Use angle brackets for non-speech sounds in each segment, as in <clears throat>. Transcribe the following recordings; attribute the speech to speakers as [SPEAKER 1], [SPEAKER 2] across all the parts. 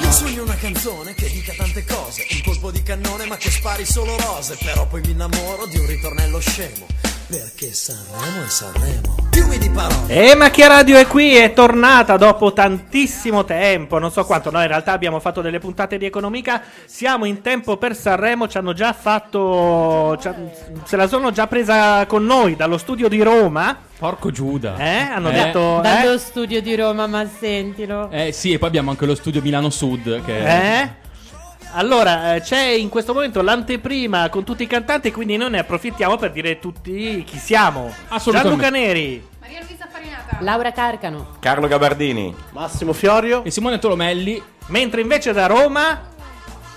[SPEAKER 1] Io sogno una canzone che dica tante cose, un colpo di cannone ma che spari solo rose, però poi mi innamoro di un ritornello scemo, perché Sanremo è Sanremo. Fiumi di parole.
[SPEAKER 2] E Macchia Radio è qui, è tornata dopo tantissimo tempo, non so quanto, noi in realtà abbiamo fatto delle puntate di economica, siamo in tempo per Sanremo, ci hanno già fatto, ci ha- se la sono già presa con noi dallo studio di Roma.
[SPEAKER 3] Porco Giuda.
[SPEAKER 2] Eh, hanno
[SPEAKER 3] Eh.
[SPEAKER 2] detto...
[SPEAKER 4] Dallo studio di Roma, ma sentilo.
[SPEAKER 3] Eh sì, e poi abbiamo anche lo studio Milano Sud che
[SPEAKER 2] Eh? Allora, eh, c'è in questo momento l'anteprima con tutti i cantanti, quindi noi ne approfittiamo per dire tutti chi siamo.
[SPEAKER 3] Assolutamente.
[SPEAKER 2] Gianluca Neri.
[SPEAKER 5] Maria Luisa Farinata.
[SPEAKER 4] Laura Carcano.
[SPEAKER 6] Carlo Gabardini.
[SPEAKER 2] Massimo Fiorio.
[SPEAKER 3] E Simone Tolomelli.
[SPEAKER 2] Mentre invece da Roma...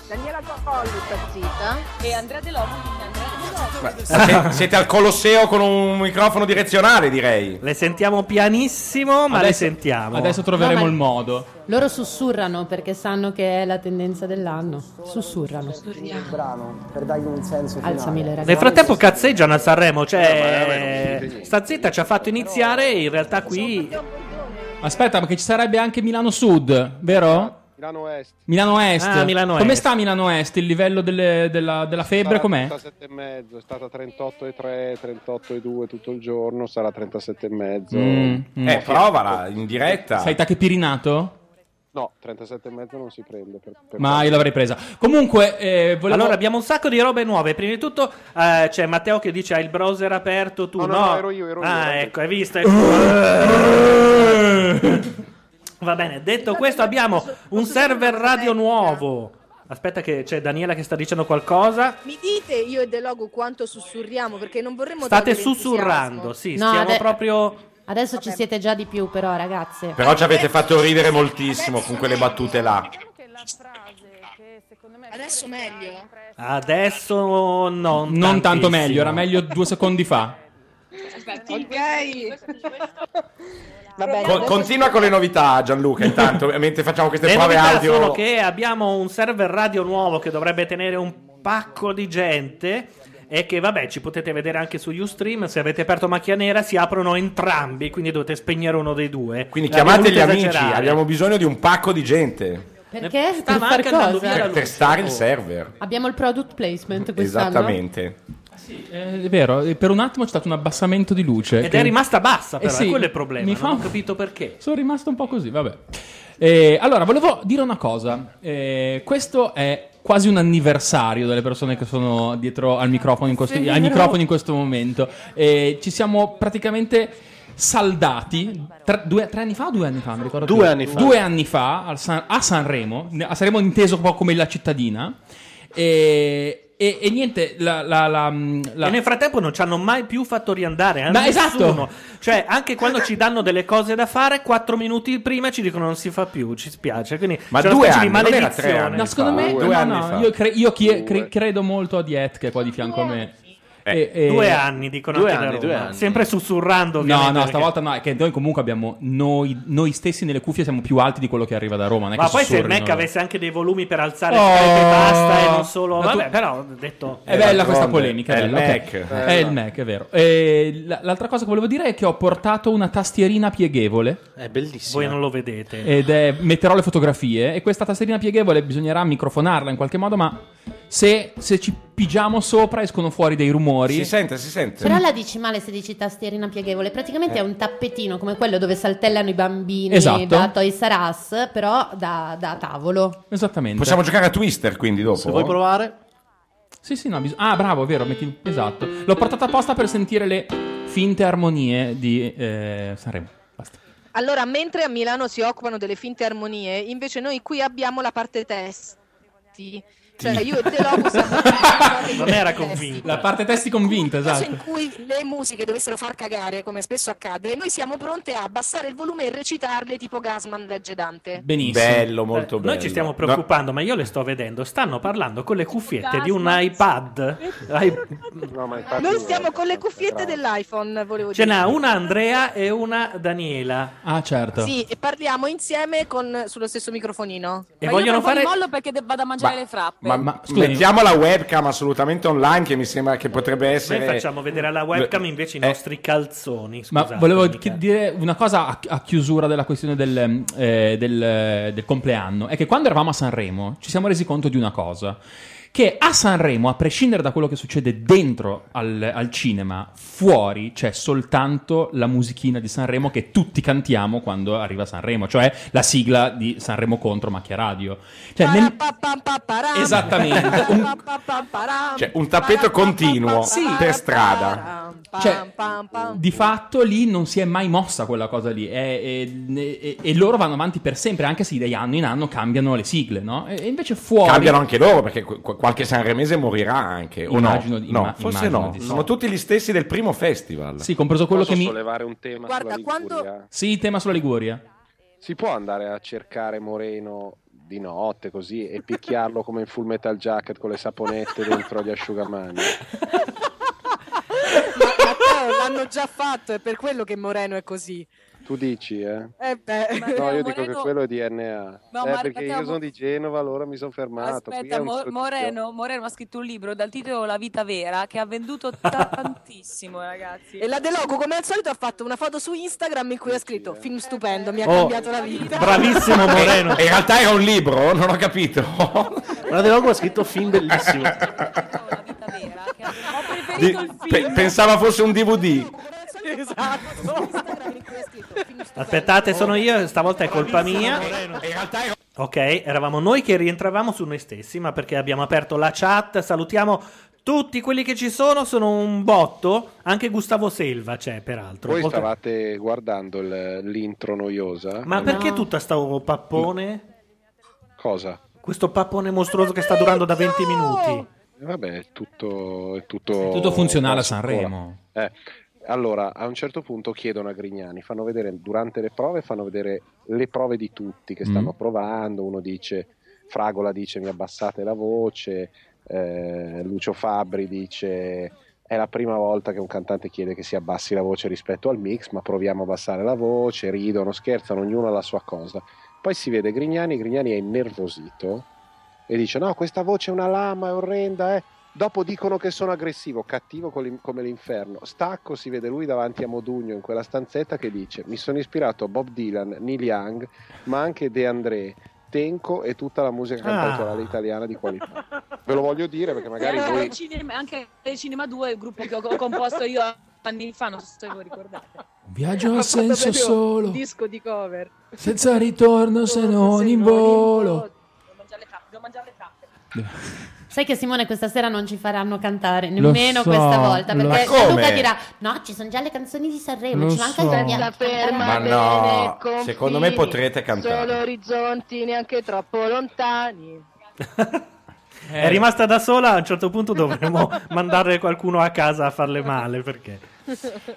[SPEAKER 7] Daniela Copolli impazzita e Andrea De Lomo quindi Andrea De Lomo.
[SPEAKER 6] Ma se-
[SPEAKER 2] <laughs>
[SPEAKER 6] siete al Colosseo con un microfono direzionale, direi.
[SPEAKER 2] Le sentiamo pianissimo, ma le
[SPEAKER 3] Adesso-
[SPEAKER 2] sentiamo.
[SPEAKER 3] Adesso troveremo
[SPEAKER 4] No, ma-
[SPEAKER 3] il modo.
[SPEAKER 4] Loro sussurrano perché sanno che è la tendenza dell'anno. Sussurrano.
[SPEAKER 8] brano per dargli un senso
[SPEAKER 4] Alzami le
[SPEAKER 2] Nel
[SPEAKER 4] ragazze.
[SPEAKER 2] frattempo cazzeggiano a Sanremo, cioè... Sta zitta ci ha fatto iniziare, in realtà qui...
[SPEAKER 3] Aspetta, perché ci sarebbe anche Milano Sud, vero?
[SPEAKER 8] Milano Est
[SPEAKER 3] Milano Est.
[SPEAKER 2] Ah, Milano
[SPEAKER 3] Come
[SPEAKER 2] Est.
[SPEAKER 3] sta Milano Est? Il livello delle- della, della febbre com'è?
[SPEAKER 8] 37 e mezzo, è stata 38,3, 38,2 tutto il giorno, sarà 37 e mezzo.
[SPEAKER 3] Mm, mm.
[SPEAKER 6] Eh, provala in diretta.
[SPEAKER 3] Sai tachipirinato?
[SPEAKER 8] No, 37 e mezzo non si prende. Per, per
[SPEAKER 3] Ma io l'avrei presa. Comunque, eh, volevo...
[SPEAKER 2] Allora abbiamo un sacco di robe nuove. Prima di tutto eh, c'è Matteo che dice hai il browser aperto, tu no.
[SPEAKER 8] No, no, no, ero io, ero io,
[SPEAKER 2] ah,
[SPEAKER 8] ero io.
[SPEAKER 2] ecco, hai visto?
[SPEAKER 3] Eh.
[SPEAKER 2] <laughs> Va bene, detto questo abbiamo un server radio nuovo. Aspetta che c'è Daniela che sta dicendo qualcosa.
[SPEAKER 7] Mi dite io e De Logo quanto sussurriamo perché non vorremmo
[SPEAKER 2] State
[SPEAKER 7] togliere
[SPEAKER 2] sussurrando,
[SPEAKER 7] entusiasmo.
[SPEAKER 2] sì,
[SPEAKER 4] No,
[SPEAKER 2] stiamo
[SPEAKER 4] ade-
[SPEAKER 2] proprio...
[SPEAKER 4] Adesso ci siete già di più, però, ragazze.
[SPEAKER 6] Però ci avete fatto ridere moltissimo con quelle battute là.
[SPEAKER 5] Adesso meglio.
[SPEAKER 2] Adesso non...
[SPEAKER 3] non tanto
[SPEAKER 2] tantissimo.
[SPEAKER 3] meglio, era meglio due secondi fa.
[SPEAKER 7] <laughs> Vabbè,
[SPEAKER 6] Co- continua con le novità, Gianluca. Intanto, <laughs> mentre facciamo queste
[SPEAKER 2] Le
[SPEAKER 6] prove
[SPEAKER 2] novità sono
[SPEAKER 6] audio.
[SPEAKER 2] che abbiamo un server radio nuovo che dovrebbe tenere un pacco di gente e che vabbè ci potete vedere anche su Ustream se avete aperto macchia nera si aprono entrambi quindi dovete spegnere uno dei due
[SPEAKER 6] Quindi
[SPEAKER 2] L'abbiamo
[SPEAKER 6] chiamate gli
[SPEAKER 2] voluto
[SPEAKER 6] amici,
[SPEAKER 2] esagerare.
[SPEAKER 6] abbiamo bisogno di un pacco di gente
[SPEAKER 4] Perché?
[SPEAKER 2] Stava
[SPEAKER 4] Per far
[SPEAKER 2] anche andando
[SPEAKER 4] cosa?
[SPEAKER 2] via la
[SPEAKER 6] per
[SPEAKER 2] luce.
[SPEAKER 6] testare
[SPEAKER 2] Oh.
[SPEAKER 6] il server.
[SPEAKER 4] Abbiamo il product placement quest'anno.
[SPEAKER 6] Esattamente.
[SPEAKER 3] Eh, è vero, eh, per un attimo c'è stato un abbassamento di luce.
[SPEAKER 2] ed
[SPEAKER 3] che-
[SPEAKER 2] è rimasta bassa
[SPEAKER 3] Eh
[SPEAKER 2] però
[SPEAKER 3] sì,
[SPEAKER 2] e quello è il problema
[SPEAKER 3] mi
[SPEAKER 2] mi
[SPEAKER 3] fa-
[SPEAKER 2] non ho capito perché
[SPEAKER 3] Sono rimasto un po' così, vabbè. Eh, allora, volevo dire una cosa. Eh, questo è quasi un anniversario delle persone che sono dietro al microfono in questo, ai microfoni in questo momento. Eh, ci siamo praticamente saldati tre, due- tre anni fa o due anni fa? Non mi ricordo
[SPEAKER 8] Due
[SPEAKER 3] più.
[SPEAKER 8] anni fa.
[SPEAKER 3] Due anni fa al San- a Sanremo, a Sanremo inteso un po' come la cittadina. E, e- e niente, la... la- la- la-
[SPEAKER 2] e nel frattempo non ci hanno mai più fatto riandare a
[SPEAKER 3] Ma
[SPEAKER 2] nessuno
[SPEAKER 3] esatto.
[SPEAKER 2] cioè anche quando ci danno delle cose da fare quattro minuti prima ci dicono non si fa più ci spiace quindi
[SPEAKER 6] Ma
[SPEAKER 2] c'è una
[SPEAKER 6] due
[SPEAKER 2] specie di
[SPEAKER 6] anni, non era
[SPEAKER 2] maledizione.
[SPEAKER 6] tre anni.
[SPEAKER 3] No, secondo
[SPEAKER 6] fa,
[SPEAKER 3] me,
[SPEAKER 6] due
[SPEAKER 3] no,
[SPEAKER 6] anni
[SPEAKER 3] no,
[SPEAKER 6] fa.
[SPEAKER 3] io, cre- io chi-
[SPEAKER 8] Due.
[SPEAKER 3] cre- credo molto a Diet che è qua di fianco a me.
[SPEAKER 6] Eh,
[SPEAKER 3] E- e-
[SPEAKER 2] Due anni dicono
[SPEAKER 9] Due
[SPEAKER 2] anche da
[SPEAKER 9] anni, due
[SPEAKER 2] Roma.
[SPEAKER 9] anni.
[SPEAKER 2] Sempre sussurrando.
[SPEAKER 3] No, no,
[SPEAKER 2] ovviamente, perché-
[SPEAKER 3] stavolta no, è che noi comunque abbiamo noi, noi stessi nelle cuffie siamo più alti di quello che arriva da Roma. Non è
[SPEAKER 2] Ma
[SPEAKER 3] che
[SPEAKER 2] poi se il
[SPEAKER 3] sussurrino.
[SPEAKER 2] Mac avesse anche dei volumi per alzare
[SPEAKER 3] Oh.
[SPEAKER 2] Skype e basta e non solo...
[SPEAKER 3] Ma tu-
[SPEAKER 2] Vabbè, però ho detto...
[SPEAKER 3] È bella questa
[SPEAKER 6] D'altronde,
[SPEAKER 3] polemica.
[SPEAKER 6] è
[SPEAKER 3] bella,
[SPEAKER 6] il
[SPEAKER 3] ok.
[SPEAKER 6] Mac.
[SPEAKER 3] È il Mac, è vero. E l- l'altra cosa che volevo dire è che ho portato una tastierina pieghevole
[SPEAKER 9] È bellissimo.
[SPEAKER 2] Voi non lo vedete.
[SPEAKER 3] ed è, metterò le fotografie. E questa tastierina pieghevole bisognerà microfonarla in qualche modo, ma se, se ci pigiamo sopra escono fuori dei rumori.
[SPEAKER 6] Si sente, si sente.
[SPEAKER 4] Però la dici male se dici tastierina pieghevole. Praticamente è un tappetino come quello dove saltellano i bambini
[SPEAKER 3] Esatto.
[SPEAKER 4] da Toys R Us, però da, da tavolo.
[SPEAKER 3] Esattamente.
[SPEAKER 6] Possiamo giocare a Twister quindi dopo.
[SPEAKER 9] Se vuoi provare,
[SPEAKER 3] Sì, sì, no, bis- Ah, bravo, è vero, metti- esatto. L'ho portata apposta per sentire le finte armonie di eh, Sanremo. Basta.
[SPEAKER 7] Allora, mentre a Milano si occupano delle finte armonie, invece noi qui abbiamo la parte testi. Cioè, io e te Lobus
[SPEAKER 2] <laughs>
[SPEAKER 3] Non era convinta. La parte testi convinta,
[SPEAKER 7] caso in
[SPEAKER 3] esatto.
[SPEAKER 7] cui le musiche dovessero far cagare, come spesso accade, noi siamo pronte a abbassare il volume e recitarle tipo Gasman legge Dante.
[SPEAKER 3] Benissimo.
[SPEAKER 6] Bello, molto
[SPEAKER 2] Eh, Noi
[SPEAKER 6] bello.
[SPEAKER 2] ci stiamo preoccupando, ma io le sto vedendo. Stanno parlando con le cuffiette di un
[SPEAKER 7] Fantasma.
[SPEAKER 2] iPad. I-
[SPEAKER 7] Noi stiamo con le cuffiette dell'iPhone, volevo
[SPEAKER 2] Ce
[SPEAKER 7] dire.
[SPEAKER 2] n'ha una Andrea e una Daniela.
[SPEAKER 3] Ah, certo.
[SPEAKER 7] Sì, e parliamo insieme con, sullo stesso microfonino.
[SPEAKER 2] E
[SPEAKER 9] Ma
[SPEAKER 2] vogliono
[SPEAKER 9] io provo
[SPEAKER 2] fare.
[SPEAKER 9] il mollo perché de- vado a mangiare
[SPEAKER 6] Ma-
[SPEAKER 9] le frappe.
[SPEAKER 6] Ma,
[SPEAKER 3] Ma- scusami.
[SPEAKER 6] mettiamo la webcam assolutamente online che mi sembra che potrebbe
[SPEAKER 2] Noi
[SPEAKER 6] essere...
[SPEAKER 2] facciamo vedere alla webcam invece i
[SPEAKER 6] Eh,
[SPEAKER 2] nostri calzoni.
[SPEAKER 3] Ma
[SPEAKER 2] scusate,
[SPEAKER 3] volevo
[SPEAKER 2] mica.
[SPEAKER 3] chi- dire una cosa a, a chiusura della questione del, eh, del, eh, del compleanno. È che quando eravamo a Sanremo ci siamo resi conto di una cosa. Che a Sanremo, a prescindere da quello che succede dentro al, al cinema, fuori c'è soltanto la musichina di Sanremo che tutti cantiamo quando arriva Sanremo, cioè la sigla di Sanremo contro Macchia Radio. Cioè, nel-
[SPEAKER 7] Parapapapaparam.
[SPEAKER 3] Esattamente. Un-
[SPEAKER 7] Parapapapaparam.
[SPEAKER 6] Cioè, un tappeto continuo
[SPEAKER 7] Sì.
[SPEAKER 6] per strada.
[SPEAKER 7] Pam,
[SPEAKER 3] Cioè,
[SPEAKER 7] pam, pam.
[SPEAKER 3] di fatto lì non si è mai mossa quella cosa lì e, e- e- e loro vanno avanti per sempre anche se da anno in anno cambiano le sigle no? e, e invece fuori
[SPEAKER 6] Cambiano anche loro perché qu- qualche sanremese morirà anche. O
[SPEAKER 3] Immagino
[SPEAKER 6] no?
[SPEAKER 3] di-
[SPEAKER 6] no,
[SPEAKER 3] imma-
[SPEAKER 6] forse
[SPEAKER 3] immagino
[SPEAKER 6] no.
[SPEAKER 3] di sì.
[SPEAKER 6] Sono tutti gli stessi del primo festival.
[SPEAKER 3] sì compreso quello che mi
[SPEAKER 8] sollevare un tema
[SPEAKER 7] Guarda,
[SPEAKER 8] sulla Liguria?
[SPEAKER 7] quando-
[SPEAKER 3] sì tema sulla Liguria
[SPEAKER 8] Si può andare a cercare Moreno di notte così e picchiarlo come in Full Metal Jacket con le saponette dentro gli asciugamani?
[SPEAKER 7] Ma Matteo, l'hanno già fatto, è per quello che Moreno è così.
[SPEAKER 8] Tu dici, eh?
[SPEAKER 7] Eh beh.
[SPEAKER 9] Ma- Matteo
[SPEAKER 8] No, io dico
[SPEAKER 9] Moreno-
[SPEAKER 8] che quello è DNA.
[SPEAKER 9] No,
[SPEAKER 8] Eh,
[SPEAKER 9] ma-
[SPEAKER 8] perché
[SPEAKER 9] Matteo,
[SPEAKER 8] io sono
[SPEAKER 9] Mo-
[SPEAKER 8] di Genova, allora mi sono fermato. Qui è
[SPEAKER 9] Aspetta,
[SPEAKER 8] un
[SPEAKER 9] Mo-
[SPEAKER 8] sozio.
[SPEAKER 9] Moreno, Moreno ha scritto un libro dal titolo La vita vera che ha venduto
[SPEAKER 7] <laughs>
[SPEAKER 9] ta- tantissimo, ragazzi.
[SPEAKER 7] E la De Loco, come al solito, ha fatto una foto su Instagram in cui ha
[SPEAKER 6] eh.
[SPEAKER 7] scritto film stupendo, mi ha
[SPEAKER 2] Oh,
[SPEAKER 7] cambiato la vita.
[SPEAKER 6] <laughs>
[SPEAKER 2] Bravissimo Moreno.
[SPEAKER 6] Eh, in realtà era un libro, <laughs> non ho capito.
[SPEAKER 10] Ma De Logo ha scritto
[SPEAKER 6] <laughs>
[SPEAKER 10] film bellissimo.
[SPEAKER 9] La vita vera che ha- ho
[SPEAKER 6] Di-
[SPEAKER 9] preferito il film.
[SPEAKER 6] pe- pensava fosse un DVD.
[SPEAKER 7] Come al solito, ha fatto una foto su Instagram in cui ha scritto film stupendo.
[SPEAKER 2] Aspettate, sono io, stavolta è colpa mia.
[SPEAKER 6] Eh, In realtà era
[SPEAKER 2] Ok, eravamo noi che rientravamo su noi stessi, ma perché abbiamo aperto la chat, salutiamo tutti quelli che ci sono, sono un botto, anche Gustavo Selva c'è peraltro.
[SPEAKER 8] Voi
[SPEAKER 2] Oltre-
[SPEAKER 8] stavate guardando il- l'intro noiosa?
[SPEAKER 2] Ma
[SPEAKER 8] Eh,
[SPEAKER 2] perché tutta sta pappone?
[SPEAKER 8] Cosa?
[SPEAKER 2] Questo pappone mostruoso che sta durando da 20 minuti.
[SPEAKER 8] Eh, Vabbè, è tutto, è tutto,
[SPEAKER 3] tutto funzionale a
[SPEAKER 8] ancora.
[SPEAKER 3] Sanremo
[SPEAKER 8] Eh, allora, a un certo punto chiedono a Grignani, fanno vedere durante le prove, fanno vedere le prove di tutti che stanno
[SPEAKER 3] Mm.
[SPEAKER 8] provando. Uno dice, Fragola dice mi abbassate la voce, eh, Lucio Fabbri dice è la prima volta che un cantante chiede che si abbassi la voce rispetto al mix, ma proviamo a abbassare la voce, ridono, scherzano, ognuno ha la sua cosa. Poi si vede Grignani, Grignani è innervosito e dice no, questa voce è una lama, è orrenda, eh. Dopo dicono che sono aggressivo, cattivo con l'in- come l'inferno. Stacco, si vede lui davanti a Modugno in quella stanzetta che dice mi sono ispirato a Bob Dylan, Neil Young, ma anche De André, Tenco e tutta la musica
[SPEAKER 2] Ah.
[SPEAKER 8] cantautorale italiana di qualità. Ve lo voglio dire perché magari
[SPEAKER 9] Era
[SPEAKER 8] voi...
[SPEAKER 9] al Eh, cinema- anche al Cinema 2, il gruppo che ho, ho composto io anni fa, non so se voi ricordate.
[SPEAKER 3] un viaggio
[SPEAKER 7] Ha
[SPEAKER 3] a
[SPEAKER 7] fatto
[SPEAKER 3] senso
[SPEAKER 7] proprio
[SPEAKER 3] solo
[SPEAKER 7] un disco di cover.
[SPEAKER 3] senza ritorno se non in volo
[SPEAKER 9] Devo mangiare le frappe, devo mangiare le frappe.
[SPEAKER 4] Sai che Simone questa sera non ci faranno cantare,
[SPEAKER 3] Lo
[SPEAKER 4] nemmeno
[SPEAKER 3] so,
[SPEAKER 4] questa volta,
[SPEAKER 3] lo
[SPEAKER 4] perché
[SPEAKER 6] so. Ma come?
[SPEAKER 4] Luca dirà "No, ci sono già le canzoni di Sanremo,
[SPEAKER 3] Lo
[SPEAKER 4] ci
[SPEAKER 3] so.
[SPEAKER 4] manca il mia-
[SPEAKER 7] Senza ferma,
[SPEAKER 6] Ma
[SPEAKER 4] cantare".
[SPEAKER 6] no,
[SPEAKER 7] confini,
[SPEAKER 6] secondo me potrete cantare.
[SPEAKER 7] Solo
[SPEAKER 4] <laughs>
[SPEAKER 7] orizzonti neanche troppo lontani.
[SPEAKER 3] Eh.
[SPEAKER 2] È rimasta da sola, a un certo punto dovremo <laughs> mandare qualcuno a casa a farle male perché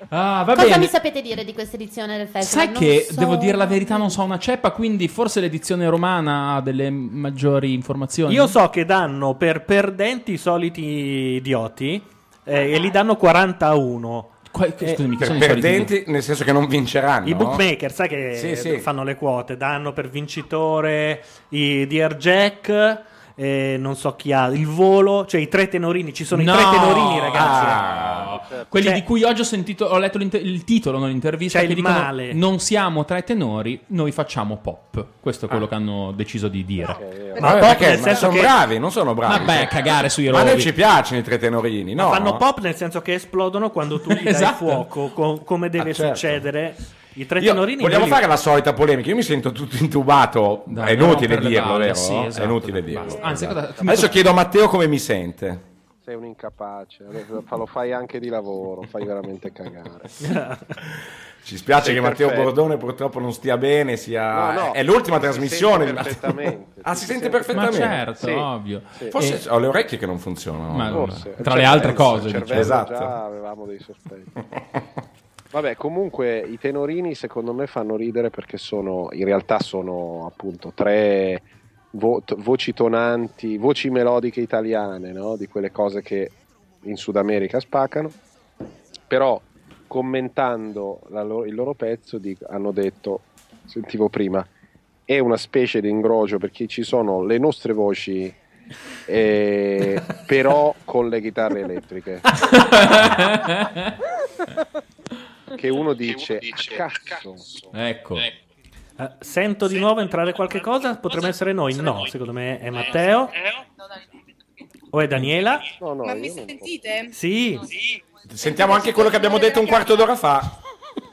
[SPEAKER 3] ah, va
[SPEAKER 4] Cosa
[SPEAKER 3] bene.
[SPEAKER 4] mi sapete dire di questa edizione del festival?
[SPEAKER 3] Sai
[SPEAKER 4] Non
[SPEAKER 3] che
[SPEAKER 4] so.
[SPEAKER 3] devo dire la verità, non so una ceppa, quindi forse l'edizione romana ha delle maggiori informazioni.
[SPEAKER 2] Io so che danno per perdenti i soliti idioti eh, e li danno 41.
[SPEAKER 3] Qua- scusami, che
[SPEAKER 6] per
[SPEAKER 3] sono i soliti-
[SPEAKER 6] perdenti, nel senso che non vinceranno.
[SPEAKER 2] I bookmaker, sai che
[SPEAKER 6] Sì, sì.
[SPEAKER 2] fanno le quote, danno per vincitore i Dear Jack, eh, non so chi ha, il volo, cioè i tre tenorini, ci sono i tre
[SPEAKER 3] No!
[SPEAKER 2] tenorini ragazzi.
[SPEAKER 6] Ah.
[SPEAKER 3] Quelli
[SPEAKER 2] Cioè-
[SPEAKER 3] di cui oggi ho sentito, ho letto l'inter- il titolo, non l'intervista,
[SPEAKER 2] C'è
[SPEAKER 3] che
[SPEAKER 2] il
[SPEAKER 3] dicono
[SPEAKER 2] male.
[SPEAKER 3] non siamo tra i tenori, noi facciamo pop. Questo è quello che hanno deciso di dire.
[SPEAKER 2] Ah.
[SPEAKER 3] Eh,
[SPEAKER 2] Ma
[SPEAKER 6] Ma
[SPEAKER 2] pop
[SPEAKER 6] perché?
[SPEAKER 2] nel
[SPEAKER 6] Ma
[SPEAKER 2] senso
[SPEAKER 6] sono
[SPEAKER 2] che-
[SPEAKER 6] bravi, non sono bravi.
[SPEAKER 3] Vabbè, cagare sui
[SPEAKER 6] Ma a noi
[SPEAKER 3] rovi.
[SPEAKER 6] ci piacciono i tre tenorini, no?
[SPEAKER 2] Fanno pop nel senso che esplodono quando tu gli dai
[SPEAKER 3] Esatto.
[SPEAKER 2] fuoco, co- come deve
[SPEAKER 6] Ah, certo.
[SPEAKER 2] succedere. I tre
[SPEAKER 6] Io-
[SPEAKER 2] tenorini...
[SPEAKER 6] Ecco, vogliamo
[SPEAKER 2] noi li-
[SPEAKER 6] fare la solita polemica. Io mi sento tutto intubato.
[SPEAKER 3] Da
[SPEAKER 6] è
[SPEAKER 3] non
[SPEAKER 6] inutile
[SPEAKER 3] per le
[SPEAKER 6] dirlo,
[SPEAKER 3] balle,
[SPEAKER 6] vero?
[SPEAKER 3] sì, esatto,
[SPEAKER 6] è inutile
[SPEAKER 3] dai,
[SPEAKER 6] dirlo.
[SPEAKER 3] basta. Anzi,
[SPEAKER 6] Esatto.
[SPEAKER 3] cosa-
[SPEAKER 6] Adesso chiedo a Matteo come mi sente.
[SPEAKER 8] Sei un incapace, Adesso fa- lo fai anche di lavoro, fai veramente cagare.
[SPEAKER 6] <laughs> Ci spiace
[SPEAKER 8] Sei
[SPEAKER 6] che Matteo
[SPEAKER 8] perfetto.
[SPEAKER 6] Bordone purtroppo non stia bene,
[SPEAKER 8] No,
[SPEAKER 6] sia...
[SPEAKER 8] no,
[SPEAKER 6] è l'ultima
[SPEAKER 8] si
[SPEAKER 6] trasmissione.
[SPEAKER 8] sente
[SPEAKER 6] di Matteo. <laughs>
[SPEAKER 8] perfettamente,
[SPEAKER 6] ah,
[SPEAKER 8] si
[SPEAKER 6] si sente
[SPEAKER 8] sente-
[SPEAKER 6] perfettamente.
[SPEAKER 3] Ma certo, Sì, ovvio. Eh, sì.
[SPEAKER 6] Forse
[SPEAKER 3] E-
[SPEAKER 6] ho le orecchie che non funzionano.
[SPEAKER 3] Ma
[SPEAKER 6] allora.
[SPEAKER 3] forse. Tra le altre cose, diciamo.
[SPEAKER 8] Il cervello
[SPEAKER 6] Esatto.
[SPEAKER 8] già avevamo dei sospetti. Vabbè, comunque i tenorini secondo me fanno ridere perché sono, in realtà sono appunto tre vo- t- voci tonanti, voci melodiche italiane, no? di quelle cose che in Sud America spaccano, però commentando la loro- il loro pezzo di- hanno detto, sentivo prima, è una specie di ingrocio perché ci sono le nostre voci,
[SPEAKER 3] <laughs>
[SPEAKER 8] eh, però con le chitarre elettriche. che uno dice, "Ah, cazzo.
[SPEAKER 3] Ecco.
[SPEAKER 2] Eh, sento di nuovo entrare qualche cosa? Potremmo essere noi? No, secondo me
[SPEAKER 6] Eh,
[SPEAKER 2] è Matteo. O è Daniela?
[SPEAKER 5] Ma mi sentite?
[SPEAKER 2] Sì.
[SPEAKER 6] Sentiamo anche quello che abbiamo detto un quarto d'ora fa.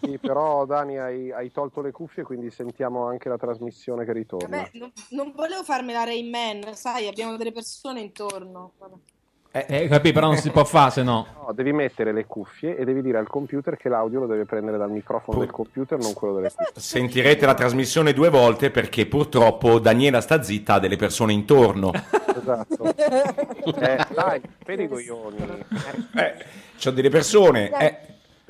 [SPEAKER 8] Sì, però Dani hai, hai tolto le cuffie, quindi sentiamo anche la trasmissione che ritorna.
[SPEAKER 5] Vabbè, non, non volevo farmi la Rayman, sai, abbiamo delle persone intorno. Vabbè.
[SPEAKER 3] Eh, capì, però non si può fare se no.
[SPEAKER 8] No, devi mettere le cuffie e devi dire al computer che l'audio lo deve prendere dal microfono del computer, non quello delle cuffie.
[SPEAKER 6] Sentirete la trasmissione due volte perché purtroppo Daniela sta zitta ha delle
[SPEAKER 3] <laughs>
[SPEAKER 6] persone intorno.
[SPEAKER 8] Esatto. Eh, dai, vedi i coglioni.
[SPEAKER 6] Eh, c'ho delle persone. eh,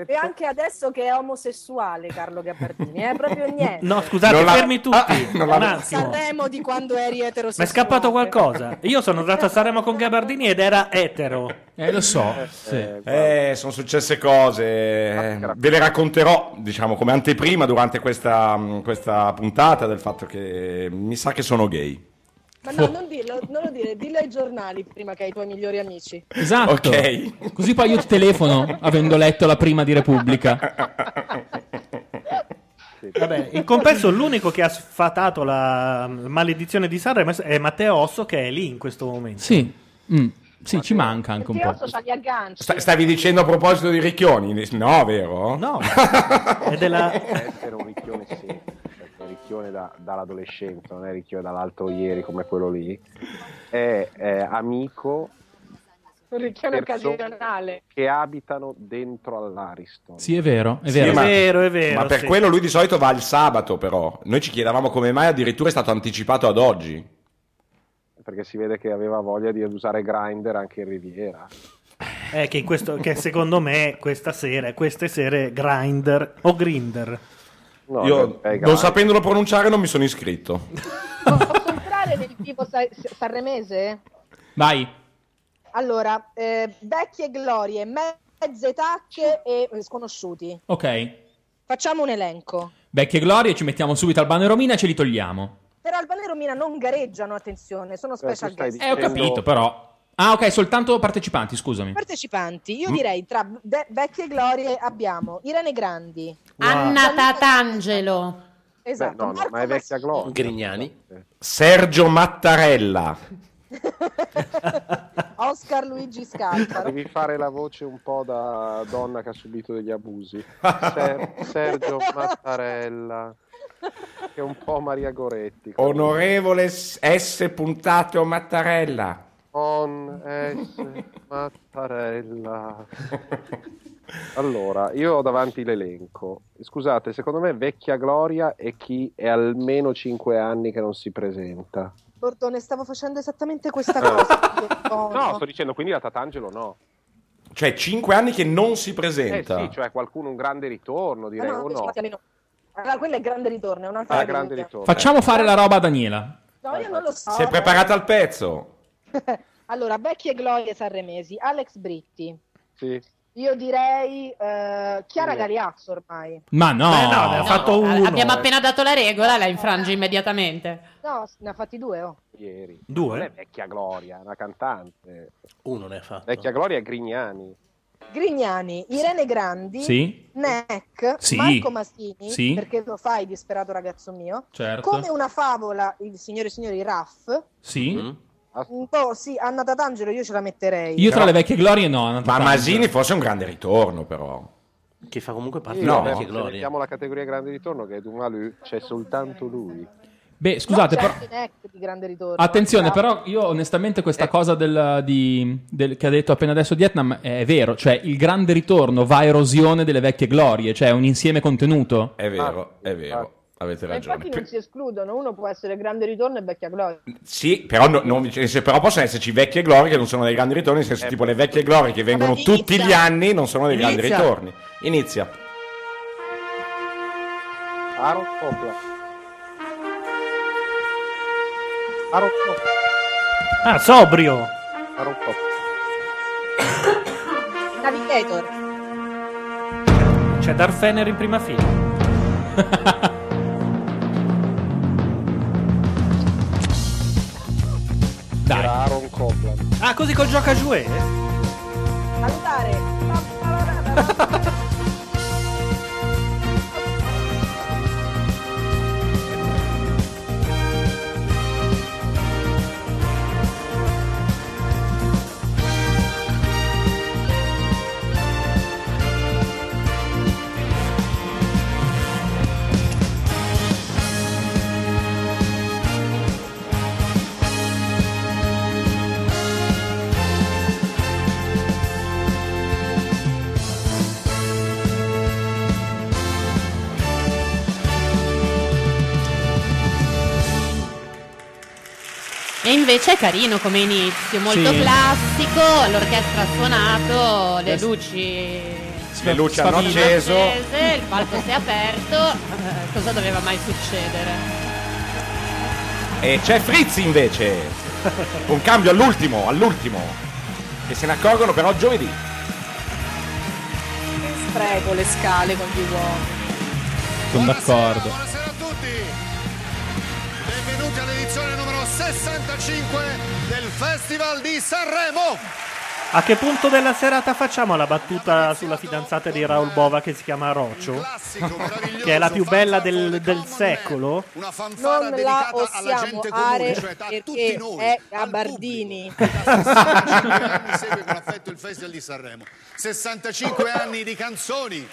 [SPEAKER 11] E anche adesso che è omosessuale Carlo Gabbardini, è <laughs> proprio niente.
[SPEAKER 2] No, scusate,
[SPEAKER 6] Non la- Ah,
[SPEAKER 2] fermi tutti.
[SPEAKER 6] <laughs> non la-
[SPEAKER 2] Un attimo.
[SPEAKER 11] Sanremo di quando eri
[SPEAKER 2] Ma è
[SPEAKER 11] eterosessuale.
[SPEAKER 2] scappato qualcosa. Io sono andato a Sanremo con Gabardini ed era etero.
[SPEAKER 3] Eh, lo so.
[SPEAKER 6] eh, sono successe cose. eh, Ve le racconterò, diciamo, come anteprima durante questa, mh, questa puntata del fatto che mi sa che sono gay.
[SPEAKER 11] Ma no, non dirlo, non lo dire, dillo ai giornali prima che ai tuoi migliori amici.
[SPEAKER 3] Esatto.
[SPEAKER 2] <laughs>
[SPEAKER 6] Ok.
[SPEAKER 3] Così poi io ti telefono, avendo letto la prima di Repubblica.
[SPEAKER 2] Vabbè, in compenso l'unico che ha sfatato la maledizione di Sanremo è Matteo Osso che è lì in questo momento.
[SPEAKER 3] Sì. Mm. Sì, ci manca anche un po'.
[SPEAKER 11] Tiosso c'ha gli agganci.
[SPEAKER 6] Sta-
[SPEAKER 11] <laughs>
[SPEAKER 6] stavi dicendo a proposito di Ricchioni? No, vero?
[SPEAKER 2] No.
[SPEAKER 8] È
[SPEAKER 2] della-
[SPEAKER 8] <laughs> essere un ricchione sempre, perché ricchione da- dall'adolescenza, non è ricchione dall'alto ieri come quello lì. È, è amico
[SPEAKER 11] Un ricchione
[SPEAKER 8] Terzo.
[SPEAKER 11] occasionale.
[SPEAKER 8] che abitano dentro all'Ariston.
[SPEAKER 3] Sì, è vero, è
[SPEAKER 6] Sì,
[SPEAKER 3] vero.
[SPEAKER 6] ma-
[SPEAKER 2] vero, è vero,
[SPEAKER 6] Ma per
[SPEAKER 2] sì.
[SPEAKER 6] quello lui di solito va il sabato, però. Noi ci chiedevamo come mai addirittura è stato anticipato ad oggi.
[SPEAKER 8] Perché si vede che aveva voglia di usare Grinder anche in Riviera.
[SPEAKER 2] Eh, che, in questo- che secondo me questa sera, queste sere, Grinder o Grinder.
[SPEAKER 8] No,
[SPEAKER 6] Io,
[SPEAKER 8] è
[SPEAKER 6] non
[SPEAKER 8] grave.
[SPEAKER 6] sapendolo pronunciare, non mi sono iscritto.
[SPEAKER 11] Posso entrare nel tipo sa- sanremese?
[SPEAKER 3] Vai.
[SPEAKER 11] Allora, eh, vecchie glorie, mezze tacche e eh, sconosciuti.
[SPEAKER 3] Ok.
[SPEAKER 11] Facciamo un elenco.
[SPEAKER 3] Vecchie glorie, ci mettiamo subito Albano e Romina e ce li togliamo.
[SPEAKER 11] Però Albano e Romina non gareggiano, attenzione, sono special guest.
[SPEAKER 3] Eh, ho capito, però. Ah, ok, soltanto partecipanti, scusami.
[SPEAKER 11] Partecipanti, io
[SPEAKER 3] Mm.
[SPEAKER 11] direi tra ve- vecchie glorie abbiamo Irene Grandi,
[SPEAKER 4] Anna Tatangelo.
[SPEAKER 11] esatto,
[SPEAKER 8] no, no,
[SPEAKER 11] Marco
[SPEAKER 8] ma è vecchia gloria.
[SPEAKER 10] Grignani.
[SPEAKER 2] Eh.
[SPEAKER 6] Sergio Mattarella.
[SPEAKER 11] Oscar
[SPEAKER 8] <laughs>
[SPEAKER 11] Luigi Scarpa.
[SPEAKER 8] Devi fare la voce un po' da donna che ha subito degli abusi. Ser- Sergio Mattarella, che è un po' Maria Goretti.
[SPEAKER 6] Onorevole S. S. Puntato Mattarella.
[SPEAKER 8] Con S.
[SPEAKER 2] <laughs>
[SPEAKER 8] Mattarella. Allora, io ho davanti l'elenco. Scusate, secondo me vecchia gloria è chi è almeno 5 anni che non si presenta.
[SPEAKER 11] Bordone, stavo facendo esattamente questa cosa.
[SPEAKER 8] Eh. <laughs> No, sto dicendo, quindi la Tatangelo no.
[SPEAKER 6] Cioè, 5 anni che non si
[SPEAKER 8] Eh
[SPEAKER 6] presenta.
[SPEAKER 8] sì, cioè qualcuno un grande ritorno, direi,
[SPEAKER 11] Ah, No,
[SPEAKER 8] o
[SPEAKER 11] no,
[SPEAKER 8] no?
[SPEAKER 11] scusate, no. Allora, quello è grande ritorno, è un'altra
[SPEAKER 8] Ah,
[SPEAKER 11] cosa.
[SPEAKER 8] grande ritorno.
[SPEAKER 3] Facciamo fare la roba a Daniela.
[SPEAKER 11] No, io non lo so.
[SPEAKER 6] Si è preparata al pezzo.
[SPEAKER 11] <laughs> Allora, vecchie glorie sanremesi, Alex Britti.
[SPEAKER 8] Sì.
[SPEAKER 11] Io direi eh, Chiara Gariazzo ormai.
[SPEAKER 3] Ma no.
[SPEAKER 2] Beh, no, ne ha fatto uno.
[SPEAKER 4] Abbiamo appena dato la regola, la infrange immediatamente.
[SPEAKER 11] No, ne ha fatti due, oh.
[SPEAKER 8] Ieri.
[SPEAKER 2] Due?
[SPEAKER 8] Non è vecchia gloria, è una cantante.
[SPEAKER 10] Uno ne fa.
[SPEAKER 8] Vecchia gloria è Grignani.
[SPEAKER 11] Grignani, Irene Grandi,
[SPEAKER 3] Sì.
[SPEAKER 11] Neck,
[SPEAKER 3] Sì.
[SPEAKER 11] Marco Mastini,
[SPEAKER 3] Sì.
[SPEAKER 11] perché lo fai, disperato ragazzo mio.
[SPEAKER 3] Certo.
[SPEAKER 11] Come una favola, il signore e signori Raff.
[SPEAKER 3] Sì.
[SPEAKER 11] Un po' sì, Anna Tatangelo io ce la metterei.
[SPEAKER 3] Io tra le vecchie glorie no. Anna
[SPEAKER 6] Ma
[SPEAKER 3] Tatangelo.
[SPEAKER 6] Masini fosse un grande ritorno, però.
[SPEAKER 10] Che fa comunque parte
[SPEAKER 6] No.
[SPEAKER 10] delle vecchie
[SPEAKER 8] Se
[SPEAKER 10] glorie.
[SPEAKER 8] mettiamo la categoria grande ritorno che è Dumalu, c'è soltanto lui.
[SPEAKER 3] Beh, scusate,
[SPEAKER 11] No, certo,
[SPEAKER 3] però.
[SPEAKER 11] c'è Kinect di grande ritorno.
[SPEAKER 3] Attenzione,
[SPEAKER 11] Esatto.
[SPEAKER 3] però io onestamente questa cosa del, di- del- che ha detto appena adesso Vietnam è vero, cioè il grande ritorno va a erosione delle vecchie glorie, cioè è un insieme contenuto.
[SPEAKER 6] È vero,
[SPEAKER 8] Ah,
[SPEAKER 6] è vero, avete
[SPEAKER 11] Ma
[SPEAKER 6] ragione.
[SPEAKER 11] infatti non si escludono, uno può essere grande ritorno e vecchia gloria.
[SPEAKER 6] Sì, però, no- non- se- però possono esserci vecchie glorie che non sono dei grandi ritorni, nel
[SPEAKER 8] Eh.
[SPEAKER 6] senso tipo le vecchie glorie che vengono
[SPEAKER 11] Vabbè, inizia.
[SPEAKER 6] tutti gli anni non sono dei grandi
[SPEAKER 8] Inizia.
[SPEAKER 6] ritorni. Inizia.
[SPEAKER 8] Aaron Coppola. Aaron Coppola.
[SPEAKER 2] Ah, sobrio.
[SPEAKER 8] Aaron Coppola.
[SPEAKER 11] Navigator.
[SPEAKER 2] C'è Darfener in prima fila. Dai.
[SPEAKER 8] Aaron Coppola.
[SPEAKER 2] Ah, così col gioca giue?
[SPEAKER 11] Salutare.
[SPEAKER 4] E invece è carino come inizio, molto
[SPEAKER 3] Sì.
[SPEAKER 4] classico, l'orchestra ha suonato, le
[SPEAKER 3] Questo-
[SPEAKER 4] luci...
[SPEAKER 6] Le luci hanno
[SPEAKER 3] Sfavilla.
[SPEAKER 6] acceso.
[SPEAKER 4] accese, Il palco si è aperto, Eh, cosa doveva mai succedere?
[SPEAKER 6] E c'è Frizzi invece. Un cambio all'ultimo, all'ultimo. Che se ne accorgono però giovedì.
[SPEAKER 9] Spreco le scale con gli uomini.
[SPEAKER 3] Sono d'accordo.
[SPEAKER 12] Buonasera a tutti, benvenuti all'edizione numero 65 del Festival
[SPEAKER 6] <laughs>
[SPEAKER 12] di Sanremo.
[SPEAKER 2] A che punto della serata facciamo la battuta sulla fidanzata di Raul Bova che si chiama Rocio? che è la più bella del, del secolo?
[SPEAKER 11] Non la possiamo fare
[SPEAKER 12] cioè,
[SPEAKER 11] perché è Gabardini.
[SPEAKER 12] Mi segue con affetto il Festival di Sanremo. 65 anni di canzoni,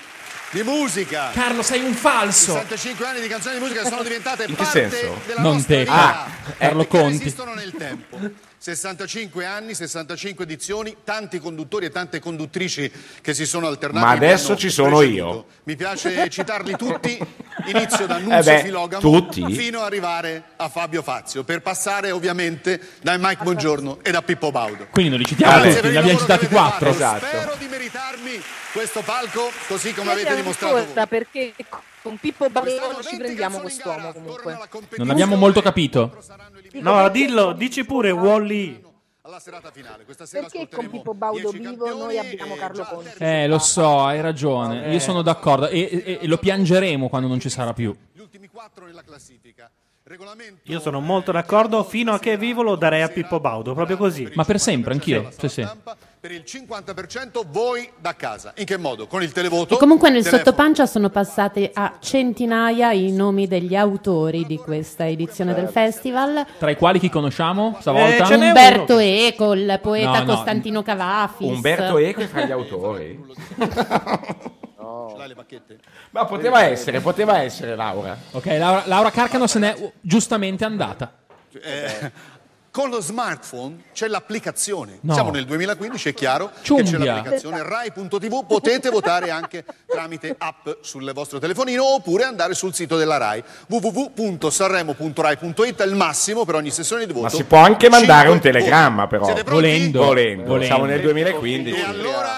[SPEAKER 12] di musica.
[SPEAKER 3] Carlo, sei un falso.
[SPEAKER 12] 65 anni di canzoni di musica che sono diventate
[SPEAKER 3] In che
[SPEAKER 12] parte
[SPEAKER 3] senso?
[SPEAKER 12] della
[SPEAKER 3] Non
[SPEAKER 12] nostra
[SPEAKER 3] te,
[SPEAKER 12] vita.
[SPEAKER 3] Carlo. Ah, Carlo
[SPEAKER 12] Eh, perché
[SPEAKER 3] Conti.
[SPEAKER 12] Esistono nel tempo. 65 anni, 65 edizioni, tanti conduttori e tante conduttrici che si sono alternati.
[SPEAKER 6] Ma
[SPEAKER 12] e mi
[SPEAKER 6] adesso
[SPEAKER 12] hanno
[SPEAKER 6] ci sono
[SPEAKER 12] preceduto.
[SPEAKER 6] io.
[SPEAKER 12] Mi
[SPEAKER 6] <laughs>
[SPEAKER 12] piace citarli tutti, inizio da
[SPEAKER 6] Eh
[SPEAKER 12] Nunzio
[SPEAKER 6] beh,
[SPEAKER 12] Filogamo
[SPEAKER 6] tutti?
[SPEAKER 12] fino ad arrivare a Fabio Fazio, per passare ovviamente da Mike Buongiorno e da Pippo Baudo.
[SPEAKER 3] Quindi non li citiamo
[SPEAKER 12] Grazie
[SPEAKER 3] tutti,
[SPEAKER 12] per
[SPEAKER 3] ne
[SPEAKER 12] il
[SPEAKER 3] abbiamo
[SPEAKER 12] lavoro
[SPEAKER 3] citati
[SPEAKER 6] Ah,
[SPEAKER 12] che avete
[SPEAKER 3] quattro.
[SPEAKER 6] esatto.
[SPEAKER 3] Eh,
[SPEAKER 12] fatto. Spero di meritarmi questo palco così come
[SPEAKER 9] Io
[SPEAKER 12] avete
[SPEAKER 9] sono
[SPEAKER 12] dimostrato voi.
[SPEAKER 9] corta perché con Pippo Barone ci prendiamo quest'uomo comunque.
[SPEAKER 3] Non abbiamo molto capito.
[SPEAKER 2] No, dillo, dici pure Wally.
[SPEAKER 11] Perché con Pippo Baudo vivo noi abbiamo Carlo Conti?
[SPEAKER 3] Eh, lo so, hai ragione. Io sono d'accordo. E, e- e lo piangeremo quando non ci sarà più.
[SPEAKER 2] Io sono molto d'accordo, fino a che è vivo lo darei a Pippo Baudo, proprio così.
[SPEAKER 3] Ma per sempre, anch'io. Sì, sì.
[SPEAKER 12] Per il 50% voi da casa. In che modo? Con il televoto.
[SPEAKER 4] E comunque nel
[SPEAKER 12] telefono.
[SPEAKER 4] sottopancia sono passati a centinaia i nomi degli autori di questa edizione del festival.
[SPEAKER 3] Tra i quali chi conosciamo
[SPEAKER 4] Eh,
[SPEAKER 3] stavolta?
[SPEAKER 4] Umberto Eco, il poeta
[SPEAKER 3] No, no.
[SPEAKER 4] Costantino Cavafis.
[SPEAKER 6] Umberto Eco è fra gli autori.
[SPEAKER 12] Ce l'hai le bacchette?
[SPEAKER 6] Ma poteva essere, poteva essere Laura.
[SPEAKER 3] Ok, Laura, Laura Carcano se n'è uh, giustamente andata.
[SPEAKER 12] Eh, con lo smartphone c'è l'applicazione.
[SPEAKER 3] No.
[SPEAKER 12] Siamo nel 2015, è chiaro che c'è
[SPEAKER 3] Ciumbia.
[SPEAKER 12] l'applicazione rai.tv, potete votare
[SPEAKER 2] <laughs>
[SPEAKER 12] anche tramite app sul vostro telefonino oppure andare sul sito della Rai www.sanremo.rai.it, il massimo per ogni sessione di voto.
[SPEAKER 6] Ma si può anche mandare
[SPEAKER 12] Cinque
[SPEAKER 6] un telegramma però.
[SPEAKER 12] Siete pronti?
[SPEAKER 6] Volendo. Volendo. Siamo nel 2015.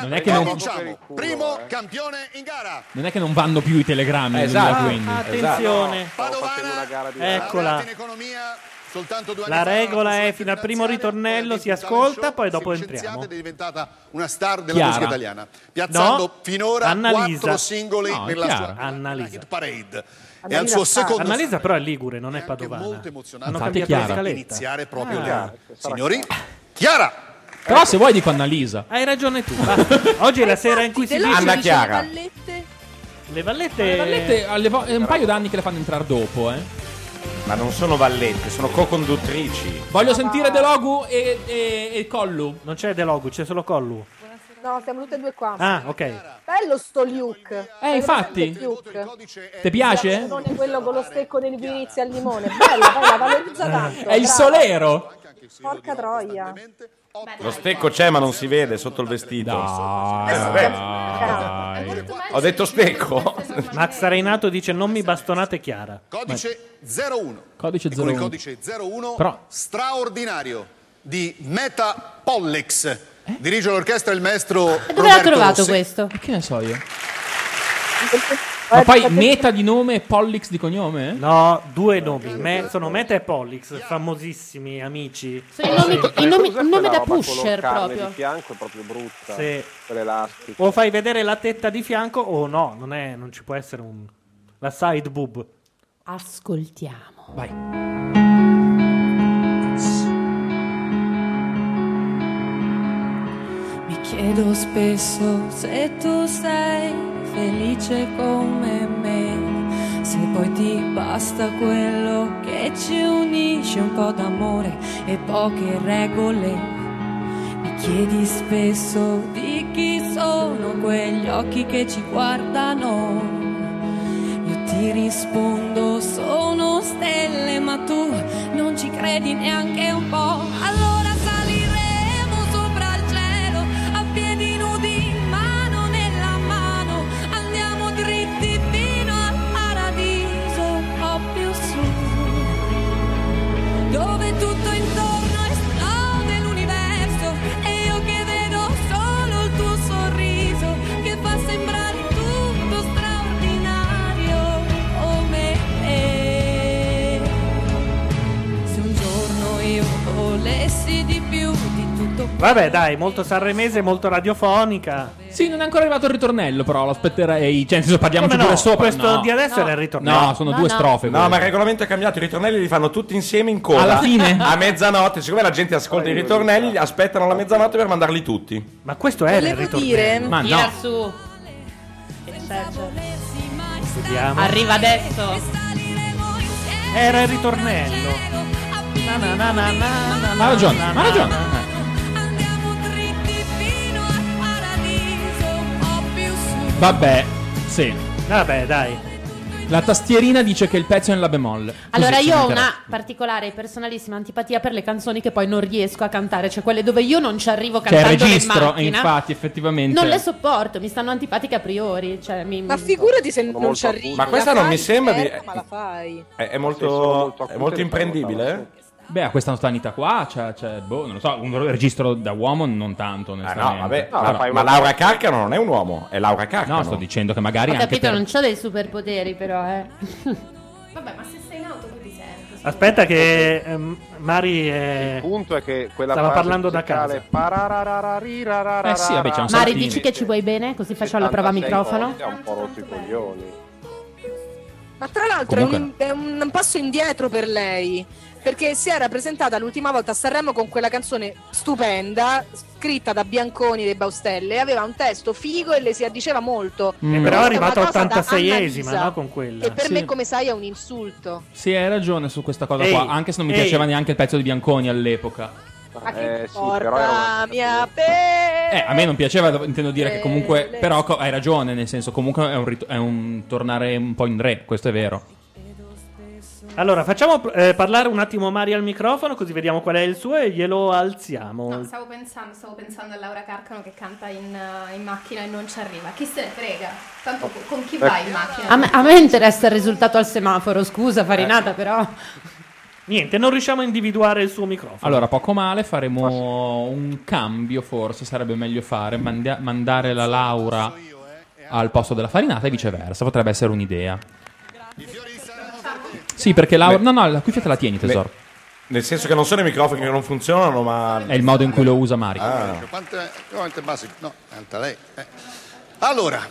[SPEAKER 3] non, è che non,
[SPEAKER 12] Cominciamo. Primo campione in gara.
[SPEAKER 3] non è che non vanno più i telegrammi. nel
[SPEAKER 6] Esatto.
[SPEAKER 3] 2015.
[SPEAKER 2] Ah, Attenzione. Eccola.
[SPEAKER 12] Soltanto due
[SPEAKER 2] La
[SPEAKER 12] anni fa
[SPEAKER 2] regola è fino al primo ritornello si ascolta, poi dopo entriamo.
[SPEAKER 12] è diventata una star della
[SPEAKER 2] Chiara.
[SPEAKER 12] musica italiana, piazzando
[SPEAKER 2] No,
[SPEAKER 12] finora
[SPEAKER 2] Annalisa.
[SPEAKER 12] quattro singoli
[SPEAKER 2] No, è
[SPEAKER 12] per la
[SPEAKER 2] Chiara.
[SPEAKER 12] sua
[SPEAKER 2] Annalisa.
[SPEAKER 12] hit parade. È al suo secondo
[SPEAKER 2] Annalisa però è Ligure, non è Padovana. Hanno
[SPEAKER 3] Infatti
[SPEAKER 2] cambiato
[SPEAKER 3] è
[SPEAKER 2] la
[SPEAKER 3] Chiara.
[SPEAKER 2] scaletta.
[SPEAKER 12] iniziare proprio
[SPEAKER 2] Ah.
[SPEAKER 12] là. Signori, Chiara!
[SPEAKER 3] Però se vuoi dico Annalisa.
[SPEAKER 2] Hai ragione tu. Ah, basta. Oggi è la sera in cui si
[SPEAKER 3] Te lascio, Anna dice, Chiara. le
[SPEAKER 2] Le vallette.
[SPEAKER 3] Le vallette alle vo- è un paio d'anni che le fanno entrare dopo, eh.
[SPEAKER 6] Ma non sono vallette, sono co-conduttrici.
[SPEAKER 3] Voglio sentire De Logu e, e, e Collu.
[SPEAKER 2] Non c'è De Logu, c'è solo Collu.
[SPEAKER 9] Buonasera
[SPEAKER 13] No, siamo tutte e due qua.
[SPEAKER 2] Ah, ok.
[SPEAKER 13] Bello sto Luke.
[SPEAKER 3] Eh, infatti. Ti piace?
[SPEAKER 13] Quello con lo stecco del Vinizio al limone. Bello, bella, valorizza tanto.
[SPEAKER 3] Eh, È il
[SPEAKER 13] brava.
[SPEAKER 3] solero.
[SPEAKER 13] Porca troia.
[SPEAKER 6] Lo stecco c'è, ma non si vede sotto il vestito. Eh, vabbè. Ho detto stecco.
[SPEAKER 2] Max Reinato dice non mi bastonate Chiara.
[SPEAKER 12] Codice 01.
[SPEAKER 2] Codice
[SPEAKER 12] E con il
[SPEAKER 2] 01.
[SPEAKER 12] codice 01
[SPEAKER 2] Però-
[SPEAKER 12] straordinario di
[SPEAKER 3] Eh?
[SPEAKER 12] Metapollex. Dirige l'orchestra il maestro
[SPEAKER 4] Dove l'ha
[SPEAKER 12] Roberto
[SPEAKER 4] trovato
[SPEAKER 12] Se-
[SPEAKER 4] questo?
[SPEAKER 3] Che ne so io?
[SPEAKER 2] Eh,
[SPEAKER 3] Ma poi Meta di nome e Pollix di cognome?
[SPEAKER 2] No, due nomi. Me- sono Meta e Pollix, famosissimi amici.
[SPEAKER 4] Sono i nomi-
[SPEAKER 8] Cos'è quella roba con lo carne di
[SPEAKER 2] proprio.
[SPEAKER 8] fianco è proprio brutta.
[SPEAKER 2] Sì.
[SPEAKER 8] Quell'elastico.
[SPEAKER 2] O fai vedere la tetta di fianco o no, non, è- non ci può essere un... La side boob.
[SPEAKER 4] Ascoltiamo.
[SPEAKER 2] Vai.
[SPEAKER 7] Mi chiedo spesso se tu sei felice come me, se poi ti basta quello che ci unisce un po' d'amore e poche regole. Mi chiedi spesso di chi sono quegli occhi che ci guardano. Io ti rispondo, sono stelle, ma tu non ci credi neanche un po'. Allora saliremo sopra il cielo, a piedi nudi, mano nella mano. Andiamo dritti fino al paradiso, o più su, dove tutto intorno esplode l'universo. E io che vedo solo il tuo sorriso, che fa sembrare tutto straordinario come me. Se un giorno io volessi di più di tutto
[SPEAKER 2] Vabbè, dai, molto sanremese, molto radiofonica.
[SPEAKER 3] Sì, non è ancora arrivato il ritornello, però lo aspetterei. Cioè, nel senso, parliamoci
[SPEAKER 2] Come no?
[SPEAKER 3] pure sopra.
[SPEAKER 2] Questo
[SPEAKER 3] no.
[SPEAKER 2] di adesso
[SPEAKER 3] No.
[SPEAKER 2] era il ritornello.
[SPEAKER 3] No, sono due strofe.
[SPEAKER 6] No, ma il regolamento è cambiato. I ritornelli li fanno tutti insieme in coda.
[SPEAKER 3] Alla fine?
[SPEAKER 6] A mezzanotte. Siccome la gente ascolta i ritornelli, aspettano la mezzanotte per mandarli tutti.
[SPEAKER 2] Ma questo
[SPEAKER 6] è
[SPEAKER 2] era il Volevo dire- ritornello. Ma
[SPEAKER 4] Tira
[SPEAKER 2] no.
[SPEAKER 4] su.
[SPEAKER 2] Vediamo.
[SPEAKER 4] Arriva adesso.
[SPEAKER 2] Era il ritornello. Na na na na na na
[SPEAKER 3] Ma ha ragione,
[SPEAKER 2] na
[SPEAKER 3] ma ha
[SPEAKER 2] na
[SPEAKER 3] ragione.
[SPEAKER 2] na.
[SPEAKER 3] Vabbè, sì.
[SPEAKER 2] Vabbè, dai.
[SPEAKER 3] La tastierina dice che il pezzo è in la bemolle. Così
[SPEAKER 4] Allora,
[SPEAKER 3] ci
[SPEAKER 4] io ho
[SPEAKER 3] metterà. Cioè,
[SPEAKER 4] una particolare e personalissima antipatia per le canzoni che poi non riesco a cantare, cioè quelle dove io non ci arrivo
[SPEAKER 3] C'è il
[SPEAKER 4] cantando in
[SPEAKER 3] registro, e
[SPEAKER 4] macchina.
[SPEAKER 3] infatti, effettivamente.
[SPEAKER 4] Non le sopporto, mi stanno antipatiche a priori. Cioè, mi,
[SPEAKER 11] Ma figurati se non ci arrivi.
[SPEAKER 6] Ma questa
[SPEAKER 11] la
[SPEAKER 6] non mi
[SPEAKER 11] fai,
[SPEAKER 6] sembra di-
[SPEAKER 11] certo, Ma la fai.
[SPEAKER 6] È, è
[SPEAKER 3] Sì, sono
[SPEAKER 6] molto,
[SPEAKER 3] molto
[SPEAKER 6] è molto
[SPEAKER 3] acute,
[SPEAKER 6] imprendibile. eh?
[SPEAKER 3] Beh, a questa notanità qua, c'è, c'è, boh, non lo so, un registro da uomo non tanto,
[SPEAKER 6] eh? Ah,
[SPEAKER 3] onestamente.
[SPEAKER 6] no, vabbè.
[SPEAKER 3] Però-
[SPEAKER 6] ma, ma Laura Carcano non è un uomo, è Laura Carcano.
[SPEAKER 3] No, sto dicendo che magari
[SPEAKER 4] Ho capito,
[SPEAKER 3] per-
[SPEAKER 4] non c'ho dei superpoteri, però, eh.
[SPEAKER 14] Vabbè, ma se sei in auto come ti senti?
[SPEAKER 2] Aspetta che ehm, Mari è...
[SPEAKER 8] Il punto è che quella
[SPEAKER 2] Stava
[SPEAKER 8] frase
[SPEAKER 2] parlando da
[SPEAKER 8] musicale,
[SPEAKER 2] casa.
[SPEAKER 8] parararararirararara,
[SPEAKER 2] Eh sì, vabbè, c'è un
[SPEAKER 4] Mari, dici che ci vuoi bene? Così facciamo la prova a
[SPEAKER 8] 76
[SPEAKER 4] microfono.
[SPEAKER 8] volte, Ha un po' rotto i coglioni.
[SPEAKER 11] Ma tra l'altro è un-
[SPEAKER 8] Comunque-
[SPEAKER 11] è, un, un passo indietro per lei, perché si era presentata l'ultima volta a Sanremo con quella canzone stupenda, scritta da Bianconi dei Baustelle, e aveva un testo figo e le si addiceva molto.
[SPEAKER 2] E Eh, però è
[SPEAKER 11] Questa
[SPEAKER 2] arrivata
[SPEAKER 11] una cosa da
[SPEAKER 2] 86esima,
[SPEAKER 11] Annalisa,
[SPEAKER 2] no, con quella.
[SPEAKER 11] Che per
[SPEAKER 3] Mm. Sì.
[SPEAKER 11] me, come sai, è un insulto.
[SPEAKER 3] Sì, hai ragione su questa cosa
[SPEAKER 2] Ehi,
[SPEAKER 3] qua, anche se non mi
[SPEAKER 2] ehi.
[SPEAKER 3] piaceva neanche il pezzo di Bianconi all'epoca.
[SPEAKER 11] Ma che
[SPEAKER 3] Eh, sì,
[SPEAKER 11] porca
[SPEAKER 3] però era una-
[SPEAKER 11] mia pe-
[SPEAKER 3] Eh, a me non piaceva, intendo dire che
[SPEAKER 11] Eh,
[SPEAKER 3] comunque, però co- hai ragione, nel senso comunque è un, rit- è un tornare un po' in re, questo è vero.
[SPEAKER 2] Allora, facciamo eh, parlare un attimo Mari al microfono, così vediamo qual è il suo e glielo alziamo.
[SPEAKER 14] No, stavo pensando, stavo pensando a Laura Carcano che canta in, eh, in macchina e non ci arriva. Chi se ne frega?
[SPEAKER 3] Oh.
[SPEAKER 14] Tanto co- con chi vai
[SPEAKER 3] Eh.
[SPEAKER 14] in macchina?
[SPEAKER 4] A me, a me interessa il risultato al semaforo, scusa Farinata, però.
[SPEAKER 2] Niente, non riusciamo a individuare il suo microfono.
[SPEAKER 3] Allora, poco male, faremo un cambio forse, sarebbe meglio fare, mandia- mandare la Laura al posto della farinata e viceversa, potrebbe essere un'idea. Sì, perché Laura... No, no, la cuffia te la tieni, tesoro.
[SPEAKER 6] Nel senso che non sono i microfoni che non funzionano, ma. Ah.
[SPEAKER 3] È il modo in cui lo usa Mario.
[SPEAKER 12] Ah. Quante, quante basi? No, alta lei. eh. Allora,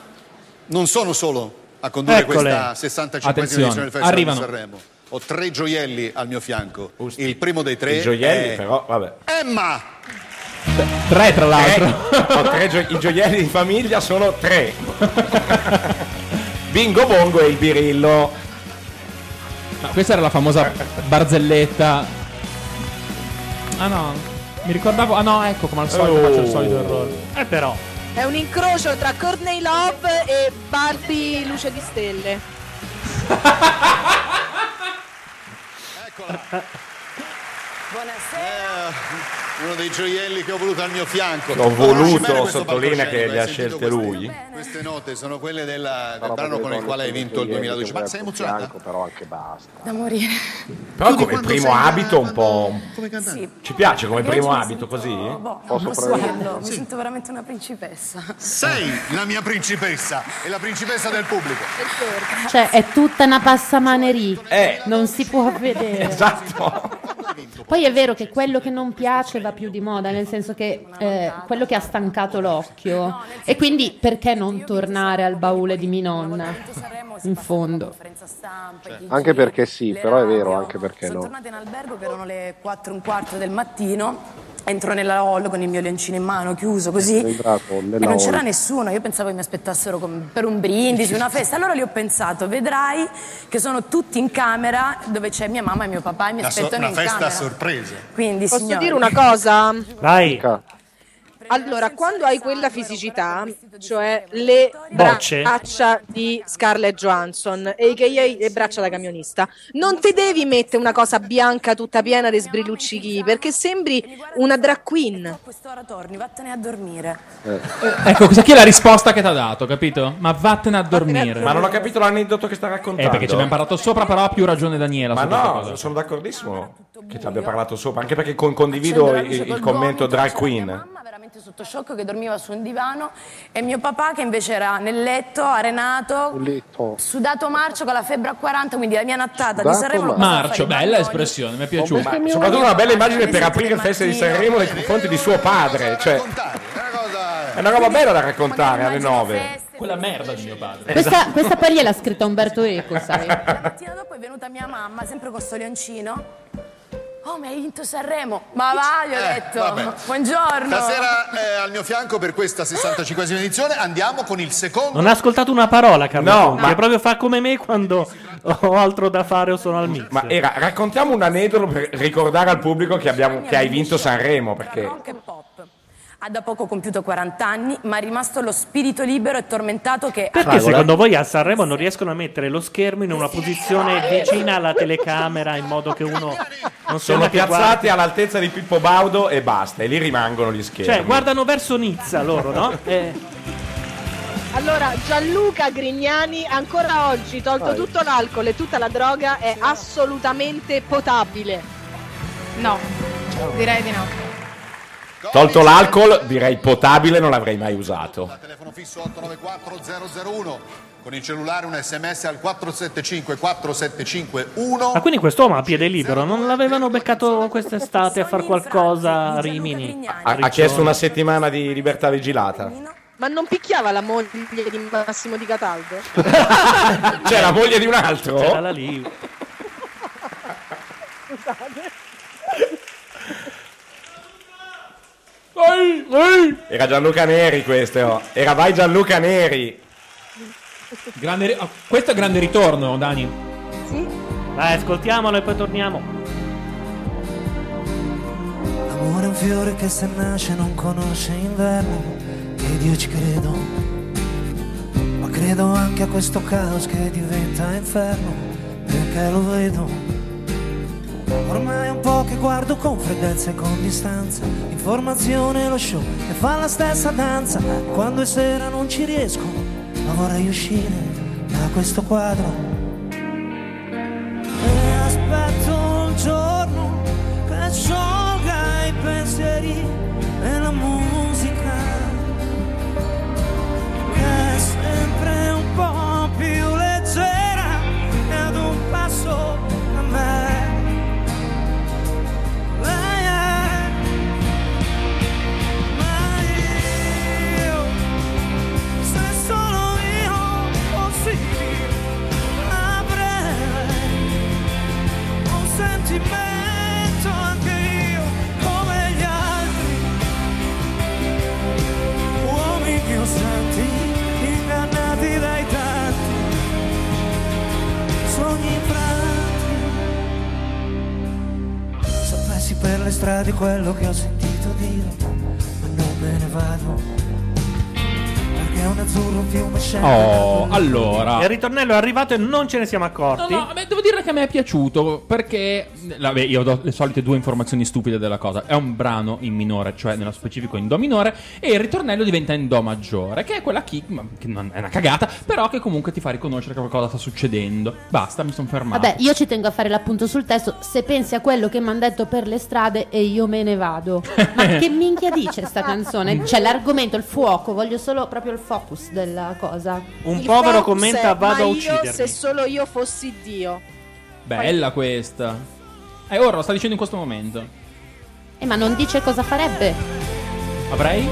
[SPEAKER 12] non sono solo a condurre
[SPEAKER 3] Eccole.
[SPEAKER 12] questa 65
[SPEAKER 3] Attenzione,
[SPEAKER 12] edizione del Festival
[SPEAKER 3] arrivano.
[SPEAKER 12] di Sanremo. Ho tre gioielli al mio fianco. Il primo dei tre
[SPEAKER 6] I gioielli,
[SPEAKER 12] è
[SPEAKER 6] però, vabbè. Ecco.
[SPEAKER 12] Emma.
[SPEAKER 3] Tre, tra l'altro.
[SPEAKER 6] Ho tre gio- I gioielli di famiglia
[SPEAKER 3] <laughs>
[SPEAKER 6] sono tre. Bingo Bongo e il birillo.
[SPEAKER 3] Ma questa era la famosa barzelletta. Ah no, mi ricordavo... Ah no, ecco, come al solito
[SPEAKER 6] Oh.
[SPEAKER 3] faccio il solito errore.
[SPEAKER 2] Eh però,
[SPEAKER 11] È un incrocio tra Courtney Love e Barbie Luce di Stelle.
[SPEAKER 12] Eh, uno dei gioielli che ho voluto al mio fianco.
[SPEAKER 6] Ho
[SPEAKER 12] Conosci bene
[SPEAKER 6] voluto,
[SPEAKER 12] questo
[SPEAKER 6] sottolinea
[SPEAKER 12] palcoscenico,
[SPEAKER 6] che
[SPEAKER 12] hai
[SPEAKER 6] le ha
[SPEAKER 12] sentito
[SPEAKER 6] scelte
[SPEAKER 12] queste-
[SPEAKER 6] lui.
[SPEAKER 12] Queste note sono quelle della- del
[SPEAKER 8] Parla
[SPEAKER 12] brano
[SPEAKER 8] proprio
[SPEAKER 12] con il
[SPEAKER 8] delle
[SPEAKER 12] quale hai
[SPEAKER 8] donne
[SPEAKER 12] vinto il
[SPEAKER 8] che
[SPEAKER 12] 2012.
[SPEAKER 6] cioè,
[SPEAKER 12] Ma
[SPEAKER 8] ieri
[SPEAKER 12] sei
[SPEAKER 8] sono
[SPEAKER 12] emozionata?
[SPEAKER 8] fianco, però anche basta.
[SPEAKER 15] Da morire.
[SPEAKER 6] Però come primo abito un po'...
[SPEAKER 15] Sì.
[SPEAKER 6] Ci piace come
[SPEAKER 15] Perché
[SPEAKER 6] primo
[SPEAKER 15] oggi mi
[SPEAKER 6] abito così?
[SPEAKER 15] sento- boh,
[SPEAKER 6] Posso
[SPEAKER 15] non posso
[SPEAKER 6] provare?
[SPEAKER 15] dirlo,
[SPEAKER 12] Sì.
[SPEAKER 15] Mi sento veramente una principessa.
[SPEAKER 12] Sei la mia principessa e la principessa del pubblico.
[SPEAKER 4] Cioè, è tutta una passamanerie. Non si può vedere.
[SPEAKER 6] Esatto.
[SPEAKER 4] Poi è vero che quello che non piace va più di moda, nel senso che eh, quello che ha stancato l'occhio. E quindi perché non tornare al baule di mia nonna? In fondo.
[SPEAKER 8] Anche perché sì, però è vero, anche perché
[SPEAKER 15] Sono
[SPEAKER 8] no.
[SPEAKER 15] tornata in albergo che erano le 4 e un quarto del mattino. Entro nella hall con il mio leoncino in mano, chiuso così.
[SPEAKER 8] Sei bravo,
[SPEAKER 15] E
[SPEAKER 8] nella
[SPEAKER 15] non c'era
[SPEAKER 8] hall.
[SPEAKER 15] nessuno, io pensavo che mi aspettassero con- per un brindisi, una festa. Allora lì ho pensato, vedrai che sono tutti in camera dove c'è mia mamma e mio papà e mi
[SPEAKER 12] Una, so- una
[SPEAKER 15] aspettano in
[SPEAKER 12] festa
[SPEAKER 15] camera.
[SPEAKER 12] a sorpresa.
[SPEAKER 15] Quindi,
[SPEAKER 11] Posso
[SPEAKER 15] signori-
[SPEAKER 11] dire una cosa?
[SPEAKER 2] Vai.
[SPEAKER 11] Allora, quando hai quella fisicità, cioè le
[SPEAKER 2] Bocce?
[SPEAKER 11] braccia di Scarlett Johansson, a.k.a. le braccia da camionista, non ti devi mettere una cosa bianca tutta piena di sbriluccichi, perché sembri una drag queen.
[SPEAKER 15] Quest'ora torni, vattene a dormire.
[SPEAKER 3] Ecco, questa qui è la risposta che ti ha dato, capito? Ma vattene a dormire.
[SPEAKER 6] Ma non ho capito l'aneddoto che sta raccontando.
[SPEAKER 3] Eh, perché ci abbiamo parlato sopra, però ha più ragione Daniela.
[SPEAKER 6] Ma
[SPEAKER 3] su questa
[SPEAKER 6] no,
[SPEAKER 3] cosa.
[SPEAKER 6] sono d'accordissimo che ci abbia parlato sopra, anche perché con- condivido
[SPEAKER 15] Accendo la luce
[SPEAKER 6] il,
[SPEAKER 15] col
[SPEAKER 6] il commento
[SPEAKER 15] gomito,
[SPEAKER 6] drag
[SPEAKER 15] c'era
[SPEAKER 6] queen.
[SPEAKER 15] veramente sotto shock che dormiva su un divano e mio papà che invece era nel letto, arenato, sudato marcio con la febbre a 40, quindi la mia nattata di Sanremo l'ho passata a
[SPEAKER 3] Marcio,
[SPEAKER 15] fare i
[SPEAKER 3] bella
[SPEAKER 15] bagnoli.
[SPEAKER 3] espressione, mi è piaciuta.
[SPEAKER 6] Ma soprattutto una bella immagine per aprire il festival di Sanremo nei confronti di suo padre. Cioè, è una roba bella da raccontare alle nove.
[SPEAKER 3] Quella merda di mio padre.
[SPEAKER 4] Questa, questa poi gliel'ha scritta Umberto Eco, sai?
[SPEAKER 15] Dopo è venuta mia mamma, sempre con sto leoncino. Oh, ma hai vinto Sanremo! Ma va, gli ho
[SPEAKER 12] Eh,
[SPEAKER 15] detto.
[SPEAKER 12] vabbè.
[SPEAKER 15] <laughs> Buongiorno.
[SPEAKER 12] Stasera eh, al mio fianco per questa 65esima edizione andiamo con il secondo
[SPEAKER 2] Non ha ascoltato una parola, Carlo.
[SPEAKER 6] No,
[SPEAKER 2] No,
[SPEAKER 6] ma-
[SPEAKER 2] proprio fa come me quando ho altro da fare o sono al mix.
[SPEAKER 6] Ma era, raccontiamo un aneddoto per ricordare al pubblico che, abbiamo, che hai vinto Sanremo, perché
[SPEAKER 15] Rock e pop. Ha da poco compiuto 40 anni, ma è rimasto lo spirito libero e tormentato che
[SPEAKER 2] Perché secondo voi a Sanremo non riescono a mettere lo schermo in una posizione vicina alla telecamera in modo che uno
[SPEAKER 6] sono
[SPEAKER 2] non sembra che
[SPEAKER 6] piazzati
[SPEAKER 2] guardi?
[SPEAKER 6] all'altezza di Pippo Baudo e basta, e lì rimangono gli schermi.
[SPEAKER 2] Cioè, guardano verso Nizza loro, no? Eh,
[SPEAKER 16] Allora, Gianluca Grignani, ancora oggi, tolto
[SPEAKER 2] Vai.
[SPEAKER 16] tutto l'alcol e tutta la droga, è assolutamente potabile.
[SPEAKER 14] No, direi di no.
[SPEAKER 6] Tolto l'alcol, direi potabile, non l'avrei mai usato.
[SPEAKER 12] telefono fisso 894-001 con il cellulare un sms al 475 475
[SPEAKER 2] Ma quindi quest'uomo a piede libero non l'avevano beccato quest'estate a far qualcosa a Rimini?
[SPEAKER 6] Ha, ha chiesto una settimana di libertà vigilata.
[SPEAKER 16] Ma non picchiava la moglie di Massimo Di Cataldo?
[SPEAKER 6] Ah, C'è la moglie di un altro?
[SPEAKER 2] C'era la lì.
[SPEAKER 16] Scusate.
[SPEAKER 6] Era Gianluca Neri questo. oh. Era vai Gianluca Neri.
[SPEAKER 3] Grande ri- oh, questo è grande ritorno, Dani.
[SPEAKER 2] Dai, ascoltiamolo e poi torniamo.
[SPEAKER 17] Amore è un fiore che se nasce non conosce inverno Ed io ci credo Ma credo anche a questo caos che diventa inferno Perché lo vedo Ormai è un po' che guardo con freddezza e con distanza Informazione lo show e fa la stessa danza E Quando è sera non ci riesco Ma vorrei uscire da questo quadro
[SPEAKER 7] E aspetto un giorno che sciolga i pensieri e la musica che è sempre un po' più leggera e ad un É um passo da me lei è ma io se um sono io possibile avrei un um sentimento anche io come gli altri uomini innocenti ingannati dai tanti
[SPEAKER 17] sogni infranti. Sapessi per le strade quello che ho sentito dire, ma non me ne vado. è un azzurro fiume scende
[SPEAKER 3] Oh, allora.
[SPEAKER 2] Il ritornello è arrivato e non ce ne siamo accorti.
[SPEAKER 3] No, no, beh, devo dire che a me è piaciuto perché. Vabbè, io do le solite due informazioni stupide della cosa. È un brano in minore, cioè nello specifico in Do minore, e il ritornello diventa in Do maggiore, che è quella chi- ma- che non è una cagata, però che comunque ti fa riconoscere che qualcosa sta succedendo. Basta, mi sono fermato.
[SPEAKER 4] Vabbè, io ci tengo a fare l'appunto sul testo. Se pensi a quello che mi hanno detto per le strade e io me ne vado.
[SPEAKER 2] <laughs>
[SPEAKER 4] Ma che minchia dice sta canzone? C'è l'argomento, il fuoco, voglio solo proprio il focus della cosa.
[SPEAKER 2] Un
[SPEAKER 5] Il
[SPEAKER 2] povero
[SPEAKER 5] Fox,
[SPEAKER 2] commenta
[SPEAKER 5] ma
[SPEAKER 2] vado a
[SPEAKER 5] io,
[SPEAKER 2] uccidermi.
[SPEAKER 5] Se solo io fossi Dio.
[SPEAKER 3] Bella questa. Eh, ora lo sta dicendo in questo momento.
[SPEAKER 4] Eh, ma non dice cosa farebbe.
[SPEAKER 3] Avrei?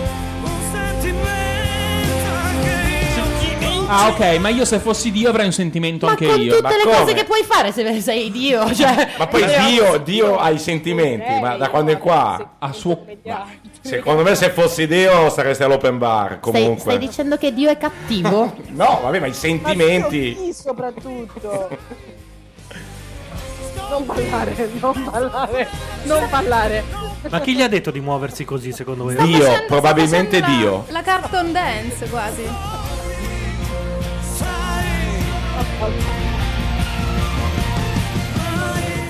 [SPEAKER 3] Ah, ok, ma io se fossi Dio avrei un sentimento anche
[SPEAKER 4] Con
[SPEAKER 3] io.
[SPEAKER 4] tutte le cose che puoi fare se sei Dio. Cioè,
[SPEAKER 6] Ma poi
[SPEAKER 4] eh,
[SPEAKER 6] Dio, Dio ha i sentimenti, ma da quando è qua?
[SPEAKER 3] A suo...
[SPEAKER 6] Secondo me se fossi Dio saresti all'open bar,
[SPEAKER 4] Stai,
[SPEAKER 6] comunque.
[SPEAKER 4] stai dicendo che Dio è
[SPEAKER 2] <laughs>
[SPEAKER 4] cattivo?
[SPEAKER 6] No, vabbè, ma i sentimenti...
[SPEAKER 11] Chi soprattutto?
[SPEAKER 4] <laughs>
[SPEAKER 11] non parlare, non parlare, non parlare.
[SPEAKER 2] Ma chi gli ha detto di muoversi così secondo voi?
[SPEAKER 6] Dio, facendo- sta probabilmente
[SPEAKER 14] La- La carton dance quasi.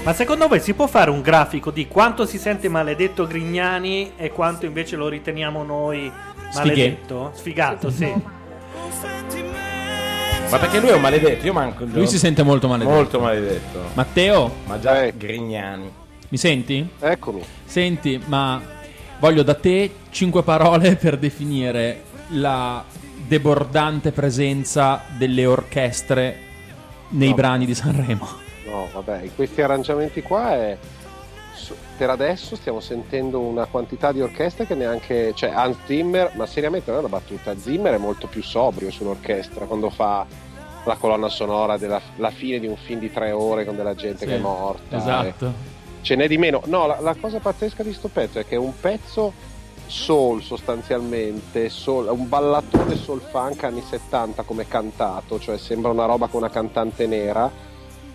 [SPEAKER 2] Ma secondo voi si può fare un grafico di quanto si sente maledetto Grignani e quanto invece lo riteniamo noi maledetto? Sfigato, sì.
[SPEAKER 6] Ma perché lui è un maledetto, io manco...
[SPEAKER 3] Lui si sente molto maledetto.
[SPEAKER 6] Molto maledetto.
[SPEAKER 3] Matteo?
[SPEAKER 6] Ma già
[SPEAKER 12] Eh.
[SPEAKER 6] Grignani.
[SPEAKER 3] Mi senti?
[SPEAKER 8] Eccolo.
[SPEAKER 3] Senti, ma voglio da te cinque parole per definire la debordante presenza delle orchestre nei
[SPEAKER 8] No.
[SPEAKER 3] brani di Sanremo.
[SPEAKER 8] No, vabbè, in questi arrangiamenti qua è... so- Per adesso stiamo sentendo una quantità di orchestre che neanche... Cioè, Hans Zimmer, ma seriamente non è una battuta, Zimmer è molto più sobrio sull'orchestra quando fa la colonna sonora della la fine di un film di tre ore con della gente che è morta. eh.
[SPEAKER 3] Esatto.
[SPEAKER 6] Eh,
[SPEAKER 8] ce n'è di meno. No, la, la cosa pazzesca di sto pezzo è che è un pezzo soul sostanzialmente, soul- un ballatore soul funk anni 70 come cantato, cioè sembra una roba con una cantante nera,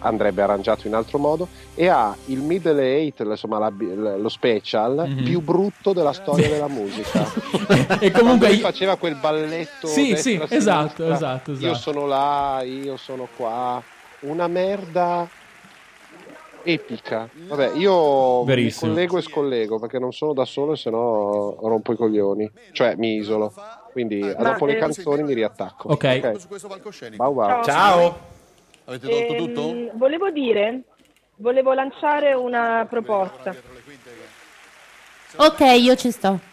[SPEAKER 8] andrebbe arrangiato in altro modo, e ha il middle eight, insomma la- lo special,
[SPEAKER 3] Mhm.
[SPEAKER 8] più brutto della storia della musica.
[SPEAKER 3] <laughs> e
[SPEAKER 8] comunque... Lui faceva quel balletto...
[SPEAKER 3] Sì, sì,
[SPEAKER 8] destra,
[SPEAKER 3] esatto,
[SPEAKER 8] sinistra,
[SPEAKER 3] esatto,
[SPEAKER 8] Io
[SPEAKER 3] esatto.
[SPEAKER 8] sono là, io sono qua, una merda epica. Vabbè, io
[SPEAKER 3] Verissimo.
[SPEAKER 8] mi collego e scollego perché non sono da solo, se no rompo i coglioni, cioè mi isolo. Quindi dopo le
[SPEAKER 12] eh,
[SPEAKER 8] canzoni mi riattacco.
[SPEAKER 3] Ok.
[SPEAKER 12] Su questo palcoscenico.
[SPEAKER 8] Wow, wow.
[SPEAKER 18] Ciao. Ciao.
[SPEAKER 12] Avete tolto
[SPEAKER 18] Ehm,
[SPEAKER 12] tutto?
[SPEAKER 18] Volevo dire, volevo lanciare una proposta.
[SPEAKER 4] Ok, io ci sto.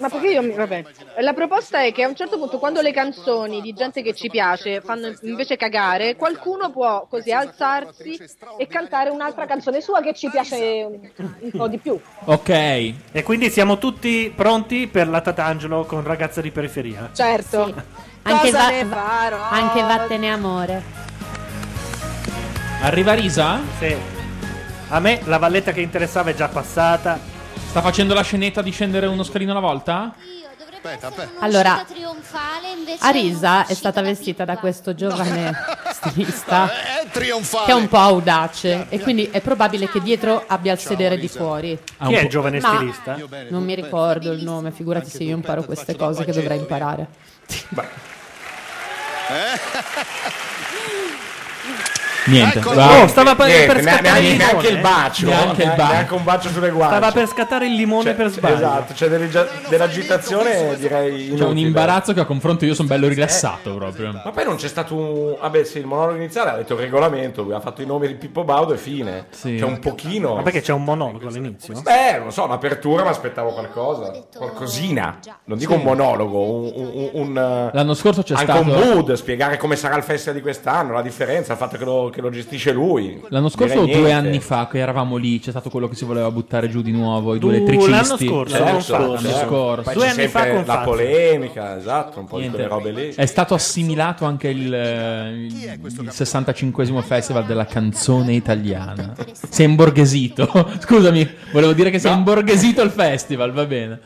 [SPEAKER 18] Ma perché io mi... vabbè. La proposta è che a un certo punto quando le canzoni di gente che ci piace fanno invece cagare, qualcuno può così alzarsi e cantare un'altra canzone sua che ci piace un un po' di più.
[SPEAKER 3] <laughs> Ok. E
[SPEAKER 2] quindi siamo tutti pronti per la Tatangelo con ragazza di periferia.
[SPEAKER 5] Certo.
[SPEAKER 4] Anche,
[SPEAKER 5] Cosa ne farò?
[SPEAKER 4] anche vattene amore.
[SPEAKER 3] Arriva Risa?
[SPEAKER 2] Sì. A me la valletta che interessava è già passata.
[SPEAKER 3] Sta facendo la scenetta di scendere uno scalino alla volta?
[SPEAKER 12] Aspetta, aspetta.
[SPEAKER 4] Allora, Arisa è stata vestita da questo giovane stilista che è un po' audace e quindi è probabile che dietro abbia il sedere di fuori.
[SPEAKER 2] Chi è il giovane
[SPEAKER 4] Ma
[SPEAKER 2] stilista?
[SPEAKER 4] Non mi ricordo il nome, figurati se io imparo queste cose che dovrei imparare. <laughs>
[SPEAKER 3] Niente.
[SPEAKER 6] Ecco-
[SPEAKER 3] va.
[SPEAKER 6] Oh, stava per- Niente, per ne- scattare neanche- il neanche limone. il bacio.
[SPEAKER 3] Neanche il
[SPEAKER 6] Ne-
[SPEAKER 3] bacio.
[SPEAKER 6] neanche un bacio sulle guance.
[SPEAKER 2] Stava per scattare il limone per sbaglio.
[SPEAKER 6] Esatto, cioè delle gia- dell'agitazione direi
[SPEAKER 3] C'è un
[SPEAKER 6] inutile.
[SPEAKER 3] imbarazzo che a confronto io sono bello rilassato proprio.
[SPEAKER 6] Ma poi non c'è stato un... Vabbè sì, il monologo iniziale ha detto il regolamento, lui ha fatto i nomi di Pippo Baudo e fine. C'è un pochino...
[SPEAKER 2] Ma perché c'è un monologo all'inizio?
[SPEAKER 6] Beh, non so, un'apertura, mi aspettavo qualcosa. Qualcosina. Non dico
[SPEAKER 3] Sì.
[SPEAKER 6] un monologo, un... un- un- un-
[SPEAKER 3] L'anno scorso c'è
[SPEAKER 6] anche
[SPEAKER 3] stato
[SPEAKER 6] un mood, spiegare come sarà il festival di quest'anno, la differenza, il fatto che lo, che lo gestisce lui.
[SPEAKER 3] L'anno scorso o
[SPEAKER 6] Direi
[SPEAKER 3] due
[SPEAKER 6] niente.
[SPEAKER 3] anni fa che eravamo lì, c'è stato quello che si voleva buttare giù di nuovo, i due
[SPEAKER 2] Du-
[SPEAKER 3] elettricisti.
[SPEAKER 2] l'anno scorso,
[SPEAKER 3] L'anno
[SPEAKER 2] con Fazio.
[SPEAKER 3] scorso.
[SPEAKER 2] L'anno scorso.
[SPEAKER 6] Eh, esatto, Poi
[SPEAKER 3] Due
[SPEAKER 6] c'è
[SPEAKER 3] anni
[SPEAKER 6] sempre
[SPEAKER 3] fa con
[SPEAKER 6] la
[SPEAKER 3] Fazio.
[SPEAKER 6] polemica, esatto, un po' di
[SPEAKER 3] Niente.
[SPEAKER 6] quelle robe lì.
[SPEAKER 3] È stato assimilato anche il, eh, il, 65 festival della canzone italiana. Sei imborghesito. <laughs> Scusami, volevo dire che sei imborghesito il festival, va bene.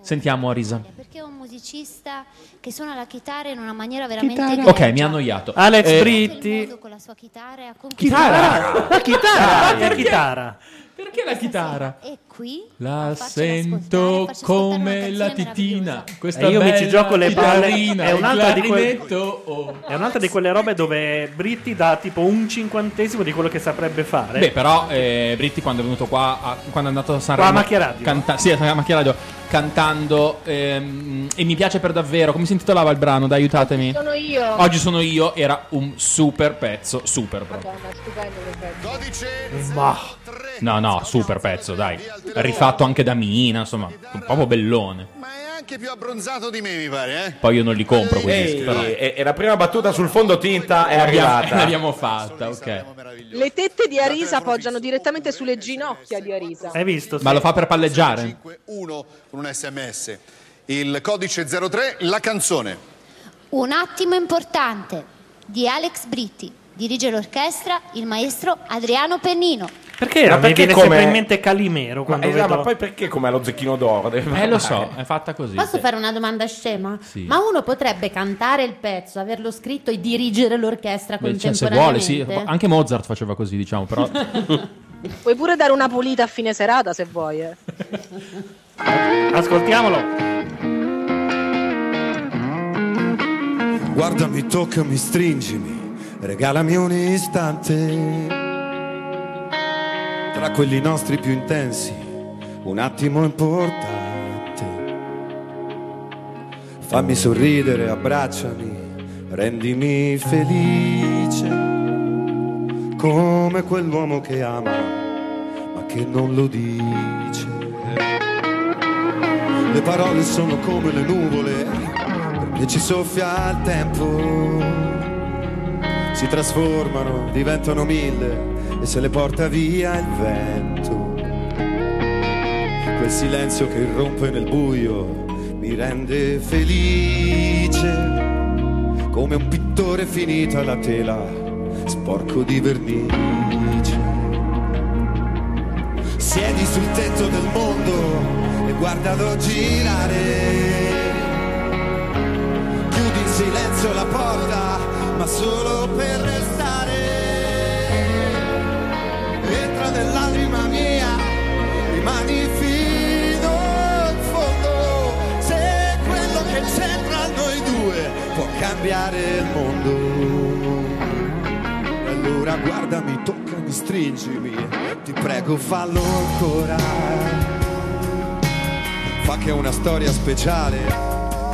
[SPEAKER 3] Sentiamo Arisa.
[SPEAKER 19] Perché è un musicista che suona la chitarra in una maniera veramente
[SPEAKER 3] Ok,
[SPEAKER 19] diversa.
[SPEAKER 3] mi ha annoiato.
[SPEAKER 2] Alex
[SPEAKER 3] Eh,
[SPEAKER 2] Britti.
[SPEAKER 19] Con la sua chitarra e ha comp-
[SPEAKER 2] Chitara!
[SPEAKER 3] Chitara!
[SPEAKER 2] Chitara!
[SPEAKER 3] Ah, Perché?
[SPEAKER 2] Chitara!
[SPEAKER 3] Perché la chitarra?
[SPEAKER 18] E qui
[SPEAKER 3] La sento come la titina. Questa
[SPEAKER 2] E io mi ci
[SPEAKER 3] bella
[SPEAKER 2] gioco le palle.
[SPEAKER 3] chitarrina,
[SPEAKER 2] È
[SPEAKER 3] il
[SPEAKER 2] un'altra, di que-
[SPEAKER 3] clarinetto. oh.
[SPEAKER 2] è un'altra di quelle robe dove Britti dà tipo un cinquantesimo di quello che saprebbe fare.
[SPEAKER 3] Beh, però eh, Britti quando è venuto qua, a- quando è andato a Sanremo,
[SPEAKER 2] a Macchia Radio.
[SPEAKER 3] canta- sì, a Macchia Radio, cantando ehm, e mi piace per davvero. Come si intitolava il brano? Dai, aiutatemi.
[SPEAKER 11] Sono io.
[SPEAKER 3] Oggi sono io, era un super pezzo, super proprio.
[SPEAKER 11] Madonna, stupendo che pezzo.
[SPEAKER 3] Ma no, no, super pezzo, dai. Rifatto anche da Mina, insomma, un proprio bellone.
[SPEAKER 12] Anche più abbronzato di me, mi pare, eh?
[SPEAKER 3] Poi io non li compro quei dischi,
[SPEAKER 6] Ehi,
[SPEAKER 3] però. eh.
[SPEAKER 2] eh,
[SPEAKER 6] e, e la prima battuta sul fondotinta è
[SPEAKER 3] L'abbiamo- <laughs>
[SPEAKER 6] arrivata.
[SPEAKER 3] l'abbiamo fatta, ok.
[SPEAKER 11] Le tette di Arisa poggiano direttamente sulle ginocchia di Arisa.
[SPEAKER 3] Eh.
[SPEAKER 2] visto?
[SPEAKER 3] Ma lo fa per palleggiare?
[SPEAKER 12] con un sms. Il codice 03, la canzone.
[SPEAKER 18] Un attimo importante di Alex Britti. Dirige l'orchestra il maestro Adriano Pennino.
[SPEAKER 2] Perché
[SPEAKER 6] Ma
[SPEAKER 2] mi
[SPEAKER 6] perché
[SPEAKER 2] viene
[SPEAKER 6] come-
[SPEAKER 2] sempre in mente Calimero
[SPEAKER 6] Ma,
[SPEAKER 2] quando
[SPEAKER 6] eh, no,
[SPEAKER 2] vedo...
[SPEAKER 6] ma poi perché com'è lo zecchino d'oro?
[SPEAKER 3] Eh, lo so, è fatta così.
[SPEAKER 4] Posso fare una domanda scema?
[SPEAKER 6] Sì.
[SPEAKER 4] Ma uno potrebbe cantare il pezzo, averlo scritto e dirigere l'orchestra
[SPEAKER 3] Beh, cioè, se vuole,
[SPEAKER 4] contemporaneamente?
[SPEAKER 3] sì. Anche Mozart faceva così, diciamo,
[SPEAKER 2] <laughs>
[SPEAKER 3] però.
[SPEAKER 11] Puoi pure dare una pulita a fine serata se vuoi. eh.
[SPEAKER 2] Ascoltiamolo.
[SPEAKER 20] Guardami, toccami, stringimi, regalami un istante. Tra quelli nostri più intensi, un attimo importante. Fammi sorridere, abbracciami, rendimi felice. Come quell'uomo che ama, ma che non lo dice. Le parole sono come le nuvole e ci soffia il tempo. Si trasformano, diventano mille e se le porta via il vento. Quel silenzio che irrompe nel buio mi rende felice, come un pittore finita la tela, sporco di vernice. Siedi sul tetto del mondo e guardalo girare chiudi in silenzio la porta, ma solo per restare. Entra nell'anima mia, rimani fino in fondo. Se quello che c'è tra noi due può cambiare il mondo. E allora guardami, toccami, stringimi, ti prego fallo ancora. Fa che una storia speciale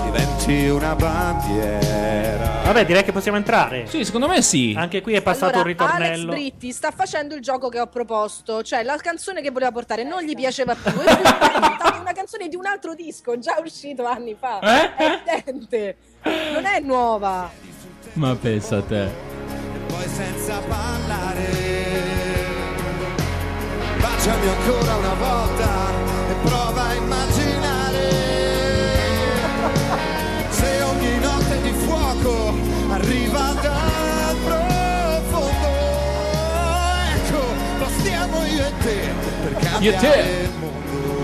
[SPEAKER 20] diventi una bandiera.
[SPEAKER 2] Vabbè, direi che possiamo entrare.
[SPEAKER 3] Sì, secondo me sì.
[SPEAKER 2] Anche qui è passato
[SPEAKER 11] Allora,
[SPEAKER 2] il ritornello.
[SPEAKER 11] Alex Britti sta facendo il gioco che ho proposto, cioè la canzone che voleva portare non gli piaceva più. E lui ha inventato una canzone di un altro disco già uscito anni fa.
[SPEAKER 2] Eh?
[SPEAKER 11] È evidente, non è nuova.
[SPEAKER 3] Ma pensa a te.
[SPEAKER 20] poi senza parlare. Baciami ancora una volta e prova a immaginare se ogni notte di fuoco arriva dal profondo. Ecco, bastiamo io e te per
[SPEAKER 3] Io e
[SPEAKER 20] cambiare
[SPEAKER 3] te.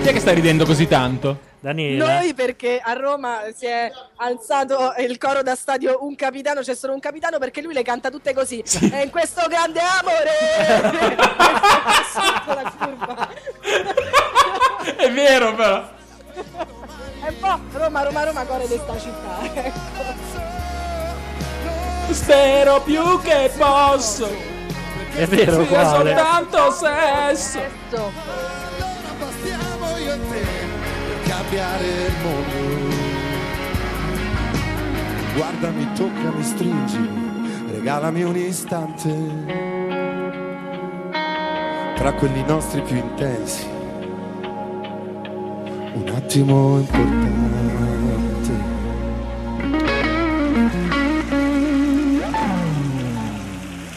[SPEAKER 3] Chi è che sta ridendo così tanto?
[SPEAKER 2] Daniela.
[SPEAKER 11] Noi perché a Roma si è alzato il coro da stadio Un capitano, c'è solo un capitano perché lui le canta tutte così. E in questo grande amore!
[SPEAKER 3] <laughs> È vero, però.
[SPEAKER 11] E poi Roma, Roma, Roma, cuore di sta città. Ecco.
[SPEAKER 3] Spero più che posso.
[SPEAKER 2] È vero,
[SPEAKER 3] Sia
[SPEAKER 2] uguale.
[SPEAKER 3] soltanto sesso.
[SPEAKER 20] Bastiamo io e te per cambiare il mondo. Guardami, toccami, stringimi, regalami un istante. Tra quelli nostri più intensi, un attimo importante.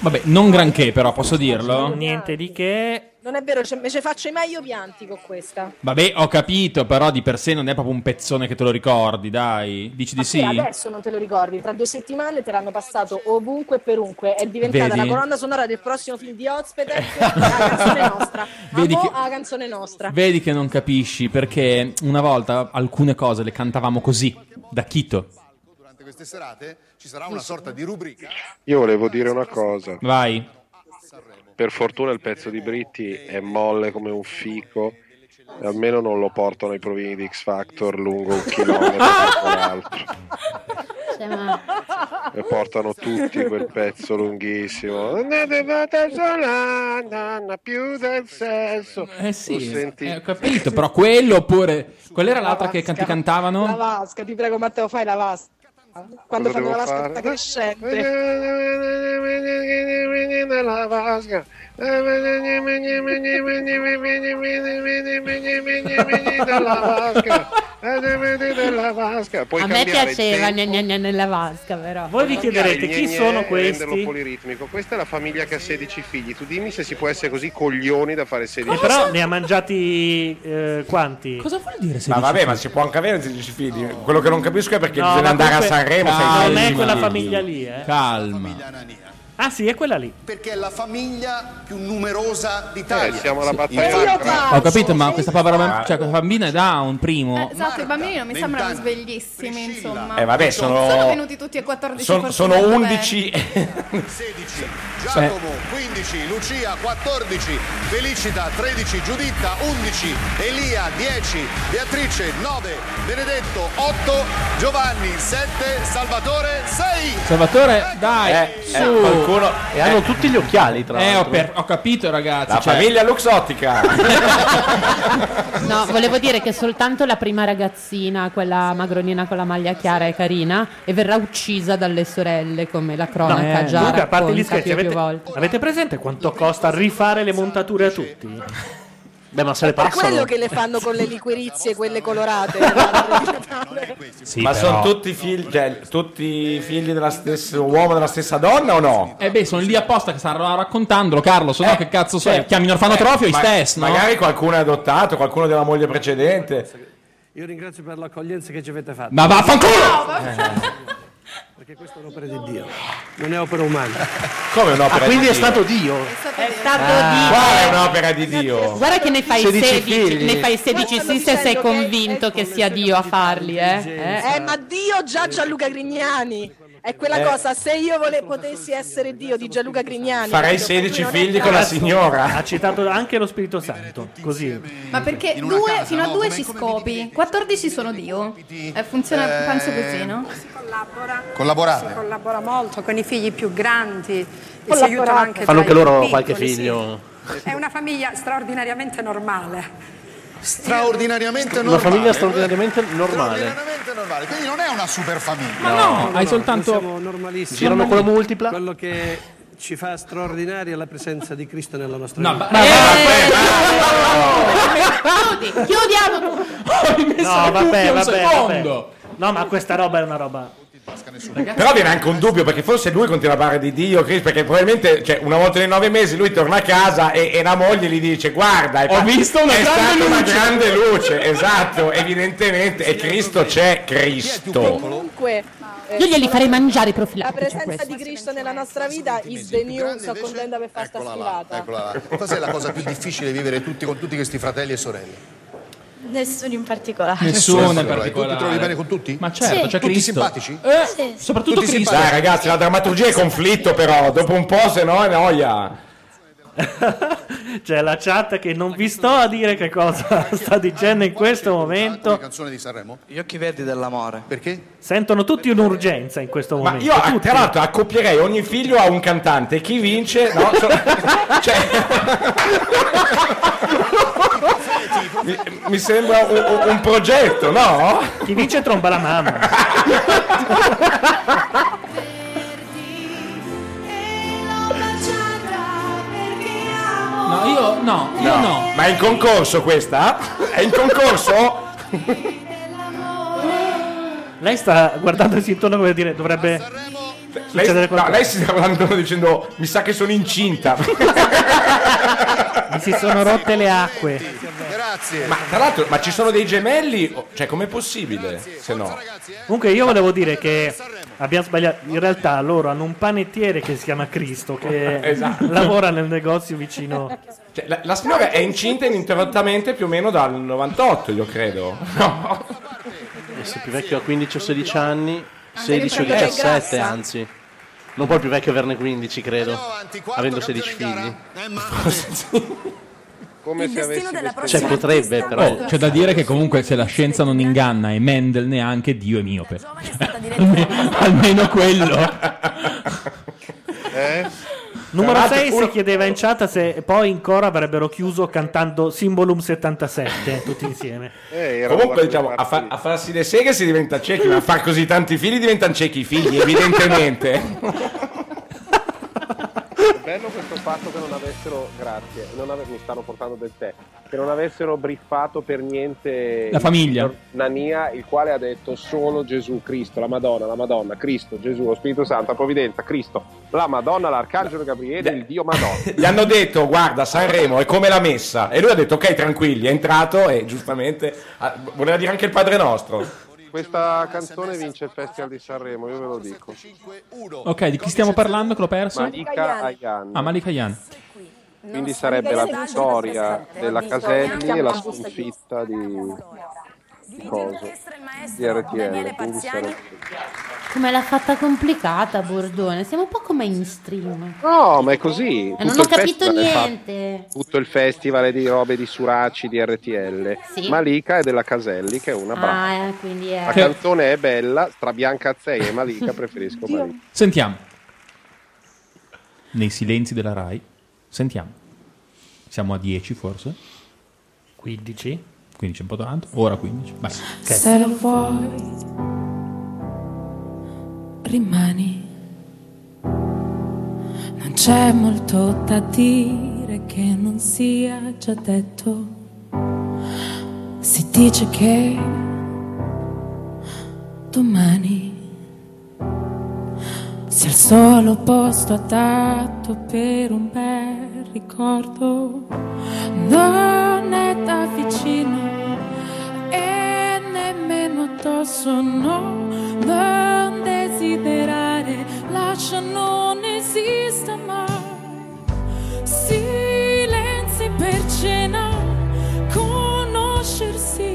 [SPEAKER 3] Vabbè, non granché, però, posso dirlo?
[SPEAKER 2] Niente di che.
[SPEAKER 11] Non è vero, ce- me ce faccio i meglio pianti con questa.
[SPEAKER 3] Vabbè, ho capito, però di per sé non è proprio un pezzone che te lo ricordi, dai. Dici di sì?
[SPEAKER 11] Sì, adesso non te lo ricordi, tra due settimane te l'hanno passato ovunque e perunque. È diventata
[SPEAKER 3] Vedi?
[SPEAKER 11] la colonna sonora del prossimo film di Ospedez, la canzone nostra.
[SPEAKER 3] Vedi
[SPEAKER 11] Amo
[SPEAKER 3] che-
[SPEAKER 11] la canzone nostra.
[SPEAKER 3] Vedi che non capisci, perché una volta alcune cose le cantavamo così, da Chito.
[SPEAKER 12] Durante queste serate ci sarà una sorta di rubrica.
[SPEAKER 8] Io volevo dire una cosa.
[SPEAKER 3] Vai.
[SPEAKER 8] Per fortuna il pezzo di Britti è molle come un fico, e almeno non lo portano ai provini di X Factor lungo un
[SPEAKER 3] <laughs>
[SPEAKER 8] chilometro dopo l'altro.
[SPEAKER 4] Cioè, ma
[SPEAKER 8] E portano tutti quel pezzo lunghissimo.
[SPEAKER 3] Eh
[SPEAKER 12] Una devata sola, nanna più del sesso.
[SPEAKER 3] Eh sì, eh, ho capito, però quello oppure... Qual era l'altra che can- ti
[SPEAKER 11] La
[SPEAKER 3] cantavano?
[SPEAKER 11] vasca, ti prego Matteo, fai la vasca. Quando
[SPEAKER 3] Cosa
[SPEAKER 11] fanno
[SPEAKER 3] devo
[SPEAKER 11] la vasca
[SPEAKER 3] fare?
[SPEAKER 11] tutta crescente.
[SPEAKER 12] La vasca. Dalla vasca. Dalla vasca. Puoi
[SPEAKER 4] a me
[SPEAKER 12] cambiare il
[SPEAKER 4] piaceva
[SPEAKER 12] tempo.
[SPEAKER 4] gna gna gna nella vasca, però.
[SPEAKER 2] Voi vi chiederete
[SPEAKER 8] Gne
[SPEAKER 2] chi
[SPEAKER 8] gne,
[SPEAKER 2] sono
[SPEAKER 8] renderlo
[SPEAKER 2] questi?
[SPEAKER 8] poliritmico. Questa è la famiglia che ha 16 figli. Tu dimmi se si può essere così coglioni da fare 16
[SPEAKER 2] E Eh, però ne ha mangiati eh, quanti?
[SPEAKER 3] Cosa vuol dire
[SPEAKER 6] Ma vabbè, ma si può anche avere 16 figli. Quello che non capisco è perché bisogna andare a Sanremo.
[SPEAKER 2] Non
[SPEAKER 6] sei
[SPEAKER 2] è
[SPEAKER 6] figli.
[SPEAKER 2] quella famiglia lì, eh.
[SPEAKER 3] Calma.
[SPEAKER 2] Ah sì, è quella lì.
[SPEAKER 12] Perché è la famiglia più numerosa
[SPEAKER 8] Eh,
[SPEAKER 12] d'Italia.
[SPEAKER 8] siamo alla
[SPEAKER 12] Sì.
[SPEAKER 8] battaglia.
[SPEAKER 12] Infatti-
[SPEAKER 3] Ho capito, ma questa povera bambina, cioè, questa bambina è down, primo.
[SPEAKER 14] Esatto, i bambini non mi sembrano sveglissimi, insomma.
[SPEAKER 3] Eh, vabbè, sono-
[SPEAKER 14] Sono venuti tutti e 14
[SPEAKER 3] son-
[SPEAKER 14] fortuna,
[SPEAKER 3] sono
[SPEAKER 14] va bene.
[SPEAKER 3] 11.
[SPEAKER 10] <laughs>
[SPEAKER 12] 16, Giacomo 15, Lucia 14, Felicita 13, Giuditta 11, Elia 10, Beatrice 9, Benedetto 8, Giovanni 7, Salvatore 6.
[SPEAKER 3] Salvatore, dai,
[SPEAKER 6] Eh,
[SPEAKER 3] su.
[SPEAKER 10] e hanno tutti gli occhiali, tra
[SPEAKER 3] Eh, ho,
[SPEAKER 10] l'altro.
[SPEAKER 3] per- ho capito, ragazzi.
[SPEAKER 6] La
[SPEAKER 3] cioè-
[SPEAKER 6] famiglia
[SPEAKER 10] <laughs>
[SPEAKER 6] Luxottica.
[SPEAKER 4] No, volevo dire che soltanto la prima ragazzina, quella magronina con la maglia chiara e carina, e verrà uccisa dalle sorelle, come la cronaca
[SPEAKER 2] Eh,
[SPEAKER 4] già
[SPEAKER 2] comunque, a parte gli
[SPEAKER 4] racconta
[SPEAKER 2] scherzi,
[SPEAKER 4] più e più
[SPEAKER 2] avete,
[SPEAKER 4] volte.
[SPEAKER 2] avete presente quanto costa rifare le montature a tutti?
[SPEAKER 10] Beh, ma se le
[SPEAKER 5] Per quello che le fanno con le liquirizie, quelle colorate.
[SPEAKER 6] ma
[SPEAKER 3] però-
[SPEAKER 6] sono tutti figli, cioè, tutti figli della stessa uomo, della stessa donna o no?
[SPEAKER 3] Eh beh, sono lì apposta che stanno raccontandolo, Carlo, se no che cazzo sei?
[SPEAKER 2] Cioè,
[SPEAKER 6] Eh,
[SPEAKER 3] Chiami l'orfanotrofio
[SPEAKER 6] eh,
[SPEAKER 3] i
[SPEAKER 6] ma-
[SPEAKER 3] stessi, no?
[SPEAKER 6] Magari qualcuno è adottato, qualcuno della moglie precedente.
[SPEAKER 10] Io ringrazio per l'accoglienza che ci avete fatto. Eh,
[SPEAKER 6] Ma vaffanculo!
[SPEAKER 10] Perché questa è un'opera di Dio, non è opera umana.
[SPEAKER 6] Come un'opera
[SPEAKER 10] Ah, quindi
[SPEAKER 6] di Dio?
[SPEAKER 10] è stato Dio?
[SPEAKER 4] È stato
[SPEAKER 10] Ah.
[SPEAKER 4] di-
[SPEAKER 6] Quale è un'opera di Dio?
[SPEAKER 4] Guarda che ne fai
[SPEAKER 6] 16
[SPEAKER 4] 16,
[SPEAKER 6] figli.
[SPEAKER 4] ne fai 16
[SPEAKER 5] Stanno
[SPEAKER 4] sì se sei
[SPEAKER 5] dicendo che-
[SPEAKER 4] convinto che sia Dio a farli, eh.
[SPEAKER 5] Eh, ma Dio già Gianluca Grignani. È quella
[SPEAKER 6] Eh.
[SPEAKER 5] cosa, se io vole- potessi essere Dio di Gianluca Grignani.
[SPEAKER 6] Farei
[SPEAKER 5] capito?
[SPEAKER 6] 16
[SPEAKER 5] Lui non è
[SPEAKER 6] figli con la
[SPEAKER 5] caso.
[SPEAKER 6] signora.
[SPEAKER 2] Ha citato anche lo Spirito Santo, così.
[SPEAKER 21] Cioè,
[SPEAKER 14] Ma perché due, fino a due ci scopi, 14 sono Dio. Eh, funziona,
[SPEAKER 12] Eh,
[SPEAKER 14] penso così, no?
[SPEAKER 12] Collaborate.
[SPEAKER 21] Si collabora molto con i figli più grandi, e si
[SPEAKER 10] Collaborate.
[SPEAKER 21] aiutano anche tra
[SPEAKER 10] Fanno anche
[SPEAKER 21] i
[SPEAKER 10] loro
[SPEAKER 21] più
[SPEAKER 10] qualche
[SPEAKER 21] piccoli, sì.
[SPEAKER 10] figlio.
[SPEAKER 21] È una famiglia straordinariamente normale.
[SPEAKER 12] Straordinariamente
[SPEAKER 10] Una
[SPEAKER 12] normale.
[SPEAKER 10] famiglia straordinariamente normale.
[SPEAKER 12] Straordinariamente normale. Quindi non è una super famiglia.
[SPEAKER 10] hai soltanto. Siamo normalissimi.
[SPEAKER 12] Girano con la
[SPEAKER 10] multipla. Quello che ci fa straordinaria è la presenza di Cristo nella nostra vita.
[SPEAKER 11] Eh. <laughs>
[SPEAKER 4] Chiudi, chiudiamo.
[SPEAKER 2] No, vabbè,
[SPEAKER 3] tutti un
[SPEAKER 2] vabbè, vabbè.
[SPEAKER 3] secondo.
[SPEAKER 2] No, ma questa roba è una roba.
[SPEAKER 6] Però viene anche un dubbio perché forse lui continua a parlare di Dio, Chris, perché probabilmente cioè, una volta nei nove mesi lui torna a casa e, e la moglie gli dice guarda, è,
[SPEAKER 3] Ho visto una
[SPEAKER 6] è
[SPEAKER 3] grande
[SPEAKER 6] stata una
[SPEAKER 3] luce."
[SPEAKER 6] grande luce, esatto, evidentemente, e Cristo c'è, Cristo.
[SPEAKER 11] Comunque, eh,
[SPEAKER 4] Io glieli farei mangiare i cioè,
[SPEAKER 11] La
[SPEAKER 4] profilattici a
[SPEAKER 11] presenza
[SPEAKER 4] questi.
[SPEAKER 11] di Cristo nella nostra vita is the new, sono contenta per far sta sfilata.
[SPEAKER 12] Eccola ecco. là. Cos'è la cosa più difficile vivere tutti con tutti questi fratelli e sorelle?
[SPEAKER 22] Nessuno in particolare.
[SPEAKER 3] Nessuno in
[SPEAKER 12] Tu ti
[SPEAKER 3] particolare.
[SPEAKER 12] trovi bene con tutti?
[SPEAKER 3] Ma certo,
[SPEAKER 22] Sì.
[SPEAKER 3] c'è
[SPEAKER 12] Tutti
[SPEAKER 3] Cristo.
[SPEAKER 12] simpatici?
[SPEAKER 3] Eh,
[SPEAKER 22] Sì.
[SPEAKER 3] soprattutto
[SPEAKER 12] Tutti
[SPEAKER 3] Cristo.
[SPEAKER 6] Dai ragazzi, la drammaturgia è conflitto però, dopo un po' se no è noia.
[SPEAKER 2] C'è cioè, la chat che non vi sto a dire che cosa <laughs> sta dicendo in questo momento.
[SPEAKER 12] Canzone di Sanremo?
[SPEAKER 2] Gli occhi verdi
[SPEAKER 6] dell'amore. Perché?
[SPEAKER 2] Sentono tutti un'urgenza in questo
[SPEAKER 6] Ma
[SPEAKER 2] momento.
[SPEAKER 6] io a-
[SPEAKER 2] tutti.
[SPEAKER 6] tra l'altro accoppierei ogni figlio a un cantante, chi vince? No, so- cioè- mi, mi sembra un, un- un progetto, no?
[SPEAKER 2] Chi vince tromba la mamma.
[SPEAKER 3] No, io no, io no.
[SPEAKER 6] Ma è in concorso questa? È in concorso?
[SPEAKER 2] Lei sta guardandosi intorno come dire dovrebbe succedere
[SPEAKER 6] Lei, no,
[SPEAKER 2] qualcosa.
[SPEAKER 6] lei si sta guardando dicendo mi sa che sono incinta. <laughs>
[SPEAKER 2] Mi si sono rotte le acque.
[SPEAKER 12] Grazie.
[SPEAKER 6] Ma tra l'altro, ma ci sono dei gemelli? O- Cioè, com'è possibile? Se no.
[SPEAKER 2] Comunque io volevo dire che abbiamo sbagliato. In realtà loro hanno un panettiere che si chiama Cristo che
[SPEAKER 6] <laughs> Esatto.
[SPEAKER 2] lavora nel negozio vicino.
[SPEAKER 6] Cioè, la, la signora è incinta ininterrottamente più o meno dal 98, io credo. <laughs> No.
[SPEAKER 10] E se più vecchio ha 15 o 16 anni,
[SPEAKER 6] che
[SPEAKER 10] 16 o
[SPEAKER 6] quando era
[SPEAKER 10] 17
[SPEAKER 6] grassa.
[SPEAKER 10] anzi.
[SPEAKER 1] Non può il più vecchio averne 15, credo. Avendo 16 figli.
[SPEAKER 8] Come se avessi
[SPEAKER 1] Cioè, potrebbe, però.
[SPEAKER 3] Oh, c'è da dire che comunque se la scienza non inganna e Mendel neanche, Dio è miope. <laughs> almeno, almeno
[SPEAKER 1] <laughs>
[SPEAKER 3] quello.
[SPEAKER 2] Numero
[SPEAKER 3] Eh? Tra l'altro
[SPEAKER 2] 6
[SPEAKER 3] uno-
[SPEAKER 2] si chiedeva in chat se poi in coro avrebbero chiuso cantando
[SPEAKER 3] <laughs>
[SPEAKER 2] Symbolum 77 tutti insieme.
[SPEAKER 6] Comunque, diciamo, a, fa- a farsi le seghe si diventa ciechi, ma a far così tanti figli diventano ciechi i
[SPEAKER 1] <laughs>
[SPEAKER 6] figli, evidentemente.
[SPEAKER 8] È bello questo fatto che non avessero, grazie, non ave- mi stanno portando del tè, che non avessero briffato per niente
[SPEAKER 3] La
[SPEAKER 8] il
[SPEAKER 3] famiglia.
[SPEAKER 8] signor Nania, il quale ha detto solo Gesù, Cristo, la Madonna, la Madonna, Cristo, Gesù, lo Spirito Santo, la Provvidenza, Cristo, la Madonna, l'Arcangelo Gabriele, il Dio Madonna.
[SPEAKER 6] Gli hanno detto, guarda, Sanremo è come la messa. E lui ha detto, ok, tranquilli, è entrato e giustamente ah, voleva dire anche il Padre Nostro.
[SPEAKER 8] Questa canzone vince il Festival di Sanremo, io ve lo dico.
[SPEAKER 3] Ok, di chi stiamo parlando che l'ho perso?
[SPEAKER 8] Malika Ayan.
[SPEAKER 3] Ah, Malika Yan.
[SPEAKER 8] Quindi sarebbe la vittoria della Caselli e la sconfitta di di coso di RTL. quindi sarebbe-
[SPEAKER 4] Come l'ha fatta complicata Bordone? Siamo un po' come in stream.
[SPEAKER 8] No, ma è così.
[SPEAKER 4] E Eh, non
[SPEAKER 8] tutto
[SPEAKER 4] ho
[SPEAKER 8] il
[SPEAKER 4] capito
[SPEAKER 8] festival è fatto-
[SPEAKER 4] niente.
[SPEAKER 8] Tutto il festival di robe di Suraci, di RTL.
[SPEAKER 4] Sì.
[SPEAKER 8] Malika è della Caselli, che è una brava.
[SPEAKER 4] Ah, eh, quindi è...
[SPEAKER 8] La canzone è bella, tra Bianca Azzei e Malika preferisco Malika.
[SPEAKER 3] Sentiamo. Nei silenzi della Rai. Sentiamo. Siamo a 10 forse?
[SPEAKER 2] 15.
[SPEAKER 3] 15 è un po' tanto. Ora 15. Vai.
[SPEAKER 23] Se lo vuoi, rimani. Non c'è molto da dire che non sia già detto. Si dice che domani sia il solo posto adatto per un bel ricordo. Non è da vicino e nemmeno addosso no non desiderare lascia non esista mai silenzi per cena conoscersi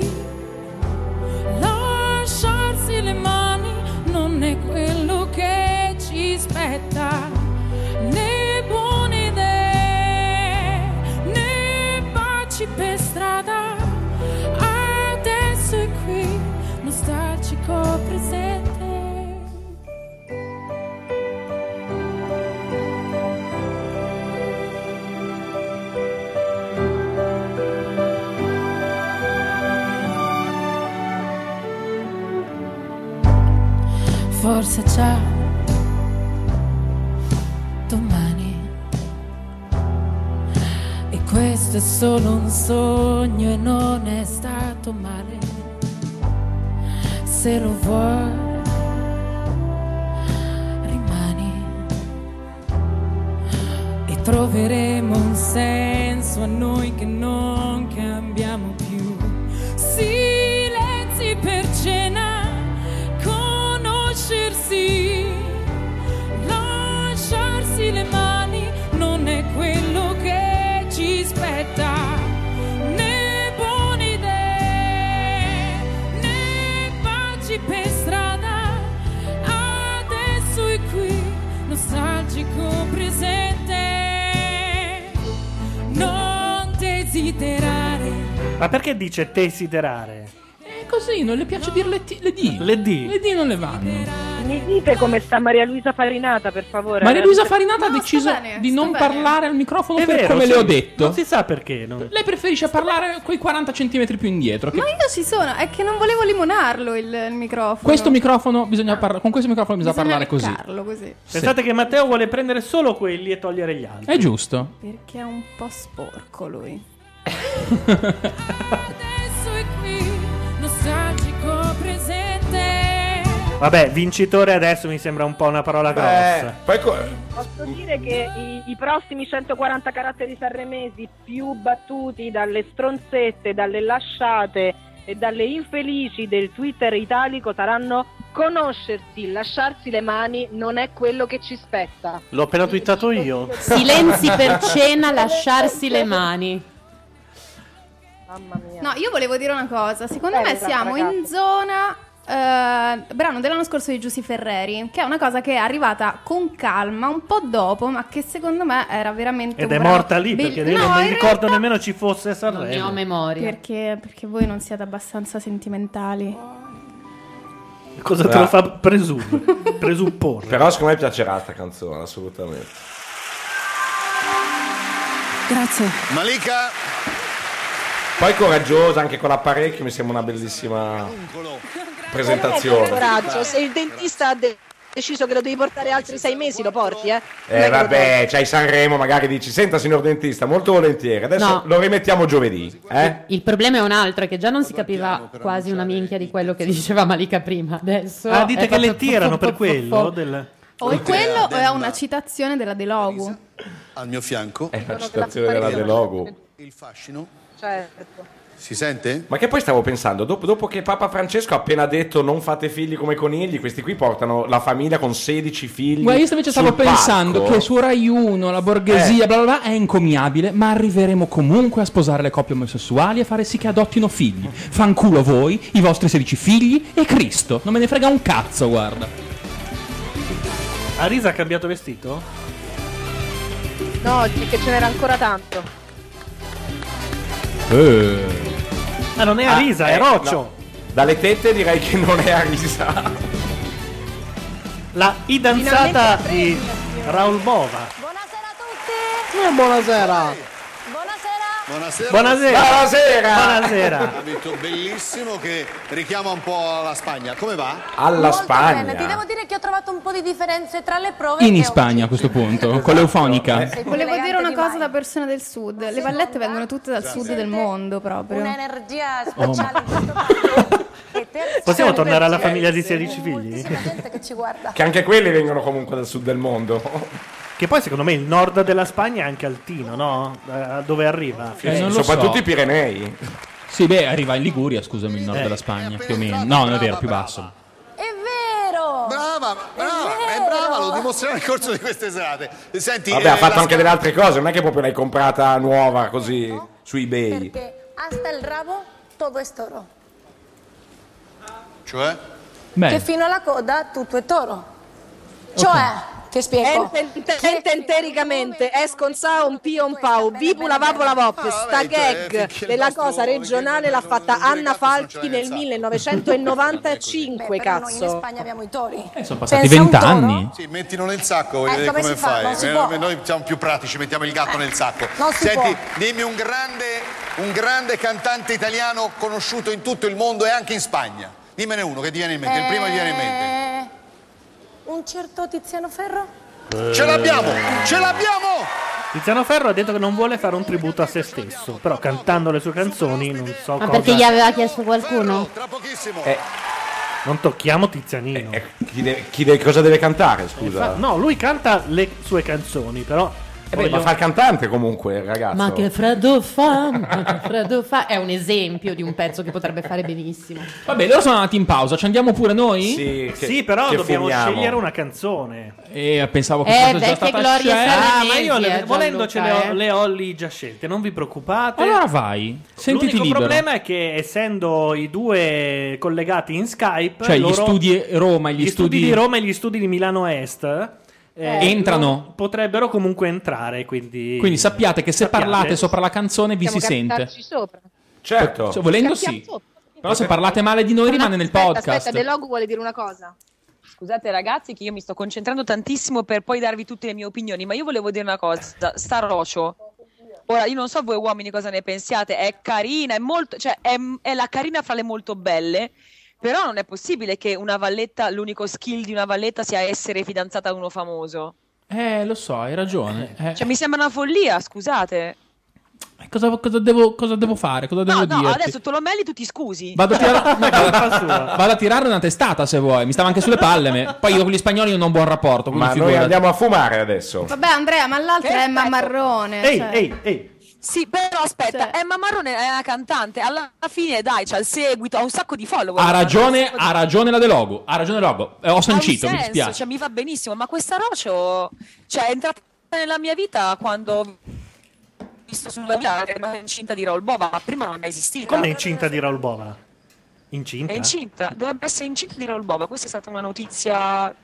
[SPEAKER 23] lasciarsi le mani non è quello che ci spetta né buone idee né baci per strada Adesso è qui, nostalgico presente. Forse già domani. E questo è solo un sogno e non è stato male. Se lo vuoi, rimani. E troveremo un senso a noi che non cambiamo più. Silenzi per cena, conoscersi, lasciarsi le mani non è quello che ci spetta. Né buone idee, né baci per strada, adesso è qui, nostalgico presente. Non desiderare
[SPEAKER 2] Ma perché dice desiderare?
[SPEAKER 3] È così, non le piace dire le, t- le D.
[SPEAKER 2] Le D.
[SPEAKER 3] Le D non le vanno.
[SPEAKER 15] Mi dite come sta Maria Luisa Farinata, per favore.
[SPEAKER 3] Maria Luisa Farinata ha deciso di non parlare al microfono
[SPEAKER 2] È
[SPEAKER 3] per
[SPEAKER 2] vero,
[SPEAKER 3] come
[SPEAKER 2] sì.
[SPEAKER 3] le ho detto.
[SPEAKER 2] Non si sa perché. non-
[SPEAKER 3] Lei preferisce parlare quei 40 centimetri più indietro. che-
[SPEAKER 14] Ma io ci sono, è che non volevo limonarlo il, il microfono.
[SPEAKER 3] Questo microfono bisogna parla- con questo microfono Ah. bisogna, parlare così.
[SPEAKER 14] leccarlo così.
[SPEAKER 2] Pensate che Matteo vuole prendere solo quelli e togliere gli altri.
[SPEAKER 3] È giusto.
[SPEAKER 14] Perché è un po' sporco lui.
[SPEAKER 23] adesso è qui, nostalgico presente.
[SPEAKER 2] Vabbè, vincitore adesso mi sembra un po' una parola grossa.
[SPEAKER 15] Posso dire che i, i prossimi 140 caratteri sanremesi più battuti dalle stronzette, dalle lasciate e dalle infelici del Twitter italico saranno
[SPEAKER 5] Conoscersi, lasciarsi le mani non è quello che ci spetta.
[SPEAKER 1] L'ho appena twittato io.
[SPEAKER 4] Silenzi
[SPEAKER 2] <laughs>
[SPEAKER 3] <laughs>
[SPEAKER 4] per cena, lasciarsi le mani.
[SPEAKER 14] No, io volevo dire una cosa. Secondo me
[SPEAKER 15] Bella,
[SPEAKER 21] esatto,
[SPEAKER 14] siamo
[SPEAKER 15] ragazzi.
[SPEAKER 14] in zona eh, brano dell'anno scorso di Giussi Ferreri, che è una cosa che è arrivata con calma un po' dopo, ma che secondo me era veramente
[SPEAKER 2] Ed
[SPEAKER 14] un
[SPEAKER 2] è
[SPEAKER 14] brano
[SPEAKER 2] morta lì
[SPEAKER 14] bell-
[SPEAKER 2] perché io non
[SPEAKER 14] No,
[SPEAKER 2] mi
[SPEAKER 14] in
[SPEAKER 2] ricordo nemmeno ci fosse Sanremo.
[SPEAKER 14] Perché, perché voi non siete abbastanza sentimentali.
[SPEAKER 2] Cosa te
[SPEAKER 6] Bra-
[SPEAKER 3] Ah.
[SPEAKER 2] lo fa presumere? presupporre?
[SPEAKER 6] Però secondo me piacerà sta canzone, assolutamente.
[SPEAKER 21] Grazie.
[SPEAKER 2] Ah,
[SPEAKER 12] Malika
[SPEAKER 6] Poi coraggiosa anche con l'apparecchio, mi sembra una bellissima presentazione.
[SPEAKER 11] Coraggio, se il dentista ha de- deciso che lo devi portare altri sei mesi, lo porti, eh?
[SPEAKER 6] Eh
[SPEAKER 11] Non è che lo
[SPEAKER 6] vabbè, c'hai Sanremo, magari dici, senta signor dentista, molto volentieri, adesso
[SPEAKER 4] No.
[SPEAKER 6] lo rimettiamo giovedì. Eh?
[SPEAKER 4] Il problema è un altro, è che già non si capiva quasi una minchia di quello che diceva Malika prima. Adesso
[SPEAKER 2] Ah, dite
[SPEAKER 4] è
[SPEAKER 2] che le
[SPEAKER 4] proprio-
[SPEAKER 2] tirano per quello? del-
[SPEAKER 14] O è Oh, quello o è una citazione della De Logu.
[SPEAKER 12] al mio fianco. È
[SPEAKER 6] la citazione della De Logo.
[SPEAKER 12] Il fascino.
[SPEAKER 11] Certo.
[SPEAKER 6] Si sente? Ma che poi stavo pensando, dopo, dopo che Papa Francesco ha appena detto non fate figli come conigli, questi qui portano la famiglia con 16 figli.
[SPEAKER 3] Guarda, io invece stavo
[SPEAKER 6] sul
[SPEAKER 3] pensando
[SPEAKER 6] palco.
[SPEAKER 3] che su Rai 1 la borghesia
[SPEAKER 6] Eh.
[SPEAKER 3] bla bla bla è encomiabile, ma arriveremo comunque a sposare le coppie omosessuali e fare sì che adottino figli. Fanculo voi, i vostri 16 figli e Cristo. Non me ne frega un cazzo, guarda.
[SPEAKER 2] Arisa ha cambiato vestito?
[SPEAKER 18] No, perché ce n'era ancora tanto.
[SPEAKER 2] Ah, non è
[SPEAKER 6] Eh. Ah,
[SPEAKER 2] Arisa, è
[SPEAKER 6] eh,
[SPEAKER 2] Roccio.
[SPEAKER 6] no. Dalle tette direi che non è <laughs> Arisa.
[SPEAKER 2] La idanzata di Raul Bova.
[SPEAKER 7] Eh, buonasera.
[SPEAKER 12] Buonasera.
[SPEAKER 2] Buonasera. Buonasera.
[SPEAKER 12] Un abito bellissimo che richiama un po' alla Spagna. Come va?
[SPEAKER 6] Alla
[SPEAKER 24] Molto
[SPEAKER 6] Spagna.
[SPEAKER 24] bene, ti devo dire che ho trovato un po' di differenze tra le prove
[SPEAKER 3] In
[SPEAKER 24] che ho-
[SPEAKER 3] Spagna a questo
[SPEAKER 6] Esatto.
[SPEAKER 3] punto, con l'eufonica.
[SPEAKER 6] Eh,
[SPEAKER 24] Sei più
[SPEAKER 14] Volevo
[SPEAKER 24] elegante
[SPEAKER 14] dire una
[SPEAKER 24] di
[SPEAKER 14] cosa
[SPEAKER 24] mai.
[SPEAKER 14] da persona del sud. Le vallette vengono tutte dal sud del mondo proprio.
[SPEAKER 24] Un'energia
[SPEAKER 2] Oh,
[SPEAKER 24] speciale in questo palco.
[SPEAKER 2] Possiamo tornare alla
[SPEAKER 24] famiglia
[SPEAKER 2] famiglia di 16 figli?
[SPEAKER 24] che ci guarda.
[SPEAKER 6] Che anche quelli vengono comunque dal sud del mondo.
[SPEAKER 2] Che poi secondo me il nord della Spagna è anche altino, no? Da dove arriva?
[SPEAKER 3] Eh, non lo
[SPEAKER 6] Soprattutto
[SPEAKER 3] so.
[SPEAKER 6] i Pirenei.
[SPEAKER 3] Sì, beh, arriva in Liguria, scusami, il nord
[SPEAKER 6] Eh.
[SPEAKER 3] della Spagna, più o meno. No, non è vero, più basso.
[SPEAKER 24] È vero!
[SPEAKER 12] Brava, brava, è, brava, lo dimostrerà nel corso di queste serate. Senti,
[SPEAKER 6] Vabbè,
[SPEAKER 12] eh,
[SPEAKER 6] ha fatto
[SPEAKER 12] la
[SPEAKER 6] anche delle altre cose, non è che proprio l'hai comprata nuova così su eBay.
[SPEAKER 24] Perché hasta il rabo todo es toro.
[SPEAKER 12] Cioè?
[SPEAKER 24] Che fino alla coda tutto è toro. Cioè, ti spiego.
[SPEAKER 11] Ente entericamente, es con sa un pio un pau, vipula vapola vop, sta gag della cosa regionale l'ha fatta Anna Falchi nel 1995,
[SPEAKER 24] Però noi in
[SPEAKER 11] cazzo.
[SPEAKER 24] Spagna abbiamo i tori.
[SPEAKER 3] sono
[SPEAKER 12] Eh, passati
[SPEAKER 3] vent'anni.
[SPEAKER 12] Sì, mettilo nel sacco, voglio
[SPEAKER 24] Eh,
[SPEAKER 12] vedere
[SPEAKER 24] come
[SPEAKER 12] come,
[SPEAKER 24] si fa? Non
[SPEAKER 12] fai.
[SPEAKER 24] si
[SPEAKER 12] Eh,
[SPEAKER 24] può.
[SPEAKER 12] Noi siamo più pratici, mettiamo il gatto nel sacco.
[SPEAKER 24] non si
[SPEAKER 12] Senti,
[SPEAKER 24] può.
[SPEAKER 12] dimmi un grande, un grande cantante italiano conosciuto in tutto il mondo e anche in Spagna. Dimmene uno che ti viene in mente, il primo che ti viene in mente.
[SPEAKER 24] Eh, Un certo Tiziano Ferro?
[SPEAKER 12] Ce l'abbiamo! Ce l'abbiamo!
[SPEAKER 2] Tiziano Ferro ha detto che non vuole fare un tributo a se stesso, però cantando le sue canzoni non so
[SPEAKER 4] Ma
[SPEAKER 2] cosa...
[SPEAKER 4] perché gli aveva chiesto qualcuno?
[SPEAKER 2] Non tocchiamo Tizianino.
[SPEAKER 6] Eh. Chi de- chi de- cosa deve cantare, scusa?
[SPEAKER 2] Eh, Fa- No, lui canta le sue canzoni, però...
[SPEAKER 6] Eh beh, ma fa il cantante comunque, il ragazzo.
[SPEAKER 4] Ma che freddo fa, ma che freddo fa. È un esempio di un pezzo che potrebbe fare benissimo.
[SPEAKER 3] Vabbè, loro sono andati in pausa, ci andiamo pure noi?
[SPEAKER 6] Sì,
[SPEAKER 2] Sì, però dobbiamo scegliere una canzone.
[SPEAKER 3] Eh, pensavo che
[SPEAKER 2] Eh,
[SPEAKER 3] fosse già
[SPEAKER 2] vecchie
[SPEAKER 3] stata
[SPEAKER 2] glorie
[SPEAKER 3] scelta.
[SPEAKER 2] Ah, ma io le, volendo ce le ho,
[SPEAKER 4] eh.
[SPEAKER 2] le ho lì già scelte, non vi preoccupate.
[SPEAKER 3] Allora vai, sentiti
[SPEAKER 2] L'unico
[SPEAKER 3] libero.
[SPEAKER 2] problema è che essendo i due collegati in Skype,
[SPEAKER 3] Cioè, gli
[SPEAKER 2] loro-
[SPEAKER 3] studi Roma e gli,
[SPEAKER 2] gli studi di Roma e gli studi di Milano Est eh,
[SPEAKER 3] Entrano.
[SPEAKER 2] non- potrebbero comunque entrare, quindi
[SPEAKER 3] Quindi sappiate che se
[SPEAKER 2] Sappiate.
[SPEAKER 3] parlate sopra la canzone vi si sente.
[SPEAKER 18] sopra.
[SPEAKER 6] Certo.
[SPEAKER 3] Se- Cioè, volendo sì. Però se parlate male di noi rimane nel podcast.
[SPEAKER 18] Logo vuole dire una cosa.
[SPEAKER 9] Scusate ragazzi che io mi sto concentrando tantissimo per poi darvi tutte le mie opinioni, ma io volevo dire una cosa, sta Rocio. Ora io non so voi uomini cosa ne pensiate, è carina, è molto, cioè è, è la carina fra le molto belle, però non è possibile che una valletta, l'unico skill di una valletta sia essere fidanzata a uno famoso.
[SPEAKER 3] Eh, lo so, hai ragione. Eh,
[SPEAKER 9] Cioè mi sembra una follia, scusate. Ah,
[SPEAKER 3] cosa, cosa devo, cosa devo fare? Cosa devo
[SPEAKER 9] Cioè- No,
[SPEAKER 3] dirti?
[SPEAKER 9] no, adesso Tolomelli tu ti scusi.
[SPEAKER 3] Vado a,
[SPEAKER 2] <laughs>
[SPEAKER 3] tirare, no, vado- vado a tirare una testata se vuoi. Mi stava anche sulle palle. me. Poi io con gli spagnoli non ho un buon rapporto.
[SPEAKER 6] Ma noi andiamo a fumare adesso.
[SPEAKER 9] Vabbè Andrea, ma l'altra è Emma Marrone.
[SPEAKER 18] cioè.
[SPEAKER 2] ehi.
[SPEAKER 9] Sì, però
[SPEAKER 25] Cioè
[SPEAKER 9] aspetta, eh, Emma Marrone è una cantante, alla fine dai, c'ha il seguito, ha un sacco di follower.
[SPEAKER 3] Ha ragione,
[SPEAKER 9] Marrone,
[SPEAKER 3] ha ragione la De Logo. Ha ragione la Logo. Eh, ho
[SPEAKER 9] un
[SPEAKER 3] sancito, mi
[SPEAKER 9] senso,
[SPEAKER 3] dispiace.
[SPEAKER 9] Cioè, mi va benissimo, ma questa Rocio cioè, è entrata nella mia vita quando ho visto sulla via che era incinta di Raul Bova, ma prima non è mai esistita.
[SPEAKER 2] Come è incinta di Raul Bova? Incinta?
[SPEAKER 9] È incinta, dovrebbe essere incinta di Raul Bova. Questa è stata una notizia.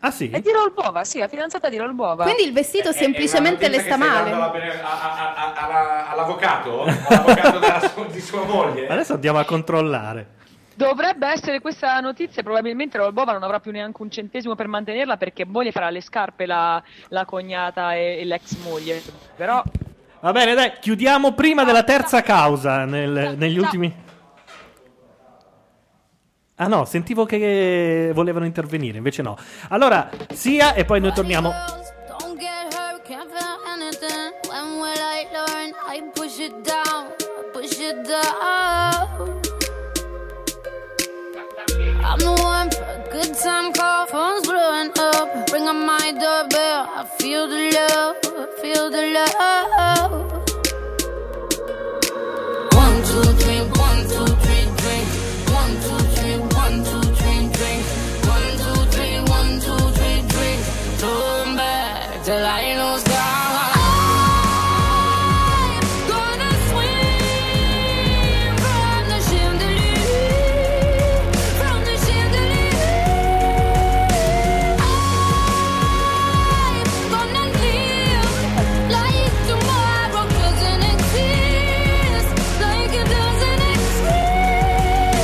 [SPEAKER 2] Ah sì?
[SPEAKER 9] È di Raul Bova, sì, la fidanzata di Raul Bova.
[SPEAKER 25] Quindi il
[SPEAKER 3] Eh,
[SPEAKER 6] Eh,
[SPEAKER 25] vestito semplicemente le sta male.
[SPEAKER 6] all'avvocato? All'avvocato della sua- di sua moglie?
[SPEAKER 2] Adesso andiamo a controllare.
[SPEAKER 9] Dovrebbe essere questa notizia, probabilmente Raul Bova non avrà più neanche un centesimo per mantenerla perché moglie farà le scarpe la, la cognata e, e l'ex moglie. Però
[SPEAKER 2] Va bene, dai, chiudiamo prima della terza causa nel- negli ultimi... Ah no, sentivo che volevano intervenire, invece no. Allora, sia e poi noi torniamo.
[SPEAKER 26] Don't get hurt, can't feel anything. When will I learn? I push it down, push it down. I'm the one for a good time call, phone's blowing up. Ring on my doorbell, I feel the love, feel the love. One, two, three, one, two, three, drink. One, two, three, one, two, three, drink. One, two, three, one, two, three, drink. Turn back till I lose God. I'm gonna swim from the chandelier, from the chandelier. I'm gonna live like tomorrow doesn't exist, like it doesn't exist.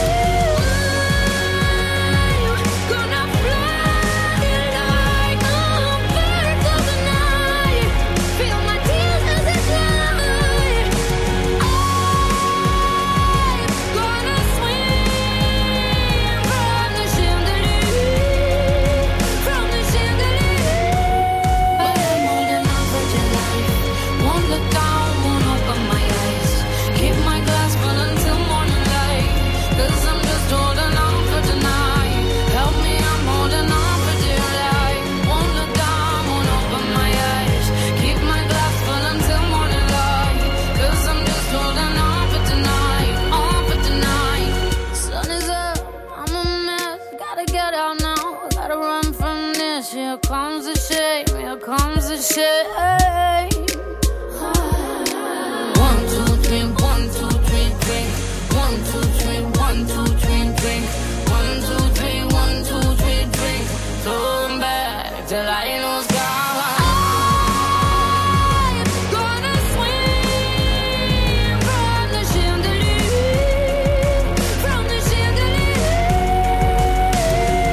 [SPEAKER 26] I'm gonna fly like a bird of the night, feel my tears as they fly. I'm gonna swim from the chandelier, from the chandelier. But I'm more than a virgin life. Won't look down, won't open my eyes. Keep my glass full until morning light. Cause I'm just holding on for tonight. Help me, I'm holding on for dear life. Won't look down, won't open my eyes. Keep my glass full until morning light. Cause I'm just holding on for tonight. On for tonight. Sun is up, I'm a mess. Gotta get out now. Gotta run from this. Here comes the shame. Here comes the shame. One, two, three, one, two, three, drink. One, two, three, one, two, three, drink. One, two, three, one, two, three, drink. Turn back till I lose God. I'm gonna swim from the chandelier, from the chandelier.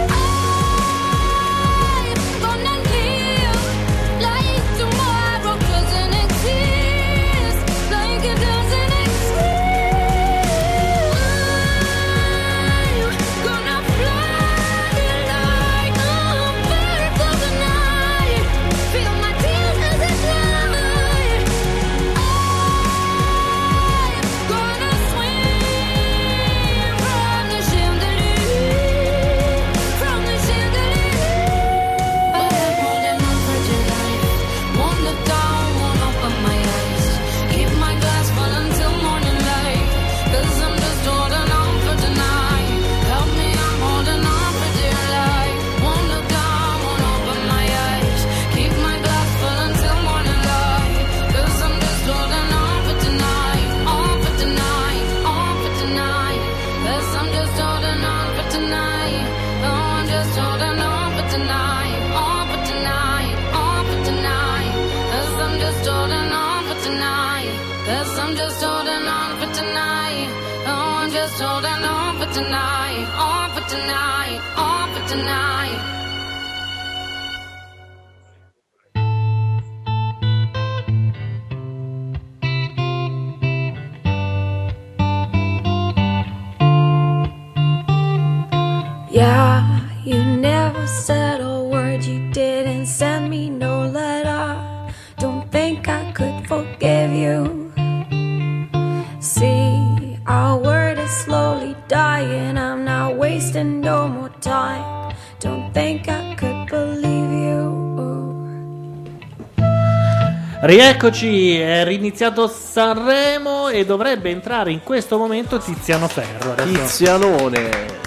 [SPEAKER 26] I'm gonna live like tomorrow doesn't exist, like it doesn't exist. I'm gonna fly like a bird of the night, feel my tears as they fly. I'm gonna swim from the chandelier, from the chandelier. But I'm holding on for July. Won't look down, won't open my eyes. Keep my glass full until morning light. Cause I'm just holding on for tonight. Help me, I'm holding on for dear life. Won't look down, won't open my eyes. Keep my glass full until morning light. Cause I'm just holding on for tonight. On for tonight, on for tonight. Cause I'm just holding on for tonight. No, I'm just holding on for tonight. On for tonight, on for tonight. Cause I'm just holding on for tonight. Cause I'm just holding on for tonight. No, I'm just holding on for tonight. On for tonight, on for tonight.
[SPEAKER 7] Yeah, you never said a word, you didn't send me no letter. Don't think I could forgive you. See, our word is slowly dying, I'm not wasting no more time. Don't think I could believe you.
[SPEAKER 2] Rieccoci, è riniziato Sanremo e dovrebbe entrare in questo momento Tiziano Ferro. adesso.
[SPEAKER 8] Tizianone.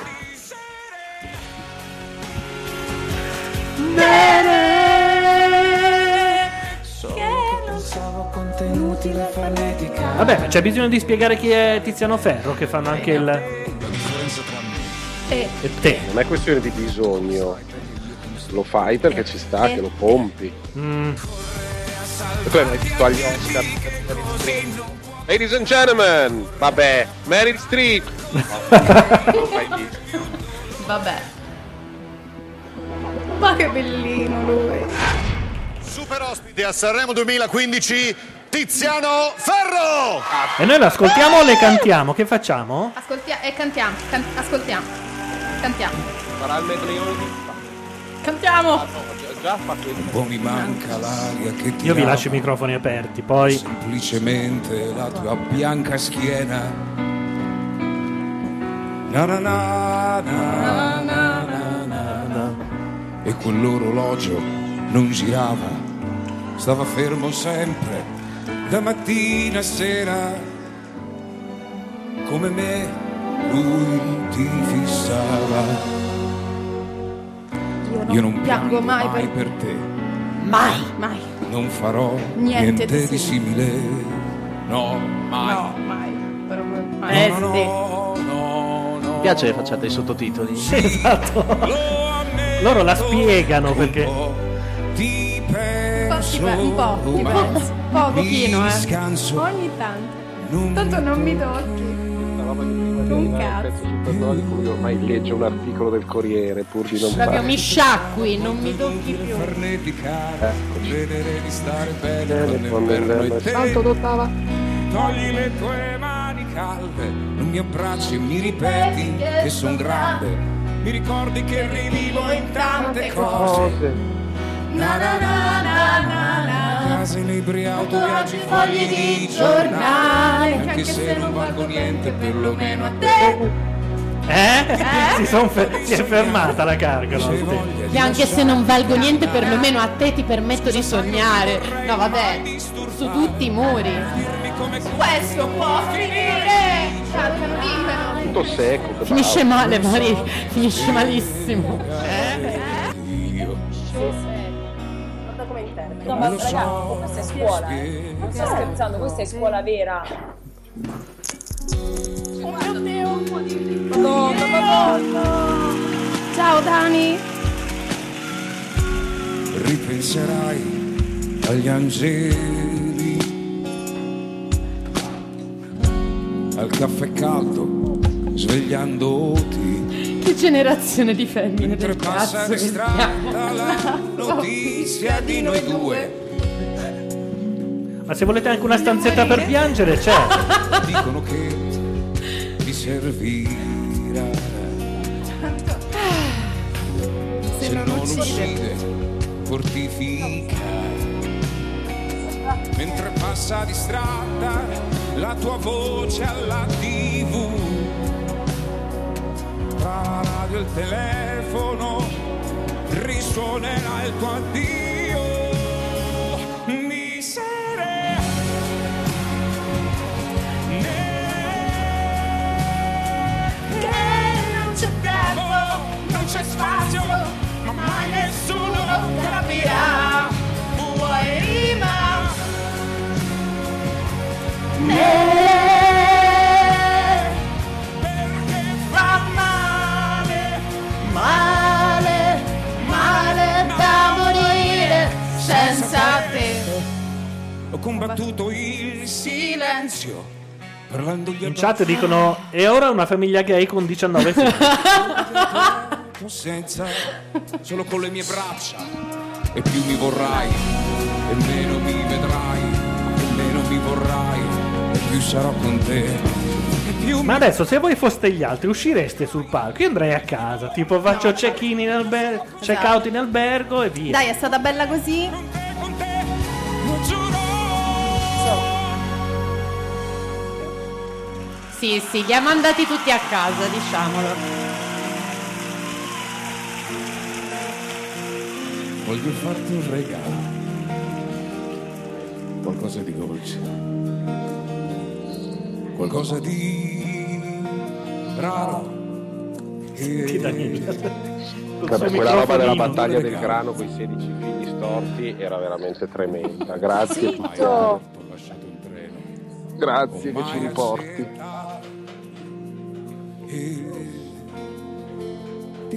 [SPEAKER 2] Vabbè, ma c'è bisogno di spiegare chi è Tiziano Ferro, che fanno anche il...
[SPEAKER 14] Eh.
[SPEAKER 7] <laughs>
[SPEAKER 4] Te.
[SPEAKER 8] Non è questione di bisogno. Lo fai perché ci sta,
[SPEAKER 4] Eh.
[SPEAKER 8] che lo pompi. E tu hai mai visto agli Oscar?
[SPEAKER 17] Ladies and gentlemen, vabbè,
[SPEAKER 8] <laughs>
[SPEAKER 17] Meryl Streep.
[SPEAKER 8] No,
[SPEAKER 14] Vabbè. Ma che bellino lui.
[SPEAKER 12] Super ospite a Sanremo 2015, Tiziano Ferro!
[SPEAKER 2] E noi l'ascoltiamo o le cantiamo? Che facciamo?
[SPEAKER 14] Ascoltiamo e cantiamo. can- ascoltiamo. Cantiamo.
[SPEAKER 17] Sarà il metrione di...
[SPEAKER 14] Cantiamo.
[SPEAKER 17] Ho già fatto il...
[SPEAKER 19] Non mi manca l'aria che ti
[SPEAKER 2] Io vi
[SPEAKER 19] ama,
[SPEAKER 2] lascio i microfoni aperti, poi
[SPEAKER 19] semplicemente la tua bianca schiena. Na na na na na na na na. E quell'orologio non girava, stava fermo sempre, da mattina a sera. Come me, lui ti fissava.
[SPEAKER 14] Io
[SPEAKER 19] Io non
[SPEAKER 14] piango mai
[SPEAKER 19] Mai
[SPEAKER 14] per
[SPEAKER 19] per te.
[SPEAKER 14] mai, mai.
[SPEAKER 19] Non farò
[SPEAKER 14] Niente
[SPEAKER 19] niente,
[SPEAKER 14] di
[SPEAKER 19] di simile. No, mai.
[SPEAKER 14] No, mai. Proprio mai.
[SPEAKER 19] Eh,
[SPEAKER 14] No, no,
[SPEAKER 19] no,
[SPEAKER 1] Mi piace che facciate i sottotitoli.
[SPEAKER 2] esatto. Loro la spiegano perché
[SPEAKER 14] Un po' ti pe- un po', ti penso. Un po' pochino, eh.
[SPEAKER 19] scanso.
[SPEAKER 14] Ogni tanto. Tanto non mi tocchi. Un cazzo.
[SPEAKER 8] Supernolico, io ormai legge un articolo del Corriere pur di non
[SPEAKER 4] Proprio
[SPEAKER 8] fare.
[SPEAKER 4] mi sciacqui, non mi tocchi più.
[SPEAKER 19] Vedere di stare bene
[SPEAKER 8] Bene,
[SPEAKER 19] con l'inverno e te.
[SPEAKER 8] Tanto
[SPEAKER 19] dottava. Togli le tue mani calde, non mi abbracci e mi ripeti che son grande. Mi ricordi che rivivo in tante cose.
[SPEAKER 7] Na na na na na na.
[SPEAKER 19] Case, libri, autoviaggi,
[SPEAKER 7] fogli
[SPEAKER 19] fogli
[SPEAKER 7] di
[SPEAKER 19] di
[SPEAKER 7] giornale.
[SPEAKER 19] giornale. Anche se non valgo niente, perlomeno a te.
[SPEAKER 2] Eh? si, son fe- si è fermata la cargola. Sì.
[SPEAKER 4] Che anche se non valgo niente, perlomeno a te ti permetto di sognare. No, vabbè, su tutti i muri.
[SPEAKER 14] Questo può finire. Cantano, dimmelo.
[SPEAKER 8] Tutto secco. che
[SPEAKER 4] Finisce
[SPEAKER 8] bravo.
[SPEAKER 4] male, Mari. Finisce malissimo.
[SPEAKER 14] Guarda come interpreta.
[SPEAKER 9] No, ma ragazzi, questa è scuola, eh. Non sto scherzando, questa è scuola vera.
[SPEAKER 14] Madonna, Ciao Dani.
[SPEAKER 19] Ripenserai agli angeli, al caffè caldo, svegliandoti.
[SPEAKER 4] Che generazione di femmine del
[SPEAKER 19] Passa
[SPEAKER 4] cazzo
[SPEAKER 19] di <laughs>
[SPEAKER 4] che
[SPEAKER 19] strada la
[SPEAKER 4] siamo.
[SPEAKER 19] notizia di noi due.
[SPEAKER 2] Ma se volete anche una stanzetta per piangere, certo. c'è.
[SPEAKER 19] Dicono che ti servirà. Se non uccide, fortifica. Mentre passa di strada la tua voce alla tv. Tra la radio e il telefono risuonerà il tuo addio. Miseria.
[SPEAKER 7] Che non c'è tempo, non c'è spazio, ma mai nessuno capirà. Vuoi rima? Ne- Perché fa male, male, male da morire senza te.
[SPEAKER 19] Ho combattuto il silenzio parlandogli
[SPEAKER 2] In chat dicono e ora una famiglia gay con
[SPEAKER 19] <laughs>
[SPEAKER 2] 19 figli.
[SPEAKER 19] addosso senza solo con le mie braccia e più mi vorrai e meno mi vedrai e meno mi vorrai e più sarò con te
[SPEAKER 2] Ma adesso, se voi foste gli altri, uscireste sul palco? Io andrei a casa, tipo faccio check-in in albergo,
[SPEAKER 19] Esatto.
[SPEAKER 2] check-out in albergo e via.
[SPEAKER 14] Dai, è stata bella così.
[SPEAKER 4] Sì, sì, li ha mandati tutti a casa, diciamolo.
[SPEAKER 19] voglio farti un regalo qualcosa di dolce qualcosa di raro
[SPEAKER 2] Eh,
[SPEAKER 19] Senti
[SPEAKER 8] Vabbè, quella roba della battaglia del grano con i 16 figli storti era veramente tremenda. Grazie. Tiziano. Grazie che ci riporti.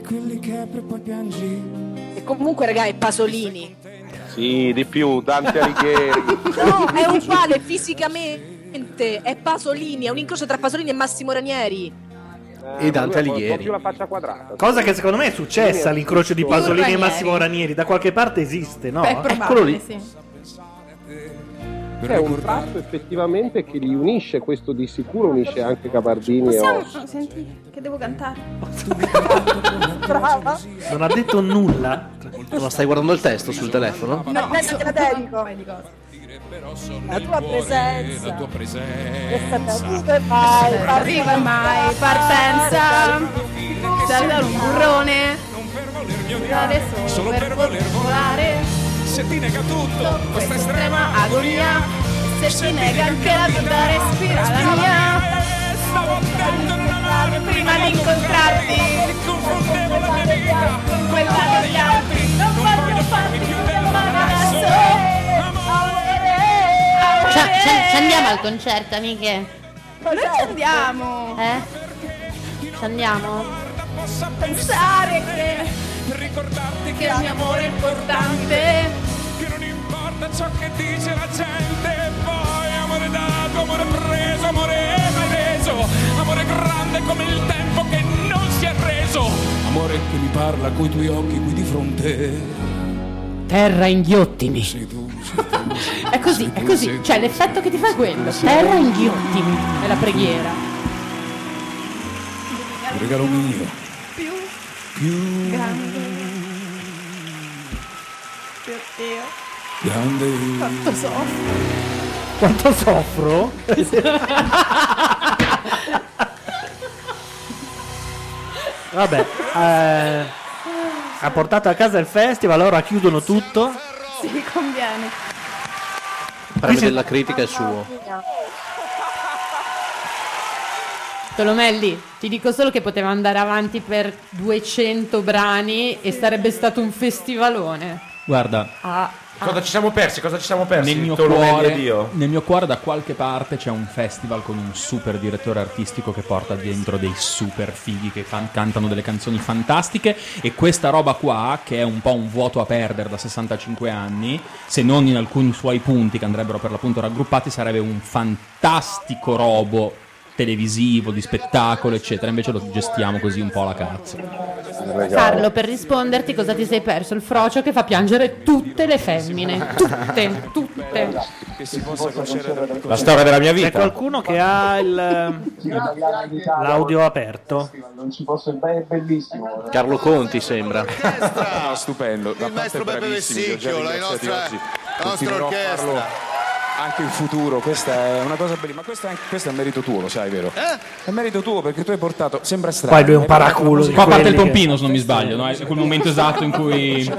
[SPEAKER 19] quelli che apri e poi piangi.
[SPEAKER 5] E comunque, raga, è Pasolini.
[SPEAKER 17] Sì, di più, Dante
[SPEAKER 2] <laughs>
[SPEAKER 17] Alighieri.
[SPEAKER 5] No, è uguale fisicamente. È Pasolini, è un incrocio tra Pasolini e Massimo Ranieri.
[SPEAKER 1] E Dante
[SPEAKER 17] Eh, Un po'
[SPEAKER 1] Alighieri.
[SPEAKER 17] più la faccia quadrata.
[SPEAKER 2] Cosa che secondo me è successa all'incrocio di Pasolini e Massimo Ranieri. Da qualche parte esiste, no?
[SPEAKER 1] Eh,
[SPEAKER 2] Eccolo lì.
[SPEAKER 17] C'è un tratto effettivamente che li unisce, questo di sicuro unisce anche Gabardini e Ossi.
[SPEAKER 14] Possiamo senti che devo <laughs> cantare.
[SPEAKER 5] Brava.
[SPEAKER 2] Non ha detto nulla.
[SPEAKER 1] Ma stai guardando il testo sul telefono?
[SPEAKER 5] adesso te la dedico. La tua presenza.
[SPEAKER 19] La
[SPEAKER 5] Questa
[SPEAKER 19] tua presenza.
[SPEAKER 5] dove vai?
[SPEAKER 14] Arriva mai partenza. Salva un burrone. Dare solo per voler volare.
[SPEAKER 19] Se ti nega tutto,
[SPEAKER 14] Questa estrema agonia. Se si nega anche la vita respira la mia. Prima di incontrarti. Confondevo la mia vita con quella degli altri. Non voglio farmi più del male adesso.
[SPEAKER 4] Ci ci- ci andiamo al concerto, amiche?
[SPEAKER 14] Ma Eh! noi ci andiamo.
[SPEAKER 4] Eh? Ci andiamo?
[SPEAKER 14] Posso pensare che ricordarti che il mio amore è importante.
[SPEAKER 19] Che non importa ciò che dice la gente. Poi amore dato, amore preso, amore maleso. Amore grande come il tempo che non si è reso. Amore che mi parla coi tuoi occhi qui di fronte.
[SPEAKER 4] Terra inghiottimi. È così, è così. Cioè, l'effetto che ti fa è quello. Terra inghiottimi. È la preghiera.
[SPEAKER 19] Un regalo mio.
[SPEAKER 14] Più
[SPEAKER 19] Più
[SPEAKER 14] grande. Per te.
[SPEAKER 19] grande.
[SPEAKER 14] Quanto soffro.
[SPEAKER 2] Quanto soffro? Vabbè, eh, ha portato a casa il festival, allora chiudono tutto.
[SPEAKER 14] Sì, conviene.
[SPEAKER 1] Premio della critica è suo.
[SPEAKER 4] Tolomelli, ti dico solo che poteva andare avanti per 200 brani e sarebbe stato un festivalone.
[SPEAKER 3] Guarda,
[SPEAKER 4] Ah,
[SPEAKER 6] Cosa ci siamo persi? Cosa ci siamo persi?
[SPEAKER 3] nel mio,
[SPEAKER 6] Tolomelli e
[SPEAKER 3] cuore,
[SPEAKER 6] Dio.
[SPEAKER 3] nel mio cuore da qualche parte c'è un festival con un super direttore artistico che porta dentro dei super fighi che fan- cantano delle canzoni fantastiche e questa roba qua, che è un po' un vuoto a perdere da 65 anni, se non in alcuni suoi punti che andrebbero per l'appunto raggruppati, sarebbe un fantastico robo televisivo, di spettacolo, eccetera. Invece lo gestiamo così un po' alla cazzo.
[SPEAKER 4] Carlo, per risponderti, cosa ti sei perso? Il frocio che fa piangere tutte le femmine. Tutte, tutte.
[SPEAKER 19] Che si possa conoscere
[SPEAKER 6] La storia della mia vita.
[SPEAKER 2] C'è qualcuno che ha il, l'audio aperto?
[SPEAKER 17] Non ci posso, è bellissimo.
[SPEAKER 1] Carlo Conti sembra.
[SPEAKER 6] <laughs>
[SPEAKER 17] Ah, stupendo. Da parte bravissimi, vi ho già ringraziati oggi. Continuerò a farlo anche in futuro. Questa è una cosa bellissima. Ma questo è, anche- questo è merito tuo, lo sai, vero? È merito tuo perché tu hai portato. Sembra strano. eh,
[SPEAKER 2] Poi lui è un
[SPEAKER 17] hai portato
[SPEAKER 2] paraculo
[SPEAKER 17] la
[SPEAKER 2] di
[SPEAKER 3] Qua parte il
[SPEAKER 2] quelli che-
[SPEAKER 3] pompino, se non mi sbaglio, no? È quel momento esatto in cui...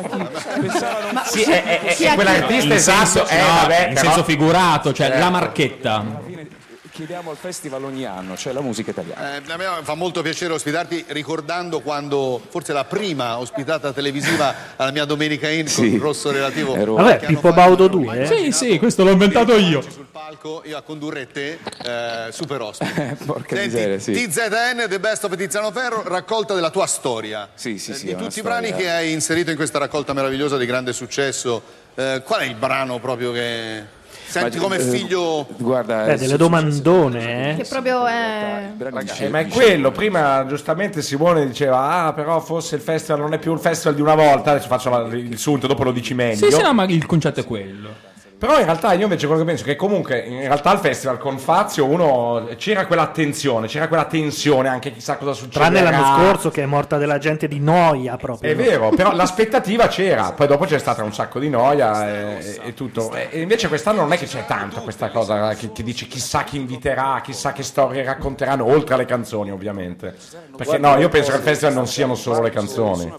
[SPEAKER 6] Sì, è, è, è, è quell'artista
[SPEAKER 3] in senso,
[SPEAKER 6] esatto. Eh,
[SPEAKER 3] no,
[SPEAKER 6] vabbè,
[SPEAKER 3] in
[SPEAKER 6] però-
[SPEAKER 3] senso figurato, cioè
[SPEAKER 6] Certo.
[SPEAKER 3] la marchetta.
[SPEAKER 17] musica. Chiediamo al festival ogni anno, cioè la musica italiana.
[SPEAKER 12] Eh, a me fa molto piacere ospitarti ricordando quando forse la prima ospitata
[SPEAKER 17] <laughs>
[SPEAKER 12] televisiva alla mia domenica in con rosso relativo
[SPEAKER 2] Vabbè, Pippo Baudo eh. 2?
[SPEAKER 3] Sì, sì, questo l'ho inventato io.
[SPEAKER 12] palco io a condurre te eh, super
[SPEAKER 17] <laughs>
[SPEAKER 12] ospite
[SPEAKER 17] Porca
[SPEAKER 12] Senti,
[SPEAKER 17] miseria, sì.
[SPEAKER 12] TZN The Best of Tiziano Ferro raccolta della tua storia Eh,
[SPEAKER 17] Sì, sì, sì,
[SPEAKER 12] di
[SPEAKER 17] è una
[SPEAKER 12] tutti i
[SPEAKER 17] storia.
[SPEAKER 12] brani che hai inserito in questa raccolta meravigliosa di grande successo eh, qual è il brano proprio che senti
[SPEAKER 17] Ma-
[SPEAKER 12] come
[SPEAKER 17] eh,
[SPEAKER 12] figlio
[SPEAKER 17] Guarda,
[SPEAKER 2] Beh, delle domandone,
[SPEAKER 14] Che
[SPEAKER 2] eh.
[SPEAKER 14] proprio è.
[SPEAKER 6] Eh, ma è quello, prima giustamente Simone diceva, ah però forse il festival non è più il festival di una volta, adesso faccio la- il sunto, dopo lo dici meglio.
[SPEAKER 3] Sì, sì, no, ma il concetto è quello.
[SPEAKER 6] Però in realtà io invece quello che penso è che comunque in realtà al festival con Fazio uno c'era quell'attenzione, c'era quella tensione anche chissà cosa succederà.
[SPEAKER 2] Tranne l'anno scorso che è morta della gente di noia proprio.
[SPEAKER 6] È vero, però l'aspettativa c'era, poi dopo c'è stata un sacco di noia e, e tutto. E e invece quest'anno non è che c'è tanto questa cosa eh, che, che dici chissà chi inviterà, chissà che storie racconteranno, oltre alle canzoni ovviamente. Perché no, io penso che al festival non siano solo le canzoni.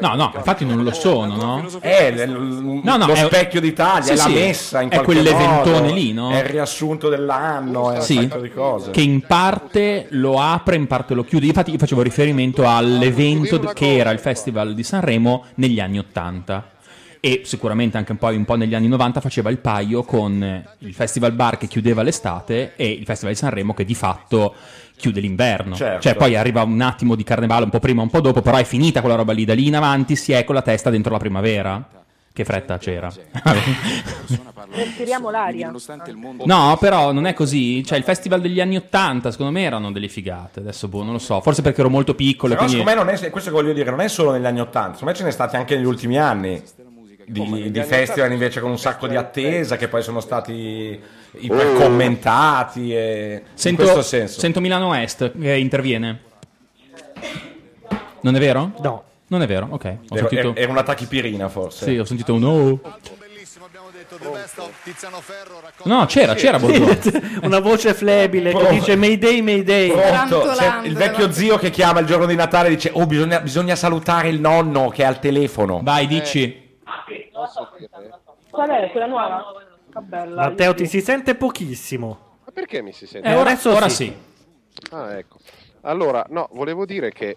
[SPEAKER 3] No, no, infatti non lo sono, no?
[SPEAKER 6] È Eh, l- l-
[SPEAKER 3] No, no,
[SPEAKER 6] lo
[SPEAKER 3] è-
[SPEAKER 6] specchio d'Italia,
[SPEAKER 3] sì,
[SPEAKER 6] è la
[SPEAKER 3] sì,
[SPEAKER 6] messa in
[SPEAKER 3] è
[SPEAKER 6] qualche
[SPEAKER 3] quell'eventone
[SPEAKER 6] modo,
[SPEAKER 3] lì, no?
[SPEAKER 6] È il riassunto dell'anno, è un
[SPEAKER 3] Sì,
[SPEAKER 6] sacco di cose.
[SPEAKER 3] che in parte lo apre, in parte lo chiude. Infatti, io facevo riferimento all'evento che era il Festival di Sanremo negli anni Ottanta. e sicuramente anche poi un po' negli anni 90 faceva il paio con eh, il Festival Bar che chiudeva l'estate e il Festival di Sanremo che di fatto chiude l'inverno.
[SPEAKER 6] Certo.
[SPEAKER 3] Cioè poi arriva un attimo di carnevale un po' prima, un po' dopo, però è finita quella roba lì, da lì in avanti si è con la testa dentro la primavera. Che fretta c'era.
[SPEAKER 18] Respiriamo l'aria.
[SPEAKER 3] No, però non è così. Cioè, il festival degli anni Ottanta, secondo me, erano delle figate. Adesso, boh, non lo so. Forse perché ero molto piccolo.
[SPEAKER 6] Però
[SPEAKER 3] quindi...
[SPEAKER 6] secondo me non è, questo che voglio dire non è solo negli anni Ottanta, secondo me ce ne stati anche negli ultimi anni di, di festival invece con un sacco di attesa che poi sono stati ipercommentati e
[SPEAKER 3] Sento,
[SPEAKER 6] in questo senso.
[SPEAKER 3] sento Milano Est che interviene. Non è vero?
[SPEAKER 2] No.
[SPEAKER 3] Non è vero, ok. Ho
[SPEAKER 6] Era-
[SPEAKER 3] sentito...
[SPEAKER 6] Era una tachipirina forse.
[SPEAKER 3] Sì, ho sentito un oh.
[SPEAKER 12] Tiziano Ferro
[SPEAKER 3] No, c'era, c'era
[SPEAKER 2] <laughs>
[SPEAKER 3] Borbone.
[SPEAKER 2] Una voce flebile che
[SPEAKER 6] Oh.
[SPEAKER 2] dice Mayday, Mayday.
[SPEAKER 6] Pronto, c'è il vecchio zio che chiama il giorno di Natale e dice oh bisogna, bisogna salutare il nonno che è al telefono.
[SPEAKER 3] Vai,
[SPEAKER 11] Eh.
[SPEAKER 3] dici.
[SPEAKER 18] Qual è? Quella nuova? Che bella.
[SPEAKER 2] Matteo ti si sente pochissimo.
[SPEAKER 8] Ma perché mi si sente?
[SPEAKER 2] Eh, adesso
[SPEAKER 8] ora
[SPEAKER 2] sì.
[SPEAKER 8] Ah, ecco. Allora, no, volevo dire che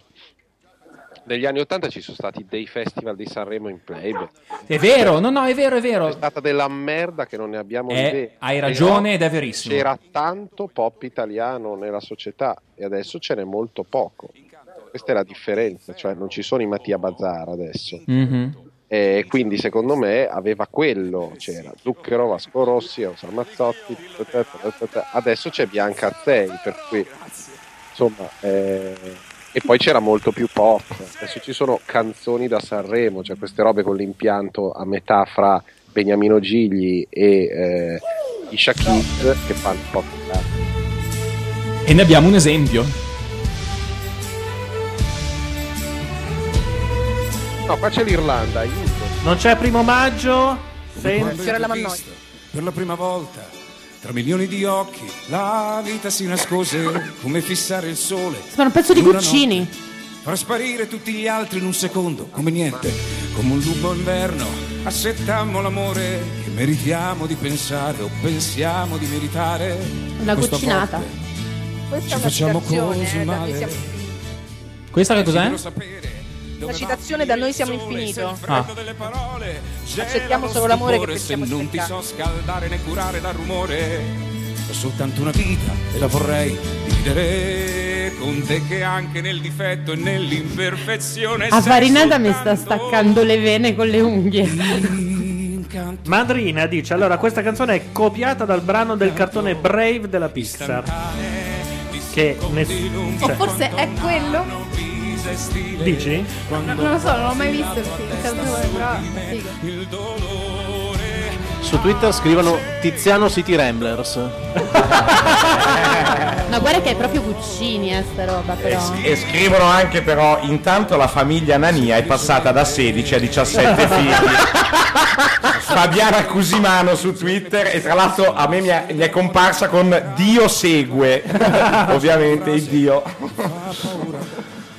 [SPEAKER 8] negli anni Ottanta ci sono stati dei festival di Sanremo in playback.
[SPEAKER 3] È vero, no, no, è vero, è vero.
[SPEAKER 8] È stata della merda che non ne abbiamo
[SPEAKER 3] Eh,
[SPEAKER 8] idea.
[SPEAKER 3] hai
[SPEAKER 8] Però
[SPEAKER 3] ragione ed è verissimo.
[SPEAKER 8] C'era tanto pop italiano nella società e adesso ce n'è molto poco. Questa è la differenza, cioè non ci sono i Mattia Bazzara adesso.
[SPEAKER 3] Mhm.
[SPEAKER 8] Mhm. E quindi secondo me aveva quello, c'era Zucchero, Vasco Rossi, Osa Mazzotti, ta ta ta ta ta. adesso c'è Bianca Azzei, per cui insomma... eh, E poi c'era molto più pop, adesso ci sono canzoni da Sanremo, cioè queste robe con l'impianto a metà fra Beniamino Gigli e eh, Isha Kids che fanno pop.
[SPEAKER 3] E ne abbiamo un esempio.
[SPEAKER 8] No, qua c'è l'Irlanda, aiuto.
[SPEAKER 2] Non c'è primo maggio? Sen-
[SPEAKER 19] Quando io l'ho vista Per la prima volta, tra milioni di occhi, la vita si nascose come fissare il sole.
[SPEAKER 4] Sembra un pezzo di
[SPEAKER 19] in una
[SPEAKER 4] Guccini.
[SPEAKER 19] notte, Far sparire tutti gli altri in un secondo, come niente, come un lungo inverno. Accettammo l'amore che meritiamo di pensare o pensiamo di meritare.
[SPEAKER 4] Una
[SPEAKER 19] Questo
[SPEAKER 4] goccinata.
[SPEAKER 19] forte
[SPEAKER 5] Questa
[SPEAKER 19] Ci
[SPEAKER 5] è una
[SPEAKER 19] facciamo
[SPEAKER 5] citazione,
[SPEAKER 19] cose
[SPEAKER 5] eh, da
[SPEAKER 19] male.
[SPEAKER 5] noi siamo,
[SPEAKER 3] Questa che cos'è?
[SPEAKER 5] una citazione da noi siamo infinito.
[SPEAKER 3] Ah.
[SPEAKER 5] Accettiamo solo l'amore che
[SPEAKER 19] Amore, se
[SPEAKER 5] pensiamo
[SPEAKER 19] non ti so scaldare né curare dal rumore, ho soltanto una vita e la vorrei dividere con te che anche nel difetto e nell'imperfezione
[SPEAKER 4] A
[SPEAKER 19] sei
[SPEAKER 4] Farinata mi sta staccando le vene con le <laughs> unghie.
[SPEAKER 2] Madrina dice: Allora, questa canzone è copiata dal brano del cartone Brave della Pixar. Che ness-
[SPEAKER 14] O
[SPEAKER 2] cioè,
[SPEAKER 14] forse è quello?
[SPEAKER 2] dici?
[SPEAKER 14] Non lo so, non l'ho mai visto il film, il cartone, però è figo.
[SPEAKER 1] Su Twitter scrivono Tiziano City Ramblers.
[SPEAKER 4] No, guarda che è proprio Guccini, eh, sta roba,
[SPEAKER 6] E,
[SPEAKER 4] però.
[SPEAKER 6] sc- e scrivono anche però intanto la famiglia Nania è passata da 16 a
[SPEAKER 19] <laughs>
[SPEAKER 6] 17 figli. Fabiana Cusimano su Twitter e tra l'altro a me mi è, mi è comparsa con Dio
[SPEAKER 19] <laughs>
[SPEAKER 6] segue, ovviamente il Dio.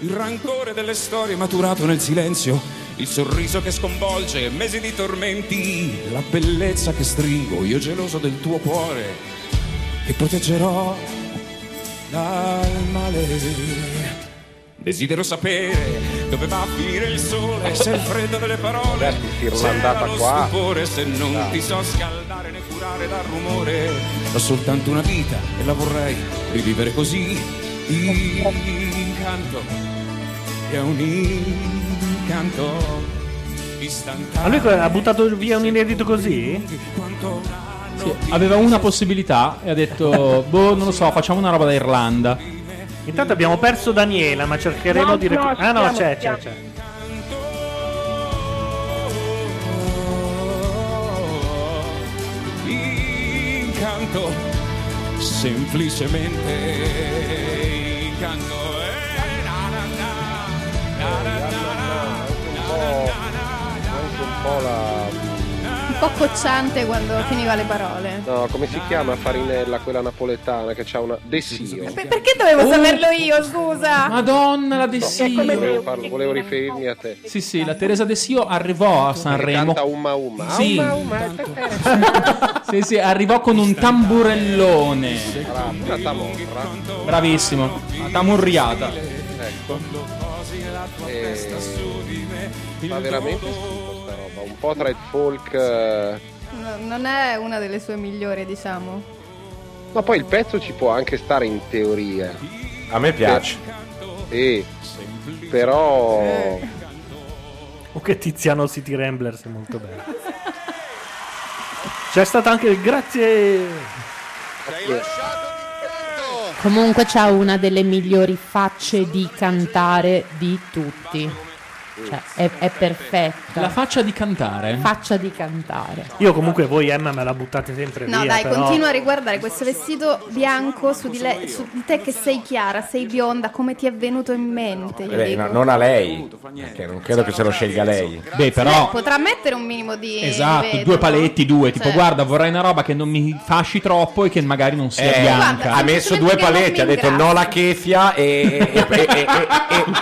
[SPEAKER 19] Il rancore delle storie maturato nel silenzio, il sorriso che sconvolge mesi di tormenti, la bellezza che stringo io geloso del tuo cuore e proteggerò dal male. Desidero sapere dove va a finire il sole, se il freddo delle parole
[SPEAKER 8] Irlandata
[SPEAKER 19] c'era lo
[SPEAKER 8] qua.
[SPEAKER 19] stupore, se non ti so scaldare né curare dal rumore. Ho soltanto una vita e la vorrei rivivere così. Incanto è un incanto istantaneo.
[SPEAKER 2] Ma lui co- ha buttato via un inedito così?
[SPEAKER 3] Aveva una possibilità e ha
[SPEAKER 6] <laughs>
[SPEAKER 3] detto, boh, non lo so, facciamo una roba da Irlanda.
[SPEAKER 2] Intanto abbiamo perso Daniela, ma cercheremo
[SPEAKER 3] No,
[SPEAKER 2] di recu-
[SPEAKER 3] no,
[SPEAKER 2] Ah, no,
[SPEAKER 3] stiamo-
[SPEAKER 2] c'è, c'è,
[SPEAKER 3] stiamo.
[SPEAKER 2] c'è.
[SPEAKER 19] incanto, semplicemente incanto. Eh, na, na, na, na, na, na, na.
[SPEAKER 8] Anche Oh, un po' la...
[SPEAKER 14] Un po' cocciante quando finiva le parole.
[SPEAKER 8] No, come si chiama Farinella, quella napoletana che c'ha una... Desio.
[SPEAKER 14] Perché dovevo
[SPEAKER 3] Oh.
[SPEAKER 14] saperlo io, scusa?
[SPEAKER 3] Madonna, la Desio.
[SPEAKER 8] Volevo, farlo- volevo riferirmi a te.
[SPEAKER 3] Sì, sì, la Teresa De Sio arrivò a Sanremo.
[SPEAKER 8] Canta Umma Umma.
[SPEAKER 3] Sì.
[SPEAKER 8] Umma Umma, eh, eh, eh.
[SPEAKER 3] Sì, sì, arrivò con un tamburellone.
[SPEAKER 8] Bravo, una tamorra.
[SPEAKER 3] Bravissimo, la tamurriata.
[SPEAKER 8] Ecco. E... Fa veramente schifo questa roba, un po' tra il folk. eh,
[SPEAKER 14] No, non è una delle sue migliori, diciamo.
[SPEAKER 8] Ma poi il pezzo ci può anche stare in teoria.
[SPEAKER 6] A me piace.
[SPEAKER 8] Sì, però
[SPEAKER 2] O che Tiziano City Ramblers è molto bello. C'è stato anche il grazie.
[SPEAKER 4] Comunque c'ha una delle migliori facce di cantare di tutti. Cioè, è, è perfetta.
[SPEAKER 3] La faccia di cantare.
[SPEAKER 4] faccia di cantare.
[SPEAKER 2] Io comunque voi Emma me la buttate sempre
[SPEAKER 14] No,
[SPEAKER 2] via.
[SPEAKER 14] dai,
[SPEAKER 2] però-
[SPEAKER 14] continua a riguardare questo vestito bianco su di, lei- su di te che sei chiara, sei bionda, come ti è venuto in mente? Io
[SPEAKER 6] Beh,
[SPEAKER 14] dico.
[SPEAKER 6] no, non a lei, perché non credo che se lo scelga lei.
[SPEAKER 3] Beh,
[SPEAKER 14] Beh,
[SPEAKER 3] però.
[SPEAKER 14] cioè, potrà mettere un minimo
[SPEAKER 6] Eh,
[SPEAKER 14] di di
[SPEAKER 3] Esatto,
[SPEAKER 14] vetro,
[SPEAKER 3] due
[SPEAKER 14] no?
[SPEAKER 3] paletti, due. Tipo,
[SPEAKER 14] Cioè,
[SPEAKER 3] guarda, vorrei una roba che non mi fasci troppo e che magari non sia
[SPEAKER 6] Eh,
[SPEAKER 3] bianca.
[SPEAKER 6] ha messo due paletti, ha detto no la chefia e, e- e- e-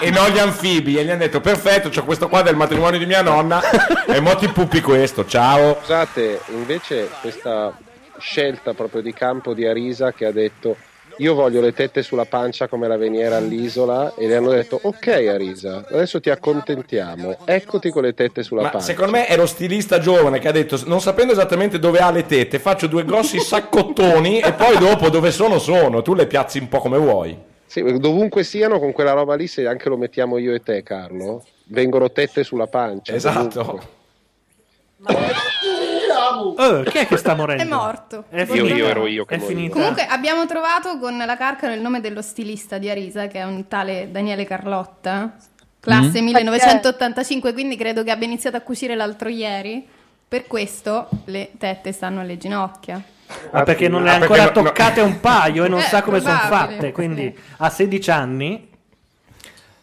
[SPEAKER 6] e- e no gli anfibi. E gli hanno detto: Perfetto, c'ho questo qua del matrimonio di mia nonna. E mo ti pupi questo, ciao.
[SPEAKER 8] Scusate, invece questa scelta proprio di campo di Arisa che ha detto io voglio le tette sulla pancia come la veniera all'isola e le hanno detto ok Arisa, adesso ti accontentiamo, eccoti con le tette sulla
[SPEAKER 6] Ma
[SPEAKER 8] pancia.
[SPEAKER 6] secondo me è lo stilista giovane che ha detto: Non sapendo esattamente dove ha le tette, faccio due grossi saccottoni e poi dopo dove sono, sono. Tu le piazzi un po' come vuoi.
[SPEAKER 8] Sì, dovunque siano con quella roba lì, se anche lo mettiamo io e te Carlo, vengono tette sulla pancia.
[SPEAKER 6] Esatto.
[SPEAKER 8] dovunque.
[SPEAKER 2] Oh, chi è che sta morendo?
[SPEAKER 14] È morto.
[SPEAKER 2] È
[SPEAKER 8] Io-
[SPEAKER 2] finita?
[SPEAKER 8] io ero io che
[SPEAKER 2] È
[SPEAKER 8] morivo.
[SPEAKER 2] finita.
[SPEAKER 14] Comunque abbiamo trovato con la carcano il nome dello stilista di Arisa, che è un tale Daniele Carlotta, classe
[SPEAKER 10] Mm.
[SPEAKER 14] 1985, quindi credo che abbia iniziato a cucire l'altro ieri. Per questo le tette stanno alle ginocchia.
[SPEAKER 2] Ma perché non le
[SPEAKER 6] Ah,
[SPEAKER 2] ha
[SPEAKER 6] perché
[SPEAKER 2] ancora
[SPEAKER 6] no- no.
[SPEAKER 2] toccate un paio e non
[SPEAKER 14] Eh,
[SPEAKER 2] sa come sono
[SPEAKER 14] probabile.
[SPEAKER 2] fatte. Quindi a 16 anni.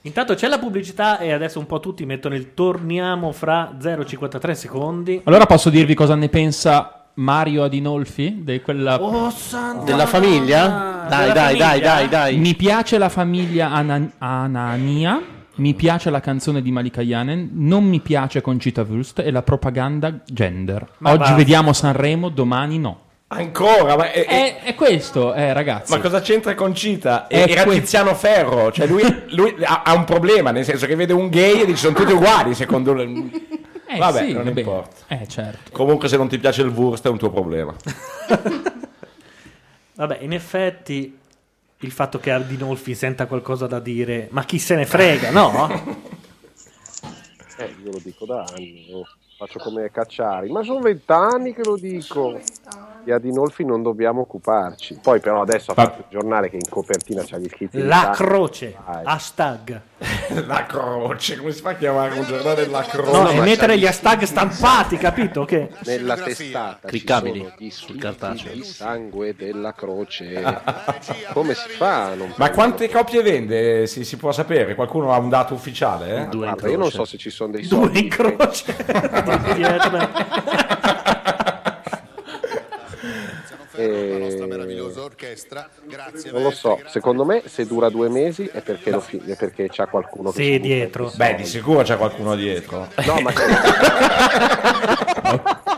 [SPEAKER 2] Intanto c'è la pubblicità e adesso un po' tutti mettono il torniamo fra 0,53 secondi.
[SPEAKER 3] Allora posso dirvi cosa ne pensa Mario Adinolfi di quella
[SPEAKER 2] Oh, santa
[SPEAKER 3] della famiglia?
[SPEAKER 1] Dai, dai, dai, dai, dai.
[SPEAKER 3] Mi piace la famiglia Ana- Anania. Mi piace la canzone di Malika Yanen, non mi piace Concita Wurst e la propaganda gender.
[SPEAKER 6] Ma
[SPEAKER 3] Oggi
[SPEAKER 6] va.
[SPEAKER 3] vediamo Sanremo, domani no.
[SPEAKER 6] Ancora, ma è,
[SPEAKER 3] è- questo, eh, ragazzi.
[SPEAKER 6] Ma cosa c'entra con Cita?
[SPEAKER 3] È
[SPEAKER 6] Era
[SPEAKER 3] que-
[SPEAKER 6] Tiziano Ferro, cioè lui, lui ha, ha un problema, nel senso che vede un gay e dice sono tutti uguali, secondo lui.
[SPEAKER 3] Eh,
[SPEAKER 6] Vabbè,
[SPEAKER 3] sì,
[SPEAKER 6] non
[SPEAKER 3] vabbè.
[SPEAKER 6] importa.
[SPEAKER 3] Eh, certo.
[SPEAKER 6] Comunque se non ti piace il Wurst è un tuo problema.
[SPEAKER 2] Vabbè, in effetti il fatto che Adinolfi senta qualcosa da dire, ma chi se ne frega, no?
[SPEAKER 8] Eh, io lo dico da anni, oh, faccio come cacciari, ma sono vent'anni che lo dico. Di Adinolfi non dobbiamo occuparci. Poi però adesso ha fatto il giornale che in copertina c'ha gli scritti. di
[SPEAKER 2] La
[SPEAKER 8] Italia.
[SPEAKER 2] croce,
[SPEAKER 8] Dai.
[SPEAKER 6] Ah,
[SPEAKER 2] hashtag.
[SPEAKER 6] <laughs> La croce, come si fa a chiamare un giornale la croce?
[SPEAKER 2] No, e mettere gli <laughs> hashtag stampati, capito? Che...
[SPEAKER 8] Nella testata
[SPEAKER 1] Cliccabili
[SPEAKER 8] cliccabili ci sono gli scritti di sangue della croce. Come si fa a non
[SPEAKER 6] Ma quante copie vende? Eh, Si, si può sapere? Qualcuno ha un dato ufficiale? eh?
[SPEAKER 8] Guarda, Ah, io non so se ci sono dei
[SPEAKER 6] Due
[SPEAKER 8] soldi.
[SPEAKER 6] in
[SPEAKER 8] Cioè,
[SPEAKER 6] croce.
[SPEAKER 2] Di Vietnam.
[SPEAKER 8] Eh, non lo so, secondo me se dura due mesi è perché, lo fi- è perché c'ha qualcuno che...
[SPEAKER 2] Sì, dietro.
[SPEAKER 6] Beh, di sicuro c'è qualcuno dietro.
[SPEAKER 8] No, ma...
[SPEAKER 6] <laughs>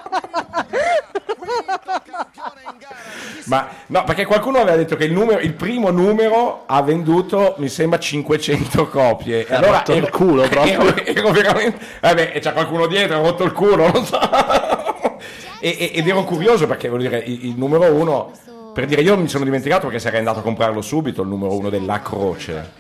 [SPEAKER 6] Ma no, perché qualcuno aveva detto che il, numero- il primo numero ha venduto, mi sembra, 500 copie. E
[SPEAKER 1] Ha
[SPEAKER 6] allora
[SPEAKER 1] rotto il culo, proprio.
[SPEAKER 6] Ero, ero veramente. Vabbè, e c'è qualcuno dietro, ha rotto il culo, non so. E- e- ed ero curioso perché voglio dire, il, il numero uno. Per dire, io mi sono dimenticato perché sarei andato a comprarlo subito il numero uno della croce.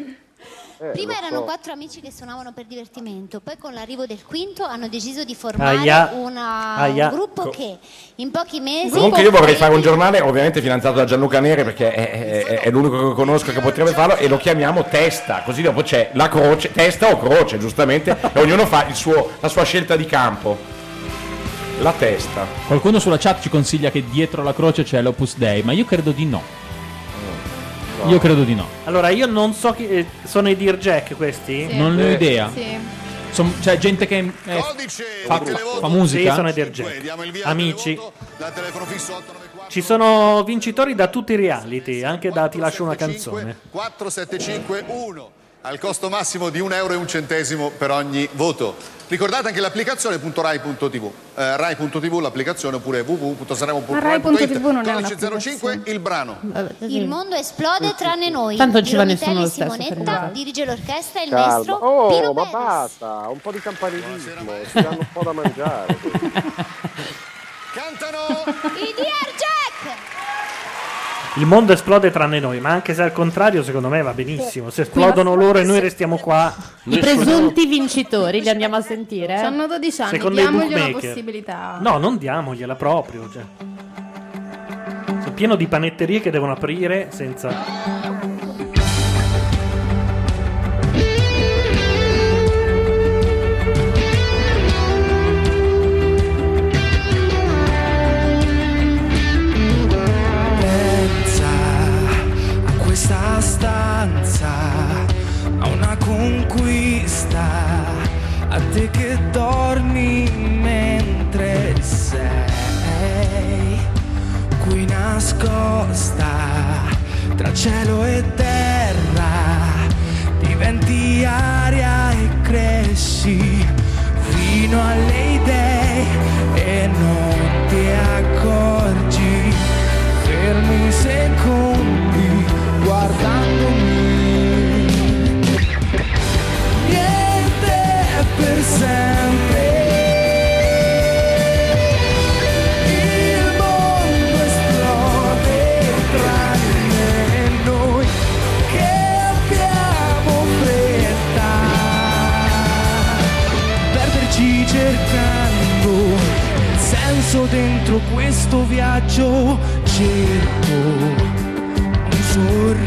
[SPEAKER 20] Prima
[SPEAKER 6] Eh, lo
[SPEAKER 20] erano
[SPEAKER 6] so.
[SPEAKER 20] quattro amici che suonavano per divertimento, poi con l'arrivo del quinto hanno deciso di formare
[SPEAKER 6] Aia.
[SPEAKER 20] una-
[SPEAKER 6] Aia.
[SPEAKER 20] un gruppo
[SPEAKER 6] Co-
[SPEAKER 20] che in pochi mesi...
[SPEAKER 6] Comunque, io vorrei fare un giornale, ovviamente finanziato da Gianluca Neri perché è, è- è l'unico che conosco che potrebbe farlo. E lo chiamiamo Testa, così dopo c'è la croce, testa o croce, giustamente. E ognuno fa il suo- la sua scelta di campo. La testa.
[SPEAKER 3] Qualcuno sulla chat ci consiglia che dietro la croce c'è l'Opus Dei, ma io credo di no. Io credo di no.
[SPEAKER 2] Allora, io non so chi... eh, Sono i Dear Jack questi?
[SPEAKER 3] Sì. Non ne ho idea.
[SPEAKER 14] Sì.
[SPEAKER 3] Son- c'è gente che eh, fa, fa musica.
[SPEAKER 2] Sì, sono i Dear Jack. Amici. Ci sono vincitori da tutti i reality, anche da Ti lascio una canzone.
[SPEAKER 12] 4, 7, 5, 1. al costo massimo di 1 euro e un centesimo per ogni voto. Ricordate anche l'applicazione .rai.tv, eh, rai.tv l'applicazione oppure
[SPEAKER 14] Ma Rai.tv
[SPEAKER 12] www.sanremo.rai.it
[SPEAKER 14] non è
[SPEAKER 12] 12.05 il brano.
[SPEAKER 18] Il mondo esplode tranne noi.
[SPEAKER 4] Tanto non ci va
[SPEAKER 18] Ronitelli
[SPEAKER 4] nessuno lo stesso,
[SPEAKER 18] Simonetta
[SPEAKER 4] Federico.
[SPEAKER 18] dirige l'orchestra e il
[SPEAKER 8] Calma.
[SPEAKER 18] maestro
[SPEAKER 8] Oh,
[SPEAKER 18] Pino
[SPEAKER 8] ma
[SPEAKER 18] Perez.
[SPEAKER 8] basta, un po' di campanilismo, ci danno un po' da mangiare.
[SPEAKER 18] I DR Jack!
[SPEAKER 2] Il mondo esplode tranne noi, ma anche se al contrario, secondo me va benissimo. Se esplodono loro e noi restiamo qua.
[SPEAKER 4] I presunti vincitori li andiamo a sentire.
[SPEAKER 14] Hanno 12 anni,
[SPEAKER 2] Secondo i
[SPEAKER 14] diamogli una
[SPEAKER 2] bookmaker.
[SPEAKER 14] possibilità.
[SPEAKER 2] No, non diamogliela proprio. Cioè. Sono pieno di panetterie che devono aprire senza.
[SPEAKER 7] Pensa a questa stanza, a una conquista, a te che dormi mentre sei qui nascosta tra cielo e terra, diventi aria e cresci fino alle idee e non ti accorgi. Fermi i secondi guardandomi. Niente è per sempre. Il mondo esplode tranne noi che abbiamo fretta. Perderci cercando il senso dentro questo viaggio cerco.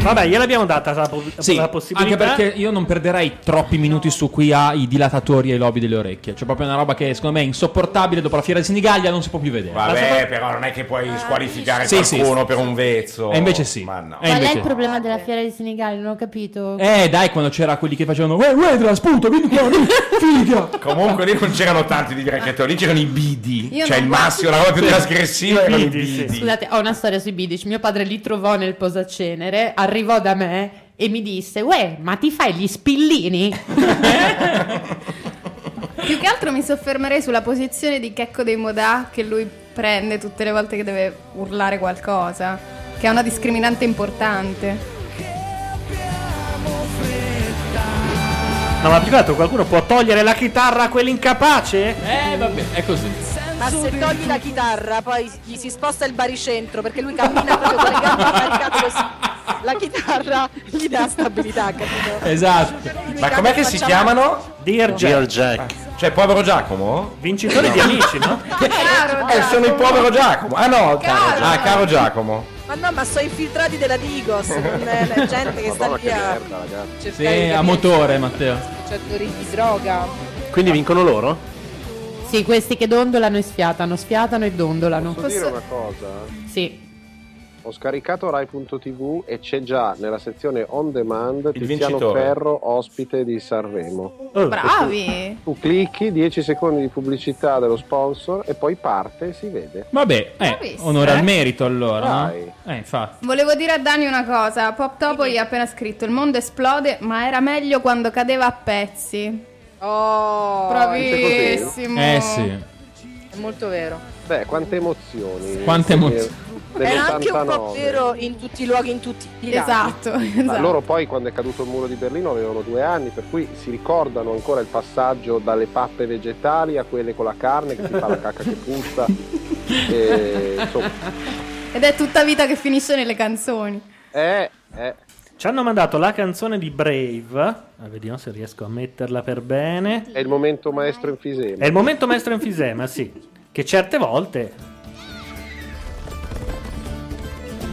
[SPEAKER 2] Vabbè, gliel'abbiamo data la, po- la possibilità.
[SPEAKER 3] Anche perché io non perderei troppi minuti su qui ai dilatatori e ai lobby delle orecchie. C'è proprio una roba che secondo me è insopportabile. Dopo la fiera di Senigallia non si può più vedere.
[SPEAKER 6] Vabbè, però non è che
[SPEAKER 4] Ah,
[SPEAKER 6] puoi squalificare
[SPEAKER 3] Sì, sì,
[SPEAKER 6] qualcuno
[SPEAKER 3] sì.
[SPEAKER 6] per un vezzo.
[SPEAKER 3] E invece sì.
[SPEAKER 6] boh, Ma no.
[SPEAKER 3] E
[SPEAKER 4] Qual è
[SPEAKER 3] invece
[SPEAKER 4] il
[SPEAKER 3] no.
[SPEAKER 4] problema della fiera di Senigallia? Non ho capito.
[SPEAKER 3] Eh, dai, quando c'era quelli che facevano Uè, uè, te la spunto, vieni qua,
[SPEAKER 6] <laughs>
[SPEAKER 3] vieni, figa!
[SPEAKER 6] Comunque lì non c'erano tanti di bracchetto, lì c'erano i bidi,
[SPEAKER 4] Io
[SPEAKER 6] cioè
[SPEAKER 4] non-
[SPEAKER 6] il massimo, la roba più
[SPEAKER 4] Sì.
[SPEAKER 6] trasgressiva erano i bidi.
[SPEAKER 4] Scusate, ho una storia sui bidici. Mio padre li trovò nel posacenere, arrivò da me e mi disse: Uè, ma ti fai
[SPEAKER 8] <laughs>
[SPEAKER 4] gli spillini?
[SPEAKER 14] Più che altro mi soffermerei sulla posizione di Checco dei Modà che lui prende tutte le volte che deve urlare qualcosa, che è una discriminante importante.
[SPEAKER 2] No, ma più che altro qualcuno può togliere la chitarra a quell'incapace?
[SPEAKER 3] Eh, vabbè, è così.
[SPEAKER 11] Ma se togli la chitarra, poi gli si sposta il baricentro perché lui cammina proprio con le
[SPEAKER 19] <laughs>
[SPEAKER 11] gambe caricate così. La chitarra gli dà stabilità, capito?
[SPEAKER 3] Esatto.
[SPEAKER 6] Ma com'è che si
[SPEAKER 11] Facciamo-
[SPEAKER 6] chiamano?
[SPEAKER 2] Dear
[SPEAKER 6] Jack. Cioè, povero Giacomo?
[SPEAKER 2] Vincitore
[SPEAKER 6] No.
[SPEAKER 2] di amici, no?
[SPEAKER 6] <laughs> Eh, sono il povero Giacomo. Ah no,
[SPEAKER 11] Caro.
[SPEAKER 6] caro. Ah, caro Giacomo.
[SPEAKER 11] Ma no, ma sono infiltrati della Digos, non è la gente che sta
[SPEAKER 6] Madonna,
[SPEAKER 11] lì
[SPEAKER 6] che
[SPEAKER 11] a
[SPEAKER 6] merda,
[SPEAKER 3] <laughs>
[SPEAKER 11] cercare
[SPEAKER 3] Sì,
[SPEAKER 11] di
[SPEAKER 3] a
[SPEAKER 11] capire
[SPEAKER 3] motore, Matteo.
[SPEAKER 11] se c'è dori- di droga.
[SPEAKER 27] Quindi vincono loro?
[SPEAKER 4] sì, questi che dondolano e sfiatano, sfiatano e dondolano.
[SPEAKER 8] Posso dire una cosa?
[SPEAKER 4] Sì.
[SPEAKER 8] Ho scaricato Rai.tv e c'è già nella sezione on demand Tiziano
[SPEAKER 6] vincitore.
[SPEAKER 8] Ferro, ospite di Sanremo.
[SPEAKER 14] Bravi!
[SPEAKER 8] Tu clicchi 10 secondi di pubblicità dello sponsor e poi parte e si vede.
[SPEAKER 3] Vabbè, eh,
[SPEAKER 14] Bravissimo.
[SPEAKER 3] onore al
[SPEAKER 14] Eh?
[SPEAKER 3] merito allora. no?
[SPEAKER 8] Dai.
[SPEAKER 3] Eh, infatti.
[SPEAKER 14] Volevo dire a Dani una cosa, Pop Topo gli ha appena scritto il mondo esplode, ma era meglio quando cadeva a pezzi.
[SPEAKER 11] Oh,
[SPEAKER 14] Bravissimo.
[SPEAKER 3] Eh sì.
[SPEAKER 11] È molto vero.
[SPEAKER 8] Beh, quante emozioni.
[SPEAKER 3] Quante emozioni.
[SPEAKER 11] È anche un po'
[SPEAKER 8] 89.
[SPEAKER 11] vero in tutti i luoghi, in tutti i lati.
[SPEAKER 14] Esatto,
[SPEAKER 8] Ma
[SPEAKER 14] esatto.
[SPEAKER 8] loro poi quando è caduto il muro di Berlino avevano due anni, per cui si ricordano ancora il passaggio dalle pappe vegetali a quelle con la carne che si fa la cacca che
[SPEAKER 14] <laughs>
[SPEAKER 8] puzza. E, insomma,
[SPEAKER 14] Ed è tutta vita che finisce nelle canzoni.
[SPEAKER 8] eh, eh.
[SPEAKER 2] Ci hanno mandato la canzone di Brave. Ah, vediamo se riesco a metterla per bene.
[SPEAKER 8] È il momento maestro
[SPEAKER 2] È
[SPEAKER 8] infisema.
[SPEAKER 2] il momento maestro enfisema, sì. Che certe volte.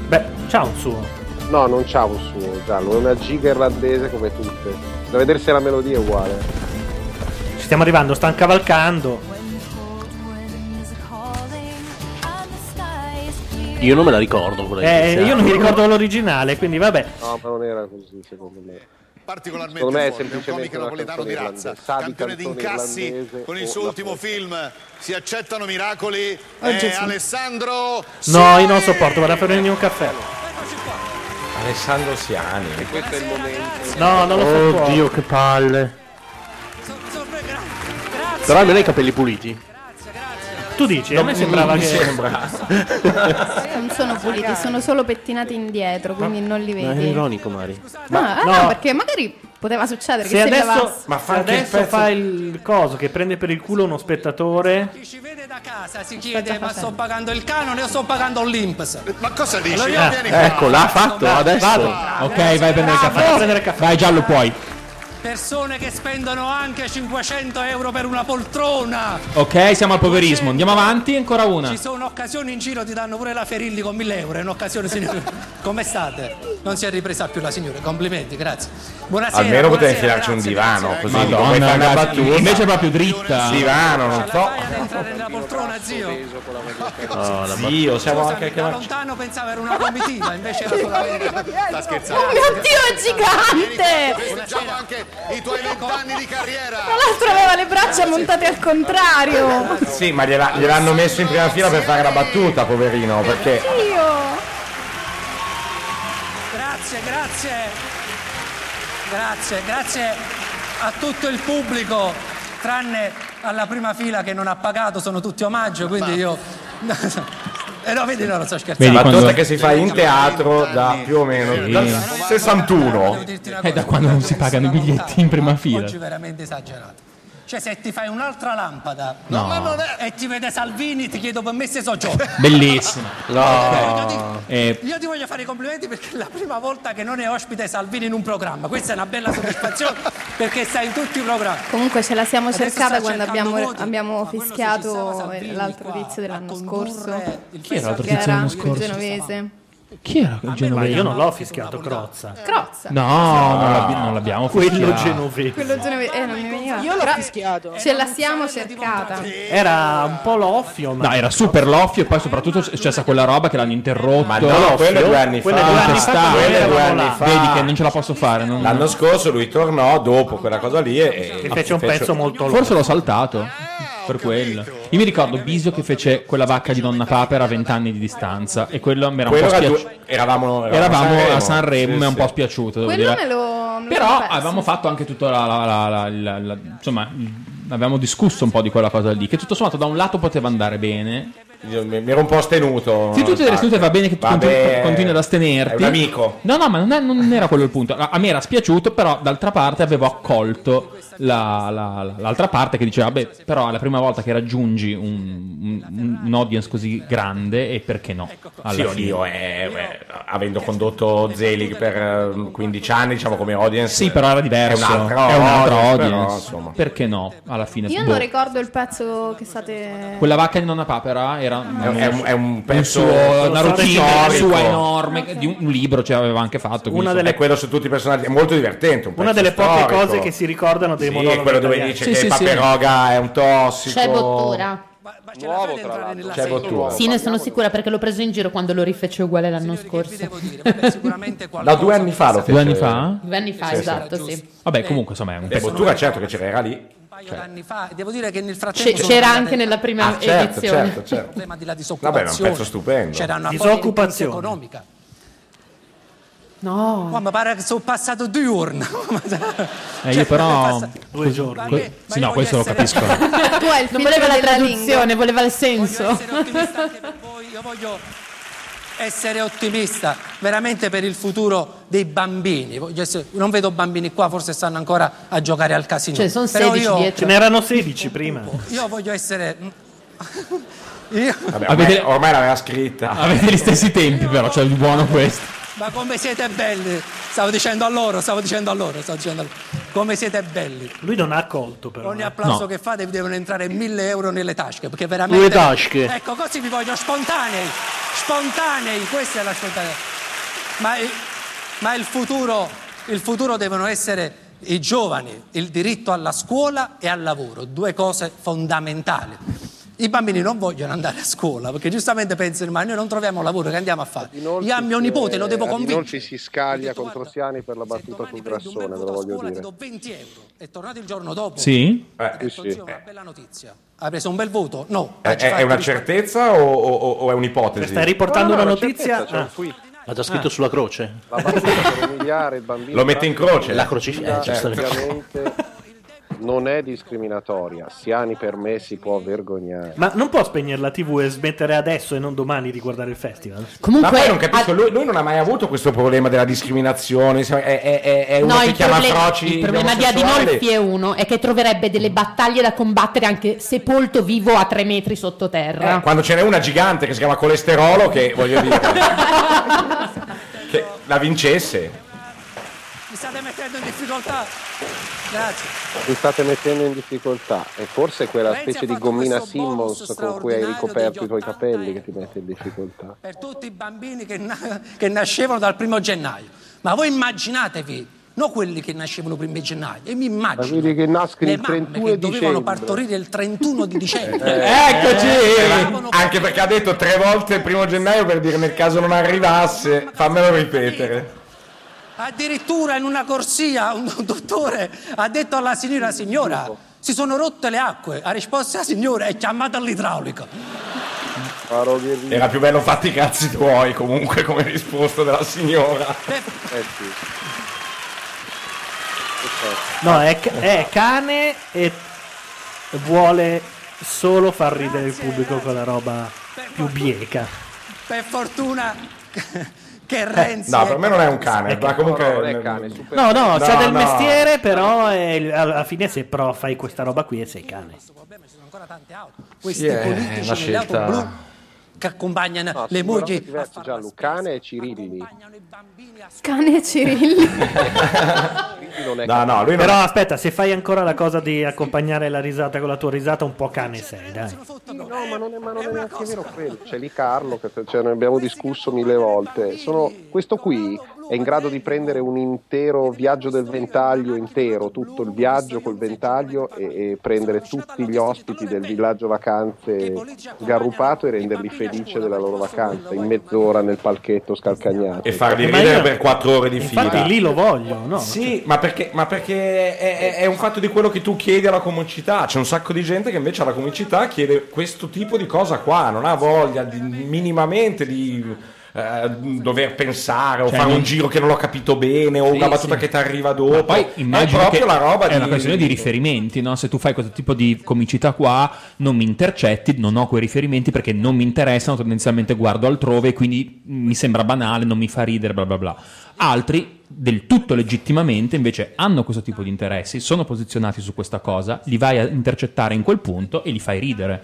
[SPEAKER 2] Beh, c'ha un suo.
[SPEAKER 8] No, non c'ha un suo giallo, è una giga irlandese come tutte. Da vedere se la melodia è uguale.
[SPEAKER 2] Ci stiamo arrivando, stanno cavalcando.
[SPEAKER 27] Io non me la ricordo quella
[SPEAKER 2] Eh,
[SPEAKER 27] iniziale.
[SPEAKER 2] io non mi ricordo l'originale, quindi vabbè.
[SPEAKER 8] No, ma non era così secondo me.
[SPEAKER 12] Particolarmente
[SPEAKER 8] Secondo me è
[SPEAKER 12] forte, un
[SPEAKER 8] semplicemente
[SPEAKER 12] comico
[SPEAKER 8] una
[SPEAKER 12] napoletano
[SPEAKER 8] canzone
[SPEAKER 12] di razza,
[SPEAKER 8] irlandese. Sa di
[SPEAKER 12] campione di
[SPEAKER 8] canzone
[SPEAKER 12] incassi
[SPEAKER 8] irlandese
[SPEAKER 12] con
[SPEAKER 8] o
[SPEAKER 12] il suo ultimo film Si accettano miracoli
[SPEAKER 2] Oh,
[SPEAKER 12] è
[SPEAKER 2] Gesù.
[SPEAKER 12] Alessandro
[SPEAKER 2] No, io non sopporto, vado a fare un caffè.
[SPEAKER 12] Alessandro
[SPEAKER 6] Alessandro Siani. E questo è il momento.
[SPEAKER 1] No, non lo so. Oddio, che palle. Però almeno hai i capelli puliti.
[SPEAKER 2] Tu dici, a
[SPEAKER 1] Non
[SPEAKER 2] me sembrava
[SPEAKER 1] mi
[SPEAKER 2] che...
[SPEAKER 1] sembra.
[SPEAKER 14] Non sono puliti, sono solo pettinati indietro, quindi non li
[SPEAKER 1] Ma è
[SPEAKER 14] vedi.
[SPEAKER 1] ironico, Mari.
[SPEAKER 14] No, ah, no,
[SPEAKER 2] no.
[SPEAKER 14] perché magari poteva succedere
[SPEAKER 2] Se
[SPEAKER 14] che se
[SPEAKER 2] adesso,
[SPEAKER 14] levasse.
[SPEAKER 1] Ma
[SPEAKER 2] se
[SPEAKER 1] fa anche il
[SPEAKER 2] adesso
[SPEAKER 1] pezzo-
[SPEAKER 2] fa il coso che prende per il culo uno spettatore,
[SPEAKER 10] casa si chiede ma sto pagando il canone o sto pagando l'Imps ma cosa dici?
[SPEAKER 1] Ah, <laughs>
[SPEAKER 6] Eh.
[SPEAKER 1] ecco, l'ha fatto adesso.
[SPEAKER 3] Ok, vai a prendere il caffè.
[SPEAKER 10] Vai a prendere il
[SPEAKER 2] caffè.
[SPEAKER 3] Vai giallo puoi.
[SPEAKER 10] persone che spendono anche 500 euro per una poltrona
[SPEAKER 3] Ok, siamo al poverismo. Andiamo avanti, ancora una.
[SPEAKER 10] ci sono occasioni in giro ti danno pure la Ferilli con 1000 euro è
[SPEAKER 3] <laughs>
[SPEAKER 10] un'occasione signore come state? non si è ripresa più la signora complimenti grazie buonasera
[SPEAKER 6] Almeno
[SPEAKER 10] buonasera,
[SPEAKER 6] potete infilarci un divano, così
[SPEAKER 3] Madonna,
[SPEAKER 6] come fai una
[SPEAKER 3] ragazzi,
[SPEAKER 6] battuta.
[SPEAKER 3] invece è proprio dritta.
[SPEAKER 6] Divano, non so.
[SPEAKER 10] poltrona zio
[SPEAKER 6] Oh, Zio, siamo anche
[SPEAKER 10] da lontano pensavo era una comitiva invece
[SPEAKER 14] <laughs>
[SPEAKER 10] era solamente sta scherzando
[SPEAKER 14] Oh mio Dio, è gigante!
[SPEAKER 12] Festeggiamo anche i tuoi vent'anni di carriera.
[SPEAKER 14] Tra l'altro aveva le braccia montate al contrario.
[SPEAKER 6] Sì, ma gliela- gliel'hanno messo in prima fila per fare la battuta, poverino, perché
[SPEAKER 14] Dio!
[SPEAKER 10] Grazie, grazie. Grazie, grazie a tutto il pubblico, tranne alla prima fila che non ha pagato, sono tutti
[SPEAKER 6] Ah,
[SPEAKER 10] omaggio, quindi io... <laughs> E no, vedi, no, non sto
[SPEAKER 6] la
[SPEAKER 10] scherzando.
[SPEAKER 6] battuta che si fa in teatro da più o meno dal 61.
[SPEAKER 3] È Eh, da quando non si pagano i biglietti in prima fila.
[SPEAKER 10] Oggi veramente esagerato. Cioè, se ti fai un'altra lampada
[SPEAKER 3] No. No, ma non
[SPEAKER 10] e ti vede Salvini, ti chiedo permesso e
[SPEAKER 6] <laughs>
[SPEAKER 10] so gioco.
[SPEAKER 3] Bellissima.
[SPEAKER 10] No.
[SPEAKER 3] Eh,
[SPEAKER 10] Io ti voglio fare i complimenti perché è la prima volta che non è ospite Salvini in un programma. Questa è una bella <laughs> soddisfazione perché sta in tutti i programmi.
[SPEAKER 14] Comunque ce la siamo
[SPEAKER 10] Adesso
[SPEAKER 14] cercata
[SPEAKER 10] sta
[SPEAKER 14] quando
[SPEAKER 10] cercando
[SPEAKER 14] abbiamo,
[SPEAKER 10] voti,
[SPEAKER 14] abbiamo fischiato eh, l'altro tizio dell'anno scorso.
[SPEAKER 3] Chi era l'altro
[SPEAKER 14] Che
[SPEAKER 3] tizio dell'anno
[SPEAKER 14] quel
[SPEAKER 3] scorso?
[SPEAKER 14] genovese.
[SPEAKER 3] chi era il
[SPEAKER 2] ma
[SPEAKER 3] genovese?
[SPEAKER 2] io non l'ho fischiato Crozza.
[SPEAKER 14] Crozza.
[SPEAKER 3] No, non, l'abbi- non l'abbiamo
[SPEAKER 2] Quello
[SPEAKER 3] fischiato.
[SPEAKER 2] genovese.
[SPEAKER 14] Quello genovese. Eh, non mi veniva.
[SPEAKER 11] Io l'ho
[SPEAKER 14] Però
[SPEAKER 11] fischiato.
[SPEAKER 14] Ce la siamo cercata.
[SPEAKER 2] Era un po' loffio, ma
[SPEAKER 3] No, era super loffio e poi soprattutto c'è stata quella roba che l'hanno interrotto. Ma
[SPEAKER 6] no, no, quello è due anni fa.
[SPEAKER 3] Sta,
[SPEAKER 6] Quello è due anni fa.
[SPEAKER 3] Vedi che non ce la posso fare. non-
[SPEAKER 6] L'anno scorso lui tornò dopo quella cosa lì
[SPEAKER 3] E
[SPEAKER 6] e, e
[SPEAKER 3] fece un pezzo molto lungo. Forse l'ho saltato. Per quello. Io mi ricordo Bisio che fece quella vacca di Nonna Papera a vent'anni di distanza. E quello mi era un
[SPEAKER 6] Quello
[SPEAKER 3] po'
[SPEAKER 6] era
[SPEAKER 3] spiaciuto.
[SPEAKER 6] due- eravamo, eravamo
[SPEAKER 3] a
[SPEAKER 6] Sanremo.
[SPEAKER 3] Sanremo, mi è un
[SPEAKER 6] Sì,
[SPEAKER 3] po'
[SPEAKER 6] sì.
[SPEAKER 3] spiaciuto. Devo
[SPEAKER 14] Quello
[SPEAKER 3] dire.
[SPEAKER 14] me lo. me
[SPEAKER 3] Però
[SPEAKER 14] l'ho perso.
[SPEAKER 3] avevamo fatto anche tutta la, la- la- la- la- la- insomma, il- avevamo discusso un po' di quella cosa lì. Che tutto sommato, da un lato poteva andare bene.
[SPEAKER 6] Io mi mi ero un po' stenuto.
[SPEAKER 3] Se tu ti resti va bene che tu
[SPEAKER 6] Oh, esatto. Vabbè,
[SPEAKER 3] continui, continui ad astenerti.
[SPEAKER 6] è un amico.
[SPEAKER 3] No, no, ma non, è- non era quello il punto. A a me era spiaciuto, però d'altra parte avevo accolto la- la- la- l'altra parte che diceva, beh, però è la prima volta che raggiungi un, un- un audience così grande e perché no?
[SPEAKER 6] Sì,
[SPEAKER 3] Alla fine.
[SPEAKER 6] oddio, eh, eh, avendo condotto Zelig per eh, 15 anni, diciamo come audience.
[SPEAKER 3] Sì, però era diverso.
[SPEAKER 6] È un'altra
[SPEAKER 3] È un'altra
[SPEAKER 6] audience,
[SPEAKER 3] audience.
[SPEAKER 6] però, insomma.
[SPEAKER 3] perché no? Alla fine.
[SPEAKER 14] Io
[SPEAKER 3] boh.
[SPEAKER 14] non ricordo il pezzo che state.
[SPEAKER 3] Quella vacca di Nonna Papera era
[SPEAKER 6] È un- è un- è un pezzo
[SPEAKER 3] suo, una routine
[SPEAKER 6] storico.
[SPEAKER 3] sua enorme di un, un libro ce l'aveva anche fatto
[SPEAKER 6] Una delle... È quello su tutti i personaggi, è molto divertente. un
[SPEAKER 2] una
[SPEAKER 6] pezzo
[SPEAKER 2] delle poche
[SPEAKER 6] storico.
[SPEAKER 2] cose che si ricordano dei
[SPEAKER 6] Sì,
[SPEAKER 2] monologhi
[SPEAKER 6] è quello dove
[SPEAKER 2] italiani.
[SPEAKER 6] dice che Paperoga è un tossico.
[SPEAKER 4] C'è Bottura.
[SPEAKER 17] Nuovo tra l'altro.
[SPEAKER 6] C'è Bottura.
[SPEAKER 4] Sì, ne sono sicura perché l'ho preso in giro quando lo rifece uguale l'anno scorso. <laughs>
[SPEAKER 6] Da due anni fa lo fece.
[SPEAKER 3] Due anni fa?
[SPEAKER 4] Due anni fa,
[SPEAKER 6] Sì, sì.
[SPEAKER 4] esatto, sì.
[SPEAKER 3] Vabbè, comunque, insomma, è un
[SPEAKER 6] E
[SPEAKER 3] pezzo.
[SPEAKER 6] Bottura certo che c'era era lì. Cioè.
[SPEAKER 10] Anni fa, e Ah, devo dire che nel
[SPEAKER 4] C'è-
[SPEAKER 10] frattempo sono
[SPEAKER 4] C'era
[SPEAKER 10] state-
[SPEAKER 4] anche nella prima
[SPEAKER 6] Ah, certo,
[SPEAKER 4] edizione.
[SPEAKER 6] certo, certo.
[SPEAKER 10] problema della
[SPEAKER 6] Vabbè, ma è un
[SPEAKER 10] disoccupazione.
[SPEAKER 6] pezzo stupendo.
[SPEAKER 10] C'era una
[SPEAKER 2] Disoccupazione.
[SPEAKER 10] disoccupazione economica.
[SPEAKER 4] No.
[SPEAKER 10] Ma mi pare che sono passato due giorni.
[SPEAKER 6] cioè,
[SPEAKER 3] Eh, io però.
[SPEAKER 2] Due giorni.
[SPEAKER 3] Que- sì, no, questo lo capisco.
[SPEAKER 6] <laughs>
[SPEAKER 14] Tu hai il
[SPEAKER 4] Non
[SPEAKER 14] filtro
[SPEAKER 4] voleva la
[SPEAKER 14] della
[SPEAKER 4] traduzione,
[SPEAKER 14] lingua.
[SPEAKER 4] voleva il senso.
[SPEAKER 10] Io voglio <laughs> essere ottimista veramente per il futuro dei bambini. Voglio essere- non vedo bambini qua, forse stanno ancora a giocare al casino.
[SPEAKER 4] Cioè, son
[SPEAKER 10] Però
[SPEAKER 4] 16
[SPEAKER 10] io,
[SPEAKER 4] dietro.
[SPEAKER 2] Ce n'erano 16 prima.
[SPEAKER 10] io voglio essere. Io-
[SPEAKER 6] Vabbè, ormai,
[SPEAKER 3] Avete-
[SPEAKER 6] ormai l'aveva scritta.
[SPEAKER 3] Avete gli stessi tempi, però, c'è di buono questo.
[SPEAKER 10] Ma come siete belli! Stavo dicendo a loro, stavo dicendo a loro, stavo dicendo a loro. Come siete belli!
[SPEAKER 2] Lui non ha colto però.
[SPEAKER 10] Ogni
[SPEAKER 2] eh.
[SPEAKER 10] applauso
[SPEAKER 2] No.
[SPEAKER 10] che fate vi devono entrare 1000 euro nelle tasche, perché veramente...
[SPEAKER 2] Nelle tasche.
[SPEAKER 10] Ecco, così vi voglio spontanei, spontanei, questa è la spontanea. Ma, eh, il- ma il, futuro, il futuro devono essere i giovani, il diritto alla scuola e al lavoro, due cose fondamentali. I bambini non vogliono andare a scuola perché giustamente pensano ma noi non troviamo lavoro che andiamo a fare. Io a
[SPEAKER 8] Eh,
[SPEAKER 10] mio nipote lo devo convincere.
[SPEAKER 8] Inoltre si scaglia contro Siani per la battuta sul grassone, ve lo voglio dire.
[SPEAKER 10] È tornato il giorno dopo.
[SPEAKER 3] Sì?
[SPEAKER 10] Eh,
[SPEAKER 8] sì, sì.
[SPEAKER 10] Una bella notizia. Ha preso un bel voto? No.
[SPEAKER 6] Eh, È, è- è una certezza o, o- o è un'ipotesi?
[SPEAKER 2] Stai riportando
[SPEAKER 8] No, no,
[SPEAKER 2] una
[SPEAKER 8] la
[SPEAKER 2] notizia?
[SPEAKER 8] certezza, c'è un
[SPEAKER 2] Ah.
[SPEAKER 8] tweet.
[SPEAKER 1] L'ha già scritto sulla croce.
[SPEAKER 3] <laughs>
[SPEAKER 8] <laughs> per umiliare il bambino.
[SPEAKER 1] Lo mette in croce?
[SPEAKER 8] La
[SPEAKER 1] La eh, certo. crocifissa, giusto, le croci-
[SPEAKER 8] Ovviamente non è discriminatoria. Siani per me si può vergognare.
[SPEAKER 2] Ma non può spegnere la TV e smettere adesso e non domani di guardare il festival?
[SPEAKER 6] ma poi non capisco, lui, lui non ha mai avuto questo problema della discriminazione. se- È, è- è- è uno
[SPEAKER 4] No,
[SPEAKER 6] che
[SPEAKER 4] il
[SPEAKER 6] chiama
[SPEAKER 4] problema,
[SPEAKER 6] atroci.
[SPEAKER 4] il
[SPEAKER 6] gli
[SPEAKER 4] problema di
[SPEAKER 6] omosessuali.
[SPEAKER 4] Adinolfi è uno, è che troverebbe delle battaglie da combattere anche sepolto vivo a tre metri sottoterra.
[SPEAKER 6] Eh, Quando ce n'è una gigante che si chiama colesterolo, che voglio dire. che la vincesse.
[SPEAKER 10] Ah, Mi state mettendo in difficoltà. Grazie.
[SPEAKER 8] Mi state mettendo in difficoltà. E forse è quella
[SPEAKER 10] Renzi ha
[SPEAKER 8] specie di
[SPEAKER 10] fatto
[SPEAKER 8] gommina
[SPEAKER 10] questo bonus
[SPEAKER 8] Simmons con cui hai
[SPEAKER 10] straordinario
[SPEAKER 8] ricoperto
[SPEAKER 10] degli
[SPEAKER 8] i tuoi capelli che ti mette in difficoltà.
[SPEAKER 10] per tutti i bambini che, na- che nascevano dal primo gennaio. Ma voi immaginatevi, non quelli che nascevano il primo gennaio, e mi
[SPEAKER 8] Ma
[SPEAKER 10] immagino
[SPEAKER 8] quelli che nascono
[SPEAKER 10] le
[SPEAKER 8] il
[SPEAKER 10] mamme
[SPEAKER 8] 31
[SPEAKER 10] che dovevano
[SPEAKER 8] dicembre.
[SPEAKER 10] partorire il 31 di dicembre.
[SPEAKER 6] <laughs> Eh, Eccoci!
[SPEAKER 10] Eh,
[SPEAKER 6] Anche perché ha detto tre volte il primo gennaio per dire nel caso non arrivasse, fammelo ripetere.
[SPEAKER 10] Addirittura in una corsia un dottore ha detto alla signora, signora, si sono rotte le acque. Ha risposto la signora e chiamata all'idraulico.
[SPEAKER 6] Era più bello fatti i cazzi tuoi comunque come risposta della signora.
[SPEAKER 2] No, è, ca- è cane e vuole solo far ridere il pubblico con la roba più bieca.
[SPEAKER 10] Per fortuna <laughs> che Renzi...
[SPEAKER 6] Eh, No, per me non è un cane,
[SPEAKER 2] È
[SPEAKER 6] ma
[SPEAKER 2] che-
[SPEAKER 6] comunque...
[SPEAKER 2] no, non
[SPEAKER 8] è cane,
[SPEAKER 2] No, no, c'ha del
[SPEAKER 6] no.
[SPEAKER 2] mestiere, però è il- alla fine se però fai questa roba qui e sei cane.
[SPEAKER 10] Questi
[SPEAKER 6] Sì, è
[SPEAKER 10] politici
[SPEAKER 6] una
[SPEAKER 10] nelle auto
[SPEAKER 6] scelta.
[SPEAKER 10] blu che accompagnano
[SPEAKER 8] No,
[SPEAKER 10] le
[SPEAKER 8] sono
[SPEAKER 10] mogli
[SPEAKER 8] robe diverse, Gianlu, cane e Cirilli.
[SPEAKER 14] Cane e Cirilli.
[SPEAKER 6] No, no, lui non
[SPEAKER 2] Però
[SPEAKER 6] è-
[SPEAKER 2] aspetta, se fai ancora la cosa di accompagnare la risata con la tua risata, un po' cane
[SPEAKER 10] Cioè,
[SPEAKER 2] sei, dai.
[SPEAKER 8] No, ma non è, ma non è neanche vero quello. C'è lì Carlo, che cioè, ne abbiamo discusso mille volte. Sono- questo qui è in grado di prendere un intero viaggio del ventaglio intero, tutto il viaggio col ventaglio e, e prendere tutti gli ospiti del villaggio vacanze garrupato e renderli felici della loro vacanza in mezz'ora nel palchetto scalcagnato.
[SPEAKER 6] E
[SPEAKER 3] Eh,
[SPEAKER 6] farli ridere per quattro ore di fila.
[SPEAKER 2] Infatti lì lo voglio, no?
[SPEAKER 3] Cioè-
[SPEAKER 6] Sì, ma perché, ma perché è, è- è un fatto di quello che tu chiedi alla comicità. C'è un sacco di gente che invece alla comicità chiede questo tipo di cosa qua, non ha voglia di- minimamente di eh, dover pensare o
[SPEAKER 3] Cioè,
[SPEAKER 6] fare
[SPEAKER 3] non-
[SPEAKER 6] un giro che non l'ho capito bene o una battuta
[SPEAKER 3] sì.
[SPEAKER 6] che ti arriva dopo.
[SPEAKER 3] Poi immagino
[SPEAKER 6] è proprio
[SPEAKER 3] che
[SPEAKER 6] la roba
[SPEAKER 3] è
[SPEAKER 6] di...
[SPEAKER 3] una questione di riferimenti, no? Se tu fai questo tipo di comicità qua, non mi intercetti, non ho quei riferimenti perché non mi interessano, tendenzialmente guardo altrove, quindi mi sembra banale, non mi fa ridere, bla bla bla. Altri, del tutto legittimamente, invece hanno questo tipo di interessi, sono posizionati su questa cosa, li vai a intercettare in quel punto e li fai ridere.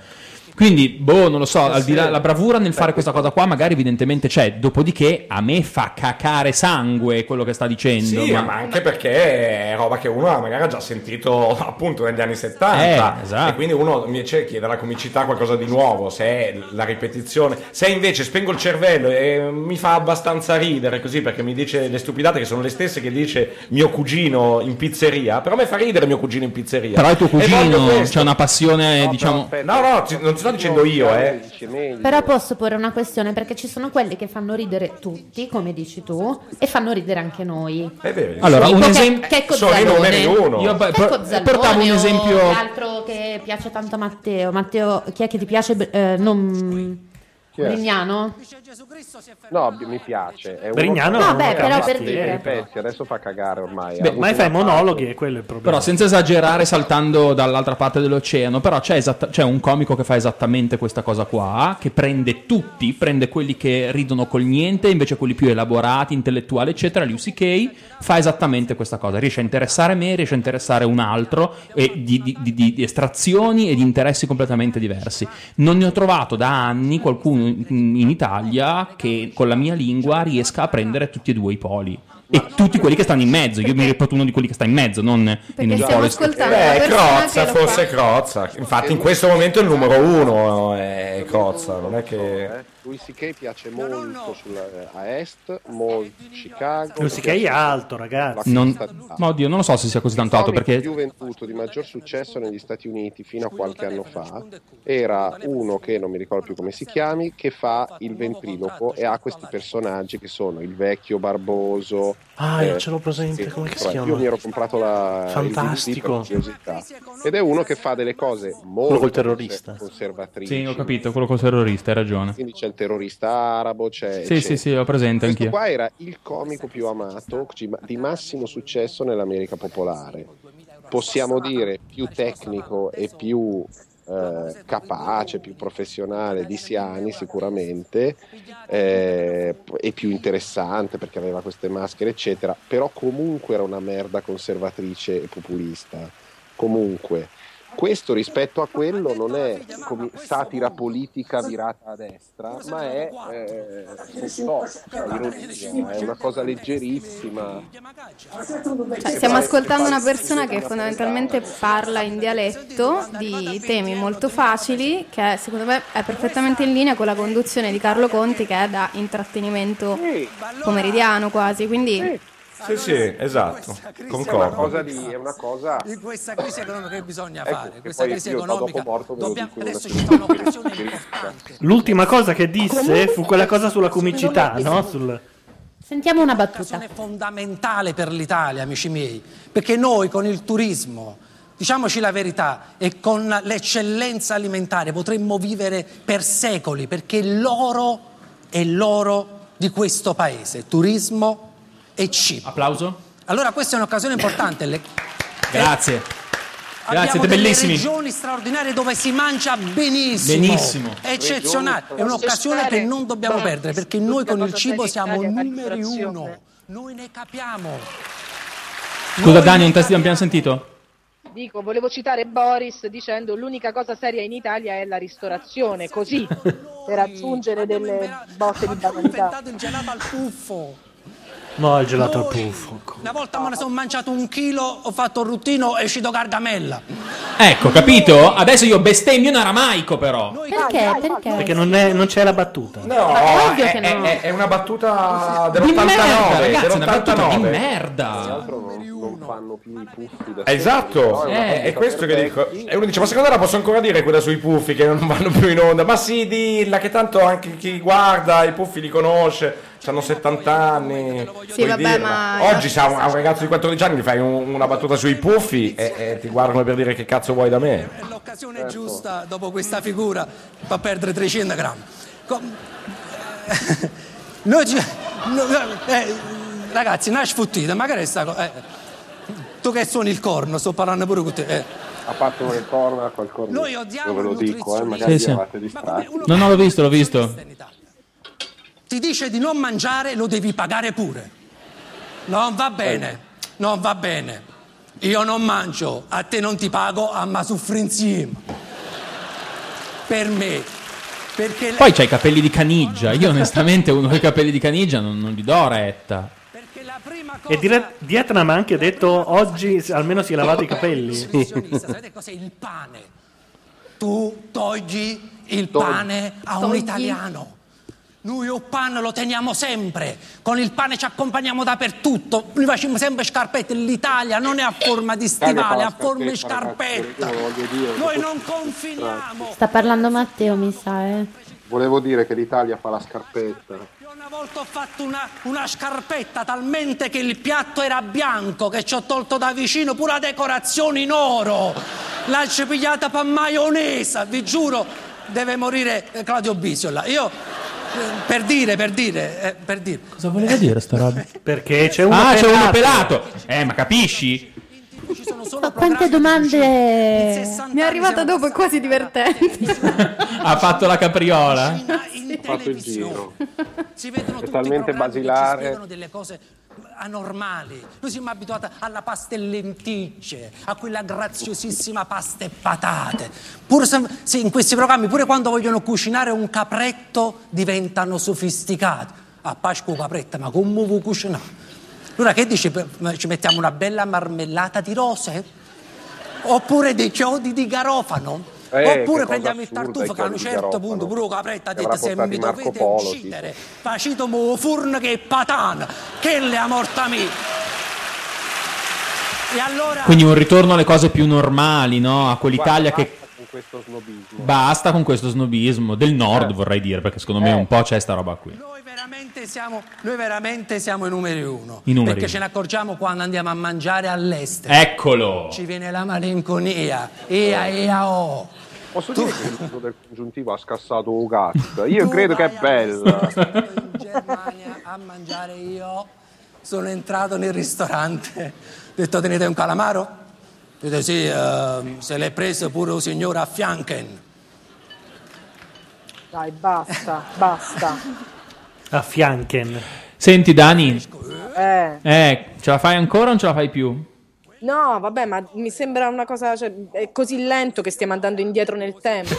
[SPEAKER 3] Quindi, boh, non lo so, al di là la bravura nel fare questa cosa qua, magari evidentemente c'è, dopodiché a me fa cacare sangue quello che sta dicendo.
[SPEAKER 6] Sì, ma anche perché è roba che uno ha magari ha già sentito <laughs> appunto negli anni 70
[SPEAKER 3] Eh, esatto.
[SPEAKER 6] e quindi uno invece chiede alla comicità qualcosa di nuovo, se è la ripetizione, se invece spengo il cervello e mi fa abbastanza ridere così perché mi dice le stupidate che sono le stesse che dice mio cugino in pizzeria, però a me fa ridere mio cugino in pizzeria.
[SPEAKER 3] Però è tuo
[SPEAKER 6] E voglio
[SPEAKER 3] cugino,
[SPEAKER 6] questo.
[SPEAKER 3] c'è una passione, diciamo...
[SPEAKER 6] No, no, ti- non ti sto dicendo io, eh.
[SPEAKER 4] Però posso porre una questione perché ci sono quelli che fanno ridere tutti, come dici tu, e fanno ridere anche noi.
[SPEAKER 6] È vero.
[SPEAKER 3] Allora,
[SPEAKER 4] Tipo
[SPEAKER 3] un
[SPEAKER 4] che-
[SPEAKER 3] esempio...
[SPEAKER 4] Checco Zalone.
[SPEAKER 3] Io poi-
[SPEAKER 4] Checco
[SPEAKER 3] por-
[SPEAKER 4] Zalone
[SPEAKER 3] portavo un
[SPEAKER 4] o
[SPEAKER 3] esempio...
[SPEAKER 4] L'altro che piace tanto a Matteo. Matteo, chi è che ti piace? Eh, non...
[SPEAKER 8] Chi è?
[SPEAKER 4] Brignano?
[SPEAKER 8] No, b- mi piace. È uno-
[SPEAKER 2] Brignano No, beh, non è però per
[SPEAKER 8] Sì,
[SPEAKER 2] dire.
[SPEAKER 8] pezzi, adesso fa cagare ormai. ha
[SPEAKER 2] Beh,
[SPEAKER 8] avuto
[SPEAKER 2] ma
[SPEAKER 8] una fase.
[SPEAKER 2] fai monologhi e quello è il problema.
[SPEAKER 3] Però senza esagerare saltando dall'altra parte dell'oceano, però c'è, esatta- c'è un comico che fa esattamente questa cosa qua, che prende tutti, prende quelli che ridono col niente, invece quelli più elaborati, intellettuali, eccetera, Liu CK fa esattamente questa cosa, riesce a interessare me, riesce a interessare un altro, e di, di- di- di- di estrazioni e di interessi completamente diversi. Non ne ho trovato da anni qualcuno in, in Italia che con la mia lingua riesca a prendere tutti e due i poli. E tutti quelli che stanno in mezzo, io mi riporto uno di quelli che sta in mezzo, non in un
[SPEAKER 6] Già.
[SPEAKER 3] polo
[SPEAKER 6] Eh, Crozza, forse Crozza. Infatti in questo momento il numero uno eh, è Crozza, non è che...
[SPEAKER 8] Lui C.K. piace molto sulla- eh, a Est, molto Chicago.
[SPEAKER 2] Lui C.K. è alto, ragazzi.
[SPEAKER 3] Non, ma oddio, non lo so se sia così tanto alto
[SPEAKER 8] Il comico
[SPEAKER 3] perché
[SPEAKER 8] più venduto di maggior successo negli Stati Uniti fino a qualche anno fa era uno che non mi ricordo più come si chiami che fa il ventriloquo e ha questi personaggi che sono il vecchio barboso
[SPEAKER 1] Ah, io
[SPEAKER 8] eh,
[SPEAKER 1] ce l'ho presente,
[SPEAKER 8] sì,
[SPEAKER 1] come si
[SPEAKER 8] cioè,
[SPEAKER 1] chiama?
[SPEAKER 8] io mi ero comprato la
[SPEAKER 1] Fantastico.
[SPEAKER 8] il DVD per curiosità. ed è uno che fa delle cose molto
[SPEAKER 1] col terrorista.
[SPEAKER 8] conservatrici
[SPEAKER 3] Sì, ho capito, quello col terrorista, hai ragione.
[SPEAKER 8] quindi c'è il un terrorista arabo, c'è...
[SPEAKER 3] Sì, sì,
[SPEAKER 8] eccetera.
[SPEAKER 3] sì, ho presente
[SPEAKER 8] Questo
[SPEAKER 3] anch'io.
[SPEAKER 8] qua era il comico più amato, ci- di massimo successo nell'America popolare. Possiamo dire più tecnico e più eh, capace, più professionale di Siani sicuramente, eh, e più interessante perché aveva queste maschere, eccetera, però comunque era una merda conservatrice e populista. Comunque. Questo rispetto a quello non è come satira politica virata a destra, ma è, eh, non so, cioè,
[SPEAKER 10] diciamo,
[SPEAKER 8] ironia, è una cosa leggerissima.
[SPEAKER 14] Cioè, stiamo ascoltando una persona che fondamentalmente parla in dialetto di temi molto facili, che secondo me è perfettamente in linea con la conduzione di Carlo Conti, che è da intrattenimento pomeridiano quasi. Quindi
[SPEAKER 6] Sì, sì, esatto.
[SPEAKER 8] Cioè, È una
[SPEAKER 6] Concordo.
[SPEAKER 8] cosa di... è una cosa...
[SPEAKER 10] Di questa crisi economica che bisogna
[SPEAKER 8] Ecco,
[SPEAKER 10] fare,
[SPEAKER 8] che
[SPEAKER 10] questa
[SPEAKER 8] poi
[SPEAKER 10] crisi
[SPEAKER 8] io dopo
[SPEAKER 10] economica.
[SPEAKER 8] morto ve lo
[SPEAKER 10] dobbiamo-
[SPEAKER 8] dico una
[SPEAKER 10] adesso ci
[SPEAKER 8] settimana
[SPEAKER 10] sta un'occasione
[SPEAKER 2] L'ultima cosa che disse fu quella cosa sulla comicità, no? Sul-
[SPEAKER 4] Sentiamo una battuta.
[SPEAKER 10] fondamentale per l'Italia, amici miei, perché noi con il turismo, diciamoci la verità, e con l'eccellenza alimentare potremmo vivere per secoli, perché l'oro è l'oro di questo paese, turismo e cibo.
[SPEAKER 3] Applauso.
[SPEAKER 10] Allora questa è un'occasione importante. Le-
[SPEAKER 3] Grazie. Grazie,
[SPEAKER 10] Eh, Abbiamo
[SPEAKER 3] siete
[SPEAKER 10] delle
[SPEAKER 3] bellissimi.
[SPEAKER 10] regioni straordinarie dove si mangia benissimo.
[SPEAKER 3] Benissimo.
[SPEAKER 10] Eccezionale. È un'occasione che non dobbiamo perdere perché noi con il cibo siamo numeri uno. Noi ne capiamo.
[SPEAKER 3] Scusa Dani, un test non abbiamo sentito?
[SPEAKER 18] Dico, volevo citare Boris dicendo l'unica cosa seria in Italia è la ristorazione, così per aggiungere delle botte di banalità.
[SPEAKER 10] Il gelato al puffo.
[SPEAKER 2] No, il gelato al puffo.
[SPEAKER 10] Una volta me ne sono mangiato un chilo, ho fatto un ruttino e è uscito Gargamella.
[SPEAKER 3] Ecco, capito? Adesso io bestemmio in aramaico però.
[SPEAKER 10] Perché? Perché?
[SPEAKER 2] Perché non, è- non c'è la battuta.
[SPEAKER 6] No,
[SPEAKER 2] è
[SPEAKER 6] è,
[SPEAKER 2] ovvio che
[SPEAKER 6] è-
[SPEAKER 2] no.
[SPEAKER 6] è- è una battuta
[SPEAKER 2] Di
[SPEAKER 6] dell'89.
[SPEAKER 2] merda, ragazzi,
[SPEAKER 6] dell'89.
[SPEAKER 2] una battuta di
[SPEAKER 8] Tra l'altro non, non fanno più i puffi
[SPEAKER 7] Eh,
[SPEAKER 8] da
[SPEAKER 6] Esatto,
[SPEAKER 10] Eh,
[SPEAKER 8] soli, no? È una
[SPEAKER 6] è,
[SPEAKER 8] cosa
[SPEAKER 6] è questo
[SPEAKER 8] per
[SPEAKER 6] che dico. E uno dice: Ma secondo te la posso ancora dire quella sui puffi che non <laughs> vanno più in onda? Ma sì, dilla, che tanto anche chi guarda i puffi li conosce. Hanno 70 anni. puoi
[SPEAKER 14] vabbè,
[SPEAKER 6] dirla.
[SPEAKER 14] ma-
[SPEAKER 6] Oggi sa un, a un ragazzo di 14 anni gli fai un- una battuta sui puffi e, e ti guardano per dire che cazzo vuoi da me.
[SPEAKER 10] L'occasione giusta dopo questa figura fa perdere 300 grammi. Co- <laughs> Noi ci- no- no- eh, ragazzi, una sfuttita, magari sta co- eh, tu che suoni il corno, sto parlando pure con te. eh.
[SPEAKER 8] A parte le corna, col corno.
[SPEAKER 10] Noi odiamo
[SPEAKER 8] Io ve lo
[SPEAKER 10] il
[SPEAKER 8] dico, eh,
[SPEAKER 10] nutrizionismo.
[SPEAKER 8] magari
[SPEAKER 3] Sì, sì.
[SPEAKER 8] eravate distratti.
[SPEAKER 3] No, no, l'ho visto, l'ho visto.
[SPEAKER 10] Ti dice di non mangiare, lo devi pagare pure. Non va bene, non va bene. Io non mangio, a te non ti pago, a ma soffri insieme. Per me. Perché la-
[SPEAKER 3] Poi c'hai i capelli di canigia. Io onestamente uno con i capelli di canigia non, non gli do retta.
[SPEAKER 2] E dire- Vietnam ha anche detto oggi s- almeno si è lavato i capelli.
[SPEAKER 10] Sapete cos'è il pane? Tu togli il pane a un
[SPEAKER 2] Togli.
[SPEAKER 10] italiano. Noi il pane lo teniamo sempre, con il pane ci accompagniamo dappertutto, noi facciamo sempre scarpette, l'Italia non è a forma di stivale, è a forma di scarpetta. Noi non confiniamo.
[SPEAKER 4] Sta parlando Matteo, mi sa, eh.
[SPEAKER 8] Volevo dire che l'Italia fa la scarpetta.
[SPEAKER 10] Una volta ho fatto una, una scarpetta talmente che il piatto era bianco che ci ho tolto da vicino pure la decorazione in oro. L'ha pigliata per maionese, vi giuro, deve morire eh, Claudio Bisola. Io, eh, per dire, per dire, eh, per dire.
[SPEAKER 3] Cosa voleva dire sta roba?
[SPEAKER 2] <laughs> Perché c'è
[SPEAKER 3] uno ah, c'è uno
[SPEAKER 2] pelato.
[SPEAKER 3] pelato. Eh, ma capisci?
[SPEAKER 4] Ma quante domande!
[SPEAKER 14] mi è arrivata dopo, è quasi divertente.
[SPEAKER 3] Ha fatto la capriola.
[SPEAKER 8] Ha fatto il giro.
[SPEAKER 10] Si vedono
[SPEAKER 8] È talmente
[SPEAKER 10] tutti i programmi che ci
[SPEAKER 8] basilare.
[SPEAKER 10] spiegano delle cose anormali. Noi siamo abituati alla pasta e lenticce, a quella graziosissima pasta e patate. Pur se, se in questi programmi, pure quando vogliono cucinare un capretto, diventano sofisticati. A Pasqua capretta, ma come vuoi cucinare? Allora che dici? per- ma Ci mettiamo una bella marmellata di rose? Oppure dei chiodi di garofano?
[SPEAKER 8] Eh, che
[SPEAKER 10] Oppure
[SPEAKER 8] cosa
[SPEAKER 10] prendiamo il
[SPEAKER 8] assurda, i
[SPEAKER 10] tartufo che a
[SPEAKER 8] chiodi
[SPEAKER 10] un
[SPEAKER 8] di
[SPEAKER 10] certo
[SPEAKER 8] garofano.
[SPEAKER 10] punto pure con la capretta ha
[SPEAKER 8] Che avrà
[SPEAKER 10] detto se
[SPEAKER 8] portato
[SPEAKER 10] mi
[SPEAKER 8] Marco
[SPEAKER 10] dovete
[SPEAKER 8] Polo,
[SPEAKER 10] uccidere, facito mo furno che è patana, che le ha morta me. E allora
[SPEAKER 3] Quindi un ritorno alle cose più normali, no? A quell'Italia
[SPEAKER 8] Guarda,
[SPEAKER 3] che
[SPEAKER 8] basta Con questo snobismo.
[SPEAKER 3] basta con questo snobismo. Del nord
[SPEAKER 8] Eh.
[SPEAKER 3] vorrei dire, perché secondo me
[SPEAKER 8] Eh.
[SPEAKER 3] un po' c'è sta roba qui.
[SPEAKER 10] veramente siamo, noi veramente siamo i numeri uno.
[SPEAKER 3] I numeri
[SPEAKER 10] Perché
[SPEAKER 3] uno.
[SPEAKER 10] ce ne accorgiamo quando andiamo a
[SPEAKER 3] Eh.
[SPEAKER 10] mangiare all'estero.
[SPEAKER 3] Eccolo!
[SPEAKER 10] Ci viene la malinconia. Ea ea oh.
[SPEAKER 8] Posso dire che l'uso del congiuntivo ha scassato Ugat? Io credo che è bella.
[SPEAKER 10] a mangiare io sono entrato nel ristorante ho detto tenete un calamaro Dite sì eh, se l'è preso pure un signore a fianchen
[SPEAKER 18] Dai, basta, basta.
[SPEAKER 2] A fianchen.
[SPEAKER 3] Senti, Dani,
[SPEAKER 18] Eh.
[SPEAKER 3] eh, ce la fai ancora o non ce la fai più?
[SPEAKER 18] No, vabbè, ma mi sembra una cosa. Cioè, è così lento che stiamo andando indietro nel tempo.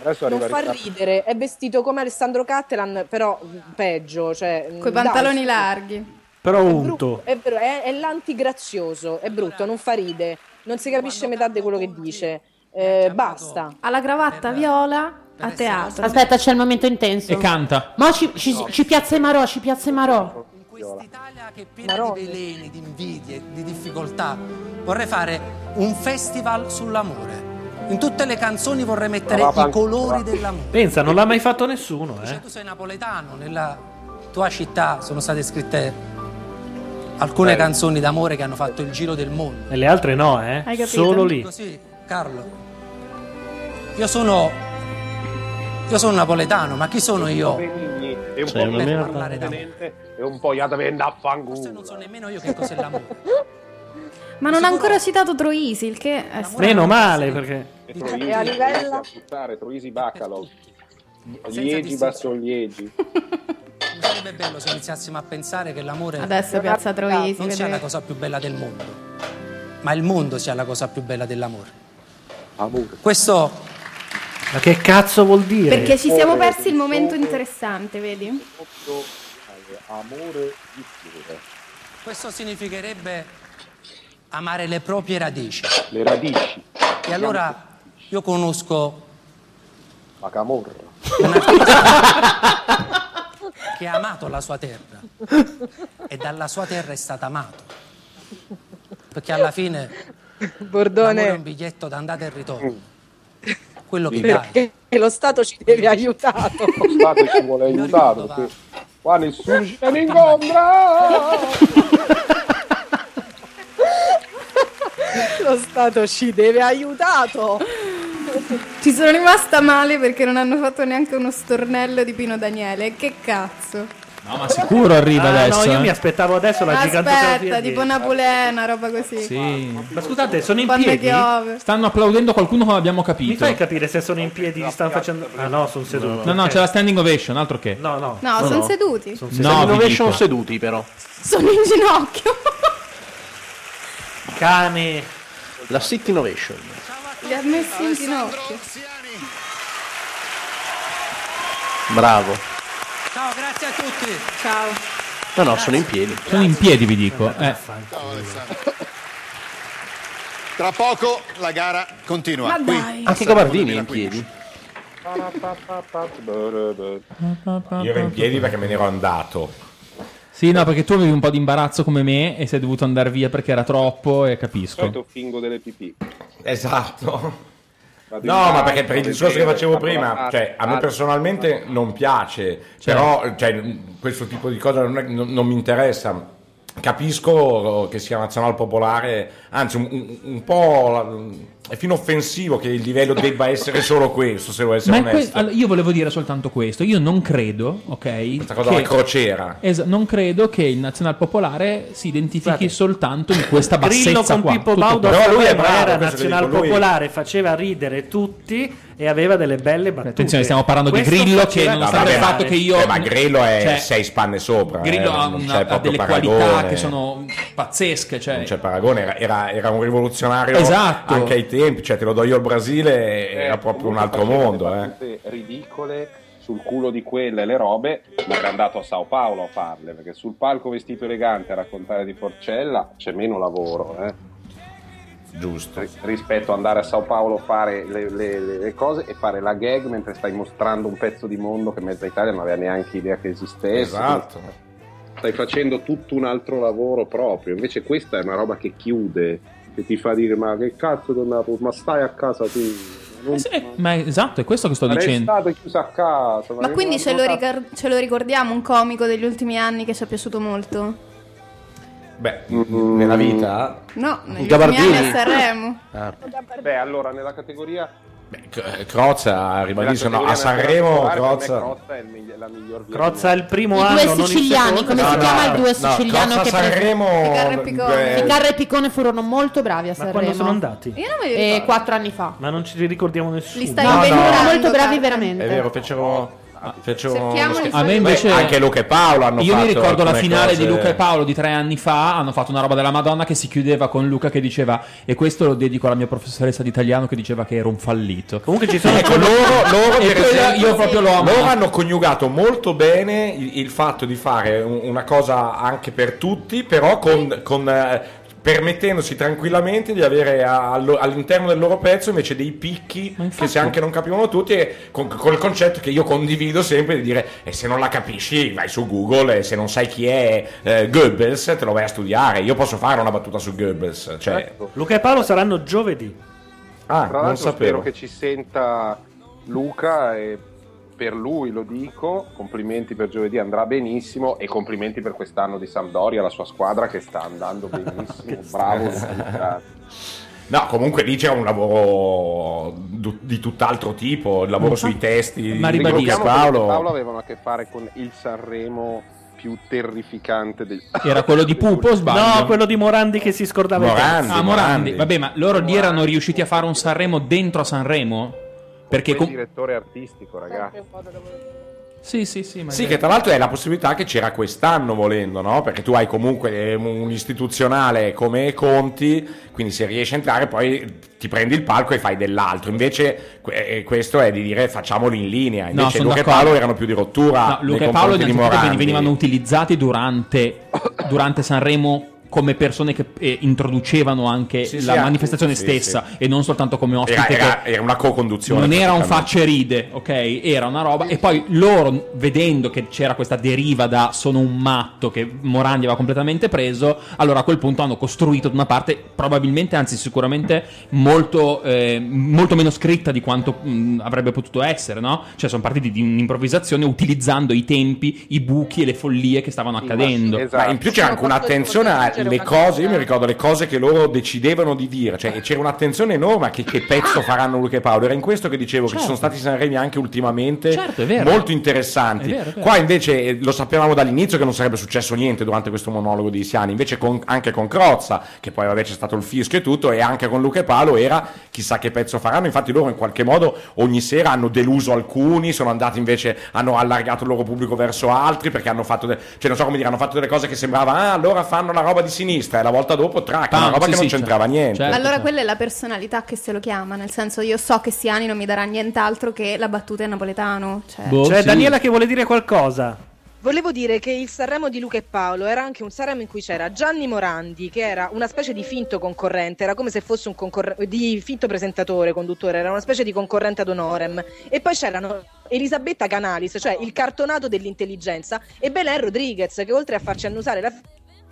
[SPEAKER 8] Adesso
[SPEAKER 18] non
[SPEAKER 8] arriva
[SPEAKER 18] fa
[SPEAKER 8] il
[SPEAKER 18] ridere. È vestito come Alessandro Cattelan, però mh, peggio. Cioè, mh,
[SPEAKER 14] Coi
[SPEAKER 18] dai,
[SPEAKER 14] pantaloni
[SPEAKER 18] su.
[SPEAKER 14] larghi.
[SPEAKER 2] Però
[SPEAKER 18] Brutto,
[SPEAKER 2] unto.
[SPEAKER 18] È, vero, è, è l'antigrazioso. È brutto, non fa ride. Non si capisce metà di quello che dice. Eh, basta.
[SPEAKER 14] Alla cravatta viola a teatro.
[SPEAKER 4] Aspetta, c'è il momento intenso.
[SPEAKER 3] E canta.
[SPEAKER 4] Ma ci, ci, ci piazza i Marò, ci piazza i Marò.
[SPEAKER 10] piena di veleni, di invidie, di difficoltà. Vorrei fare un festival sull'amore. In tutte le canzoni vorrei mettere
[SPEAKER 2] Brava,
[SPEAKER 10] i colori
[SPEAKER 2] brava.
[SPEAKER 10] dell'amore.
[SPEAKER 2] Pensa, non l'ha mai fatto nessuno, eh.
[SPEAKER 10] Tu sei napoletano, nella tua città sono state scritte alcune
[SPEAKER 2] Bello.
[SPEAKER 10] canzoni d'amore che hanno fatto il giro del mondo.
[SPEAKER 2] E le altre no, eh.
[SPEAKER 10] Hai capito?
[SPEAKER 2] Solo lì.
[SPEAKER 10] Così, Carlo. Io sono io sono napoletano, ma chi sono io?
[SPEAKER 8] Benigni e un
[SPEAKER 10] Sei
[SPEAKER 8] po'
[SPEAKER 10] una
[SPEAKER 8] per
[SPEAKER 10] merda.
[SPEAKER 8] parlare d'amore e un po' Iadavenda a fangulo. Non so
[SPEAKER 10] nemmeno io che cos'è l'amore.
[SPEAKER 14] Ma non ha ancora citato Troisi, il che è
[SPEAKER 2] Meno male perché...
[SPEAKER 8] Troisi,
[SPEAKER 14] Diciamo, E a livello-
[SPEAKER 8] Troisi a puttare, Troisi Baccalov. Liegi
[SPEAKER 14] <laughs>
[SPEAKER 8] Bassogliegi.
[SPEAKER 10] Sarebbe bello se iniziassimo a pensare che l'amore
[SPEAKER 14] Adesso piazza Troisi,
[SPEAKER 10] non sia
[SPEAKER 14] vedrai.
[SPEAKER 10] la cosa più bella del mondo, ma il mondo sia la cosa più bella dell'amore. Questo
[SPEAKER 2] Ma che cazzo vuol dire?
[SPEAKER 14] Perché ci siamo persi il momento interessante, vedi?
[SPEAKER 8] eh, Amore di fiore.
[SPEAKER 10] Questo significherebbe amare le proprie radici.
[SPEAKER 8] Le radici.
[SPEAKER 10] E allora
[SPEAKER 18] <laughs>
[SPEAKER 10] io conosco
[SPEAKER 8] La camorra.
[SPEAKER 10] che ha amato la sua terra e dalla sua terra è stato amato. Perché alla fine l'amore è un biglietto d'andata e ritorno.
[SPEAKER 8] Mm.
[SPEAKER 10] Quello che dai.
[SPEAKER 18] Perché lo Stato ci deve aiutare.
[SPEAKER 8] Lo Stato ci vuole aiutare perché qua nessuno ci viene incontro.
[SPEAKER 18] <laughs> Lo Stato ci deve aiutato.
[SPEAKER 14] Ci sono rimasta male perché non hanno fatto neanche uno stornello di Pino Daniele. Che cazzo?
[SPEAKER 3] No, ma sicuro arriva
[SPEAKER 2] Ah,
[SPEAKER 3] adesso.
[SPEAKER 2] No, io
[SPEAKER 3] eh.
[SPEAKER 2] mi aspettavo adesso la
[SPEAKER 14] Aspetta,
[SPEAKER 2] gigantografia.
[SPEAKER 14] tipo
[SPEAKER 2] dietro.
[SPEAKER 14] Napoleana, roba così.
[SPEAKER 3] Sì.
[SPEAKER 2] Ma scusate, sono in
[SPEAKER 14] Quando
[SPEAKER 2] piedi?
[SPEAKER 14] piove.
[SPEAKER 3] Stanno applaudendo qualcuno come abbiamo capito.
[SPEAKER 2] Mi fai capire se sono in piedi, gli stanno facendo... Ah no, sono seduto.
[SPEAKER 3] No, no,
[SPEAKER 2] ok.
[SPEAKER 3] c'è la standing ovation, altro che.
[SPEAKER 2] No, no.
[SPEAKER 14] No, sono seduti.
[SPEAKER 2] Sono
[SPEAKER 3] No,
[SPEAKER 2] seduti.
[SPEAKER 3] vi
[SPEAKER 2] Innovation
[SPEAKER 3] dico.
[SPEAKER 2] seduti però.
[SPEAKER 14] Sono in ginocchio.
[SPEAKER 2] Cane. La City Innovation.
[SPEAKER 14] Li ha messi in ginocchio.
[SPEAKER 1] Bravo.
[SPEAKER 10] Ciao, grazie a tutti.
[SPEAKER 14] Ciao.
[SPEAKER 1] No, no, sono in piedi.
[SPEAKER 3] Sono in piedi, vi dico. Eh.
[SPEAKER 12] Ciao Alessandro. Tra poco la gara continua.
[SPEAKER 14] Ma
[SPEAKER 12] qui,
[SPEAKER 14] dai.
[SPEAKER 1] Anche Gabardini è in piedi.
[SPEAKER 6] Io ero in piedi perché me ne ero andato.
[SPEAKER 3] Sì, no, perché tu avevi un po' di imbarazzo come me e sei dovuto andare via perché era troppo e capisco.
[SPEAKER 2] Certo
[SPEAKER 8] solito fingo delle pipì.
[SPEAKER 6] Esatto.
[SPEAKER 8] Vado in
[SPEAKER 6] No, ma
[SPEAKER 8] bagno,
[SPEAKER 6] perché per il
[SPEAKER 8] vado in
[SPEAKER 6] discorso che
[SPEAKER 8] giro,
[SPEAKER 6] facevo
[SPEAKER 8] faccio la
[SPEAKER 6] prima,
[SPEAKER 8] parte,
[SPEAKER 6] cioè, a me
[SPEAKER 8] parte.
[SPEAKER 6] personalmente non piace, però cioè, mh, questo tipo di cosa non, è- non- non mi interessa. Capisco che sia nazional popolare, anzi un, un- un po' la- è fino offensivo che il livello debba essere solo questo, se devo
[SPEAKER 3] Ma
[SPEAKER 6] essere
[SPEAKER 3] è que-
[SPEAKER 6] onesto.
[SPEAKER 3] allora, io volevo dire soltanto questo, io non credo, ok?
[SPEAKER 6] Questa cosa della crociera.
[SPEAKER 3] Esa- non credo che il Nazional Popolare si identifichi soltanto in questa
[SPEAKER 2] Grillo
[SPEAKER 3] bassezza
[SPEAKER 2] con
[SPEAKER 3] Ah, qua.
[SPEAKER 2] Pippo
[SPEAKER 3] tutto
[SPEAKER 2] Baudo
[SPEAKER 3] qua.
[SPEAKER 2] a Sanremo era nazional popolare, faceva ridere tutti e aveva delle belle battute.
[SPEAKER 3] Eh, Attenzione, stiamo parlando di
[SPEAKER 2] Questo
[SPEAKER 3] Grillo che
[SPEAKER 2] faceva
[SPEAKER 3] nonostante il
[SPEAKER 2] cagare.
[SPEAKER 3] fatto che io...
[SPEAKER 6] Eh, ma Grillo è
[SPEAKER 3] Cioè,
[SPEAKER 6] sei spanne sopra.
[SPEAKER 3] Grillo
[SPEAKER 6] eh,
[SPEAKER 3] ha,
[SPEAKER 6] non
[SPEAKER 3] una-
[SPEAKER 6] c'è
[SPEAKER 3] ha
[SPEAKER 6] proprio
[SPEAKER 3] delle qualità
[SPEAKER 6] paragone.
[SPEAKER 3] che sono pazzesche, cioè...
[SPEAKER 6] Non c'è paragone, era, era- era un rivoluzionario
[SPEAKER 3] Esatto.
[SPEAKER 6] anche ai tempi, cioè te lo do io il Brasile, era proprio un altro mondo. Eh.
[SPEAKER 8] Tutte ridicole sul culo di quelle le robe, ma era andato a Sao Paolo a farle, perché sul palco vestito elegante a raccontare di Forcella c'è meno lavoro, eh.
[SPEAKER 6] Giusto.
[SPEAKER 8] rispetto a andare a Sao Paolo a fare le, le- le- le cose e fare la gag mentre stai mostrando un pezzo di mondo che mezza Italia non aveva neanche idea che esistesse.
[SPEAKER 6] Esatto.
[SPEAKER 8] Stai facendo tutto un altro lavoro proprio, invece questa è una roba che chiude, che ti fa dire ma che cazzo Don Napoli, ma stai a casa tu. Non...
[SPEAKER 3] Ma è- esatto, è questo che sto
[SPEAKER 8] sarei
[SPEAKER 3] dicendo.
[SPEAKER 8] stato chiuso a casa.
[SPEAKER 14] Ma quindi ce lo,
[SPEAKER 8] ricordo
[SPEAKER 14] rigar- ce lo ricordiamo un comico degli ultimi anni che ci è piaciuto molto?
[SPEAKER 6] Beh, Mm, nella vita?
[SPEAKER 14] No, negli
[SPEAKER 6] Gabardini.
[SPEAKER 14] ultimi anni a Sanremo.
[SPEAKER 6] Ah,
[SPEAKER 8] Beh, allora nella categoria
[SPEAKER 6] C- Crozza, ribadisco, no, a
[SPEAKER 8] nella categoria
[SPEAKER 6] Sanremo
[SPEAKER 8] nella particolare, per me
[SPEAKER 6] Crozza...
[SPEAKER 8] Crozza è il migli- la miglior via
[SPEAKER 2] Crozza è il primo
[SPEAKER 4] I
[SPEAKER 2] anno,
[SPEAKER 4] due
[SPEAKER 2] non il
[SPEAKER 4] siciliani,
[SPEAKER 2] secondo.
[SPEAKER 4] come si chiama il duo
[SPEAKER 2] no,
[SPEAKER 4] siciliano
[SPEAKER 2] Crozza
[SPEAKER 4] che
[SPEAKER 2] Sanremo, eh.
[SPEAKER 4] Ficarra e
[SPEAKER 6] eh,
[SPEAKER 4] Picone.
[SPEAKER 2] beh.
[SPEAKER 4] Ficarra e Picone furono molto bravi a Sanremo.
[SPEAKER 2] quando sono andati? Uh,
[SPEAKER 14] Io non me li
[SPEAKER 4] Eh,
[SPEAKER 14] ricordo.
[SPEAKER 4] quattro anni fa.
[SPEAKER 2] Ma non ci ricordiamo nessuno.
[SPEAKER 14] Li stai
[SPEAKER 4] No, no.
[SPEAKER 14] inventando.
[SPEAKER 4] Molto bravi
[SPEAKER 6] È
[SPEAKER 4] veramente.
[SPEAKER 6] vero, fecero... fecero
[SPEAKER 14] Cerchiamo
[SPEAKER 6] uno
[SPEAKER 14] di
[SPEAKER 6] scherzo.
[SPEAKER 3] A me invece
[SPEAKER 6] Beh, anche Luca e Paolo hanno
[SPEAKER 3] Io
[SPEAKER 6] fatto
[SPEAKER 3] mi ricordo la
[SPEAKER 6] alcune
[SPEAKER 3] finale di
[SPEAKER 6] cose-
[SPEAKER 3] Luca e Paolo di tre anni fa. Hanno fatto una roba della Madonna che si chiudeva con Luca che diceva: E questo lo dedico alla mia professoressa di italiano che diceva che ero un fallito.
[SPEAKER 2] Comunque ci
[SPEAKER 6] Ecco, loro, loro,
[SPEAKER 3] <laughs> e
[SPEAKER 6] per
[SPEAKER 3] quella
[SPEAKER 6] esempio,
[SPEAKER 3] io proprio lo amo.
[SPEAKER 6] loro hanno coniugato molto bene il, il fatto di fare un- una cosa anche per tutti, però con, con, eh, permettendosi tranquillamente di avere a- allo- all'interno del loro pezzo invece dei picchi che se anche non capivano tutti, e con, col concetto che io condivido sempre di dire e se non la capisci vai su Google e se non sai chi è eh, Goebbels te lo vai a studiare, io posso fare una battuta su Goebbels. Cioè,
[SPEAKER 2] Luca e Paolo saranno giovedì.
[SPEAKER 6] ah,
[SPEAKER 8] Tra
[SPEAKER 6] non
[SPEAKER 8] l'altro spero
[SPEAKER 6] sapevo.
[SPEAKER 8] che ci senta Luca e per lui lo dico, complimenti per giovedì, andrà benissimo e complimenti per quest'anno di Sampdoria, la sua squadra che sta andando
[SPEAKER 6] <laughs>
[SPEAKER 8] benissimo, bravo Luca.
[SPEAKER 6] Eh. No, comunque lì c'è un lavoro du- di tutt'altro tipo, il lavoro
[SPEAKER 8] Ma-
[SPEAKER 6] sui testi
[SPEAKER 8] Ma
[SPEAKER 6] di
[SPEAKER 8] ribadiamo
[SPEAKER 6] Luca e
[SPEAKER 8] che
[SPEAKER 6] Paolo.
[SPEAKER 8] Paolo avevano a che fare con il Sanremo più terrificante del
[SPEAKER 3] Era quello di Pupo, o sbaglio?
[SPEAKER 2] No, quello di Morandi che si scordava. il
[SPEAKER 3] Morandi,
[SPEAKER 2] pezzo.
[SPEAKER 3] ah, Morandi. Vabbè, ma loro lì erano riusciti a fare un Sanremo dentro a Sanremo? Perché
[SPEAKER 8] Quel
[SPEAKER 3] com-
[SPEAKER 8] direttore artistico, ragazzi.
[SPEAKER 3] Sì, sì, sì.
[SPEAKER 6] Sì,
[SPEAKER 3] magari.
[SPEAKER 6] che tra l'altro è la possibilità che c'era quest'anno volendo, no? Perché tu hai comunque eh, un istituzionale come Conti, quindi se riesci a entrare poi ti prendi il palco e fai dell'altro. Invece que- eh, questo è di dire facciamolo in linea. Invece
[SPEAKER 3] sono
[SPEAKER 6] Luca e
[SPEAKER 3] d'accordo.
[SPEAKER 6] Paolo erano più di rottura.
[SPEAKER 3] No, Luca
[SPEAKER 6] nei
[SPEAKER 3] e Paolo
[SPEAKER 6] confronti di
[SPEAKER 3] innanzitutto
[SPEAKER 6] Morandi.
[SPEAKER 3] venivano utilizzati durante, durante Sanremo come persone che eh, introducevano anche
[SPEAKER 6] Sì,
[SPEAKER 3] la
[SPEAKER 6] sì,
[SPEAKER 3] manifestazione
[SPEAKER 6] sì,
[SPEAKER 3] stessa e non soltanto come ospite
[SPEAKER 6] Era, era-
[SPEAKER 3] che
[SPEAKER 6] era una co-conduzione.
[SPEAKER 3] non era un
[SPEAKER 6] praticamente.
[SPEAKER 3] facce ride, ok? Era una roba. E poi loro, vedendo che c'era questa deriva da sono un matto che Morandi aveva completamente preso, allora a quel punto hanno costruito una parte, probabilmente, anzi, sicuramente molto, eh, molto meno scritta di quanto mh, avrebbe potuto essere, no? Cioè, sono partiti di un'improvvisazione utilizzando i tempi, i buchi e le follie che stavano accadendo.
[SPEAKER 6] Ma esatto. in più c'era anche un'attenzione alle cose, io mi ricordo le cose che loro decidevano di dire, cioè c'era un'attenzione enorme a che, che pezzo faranno Luca e Paolo, era in questo che dicevo che ci sono stati Sanremi anche ultimamente
[SPEAKER 3] Certo, è vero.
[SPEAKER 6] molto interessanti.
[SPEAKER 3] È vero, è vero.
[SPEAKER 6] Qua invece eh, lo sapevamo dall'inizio che non sarebbe successo niente durante questo monologo di Siani, invece con- anche con Crozza, che poi vabbè c'è stato il fischio e tutto, e anche con Luca e Paolo era chissà che pezzo faranno, infatti loro in qualche modo ogni sera hanno deluso alcuni, sono andati invece, hanno allargato il loro pubblico verso altri, perché hanno fatto, de- cioè non so come dire, hanno fatto delle cose che sembrava, ah allora fanno la roba di sinistra, e la volta dopo track,
[SPEAKER 3] Pam,
[SPEAKER 6] una roba
[SPEAKER 3] sì,
[SPEAKER 6] che
[SPEAKER 3] sì, certo.
[SPEAKER 6] non c'entrava niente.
[SPEAKER 14] Ma allora quella è la personalità che se lo chiama, nel senso io so che Siani non mi darà nient'altro che la battuta in napoletano. Cioè.
[SPEAKER 2] C'è Daniela che vuole dire qualcosa.
[SPEAKER 11] Volevo dire che il Sanremo di Luca e Paolo era anche un Sanremo in cui c'era Gianni Morandi, che era una specie di finto concorrente, era come se fosse un concorrente di finto presentatore, conduttore, era una specie di concorrente ad honorem. E poi c'erano Elisabetta Canalis, cioè il cartonato dell'intelligenza, e Belen Rodriguez, che oltre a farci annusare la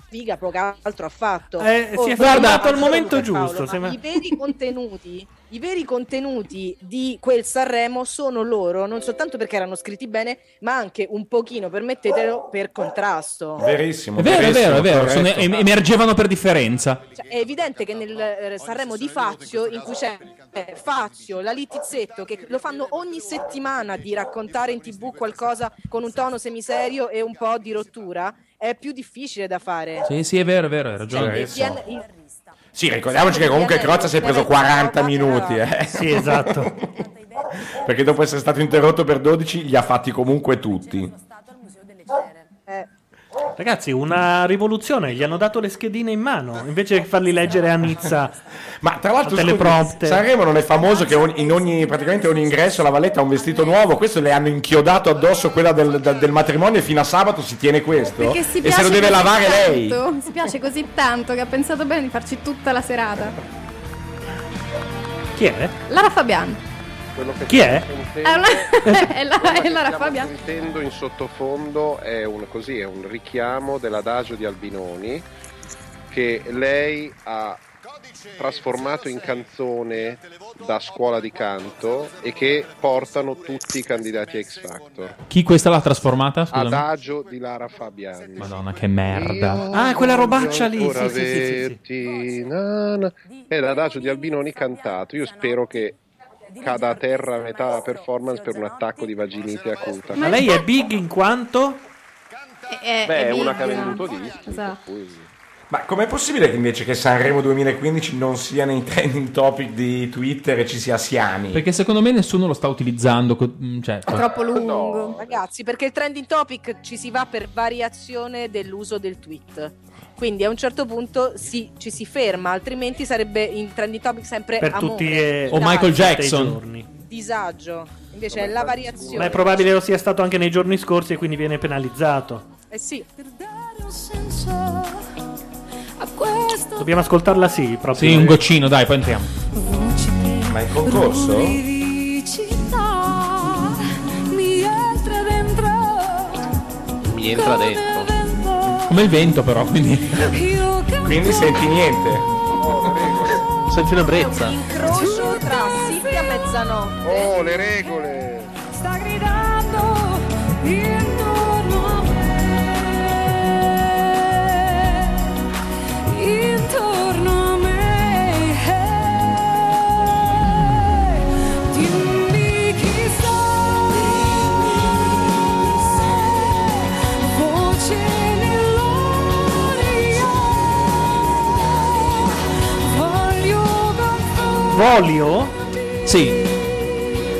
[SPEAKER 11] figa, poco altro ha fatto. Oh,
[SPEAKER 2] Eh, si è fermato al momento giusto, sembra-
[SPEAKER 11] I veri contenuti, i veri contenuti di quel Sanremo sono loro, non soltanto perché erano scritti bene, ma anche un pochino, permettetelo, per contrasto.
[SPEAKER 6] Verissimo,
[SPEAKER 3] È vero, è
[SPEAKER 6] verissimo,
[SPEAKER 3] vero, è vero. Sono-
[SPEAKER 6] corretto.
[SPEAKER 3] em- emergevano per differenza.
[SPEAKER 11] Cioè, è evidente che nel eh, Sanremo di Fazio, in cui c'è eh, Fazio, la Litizzetto, che lo fanno ogni settimana di raccontare in tv qualcosa con un tono semiserio e un po' di rottura, è più difficile da fare.
[SPEAKER 3] Sì, sì, è vero, è vero, hai
[SPEAKER 11] Cioè,
[SPEAKER 3] ragione.
[SPEAKER 11] il DN il-
[SPEAKER 6] Sì, ricordiamoci che comunque Crozza si è preso 40 minuti. Eh.
[SPEAKER 2] Sì, esatto.
[SPEAKER 6] Perché dopo essere stato interrotto per 12, li ha fatti comunque tutti.
[SPEAKER 2] Ragazzi, una rivoluzione. Gli hanno dato le schedine in mano invece che farli leggere a Nizza.
[SPEAKER 6] Ma tra l'altro, scusi,
[SPEAKER 2] teleprompter.
[SPEAKER 6] Sanremo non è famoso che ogni- in ogni, praticamente ogni ingresso la valletta ha un vestito nuovo. Questo le hanno inchiodato addosso quella del, da- del matrimonio e fino a sabato si tiene questo.
[SPEAKER 14] Perché si
[SPEAKER 6] E se
[SPEAKER 14] piace
[SPEAKER 6] lo deve
[SPEAKER 14] così
[SPEAKER 6] lavare lei.
[SPEAKER 14] tanto, Si piace così tanto che ha pensato bene di farci tutta la serata.
[SPEAKER 2] Chi è?
[SPEAKER 14] Lara Fabian.
[SPEAKER 8] Quello che
[SPEAKER 2] Chi è?
[SPEAKER 8] stiamo
[SPEAKER 14] È,
[SPEAKER 8] sentendo-
[SPEAKER 14] una- <laughs> è la- è Lara
[SPEAKER 8] stiamo
[SPEAKER 14] Ah, Fabian.
[SPEAKER 8] sentendo in sottofondo è un, così, è un richiamo dell'adagio di Albinoni che lei ha trasformato in canzone da scuola di canto e che portano tutti i candidati a X Factor.
[SPEAKER 2] Ah,
[SPEAKER 3] Chi questa l'ha trasformata? Scusami.
[SPEAKER 8] Adagio di Lara Fabiani.
[SPEAKER 3] Madonna, che merda.
[SPEAKER 2] Ah, quella robaccia lì,
[SPEAKER 8] Ora
[SPEAKER 2] sì, sì, sì, sì, sì.
[SPEAKER 8] averti, na, na. È l'adagio di Albinoni cantato. Io spero che cada a terra a metà della performance per un attacco di vaginite acuta.
[SPEAKER 2] Ma lei è big in quanto?
[SPEAKER 11] Eh,
[SPEAKER 8] Beh, è una che ha venduto dischi.
[SPEAKER 14] Esatto.
[SPEAKER 6] Ma com'è possibile che invece che Sanremo 2015 non sia nei trending topic di Twitter e ci sia Siani?
[SPEAKER 3] Perché secondo me nessuno lo sta utilizzando. co- mm, cioè,
[SPEAKER 11] lungo. Ragazzi, perché il trending topic ci si va per variazione dell'uso del tweet. Quindi a un certo punto si- ci si ferma, altrimenti sarebbe il trending topic sempre
[SPEAKER 2] Per
[SPEAKER 11] eh, amore,
[SPEAKER 2] tutti e...
[SPEAKER 3] O Michael
[SPEAKER 2] tutti e
[SPEAKER 3] Jackson.
[SPEAKER 2] i giorni.
[SPEAKER 11] disagio. Invece è la variazione.
[SPEAKER 2] Ma è probabile lo sia stato anche nei giorni scorsi e quindi viene penalizzato.
[SPEAKER 11] Eh sì.
[SPEAKER 2] Dobbiamo ascoltarla sì, proprio.
[SPEAKER 3] Sì, un goccino, dai, poi entriamo.
[SPEAKER 6] Ma è concorso?
[SPEAKER 7] Felicità mi entra dentro
[SPEAKER 3] Mi
[SPEAKER 2] Ecco.
[SPEAKER 3] entra dentro. cioè, Come il vento, però, quindi.
[SPEAKER 7] io che
[SPEAKER 6] Quindi senti niente.
[SPEAKER 3] Senti una brezza.
[SPEAKER 11] Crocio tra Silvia mezzanotte.
[SPEAKER 8] Oh, le regole.
[SPEAKER 7] sta gridando intorno a me intorno a me dimmi chi sei voce nell'aria voglio
[SPEAKER 2] Volio?
[SPEAKER 3] Sì.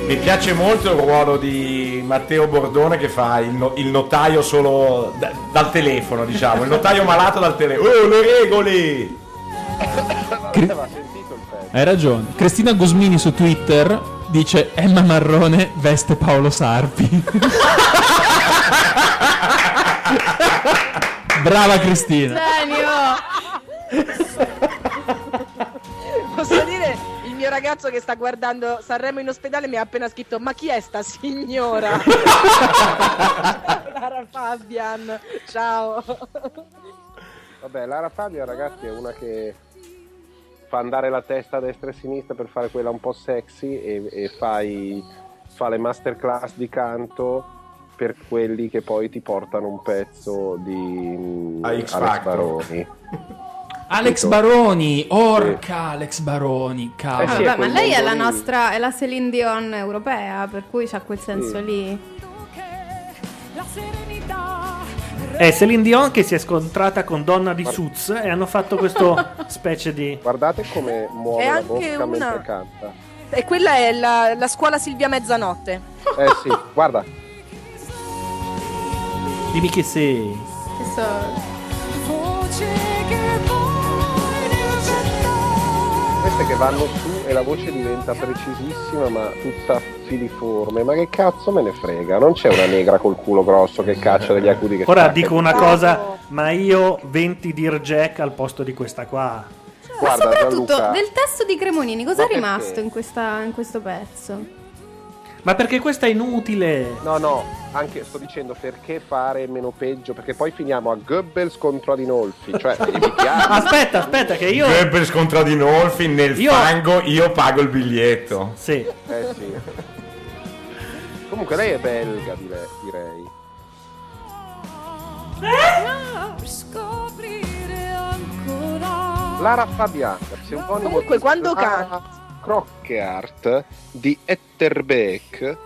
[SPEAKER 6] Mi piace molto il ruolo di Matteo Bordone che fa il, no- il notaio solo da- dal telefono, diciamo. Il notaio malato dal telefono. Oh, le regole!
[SPEAKER 3] Hai ragione. Cristina Gosmini su Twitter dice Emma Marrone veste Paolo Sarpi. Brava Cristina.
[SPEAKER 11] Posso dire, il mio ragazzo che sta guardando Sanremo in ospedale mi ha appena scritto ma chi è sta signora?
[SPEAKER 18] Lara Fabian, ciao.
[SPEAKER 8] Vabbè, Lara Fabia, ragazzi, è una che fa andare la testa a destra e a sinistra per fare quella un po' sexy e, e fa, i- fa le masterclass di canto per quelli che poi ti portano un pezzo di mm,
[SPEAKER 6] A X
[SPEAKER 8] Alex
[SPEAKER 6] Factor.
[SPEAKER 8] Baroni.
[SPEAKER 3] Alex Baroni, orca Alex Baroni,
[SPEAKER 14] Ah,
[SPEAKER 3] cavolo.
[SPEAKER 14] vabbè, ma lei è la nostra, è la Celine Dion europea, per cui c'ha quel senso lì.
[SPEAKER 2] È Celine Dion che si è scontrata con Donna di Suits e hanno fatto
[SPEAKER 11] <laughs>
[SPEAKER 2] questo specie di.
[SPEAKER 8] Guardate come muove
[SPEAKER 11] È
[SPEAKER 8] la
[SPEAKER 11] anche
[SPEAKER 8] bocca
[SPEAKER 11] una-
[SPEAKER 8] mentre canta.
[SPEAKER 11] E quella è la, la scuola Silvia mezzanotte.
[SPEAKER 8] Eh sì, guarda.
[SPEAKER 2] Dimmi che sei.
[SPEAKER 7] voce che vuoi nella
[SPEAKER 8] Queste che vanno su e la voce diventa precisissima ma tutta filiforme. Ma che cazzo me ne frega? Non c'è una negra col culo grosso che caccia degli acudi che
[SPEAKER 2] Ora
[SPEAKER 8] stacca.
[SPEAKER 2] dico una cosa, ma io 20 Dir Jack al posto di questa qua.
[SPEAKER 14] ma Cioè, soprattutto del testo di Cremonini, cosa è rimasto in, questa- in questo pezzo?
[SPEAKER 2] Ma perché questa è inutile?
[SPEAKER 8] No, no, anche sto dicendo perché fare meno peggio, perché poi finiamo a Goebbels contro Adinolfi,
[SPEAKER 2] <laughs>
[SPEAKER 8] cioè evitiamo.
[SPEAKER 2] Aspetta, aspetta, che io.
[SPEAKER 6] Goebbels contro Adinolfi nel
[SPEAKER 8] Io-
[SPEAKER 6] fango, io pago il biglietto.
[SPEAKER 2] Sì.
[SPEAKER 8] Eh sì. Comunque lei è belga, dire- direi.
[SPEAKER 7] città per scoprire ancora
[SPEAKER 8] Lara Fabian, pseudonimo
[SPEAKER 11] Comunque,
[SPEAKER 8] di
[SPEAKER 11] quando
[SPEAKER 8] Lara
[SPEAKER 11] canta-
[SPEAKER 8] Crockeart di Etterbeek,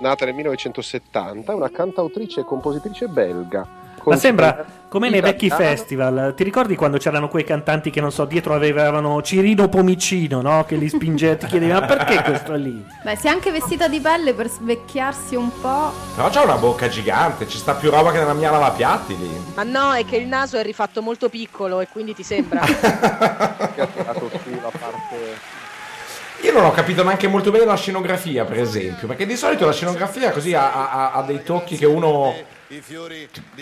[SPEAKER 8] nata nel 1970, è una cantautrice e compositrice belga.
[SPEAKER 2] Ma
[SPEAKER 8] Con-
[SPEAKER 2] sembra come nei vecchi
[SPEAKER 8] italiano.
[SPEAKER 2] festival. Ti ricordi quando c'erano quei cantanti che non so, dietro avevano Cirino Pomicino, no? Che li spingeva, ti chiedeva ma perché questo lì?
[SPEAKER 14] Beh, si è anche vestita di pelle per svecchiarsi un po'.
[SPEAKER 6] Però c'ha una bocca gigante, ci sta più roba che nella mia lavapiatti lì.
[SPEAKER 11] Ma no, è che il naso è rifatto molto piccolo e quindi ti sembra.
[SPEAKER 8] la parte...
[SPEAKER 6] Io non ho capito neanche molto bene la scenografia, per esempio, perché di solito la scenografia così ha, ha- ha- ha dei tocchi che uno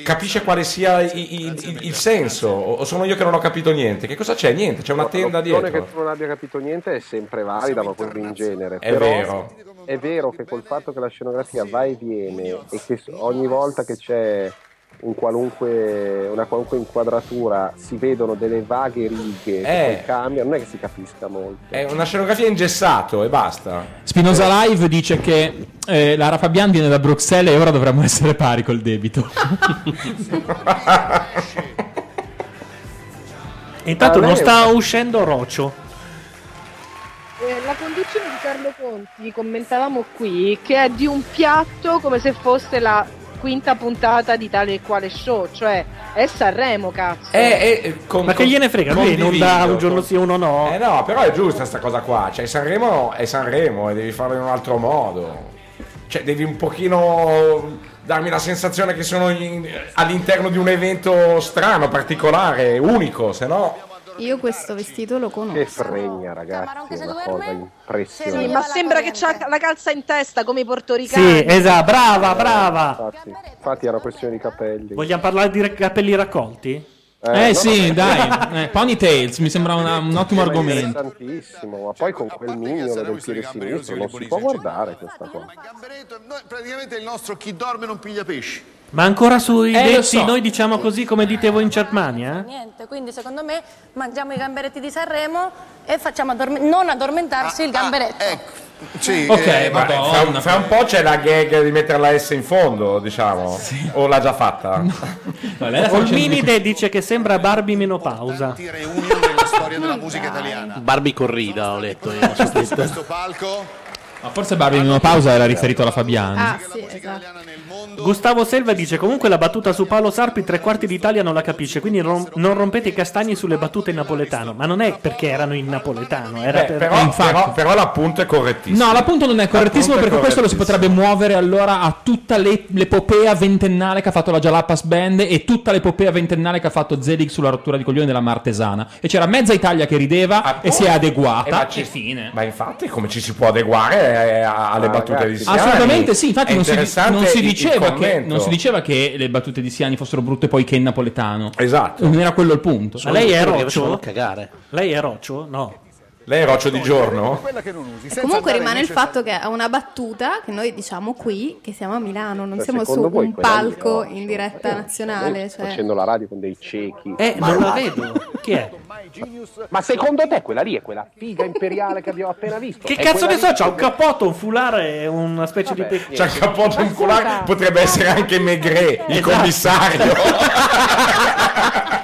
[SPEAKER 6] capisce quale sia i- i- il, il senso. O o sono io che non ho capito niente? Che cosa c'è? Niente, c'è una tenda
[SPEAKER 8] L'opzione che
[SPEAKER 6] dietro.
[SPEAKER 8] tu non abbia capito niente è sempre valida, ma quello in genere.
[SPEAKER 6] È
[SPEAKER 8] Però
[SPEAKER 6] vero.
[SPEAKER 8] È vero che col fatto che la scenografia va e viene e che s- ogni volta che c'è un qualunque, una qualunque inquadratura si vedono delle vaghe righe che
[SPEAKER 6] Eh.
[SPEAKER 8] poi cambiano, non è che si capisca molto.
[SPEAKER 6] È una scenografia in gessato e basta.
[SPEAKER 3] Spinoza Live dice che eh, Lara Fabian viene da Bruxelles e ora dovremmo <laughs> essere pari col debito.
[SPEAKER 2] E intanto
[SPEAKER 3] Ah,
[SPEAKER 2] non
[SPEAKER 3] lei-
[SPEAKER 2] sta uscendo Roccio.
[SPEAKER 18] Eh, La condizione di Carlo Conti, commentavamo qui, che è di un piatto come se fosse la quinta puntata di tale e quale show, cioè è Sanremo, cazzo.
[SPEAKER 11] Eh,
[SPEAKER 2] Eh, Ma che gliene frega, lui non dà un giorno sì, uno no.
[SPEAKER 6] Eh no, però è giusta sta cosa qua. Cioè, Sanremo è Sanremo e devi farlo in un altro modo. Cioè, devi un pochino darmi la sensazione che sono in- all'interno di un evento strano, particolare, unico, se no.
[SPEAKER 14] Io questo vestito lo
[SPEAKER 8] Che
[SPEAKER 14] conosco.
[SPEAKER 8] fregna, ragazzi, è una cosa
[SPEAKER 11] Sì,
[SPEAKER 8] impressionante.
[SPEAKER 11] ma sembra che c'ha la calza in testa come i portoricani.
[SPEAKER 2] Sì, esatto, brava, brava.
[SPEAKER 8] Infatti, infatti era questione di capelli.
[SPEAKER 2] Vogliamo parlare di re- capelli raccolti?
[SPEAKER 3] Eh, sì,
[SPEAKER 8] <laughs>
[SPEAKER 3] dai. Eh, Ponytails mi sembra una- un ottimo
[SPEAKER 8] Ma è
[SPEAKER 3] argomento.
[SPEAKER 8] interessantissimo, ma poi con quel mignolo del piede sinistro non si può guardare questa cosa.
[SPEAKER 12] Praticamente il nostro chi dorme non piglia pesci.
[SPEAKER 2] Ma ancora sui
[SPEAKER 12] Eh, lo
[SPEAKER 2] detti,
[SPEAKER 12] so.
[SPEAKER 2] noi diciamo così come dite voi in Germania? eh?
[SPEAKER 24] Niente, quindi secondo me mangiamo i gamberetti di Sanremo e facciamo addorme- non addormentarsi il gamberetto.
[SPEAKER 6] Sì,
[SPEAKER 3] Ok,
[SPEAKER 6] fra, un- fra un po' c'è la gag di mettere la S in fondo, diciamo. O l'ha già fatta.
[SPEAKER 2] Olminide dice che sembra Barbie menopausa.
[SPEAKER 12] La storia della musica italiana.
[SPEAKER 3] Barbie corrida, ho letto io.
[SPEAKER 12] Su questo palco
[SPEAKER 3] Ma forse Barbie in pausa era riferito alla
[SPEAKER 2] Ah,
[SPEAKER 3] Fabiani.
[SPEAKER 14] sì, esatto.
[SPEAKER 2] Gustavo Selva dice comunque la battuta su Paolo Sarpi tre quarti d'Italia non la capisce, quindi rom- non rompete i castagni sulle battute in napoletano. Ma non è perché erano in napoletano, era
[SPEAKER 6] Beh,
[SPEAKER 2] per...
[SPEAKER 6] però, però, però l'appunto è correttissimo.
[SPEAKER 3] No, l'appunto non è correttissimo perché
[SPEAKER 6] L'appunto è
[SPEAKER 3] questo lo si
[SPEAKER 6] correttissimo.
[SPEAKER 3] potrebbe muovere allora a tutta le- l'epopea ventennale che ha fatto la Jalapas Band e tutta l'epopea ventennale che ha fatto Zelig sulla rottura di coglioni della Martesana. E c'era mezza Italia che rideva e si è
[SPEAKER 6] Eh,
[SPEAKER 3] adeguata.
[SPEAKER 6] ma, ci- ma infatti come ci si può adeguare eh, a- alle
[SPEAKER 3] Ah,
[SPEAKER 6] battute
[SPEAKER 3] ragazzi.
[SPEAKER 6] di Siani?
[SPEAKER 3] Assolutamente sì, infatti
[SPEAKER 6] È
[SPEAKER 3] non si,
[SPEAKER 6] interessante
[SPEAKER 3] non si
[SPEAKER 6] il- il
[SPEAKER 3] diceva che, non
[SPEAKER 6] commento.
[SPEAKER 3] si diceva che le battute di Siani fossero brutte poi che in napoletano.
[SPEAKER 6] Esatto.
[SPEAKER 3] Non era quello il punto.
[SPEAKER 2] Ma lei è
[SPEAKER 3] roccio?
[SPEAKER 2] roccio? Lei è roccio? No.
[SPEAKER 6] Lei è roccio di giorno?
[SPEAKER 14] E comunque rimane il fatto che è una battuta che noi diciamo qui, che siamo a Milano, non
[SPEAKER 8] Cioè,
[SPEAKER 14] siamo su
[SPEAKER 8] secondo voi
[SPEAKER 14] un
[SPEAKER 8] quella lì eh, è
[SPEAKER 14] palco
[SPEAKER 8] roccio?
[SPEAKER 14] in diretta nazionale. Cioè.
[SPEAKER 8] Facendo la radio con dei ciechi.
[SPEAKER 14] Eh,
[SPEAKER 8] Ma
[SPEAKER 14] non la
[SPEAKER 8] no.
[SPEAKER 2] vedo. Chi è?
[SPEAKER 8] Ma secondo te quella lì è quella <laughs> figa imperiale che abbiamo appena visto?
[SPEAKER 2] Che
[SPEAKER 8] È
[SPEAKER 2] cazzo
[SPEAKER 8] quella
[SPEAKER 2] ne so?
[SPEAKER 8] lì
[SPEAKER 2] C'ha un
[SPEAKER 8] che-
[SPEAKER 2] cappotto, un fulare e una specie
[SPEAKER 8] Vabbè,
[SPEAKER 2] di...
[SPEAKER 8] niente.
[SPEAKER 6] C'ha il cappotto in culare, potrebbe essere anche Maigret, il
[SPEAKER 2] Esatto.
[SPEAKER 6] commissario.
[SPEAKER 2] <laughs>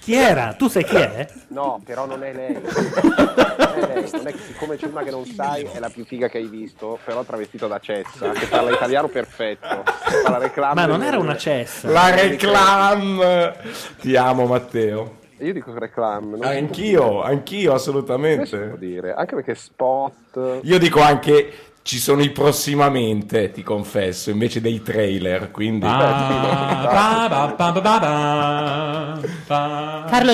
[SPEAKER 2] Chi era? Tu sai chi è?
[SPEAKER 8] No, però non è
[SPEAKER 2] <laughs>
[SPEAKER 8] lei. Non è lei. Non è che siccome c'è una che non sai è la più figa che hai visto, però travestita da cessa, che parla italiano perfetto. Fa la reclam
[SPEAKER 2] Ma non
[SPEAKER 8] del-
[SPEAKER 2] era una cessa.
[SPEAKER 6] La reclam. Ti amo Matteo.
[SPEAKER 8] Io dico reclam. non-
[SPEAKER 6] Anch'io, anch'io
[SPEAKER 8] Come si può
[SPEAKER 6] assolutamente.
[SPEAKER 8] dire? Anche perché spot.
[SPEAKER 6] Io dico anche ci sono i prossimamente, ti confesso, invece dei trailer, quindi <laughs>
[SPEAKER 4] Carlo,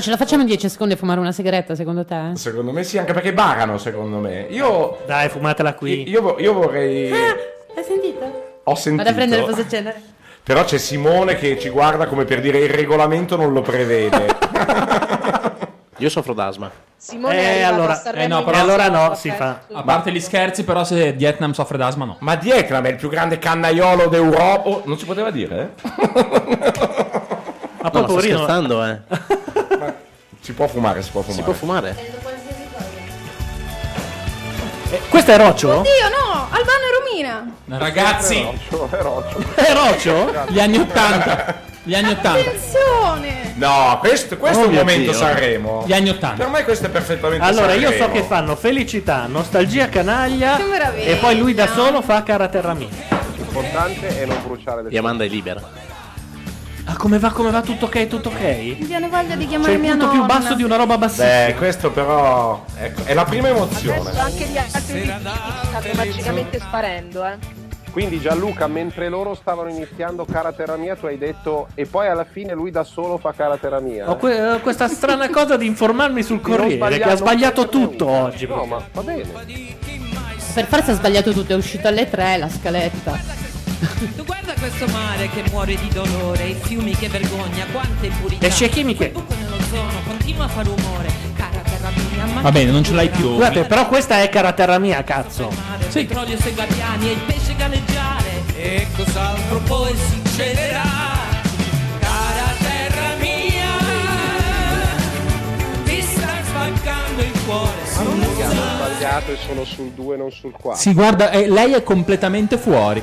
[SPEAKER 4] ce la facciamo in 10 secondi a fumare una sigaretta, secondo te?
[SPEAKER 6] Secondo me sì, anche perché barano, secondo me. Io
[SPEAKER 2] Dai, fumatela qui.
[SPEAKER 6] Io, vo- io vorrei
[SPEAKER 4] Hai sentito?
[SPEAKER 6] ho sentito
[SPEAKER 4] Ah! Vado a prendere cosa accendere.
[SPEAKER 6] Però c'è Simone che ci guarda come per dire il regolamento non lo prevede.
[SPEAKER 1] <laughs> Io soffro d'asma.
[SPEAKER 11] Simone
[SPEAKER 2] Eh,
[SPEAKER 11] è arrivato
[SPEAKER 2] allora-
[SPEAKER 11] a Sanremo
[SPEAKER 2] eh, no,
[SPEAKER 11] in
[SPEAKER 2] però-
[SPEAKER 11] mezzo
[SPEAKER 2] allora no,
[SPEAKER 11] alla
[SPEAKER 2] si
[SPEAKER 11] festa.
[SPEAKER 3] A parte gli scherzi, però se Vietnam soffre d'asma no.
[SPEAKER 6] Ma Vietnam è il più grande cannaiolo d'Europa. Oh, non si poteva dire? eh?
[SPEAKER 2] Ma poi
[SPEAKER 1] no, ma sto
[SPEAKER 2] poverino-
[SPEAKER 1] scherzando,
[SPEAKER 6] <laughs>
[SPEAKER 1] eh.
[SPEAKER 6] Si può fumare, si può
[SPEAKER 1] Si
[SPEAKER 6] fumare.
[SPEAKER 1] può fumare?
[SPEAKER 2] Questo è Roccio?
[SPEAKER 14] Oddio, no! Albano e Romina!
[SPEAKER 3] Ragazzi,
[SPEAKER 2] è Roccio?
[SPEAKER 3] Gli anni 80. Gli anni 80.
[SPEAKER 14] Attenzione!
[SPEAKER 6] No, questo, questo
[SPEAKER 2] Oh
[SPEAKER 6] è un
[SPEAKER 2] mio
[SPEAKER 6] momento
[SPEAKER 2] Dio.
[SPEAKER 6] Sanremo.
[SPEAKER 2] Gli anni 80.
[SPEAKER 6] Per me questo è perfettamente
[SPEAKER 2] Allora, io so
[SPEAKER 6] Sanremo.
[SPEAKER 2] che fanno felicità, nostalgia canaglia
[SPEAKER 14] Che meraviglia.
[SPEAKER 2] e poi lui da solo fa cara terra mia.
[SPEAKER 8] L'importante è non bruciare le
[SPEAKER 1] Diamanda è libera.
[SPEAKER 2] Ah, come va, come va? Tutto ok, tutto ok?
[SPEAKER 14] Mi viene voglia di
[SPEAKER 2] C'è
[SPEAKER 14] chiamare
[SPEAKER 2] il
[SPEAKER 14] mia
[SPEAKER 2] punto
[SPEAKER 14] nonna.
[SPEAKER 2] più basso di una roba bassissima.
[SPEAKER 6] Beh, questo però è, è la prima emozione.
[SPEAKER 11] Adesso anche gli altri di stanno magicamente sparendo, eh.
[SPEAKER 8] Quindi Gianluca, mentre loro stavano iniziando Cara Terra Mia, tu hai detto e poi alla fine lui da solo fa Cara Terra Mia.
[SPEAKER 2] Ho que- ho questa strana cosa di informarmi sul
[SPEAKER 8] Di non
[SPEAKER 2] Corriere che
[SPEAKER 8] sbagliare-
[SPEAKER 2] ha
[SPEAKER 8] non
[SPEAKER 2] sbagliato tutto oggi.
[SPEAKER 8] No, ma va bene.
[SPEAKER 4] Per forza ha sbagliato tutto, è uscito alle 3 la scaletta.
[SPEAKER 21] Tu guarda questo mare che muore di dolore, i fiumi che vergogna, quante impurità.
[SPEAKER 2] E Scechini che-
[SPEAKER 21] Quel buco nell'ozono continua a far rumore, cara terra mia, ma
[SPEAKER 2] Va bene, non ce l'hai
[SPEAKER 3] più.
[SPEAKER 2] Guardate, però questa è cara terra mia, cazzo.
[SPEAKER 21] Petrolio sui guardiani e il pesce galleggiare.
[SPEAKER 7] E cos'altro poi succederà? Cara terra mia, ti stai spaccando il cuore.
[SPEAKER 8] Perché hanno sbagliato e sono sul 2 non sul 4.
[SPEAKER 3] Si guarda, eh, lei è completamente fuori.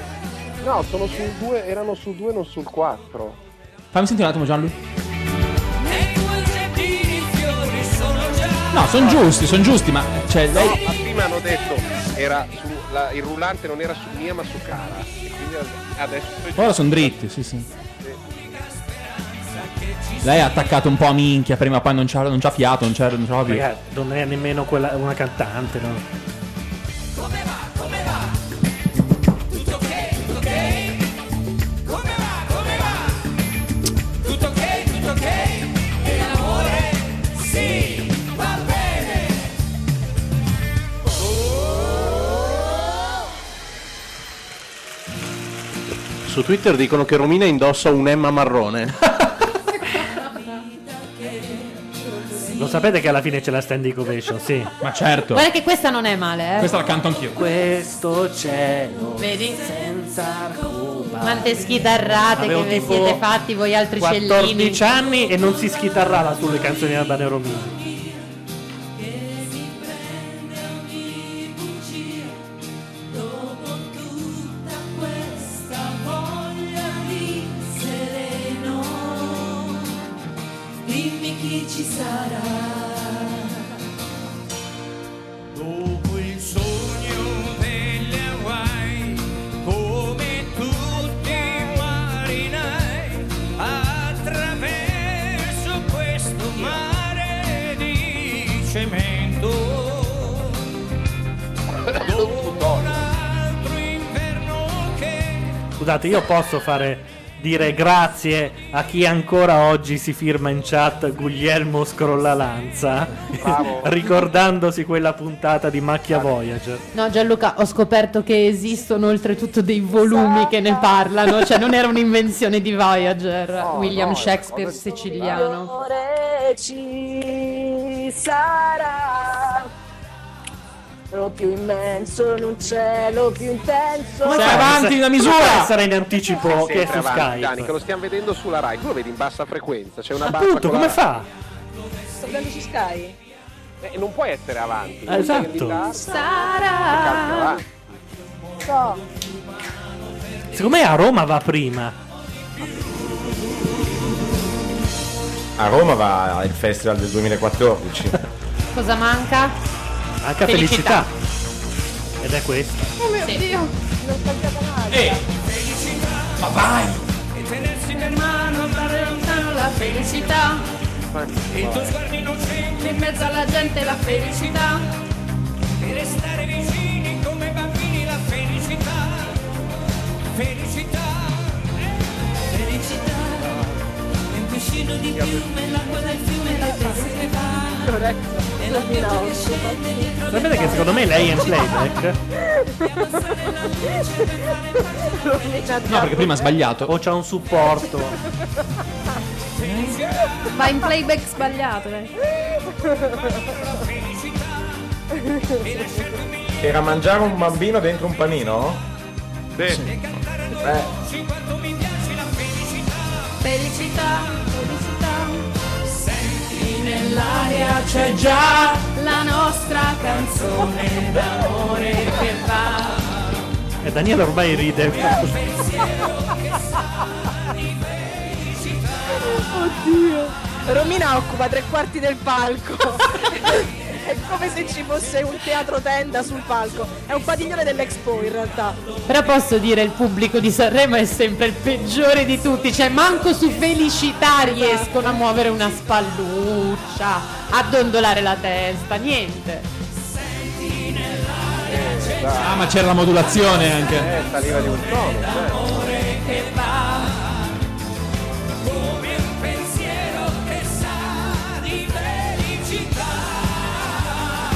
[SPEAKER 8] No, sono sul 2, erano sul 2 non sul 4.
[SPEAKER 3] Fammi sentire un attimo Gianlu.
[SPEAKER 7] I fiori sono già
[SPEAKER 3] No, sono giusti, sono giusti, ma cioè
[SPEAKER 8] No,
[SPEAKER 3] lei
[SPEAKER 8] ma prima hanno detto era su, la- il rullante non era su mia ma su cara. E quindi adesso
[SPEAKER 3] ora sono dritti, sì, sì. Lei ha attaccato un po' a minchia prima, poi non c'ha, non c'ha fiato, non c'ha, non c'ha più.
[SPEAKER 2] Ragazzi, non è nemmeno quella, una cantante, no?
[SPEAKER 7] tutto ok, tutto ok. Come va, come va? Tutto ok, tutto ok. E l'amore, sì, va bene. Oh,
[SPEAKER 28] Su Twitter dicono che Romina indossa un Emma marrone.
[SPEAKER 2] Lo sapete che alla fine c'è la standing ovation, sì.
[SPEAKER 3] Ma certo.
[SPEAKER 4] Guarda che questa non è male, eh.
[SPEAKER 3] canto anch'io.
[SPEAKER 2] Questo cielo.
[SPEAKER 4] Vedi? Quante schitarrate
[SPEAKER 2] Avevo
[SPEAKER 4] che vi
[SPEAKER 2] tipo
[SPEAKER 4] siete fatti voi altri cellini.
[SPEAKER 2] 14 anni e non si schitarrava sulle canzoni di Albano Romini.
[SPEAKER 7] Dopo tutta questa voglia di sereno, dimmi chi ci sarà. Dopo il sogno delle Hawaii, come tutti i marinai, attraverso questo mare di cemento. Dopo un altro inverno che
[SPEAKER 2] Scusate, io posso fare dire grazie a chi ancora oggi si firma in chat Guglielmo Scrolla Lanza, <laughs> ricordandosi quella puntata di Macchia Voyager.
[SPEAKER 4] No, Gianluca, ho scoperto che esistono oltretutto dei volumi che ne parlano, cioè non era un'invenzione di Voyager, William Shakespeare siciliano.
[SPEAKER 29] L'amore ci sarà. Lo più immenso in un cielo più intenso.
[SPEAKER 2] la
[SPEAKER 8] misura?
[SPEAKER 2] Sarà in anticipo che è su
[SPEAKER 8] Sempre avanti,
[SPEAKER 2] Skype.
[SPEAKER 8] Dani, che lo stiamo vedendo sulla Rai. Tu lo vedi in bassa frequenza, c'è una barra
[SPEAKER 2] Appunto,
[SPEAKER 8] con la
[SPEAKER 2] come
[SPEAKER 8] Rai.
[SPEAKER 2] fa?
[SPEAKER 11] Sto vedendo su Sky.
[SPEAKER 8] Eh, non puoi essere avanti.
[SPEAKER 2] Eh, esatto.
[SPEAKER 11] Sarà. So.
[SPEAKER 2] Secondo me a Roma va prima.
[SPEAKER 6] A Roma va il festival del 2014.
[SPEAKER 2] <laughs>
[SPEAKER 4] Cosa manca?
[SPEAKER 2] Anche felicità. Ed è questo.
[SPEAKER 4] Oh mio Dio! Non cambiata male.
[SPEAKER 2] Eh.
[SPEAKER 7] ma vai e tenersi per mano andare lontano la felicità il tuo sguardo innocente in mezzo alla gente la felicità e restare vicini come bambini la felicità felicità felicità è un piscino di piume l'acqua del fiume la testa che va e la pietra che scende dietro
[SPEAKER 2] Sapete che secondo me lei è in playback?
[SPEAKER 8] <laughs>
[SPEAKER 3] No, perché prima ha sbagliato.
[SPEAKER 2] O c'ha un supporto.
[SPEAKER 14] Va in playback sbagliato, dai.
[SPEAKER 6] Era mangiare un bambino dentro un panino? Sì. Eh,
[SPEAKER 7] Sì, quanto mi piace la felicità Felicità, felicità Senti nell'aria c'è già La nostra canzone d'amore che va
[SPEAKER 2] E Daniele ormai ride.
[SPEAKER 7] Un pensiero che sa di
[SPEAKER 11] Oddio. Romina occupa tre quarti del palco. È come se ci fosse un teatro tenda sul palco. È un padiglione dell'Expo in realtà.
[SPEAKER 4] Però posso dire il pubblico di Sanremo è sempre il peggiore di tutti, cioè manco su felicità riescono a muovere una spalluccia, a dondolare la testa, niente.
[SPEAKER 3] Ah, ma c'era la modulazione anche.
[SPEAKER 8] Eh, saliva di un tono.
[SPEAKER 7] amore che va Come un pensiero che sa di felicità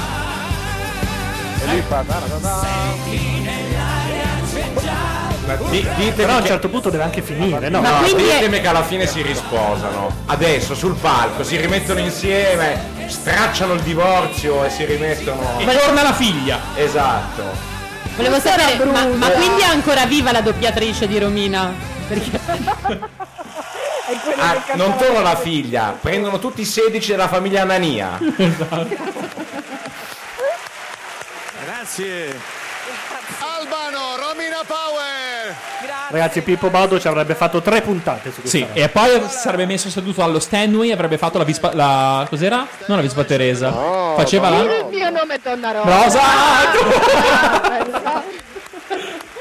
[SPEAKER 8] E lui fa da da da da.
[SPEAKER 7] Senti nell'aria c'è già
[SPEAKER 6] Di- ditemi
[SPEAKER 2] Però a un
[SPEAKER 6] che-
[SPEAKER 2] certo punto deve anche finire, no?
[SPEAKER 6] no, ditemi che alla fine si risposano. Adesso sul palco si rimettono insieme, stracciano il divorzio e si rimettono.
[SPEAKER 3] E torna la figlia.
[SPEAKER 6] Esatto.
[SPEAKER 4] Volevo
[SPEAKER 7] Questo era
[SPEAKER 4] sapere, ma,
[SPEAKER 7] brutto.
[SPEAKER 4] ma quindi è ancora viva la doppiatrice di Romina? Perché
[SPEAKER 6] Ah, non torna la figlia, prendono tutti i 16 della famiglia Anania.
[SPEAKER 9] Esatto.
[SPEAKER 12] Grazie. Albano, Romina Power.
[SPEAKER 2] Ragazzi, Pippo Baudo ci avrebbe fatto tre puntate su questa
[SPEAKER 3] Sì, e poi si sarebbe messo seduto allo Stanway, avrebbe fatto la vispa. La, cos'era? Non la vispa Teresa. Faceva la.
[SPEAKER 18] Il mio nome è Donna
[SPEAKER 3] Rosa!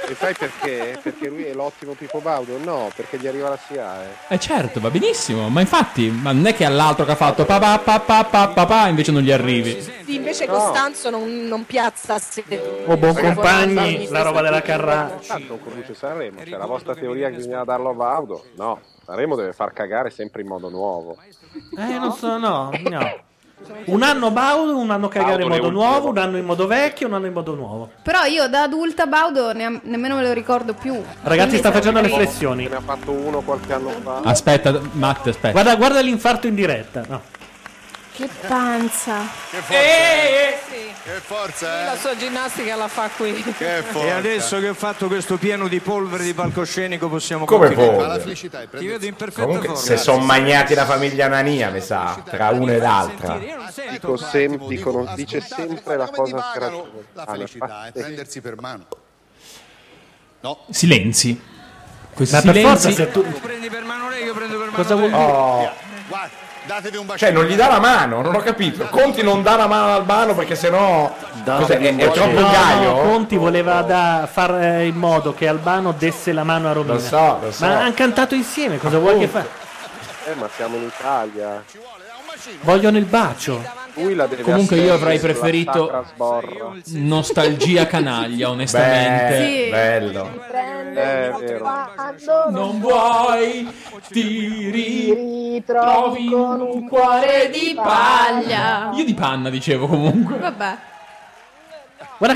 [SPEAKER 8] E sai perché? Perché lui è l'ottimo Pippo Baudo? No, perché gli arriva la SIAE.
[SPEAKER 3] Eh certo, va benissimo, ma infatti, ma non è che all'altro che ha fatto pa pa pa pa pa pa pa, invece non gli arrivi.
[SPEAKER 5] Sì, invece Costanzo non, non piazza se...
[SPEAKER 6] Oh,
[SPEAKER 2] O buon compagni,
[SPEAKER 8] Ragazzi,
[SPEAKER 2] la roba della Carrà.
[SPEAKER 8] Tanto conduce Sanremo, cioè la vostra teoria che bisogna darlo a Baudo? No, Sanremo deve far cagare sempre in modo nuovo.
[SPEAKER 2] Eh, non so, no, no. Un anno Baudo, un anno cagare in
[SPEAKER 8] Baudo è
[SPEAKER 2] modo
[SPEAKER 8] ultimo.
[SPEAKER 2] nuovo, un anno in modo vecchio, un anno in modo nuovo.
[SPEAKER 14] Però io da adulta Baudo neam- nemmeno me lo ricordo più.
[SPEAKER 2] Ragazzi,
[SPEAKER 14] Quindi
[SPEAKER 2] sta facendo le
[SPEAKER 14] sarebbe-
[SPEAKER 2] flessioni.
[SPEAKER 8] Ne ha fatto uno qualche anno fa.
[SPEAKER 3] Aspetta, Matt, aspetta.
[SPEAKER 2] Guarda, guarda l'infarto in diretta. No.
[SPEAKER 14] Che panza.
[SPEAKER 12] Che forza.
[SPEAKER 21] Eh,
[SPEAKER 12] eh. Che forza, eh.
[SPEAKER 21] La sua ginnastica la fa qui.
[SPEAKER 12] Che forza.
[SPEAKER 9] E adesso che ho fatto questo pieno di polvere di palcoscenico possiamo
[SPEAKER 6] Come
[SPEAKER 9] continuare.
[SPEAKER 6] polvere? Alla
[SPEAKER 12] felicità,
[SPEAKER 9] Ti vedo in perfetta
[SPEAKER 6] Comunque
[SPEAKER 9] forma.
[SPEAKER 6] se sono magnati la famiglia Anania, mi sa, tra una e l'altra.
[SPEAKER 12] Ecco
[SPEAKER 8] Dico sem- Ecco, dicono- dice sempre la cosa gratuita.
[SPEAKER 12] La felicità è prendersi per mano.
[SPEAKER 3] Silenzi. Questi
[SPEAKER 2] Ma per
[SPEAKER 3] silenzi.
[SPEAKER 2] forza se tu-
[SPEAKER 3] Cosa vuol dire?
[SPEAKER 6] Oh. Cioè, non gli dà la mano, non ho capito. Conti non dà la mano ad Albano perché sennò cos'è, è, è troppo
[SPEAKER 2] No,
[SPEAKER 6] gaio.
[SPEAKER 2] no, Conti voleva da far eh, in modo che Albano desse la mano a Romina.
[SPEAKER 6] Lo so, lo so.
[SPEAKER 2] Ma hanno cantato insieme, cosa vuoi che fa?
[SPEAKER 8] Eh, ma siamo in Italia.
[SPEAKER 2] Vogliono il bacio.
[SPEAKER 8] Lui la deve
[SPEAKER 3] Comunque io avrei
[SPEAKER 8] assumere sulla
[SPEAKER 3] preferito-
[SPEAKER 8] sacra sborra.
[SPEAKER 3] Nostalgia canaglia, onestamente.
[SPEAKER 8] Beh, Sì.
[SPEAKER 6] bello.
[SPEAKER 8] Eh, è vero.
[SPEAKER 3] Non vuoi ti ritrovi con un
[SPEAKER 14] cuore di paglia.
[SPEAKER 3] Io di panna dicevo comunque.
[SPEAKER 14] Vabbè.
[SPEAKER 2] Guarda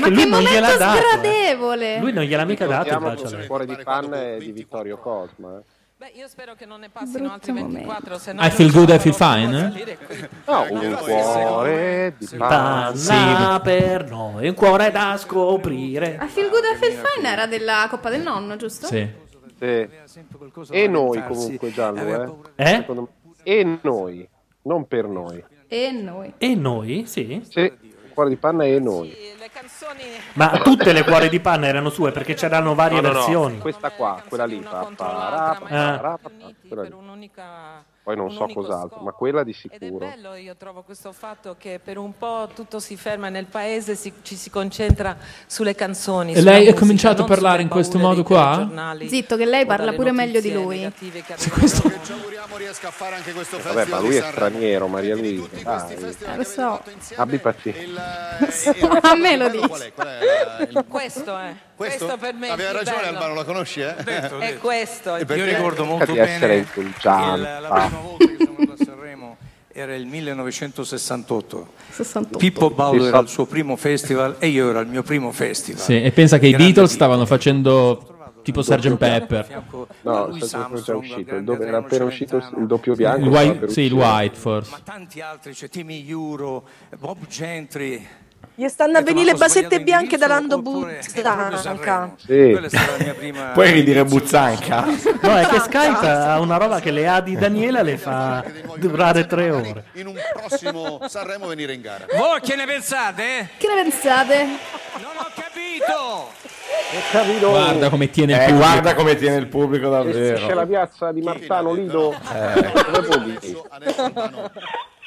[SPEAKER 14] Ma
[SPEAKER 2] che lui
[SPEAKER 14] che
[SPEAKER 2] non gliel'ha
[SPEAKER 14] momento
[SPEAKER 2] dato. eh.
[SPEAKER 14] sgradevole.
[SPEAKER 2] Lui non gliel'ha mica eh. dato il
[SPEAKER 8] Ricordiamo
[SPEAKER 2] bacio. a
[SPEAKER 8] che il
[SPEAKER 2] lei.
[SPEAKER 8] cuore di panna è di Vittorio Cosma. eh.
[SPEAKER 21] Beh, io spero che non ne passino altri 24, se no
[SPEAKER 3] I
[SPEAKER 21] non
[SPEAKER 3] feel
[SPEAKER 21] ci
[SPEAKER 3] good, I
[SPEAKER 21] sono
[SPEAKER 3] feel
[SPEAKER 21] proprio
[SPEAKER 3] fine,
[SPEAKER 21] da dire.
[SPEAKER 8] No, un cuore di panna.
[SPEAKER 2] Panna per noi, un cuore da scoprire.
[SPEAKER 14] A Feel Good a Feel Fine era della Coppa del Nonno, giusto?
[SPEAKER 8] Sì. eh. E noi comunque, Giallo, eh? Secondo me- E noi, non per noi.
[SPEAKER 14] E noi.
[SPEAKER 2] E noi? Sì.
[SPEAKER 8] Sì, il cuore di panna e eh, noi.
[SPEAKER 2] Ma tutte
[SPEAKER 8] <laughs>
[SPEAKER 2] le cuore di panna erano sue perché c'erano varie versioni.
[SPEAKER 8] Questa qua, quella lì, pa- pa- pa-
[SPEAKER 2] Ah.
[SPEAKER 8] pa- pa- quella lì. Poi non so cos'altro, ma quella di sicuro.
[SPEAKER 21] Bello, io trovo questo fatto che per un po' tutto si ferma nel paese, si- ci si concentra sulle canzoni.
[SPEAKER 3] E
[SPEAKER 21] sulla
[SPEAKER 3] lei ha
[SPEAKER 21] musica,
[SPEAKER 3] cominciato a
[SPEAKER 21] non
[SPEAKER 3] parlare in
[SPEAKER 21] sulle
[SPEAKER 3] questo
[SPEAKER 21] paure
[SPEAKER 3] modo
[SPEAKER 21] dei
[SPEAKER 3] qua?
[SPEAKER 21] telegiornali
[SPEAKER 14] Zitto, che lei
[SPEAKER 21] o
[SPEAKER 14] parla
[SPEAKER 21] dalle
[SPEAKER 14] pure meglio di
[SPEAKER 21] notizie
[SPEAKER 14] lui.
[SPEAKER 21] negative che
[SPEAKER 3] Se questo...
[SPEAKER 8] Vabbè, ma lui è straniero, Maria Luisa. dai.
[SPEAKER 14] Eh, lo so. <laughs>
[SPEAKER 8] Abbi pazienza.
[SPEAKER 14] a me lo dici.
[SPEAKER 21] arrivano. Questo è. Questo, per me.
[SPEAKER 12] Aveva
[SPEAKER 21] è il
[SPEAKER 12] ragione
[SPEAKER 21] bello.
[SPEAKER 12] Albano, la conosci, eh? <laughs>
[SPEAKER 21] È questo.
[SPEAKER 12] E
[SPEAKER 21] il
[SPEAKER 12] perché-
[SPEAKER 9] Io ricordo molto
[SPEAKER 8] Di essere
[SPEAKER 9] bene il-
[SPEAKER 8] insultante.
[SPEAKER 9] la prima volta che sono andato a Sanremo era il 1968.
[SPEAKER 14] 68.
[SPEAKER 9] Pippo Baudo era il suo primo festival e io ero al mio primo festival.
[SPEAKER 3] Sì, e pensa che i
[SPEAKER 9] Grande
[SPEAKER 3] Beatles stavano facendo tipo Sgt. Pepper.
[SPEAKER 8] No, il doppio già uscito, il doppio- era appena uscito il doppio bianco.
[SPEAKER 3] Il
[SPEAKER 8] stava
[SPEAKER 3] white,
[SPEAKER 8] per
[SPEAKER 3] sì, il
[SPEAKER 8] uscire.
[SPEAKER 3] white forse.
[SPEAKER 9] tanti altri, c'è Timmy Euro, Bob
[SPEAKER 21] <laughs>
[SPEAKER 9] Gentry.
[SPEAKER 5] Gli stanno a
[SPEAKER 6] Ecco,
[SPEAKER 5] venire le basette bianche da Lando
[SPEAKER 9] Sanremo.
[SPEAKER 5] Buzzanca.
[SPEAKER 9] Quella è stata la mia prima.
[SPEAKER 6] Puoi ridire Buzzanca?
[SPEAKER 2] No, è che Skype ha una roba che le ha di Daniela le fa durare tre ore.
[SPEAKER 12] In un prossimo Sanremo venire in gara.
[SPEAKER 9] Voi che ne pensate?
[SPEAKER 14] Che ne pensate?
[SPEAKER 9] Capito?
[SPEAKER 3] Guarda come tiene il
[SPEAKER 6] Eh,
[SPEAKER 3] pubblico.
[SPEAKER 6] guarda come tiene il pubblico
[SPEAKER 8] Eh, C'è la
[SPEAKER 6] davvero.
[SPEAKER 8] piazza di Martano Lido. <laughs>
[SPEAKER 6] Eh.
[SPEAKER 8] Come vuol dire?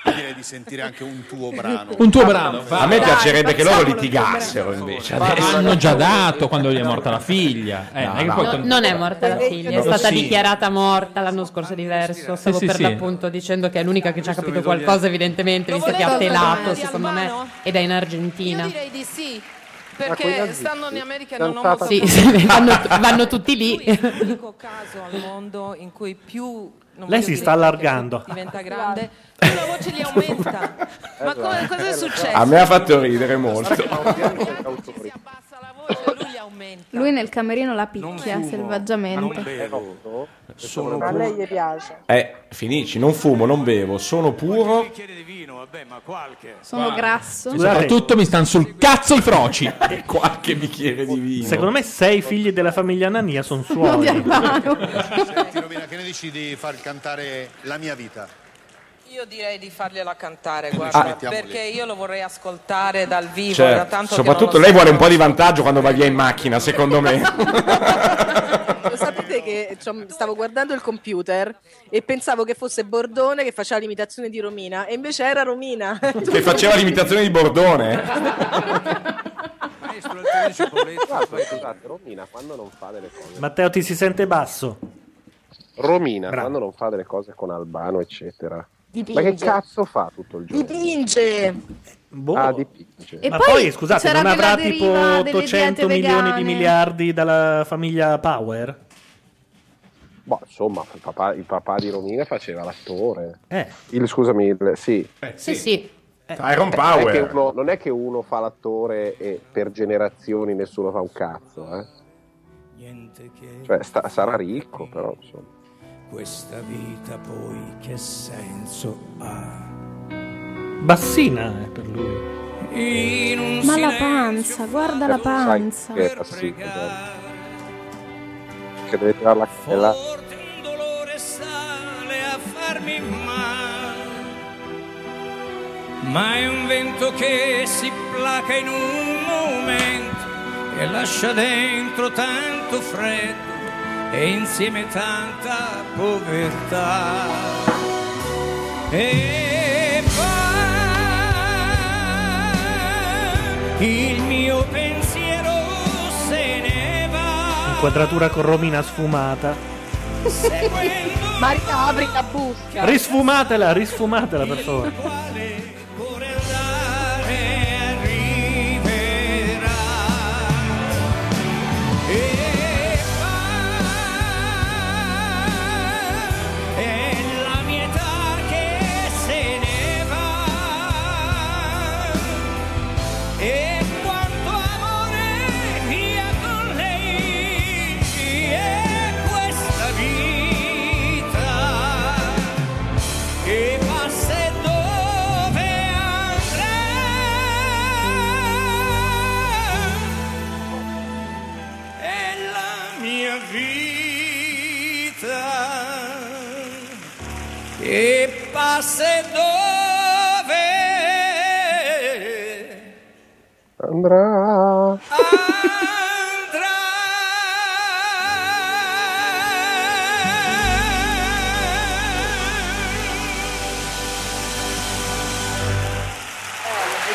[SPEAKER 12] Direi di sentire anche un tuo brano.
[SPEAKER 3] Un tuo brano, va.
[SPEAKER 6] A me
[SPEAKER 3] Dai,
[SPEAKER 6] piacerebbe che loro
[SPEAKER 3] facciamolo,
[SPEAKER 6] litigassero invece.
[SPEAKER 3] Cioè, Hanno già dato quando gli è morta la figlia. Eh, non è che poi-
[SPEAKER 4] No, non è morta la figlia, è
[SPEAKER 3] No,
[SPEAKER 4] stata
[SPEAKER 3] sì.
[SPEAKER 4] dichiarata morta l'anno scorso diverso. Stavo
[SPEAKER 3] sì,
[SPEAKER 4] per
[SPEAKER 3] sì.
[SPEAKER 4] l'appunto dicendo che è l'unica che ci ha capito
[SPEAKER 3] mi toglie-
[SPEAKER 4] qualcosa, evidentemente, visto che ha
[SPEAKER 21] volevo
[SPEAKER 4] telato,
[SPEAKER 21] parlare di
[SPEAKER 4] secondo me,
[SPEAKER 21] Albano?
[SPEAKER 4] ed è in Argentina.
[SPEAKER 21] Direi di sì,
[SPEAKER 6] Ah,
[SPEAKER 4] quella
[SPEAKER 21] perché
[SPEAKER 4] di
[SPEAKER 21] stanno
[SPEAKER 4] sì.
[SPEAKER 21] in America e non ho
[SPEAKER 4] Danzata-
[SPEAKER 21] molto
[SPEAKER 4] Sì, sì, vanno, vanno tutti lì.
[SPEAKER 21] l'unico caso al mondo in cui più non
[SPEAKER 2] Lei
[SPEAKER 21] voglio
[SPEAKER 2] si
[SPEAKER 21] dire
[SPEAKER 2] sta allargando.
[SPEAKER 21] diventa grande, più la voce gli aumenta.
[SPEAKER 6] <laughs> Eh,
[SPEAKER 21] Ma come- cosa è successo?
[SPEAKER 6] A me ha fatto ridere molto.
[SPEAKER 14] Lui nel camerino la picchia selvaggiamente.
[SPEAKER 9] Sono
[SPEAKER 18] A lei gli piace.
[SPEAKER 6] Eh, finisci, non fumo, non bevo, sono puro.
[SPEAKER 30] vabbè, ma qualche.
[SPEAKER 14] Sono grasso.
[SPEAKER 31] Soprattutto mi stanno sul cazzo i froci.
[SPEAKER 6] Qualche bicchiere di vino.
[SPEAKER 2] Secondo me sei figli della famiglia Anania sono suoi.
[SPEAKER 12] Senti Romina, che ne dici di far cantare La mia vita?
[SPEAKER 32] Io direi di fargliela cantare,
[SPEAKER 6] Ah.
[SPEAKER 32] guarda,
[SPEAKER 6] Mettiamoli.
[SPEAKER 32] perché io lo vorrei ascoltare dal vivo,
[SPEAKER 6] Cioè,
[SPEAKER 32] da tanto che non lo
[SPEAKER 6] soprattutto lei vuole un po' di vantaggio quando va via in macchina, secondo me.
[SPEAKER 11] Lo sapete che cioè, stavo guardando il computer e pensavo che fosse Bordone che faceva l'imitazione di Romina e invece era Romina.
[SPEAKER 6] che faceva l'imitazione di Bordone.
[SPEAKER 8] Guarda, scusate, Romina quando non fa delle cose.
[SPEAKER 2] Matteo ti si sente basso.
[SPEAKER 8] Romina quando non fa delle cose con Albano, eccetera.
[SPEAKER 11] Dipinge.
[SPEAKER 8] Ma che cazzo fa tutto il giorno?
[SPEAKER 11] Dipinge!
[SPEAKER 3] Boh.
[SPEAKER 8] Ah, dipinge.
[SPEAKER 2] Ma poi, scusate, non avrà tipo 800 milioni di miliardi dalla famiglia Power?
[SPEAKER 8] Boh, insomma, il papà, il papà di Romina faceva l'attore.
[SPEAKER 2] Eh.
[SPEAKER 8] Il, scusami, il- sì.
[SPEAKER 33] Sì, sì.
[SPEAKER 6] Eh, Iron
[SPEAKER 8] Eh, Non è, che
[SPEAKER 6] Power.
[SPEAKER 8] uno, non è che uno fa l'attore e per generazioni nessuno fa un cazzo, eh.
[SPEAKER 7] Niente che
[SPEAKER 8] Cioè, sta- sarà ricco, però, insomma.
[SPEAKER 7] questa vita poi che senso ha?
[SPEAKER 2] Bassina eh, per lui.
[SPEAKER 7] In un
[SPEAKER 14] <laughs> Ma la
[SPEAKER 7] silenzio
[SPEAKER 14] panza, guarda la panza.
[SPEAKER 8] Che passivo, Che deve tirare la candela.
[SPEAKER 7] un dolore sale a farmi male. Ma è un vento che si placa in un momento e lascia dentro tanto freddo e insieme tanta povertà. E va, il mio pensiero se ne
[SPEAKER 9] <laughs>
[SPEAKER 7] va.
[SPEAKER 2] Inquadratura con Romina sfumata.
[SPEAKER 9] Maria, apri la busca.
[SPEAKER 2] Risfumatela, risfumatela per favore.
[SPEAKER 7] è la mia età che se ne va e quanto amore via con lei è questa vita che passa e dove andrà è la mia vita e passa e dove
[SPEAKER 8] Andrà.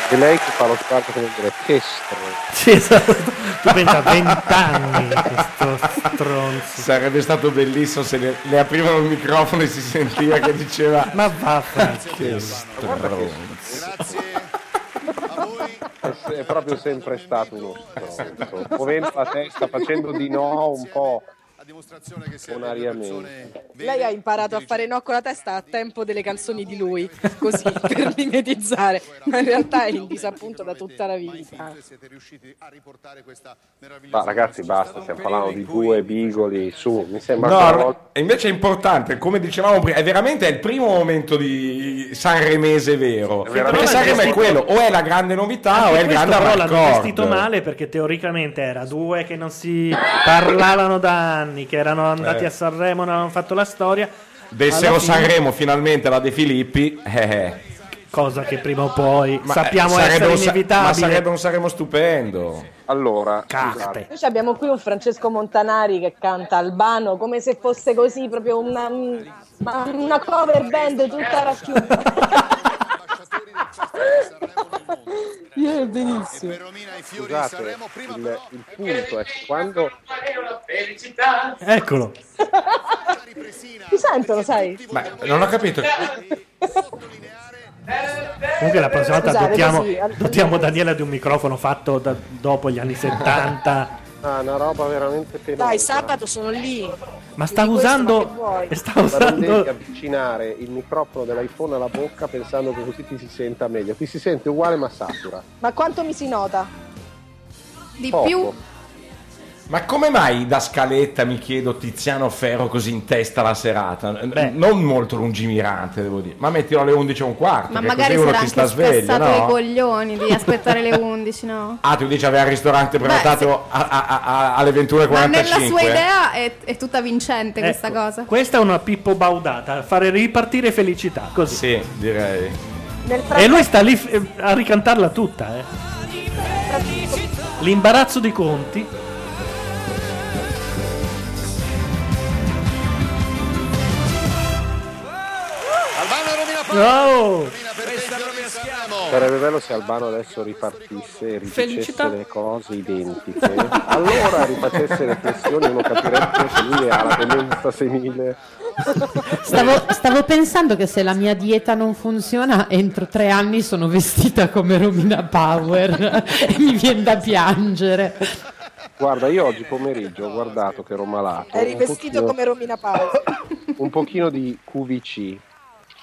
[SPEAKER 8] E lei che fa lo sparco come dire, che stronzo.
[SPEAKER 2] Sì, esatto. Tu pensa a 20
[SPEAKER 8] <laughs>
[SPEAKER 2] anni questo stronzo.
[SPEAKER 6] Sarebbe stato bellissimo se le, le aprivano il microfono e si sentiva che diceva
[SPEAKER 2] <laughs> Ma vaffanculo.
[SPEAKER 6] Che
[SPEAKER 8] Guarda che-
[SPEAKER 6] stronzo.
[SPEAKER 8] È, è proprio sempre stato uno stronzo. Muovendo la testa, facendo di no un po'. Bonariamente.
[SPEAKER 11] Lei ha imparato a fare no con la testa a tempo delle canzoni di lui, così <laughs> per mimetizzare, ma in realtà è in disappunto da tutta la vita.
[SPEAKER 8] Ma ragazzi, basta, stiamo parlando di due bigoli su, mi sembra
[SPEAKER 6] No,
[SPEAKER 8] che una
[SPEAKER 6] <laughs> ro-
[SPEAKER 8] volta-
[SPEAKER 6] e invece è importante, come dicevamo prima, è veramente il primo momento di Sanremese vero. Perché
[SPEAKER 2] però
[SPEAKER 6] Sanremo è
[SPEAKER 2] l'hanno
[SPEAKER 6] quello,
[SPEAKER 2] vestito-
[SPEAKER 6] o è la grande novità o Ah,
[SPEAKER 2] Anche
[SPEAKER 6] è il
[SPEAKER 2] questo
[SPEAKER 6] grande
[SPEAKER 2] però l'hanno vestito
[SPEAKER 6] raccordo.
[SPEAKER 2] male perché teoricamente era due che non si parlavano da anni, che erano andati
[SPEAKER 6] Eh.
[SPEAKER 2] a Sanremo, non avevano fatto la storia.
[SPEAKER 6] Dessero
[SPEAKER 2] Alla fine-
[SPEAKER 6] Sanremo finalmente la De Filippi, eh, eh.
[SPEAKER 2] Cosa che prima o poi
[SPEAKER 6] Ma, eh,
[SPEAKER 2] sappiamo
[SPEAKER 6] sarebbe
[SPEAKER 2] essere
[SPEAKER 6] un sa-
[SPEAKER 2] inevitabile.
[SPEAKER 6] Ma sarebbe un Sanremo stupendo.
[SPEAKER 8] Allora,
[SPEAKER 2] Carte.
[SPEAKER 11] Noi abbiamo qui un Francesco Montanari che canta Albano come se fosse così proprio una, ma una cover band tutta racchiusa. Io benissimo.
[SPEAKER 8] Scusate, il, il punto è che quando
[SPEAKER 2] Eccolo.
[SPEAKER 11] Ti sentono, sai?
[SPEAKER 6] Ma non ho capito.
[SPEAKER 2] Comunque la prossima volta
[SPEAKER 11] Scusate,
[SPEAKER 2] dotiamo,
[SPEAKER 11] così, al-
[SPEAKER 2] dotiamo Daniela di un microfono fatto da- dopo
[SPEAKER 11] <laughs>
[SPEAKER 2] gli anni 70.
[SPEAKER 8] Ah, una roba veramente penosa.
[SPEAKER 11] Dai, sabato sono lì.
[SPEAKER 2] Ma sta
[SPEAKER 11] Questo
[SPEAKER 2] usando...
[SPEAKER 11] ma che vuoi?
[SPEAKER 2] <laughs> sta
[SPEAKER 8] Ma non
[SPEAKER 2] usando-
[SPEAKER 8] devi avvicinare il microfono dell'iPhone alla bocca pensando che così ti si senta meglio. Ti si sente uguale ma satura.
[SPEAKER 11] Ma quanto mi si nota?
[SPEAKER 14] Di
[SPEAKER 8] Poco.
[SPEAKER 14] più
[SPEAKER 6] Ma come mai da scaletta, mi chiedo, Tiziano Ferro così in testa la serata? N- non molto lungimirante, devo dire. Ma mettilo alle 11 e un quarto,
[SPEAKER 14] Ma
[SPEAKER 6] che
[SPEAKER 14] magari
[SPEAKER 6] così uno ti
[SPEAKER 14] sarà anche
[SPEAKER 6] sta sveglio,
[SPEAKER 14] spezzato i
[SPEAKER 6] no?
[SPEAKER 14] coglioni di aspettare le 11, no?
[SPEAKER 6] Ah, tu dici aveva il ristorante prenotato a- a- a- a- alle 21.45?
[SPEAKER 14] Ma nella sua idea è, è tutta vincente
[SPEAKER 3] Eh,
[SPEAKER 14] questa cosa.
[SPEAKER 2] Questa è una Pippo Baudata, fare ripartire felicità, così.
[SPEAKER 6] Sì, direi.
[SPEAKER 2] E lui sta lì eh, a ricantarla tutta, eh. L'imbarazzo di Conti.
[SPEAKER 7] Albano rovina
[SPEAKER 2] Paolo.
[SPEAKER 8] Sarebbe bello se Albano adesso ripartisse e ripetesse
[SPEAKER 7] Felicità.
[SPEAKER 8] le cose identiche. Allora ripetesse le flessioni uno capirebbe che lui ha la tendenza senile.
[SPEAKER 4] Stavo, stavo pensando che se la mia dieta non funziona, entro tre anni sono vestita come Romina Power <laughs> e mi viene da piangere.
[SPEAKER 8] Guarda, io oggi pomeriggio ho guardato che ero malato.
[SPEAKER 19] Eri
[SPEAKER 8] un
[SPEAKER 19] vestito
[SPEAKER 8] pochino-
[SPEAKER 19] come Romina Paolo.
[SPEAKER 8] un pochino di QVC.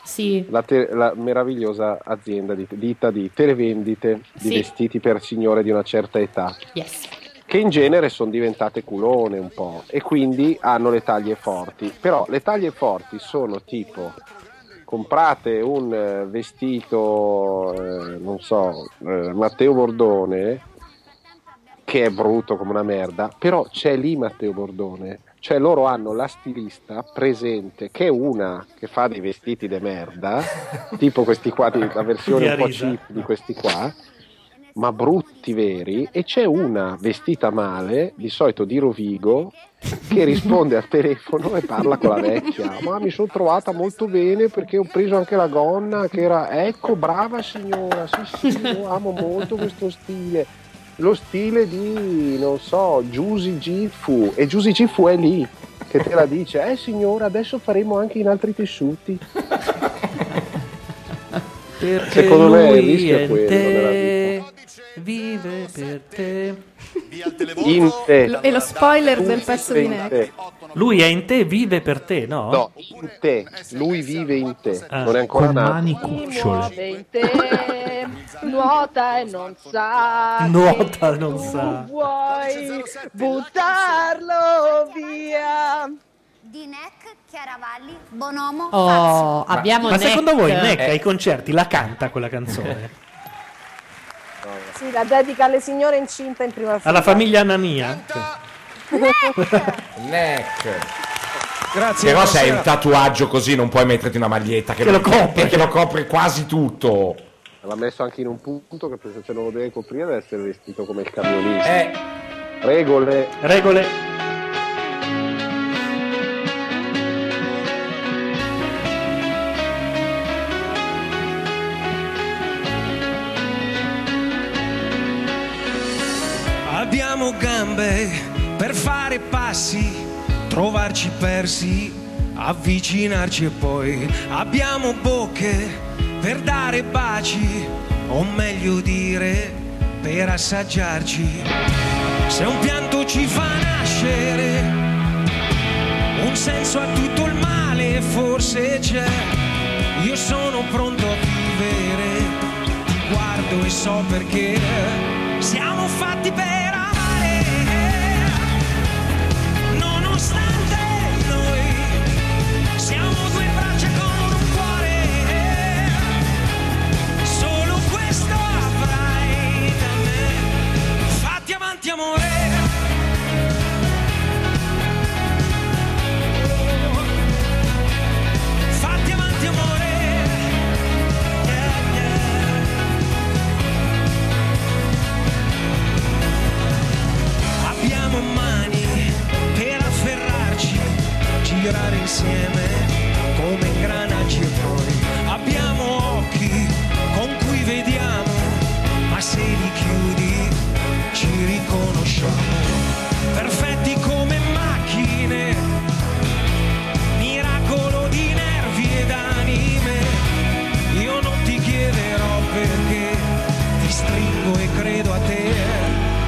[SPEAKER 4] Sì.
[SPEAKER 8] La, te- la meravigliosa azienda di ditta di televendite di
[SPEAKER 4] Sì.
[SPEAKER 8] vestiti per signore di una certa età.
[SPEAKER 4] Yes.
[SPEAKER 8] Che in genere sono diventate culone un po' e quindi hanno le taglie forti. Però le taglie forti sono tipo comprate un eh, vestito, eh, non so, eh, Matteo Bordone, che è brutto come una merda, però c'è lì Matteo Bordone. Cioè loro hanno la stilista presente, che è una che fa dei vestiti de
[SPEAKER 12] <laughs>
[SPEAKER 8] merda, tipo questi qua, di- la versione un po'
[SPEAKER 12] Di Arisa.
[SPEAKER 8] cheap di questi qua, ma brutti veri, e c'è una vestita male, di solito di Rovigo, che risponde al telefono e parla con la vecchia. Ma mi sono trovata molto bene perché ho preso anche la gonna che era ecco, brava signora, sì sì, io amo molto questo stile. Lo stile di, non so, Giusy Gifu e Giusy Gifu è lì che te la dice, eh signora, adesso faremo anche in altri tessuti.
[SPEAKER 2] Perché
[SPEAKER 8] Secondo me il
[SPEAKER 2] lui
[SPEAKER 8] rischio è
[SPEAKER 2] è in
[SPEAKER 8] quello
[SPEAKER 2] te, vive per te.
[SPEAKER 8] In te.
[SPEAKER 14] Lo- è lo spoiler del pezzo di Neck.
[SPEAKER 2] Lui è in te, vive per te, no? Ah.
[SPEAKER 8] No, in te. Lui vive in te. Non è ancora
[SPEAKER 2] Con
[SPEAKER 8] nato.
[SPEAKER 2] mani
[SPEAKER 11] Si muove in te, nuota e non sa. che
[SPEAKER 2] Nuota, non
[SPEAKER 11] tu
[SPEAKER 2] sa.
[SPEAKER 11] Vuoi buttarlo via.
[SPEAKER 18] Dinec, Chiaravalli, Bonomo,
[SPEAKER 2] Oh,
[SPEAKER 18] Fazio.
[SPEAKER 2] abbiamo Ma
[SPEAKER 18] Neck.
[SPEAKER 2] secondo voi Neck
[SPEAKER 18] Eh.
[SPEAKER 2] ai concerti la canta quella canzone?
[SPEAKER 19] Sì, la dedica alle signore incinte in prima fila.
[SPEAKER 5] <laughs>
[SPEAKER 2] Alla famiglia Anania?
[SPEAKER 19] Grazie,
[SPEAKER 6] Però se hai
[SPEAKER 19] buonasera.
[SPEAKER 6] un tatuaggio così non puoi metterti una maglietta che,
[SPEAKER 8] Che lo copre.
[SPEAKER 6] che lo copre quasi tutto.
[SPEAKER 8] L'ha messo anche in un punto che penso se non lo deve coprire deve essere vestito come il camionista.
[SPEAKER 6] Eh.
[SPEAKER 8] Regole.
[SPEAKER 2] Regole.
[SPEAKER 5] Abbiamo gambe per fare passi, trovarci persi, avvicinarci e poi abbiamo bocche per dare baci, o meglio dire per assaggiarci. Se un pianto ci fa nascere, un senso a tutto il male forse c'è. Io sono pronto a vivere, ti guardo e so perché siamo fatti per amare. Nonostante noi siamo due braccia con un cuore, solo questo avrai da me. Fatti avanti amore. Fatti avanti amore Yeah, yeah. Abbiamo mani per afferrarci Girare insieme come ingranaggi e poi Abbiamo occhi con cui vediamo Ma se li chiudi ci riconosciamo Perfetti come macchine miracolo di nervi ed anime. Io non ti chiederò perché ti stringo e credo a te.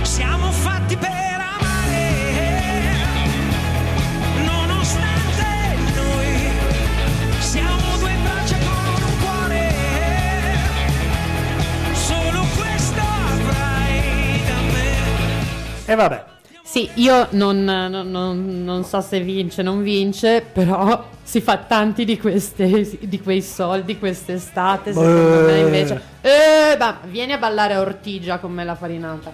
[SPEAKER 5] Siamo fatti per amare, nonostante noi siamo due braccia con un cuore. Solo questo avrai da me.
[SPEAKER 2] E vabbè.
[SPEAKER 4] Sì, io non, non- non- non so se vince o non vince, però si fa tanti di, queste, di quei soldi quest'estate, secondo
[SPEAKER 2] Beh.
[SPEAKER 4] me invece. Eh, ma vieni a ballare a Ortigia con me la farinata.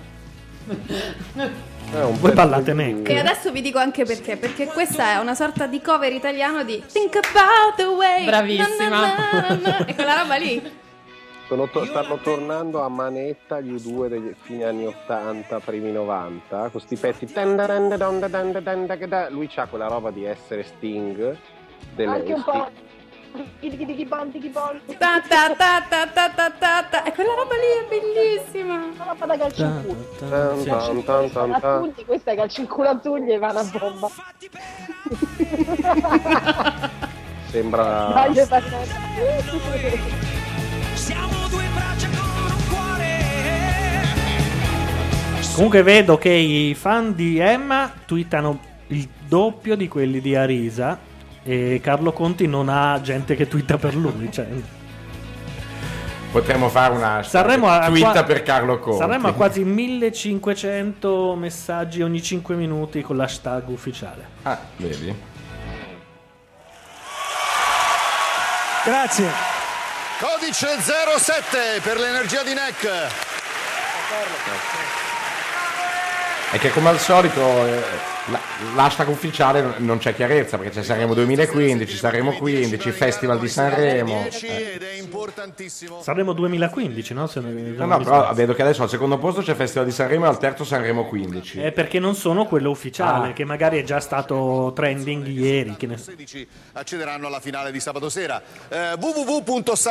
[SPEAKER 2] Voi ballate me.
[SPEAKER 14] E adesso vi dico anche perché, perché questa è una sorta di cover italiano di Think about the way.
[SPEAKER 4] Bravissima.
[SPEAKER 14] E quella roba lì.
[SPEAKER 8] Sono to- stanno tornando a manetta gli U2 degli fine anni 80, primi 90, con questi pezzi. Lui ha quella roba di essere Sting. Delle,
[SPEAKER 18] Anche un
[SPEAKER 8] Sting-
[SPEAKER 18] po'. Di- di- di- di- bon, di- di- bon.
[SPEAKER 14] Ta ta ta ta ta ta ta ta. E quella roba lì è bellissima.
[SPEAKER 18] Una roba da calcio in culo.
[SPEAKER 8] Tan, tan, tan, tan, tan.
[SPEAKER 18] Azzurri, questa è calcio in culo azzurri e va una bomba.
[SPEAKER 7] <laughs>
[SPEAKER 8] Sembra.
[SPEAKER 18] Voglio parlare.
[SPEAKER 20] Siamo due braccia con un cuore.
[SPEAKER 2] Comunque vedo che i fan di Emma twittano il doppio di quelli di Arisa e Carlo Conti non ha gente che twitta per lui. Cioè.
[SPEAKER 6] Potremmo fare una
[SPEAKER 2] Sanremo ha,
[SPEAKER 6] twitta
[SPEAKER 2] qua-
[SPEAKER 6] per Carlo Conti.
[SPEAKER 2] Sanremo ha quasi 1500 messaggi ogni 5 minuti con l'hashtag ufficiale.
[SPEAKER 6] Ah, vedi?
[SPEAKER 20] Grazie.
[SPEAKER 12] Codice 07 per l'energia di NEC.
[SPEAKER 6] È che come al solito eh, la- l'hashtag ufficiale non- non c'è chiarezza perché c'è Sanremo 2015, Sanremo 15, Festival di Sanremo.
[SPEAKER 12] Ed è importantissimo.
[SPEAKER 2] Sanremo 2015, no? Se non mi
[SPEAKER 6] No,
[SPEAKER 2] ricordo
[SPEAKER 6] no,
[SPEAKER 2] mi
[SPEAKER 6] però
[SPEAKER 2] sbaglio.
[SPEAKER 6] vedo che adesso al secondo posto c'è Festival di Sanremo e al terzo Sanremo 15.
[SPEAKER 2] È perché non sono quello ufficiale,
[SPEAKER 6] Ah.
[SPEAKER 2] che magari è già stato trending ieri. Che ne...
[SPEAKER 12] 16 accederanno alla finale di sabato sera. Eh,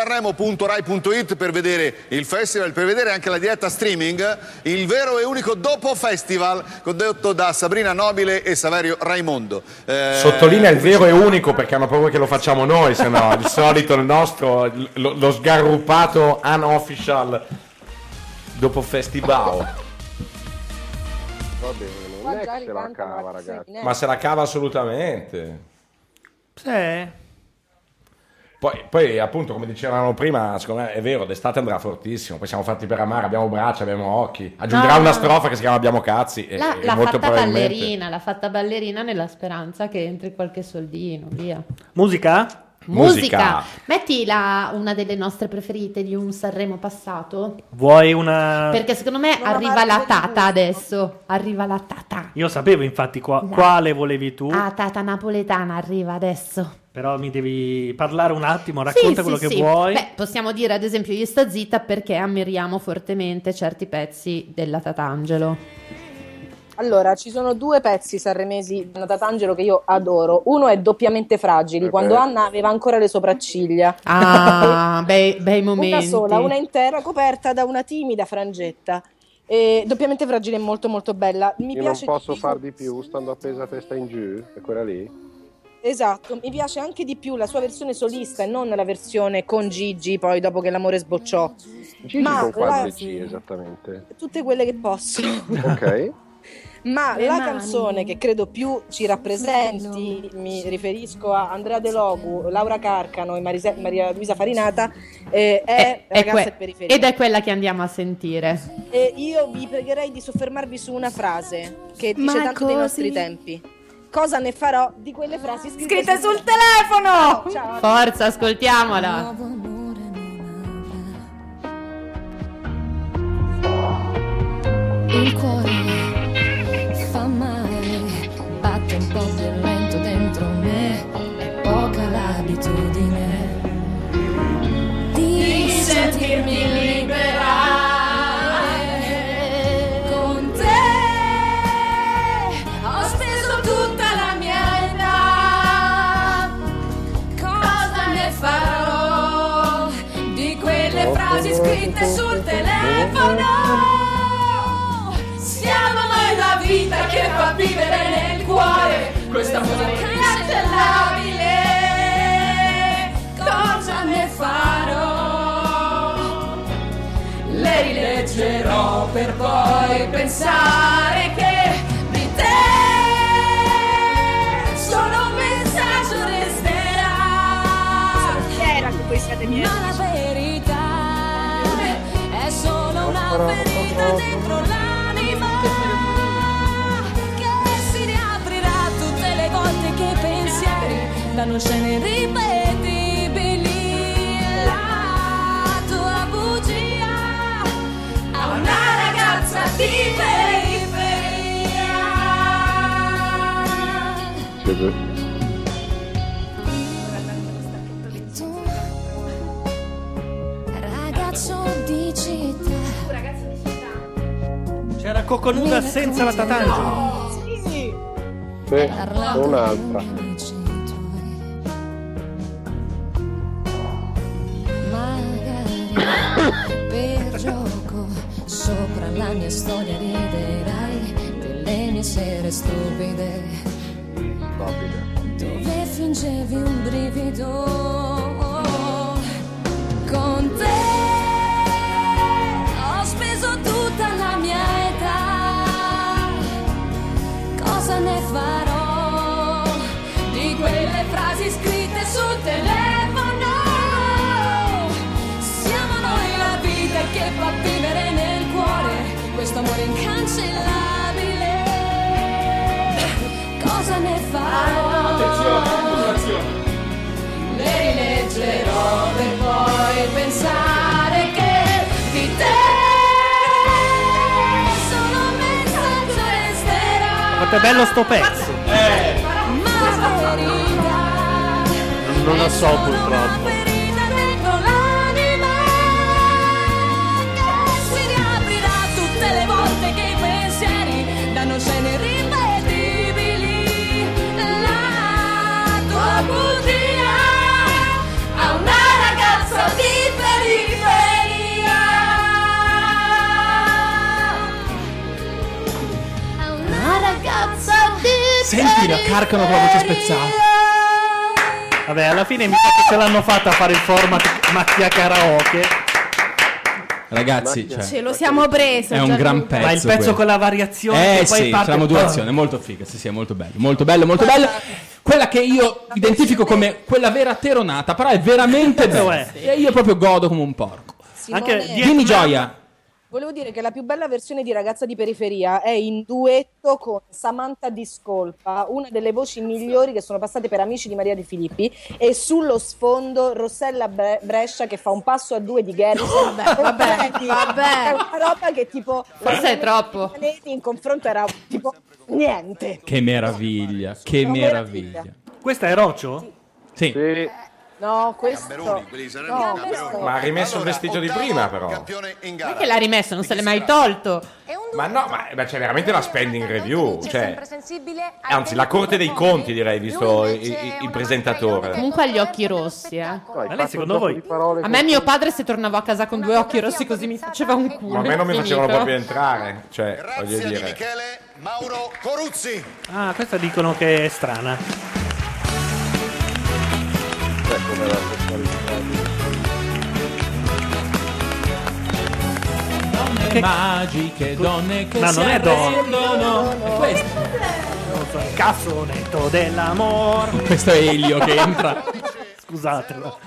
[SPEAKER 12] www.sanremo.rai.it per vedere il festival, per vedere anche la diretta streaming, il vero e unico dopo festival condotto da Sabrina Nobile e Saverio Raimondo. Eh,
[SPEAKER 6] Sottolinea il vero e unico perché hanno paura che lo facciamo noi, se no di solito il nostro, l- lo, lo sgarrupato unofficial dopo Festival.
[SPEAKER 8] Va bene,
[SPEAKER 18] Qua
[SPEAKER 8] non è
[SPEAKER 18] già
[SPEAKER 8] che se la
[SPEAKER 18] ricantano
[SPEAKER 8] cava,
[SPEAKER 18] la canzone
[SPEAKER 8] ragazzi.
[SPEAKER 18] di Neck.
[SPEAKER 6] Ma se la cava assolutamente.
[SPEAKER 2] Eh.
[SPEAKER 6] Poi, poi, appunto, come dicevamo prima, secondo me è vero, d'estate andrà fortissimo. Poi siamo fatti per amare, abbiamo braccia, abbiamo occhi. Aggiungerà
[SPEAKER 4] Ah.
[SPEAKER 6] una strofa che si chiama Abbiamo cazzi. E,
[SPEAKER 4] La-
[SPEAKER 6] e
[SPEAKER 4] l'ha
[SPEAKER 6] molto
[SPEAKER 4] fatta
[SPEAKER 6] probabilmente-
[SPEAKER 4] ballerina, l'ha fatta ballerina nella speranza che entri qualche soldino, via.
[SPEAKER 2] Musica?
[SPEAKER 4] Musica. Metti la- una delle nostre preferite di un Sanremo passato.
[SPEAKER 2] Vuoi una...
[SPEAKER 4] Perché secondo me arriva la tata adesso. Arriva la tata.
[SPEAKER 2] Io sapevo infatti qua- quale volevi tu,
[SPEAKER 4] La Ah, tata napoletana arriva adesso.
[SPEAKER 2] però mi devi parlare un attimo, racconta
[SPEAKER 4] Sì,
[SPEAKER 2] quello
[SPEAKER 4] sì,
[SPEAKER 2] che
[SPEAKER 4] sì.
[SPEAKER 2] vuoi.
[SPEAKER 4] Beh, possiamo dire ad esempio io sta zitta perché ammiriamo fortemente certi pezzi della Tatangelo.
[SPEAKER 5] Allora, ci sono due pezzi sanremesi di Natatangelo che io adoro. Uno è doppiamente fragili, quando Anna aveva ancora le sopracciglia. <laughs>
[SPEAKER 2] <laughs>
[SPEAKER 4] Ah, bei, bei momenti.
[SPEAKER 5] Una sola, una intera coperta da una timida frangetta. E doppiamente fragile e molto molto bella. Mi
[SPEAKER 8] Io non
[SPEAKER 5] piace
[SPEAKER 8] posso far di più, stando appesa testa in giù, è quella lì.
[SPEAKER 5] Esatto, mi piace anche di più la sua versione solista e non la versione con Gigi, poi dopo che l'amore sbocciò.
[SPEAKER 8] Gigi
[SPEAKER 5] Ma
[SPEAKER 8] con quante
[SPEAKER 5] la-
[SPEAKER 8] G esattamente?
[SPEAKER 5] tutte quelle che posso. <laughs>
[SPEAKER 8] Ok.
[SPEAKER 5] Ma
[SPEAKER 8] Le
[SPEAKER 5] la
[SPEAKER 8] mani.
[SPEAKER 5] canzone che credo più ci rappresenti, mi riferisco a Andrea De Logu, Laura Carcano e Marise- Maria Luisa Farinata, eh, è,
[SPEAKER 4] È
[SPEAKER 5] Ragazze
[SPEAKER 4] que-
[SPEAKER 5] e Periferia.
[SPEAKER 4] ed è quella che andiamo a sentire.
[SPEAKER 5] E io vi pregherei di soffermarvi su una frase che dice
[SPEAKER 4] Ma è
[SPEAKER 5] tanto dei nostri
[SPEAKER 4] così.
[SPEAKER 5] tempi. Cosa ne farò di quelle frasi scritte,
[SPEAKER 14] Scritte
[SPEAKER 5] sul,
[SPEAKER 14] sul telefono!
[SPEAKER 5] Ciao.
[SPEAKER 4] Forza, ascoltiamola.
[SPEAKER 7] Il cuore fa male, batte un po' più lento dentro me, è poca l'abitudine di sentirmi liberare con te. Ho steso tutta la mia età, cosa ne farò di quelle frasi scritte sul telefono? Siamo noi la vita che fa vivere nel cuore questa voce inaccellabile. Cosa ne farò? Le rileggerò per poi pensare che di te solo un messaggio resterà. Ma la verità è solo una verità dentro l'anima che
[SPEAKER 34] restano scene irripetibili. La tua bugia a una ragazza di periferia.
[SPEAKER 7] Tu, ragazzo di città.
[SPEAKER 2] C'era Coconuda senza la Tatangelo.
[SPEAKER 35] Sì, un'altra.
[SPEAKER 7] Magari per gioco sopra la mia storia riderai delle mie sere stupide dove fingevi un brivido con te ho speso tutta la mia età cosa ne farò di quelle frasi scritte sul telefono siamo noi la vita che fa vivere nel cuore questo amore incancellabile cosa ne farò le rileggerò per poi pensare che di te solo messaggio cioè resterà
[SPEAKER 2] Quanto è bello sto pezzo.
[SPEAKER 7] ma verità
[SPEAKER 36] Non la so purtroppo.
[SPEAKER 7] con l'anima che si riaprirà tutte le volte che i pensieri danno scene irripetibili la tua bugia a una ragazza di periferia a una ragazza di
[SPEAKER 3] Senti, la carcano con la voce spezzata.
[SPEAKER 2] Vabbè, alla fine mi sa che ce l'hanno fatta a fare il format macchia karaoke.
[SPEAKER 3] Ragazzi, cioè,
[SPEAKER 14] Ce lo siamo preso.
[SPEAKER 3] è un
[SPEAKER 14] Gianluca.
[SPEAKER 3] gran pezzo.
[SPEAKER 2] Ma il pezzo
[SPEAKER 3] quello.
[SPEAKER 2] con la variazione
[SPEAKER 3] Eh
[SPEAKER 2] che poi
[SPEAKER 3] sì,
[SPEAKER 2] parte-
[SPEAKER 3] c'è la modulazione, molto figa. Sì, sì, è molto bello, molto bello, molto bello. Quella che io identifico come quella vera teronata, però è
[SPEAKER 2] <laughs>
[SPEAKER 3] veramente bella. E io proprio godo come un porco.
[SPEAKER 11] Simone- Anche di-
[SPEAKER 3] Dimmi gioia.
[SPEAKER 11] Volevo dire che la più bella versione di Ragazza di Periferia è in duetto con Samantha Discolpa, una delle voci migliori che sono passate per Amici di Maria De Filippi, e sullo sfondo Rossella Bre- Brescia che fa un passo a due di Garrison.
[SPEAKER 14] <laughs> Vabbè, vabbè, vabbè.
[SPEAKER 11] È una roba che tipo...
[SPEAKER 14] Forse è
[SPEAKER 11] troppo. In confronto era tipo niente.
[SPEAKER 3] Che meraviglia, che meraviglia.
[SPEAKER 2] Questa è Roccio?
[SPEAKER 3] Sì.
[SPEAKER 11] No, questo... no, questo-
[SPEAKER 6] Ma ha rimesso il vestito di prima, però.
[SPEAKER 4] Perché l'ha rimesso, non se l'è mai tolto.
[SPEAKER 6] Ma no, ma, ma c'è veramente la spending review. Cioè,
[SPEAKER 7] sensibile
[SPEAKER 6] anzi, la corte dei conti, direi, visto i- i- il presentatore.
[SPEAKER 4] Comunque ha gli occhi rossi, eh.
[SPEAKER 6] Ma lei secondo voi?
[SPEAKER 4] A me mio padre se tornavo a casa con due occhi rossi così mi faceva un culo.
[SPEAKER 6] Ma a me non mi facevano
[SPEAKER 4] Finito.
[SPEAKER 6] proprio entrare. Cioè, voglio dire.
[SPEAKER 12] Mauro Coruzzi.
[SPEAKER 2] Ah, questa dicono che è strana.
[SPEAKER 6] Cioè,
[SPEAKER 3] Magiche donne che
[SPEAKER 2] Ma
[SPEAKER 3] si
[SPEAKER 2] non è donna.
[SPEAKER 3] arrendono. Questo.
[SPEAKER 2] Il cazzonetto dell'amor.
[SPEAKER 3] Questo è Elio che
[SPEAKER 2] <laughs>
[SPEAKER 3] entra.
[SPEAKER 2] Scusatelo.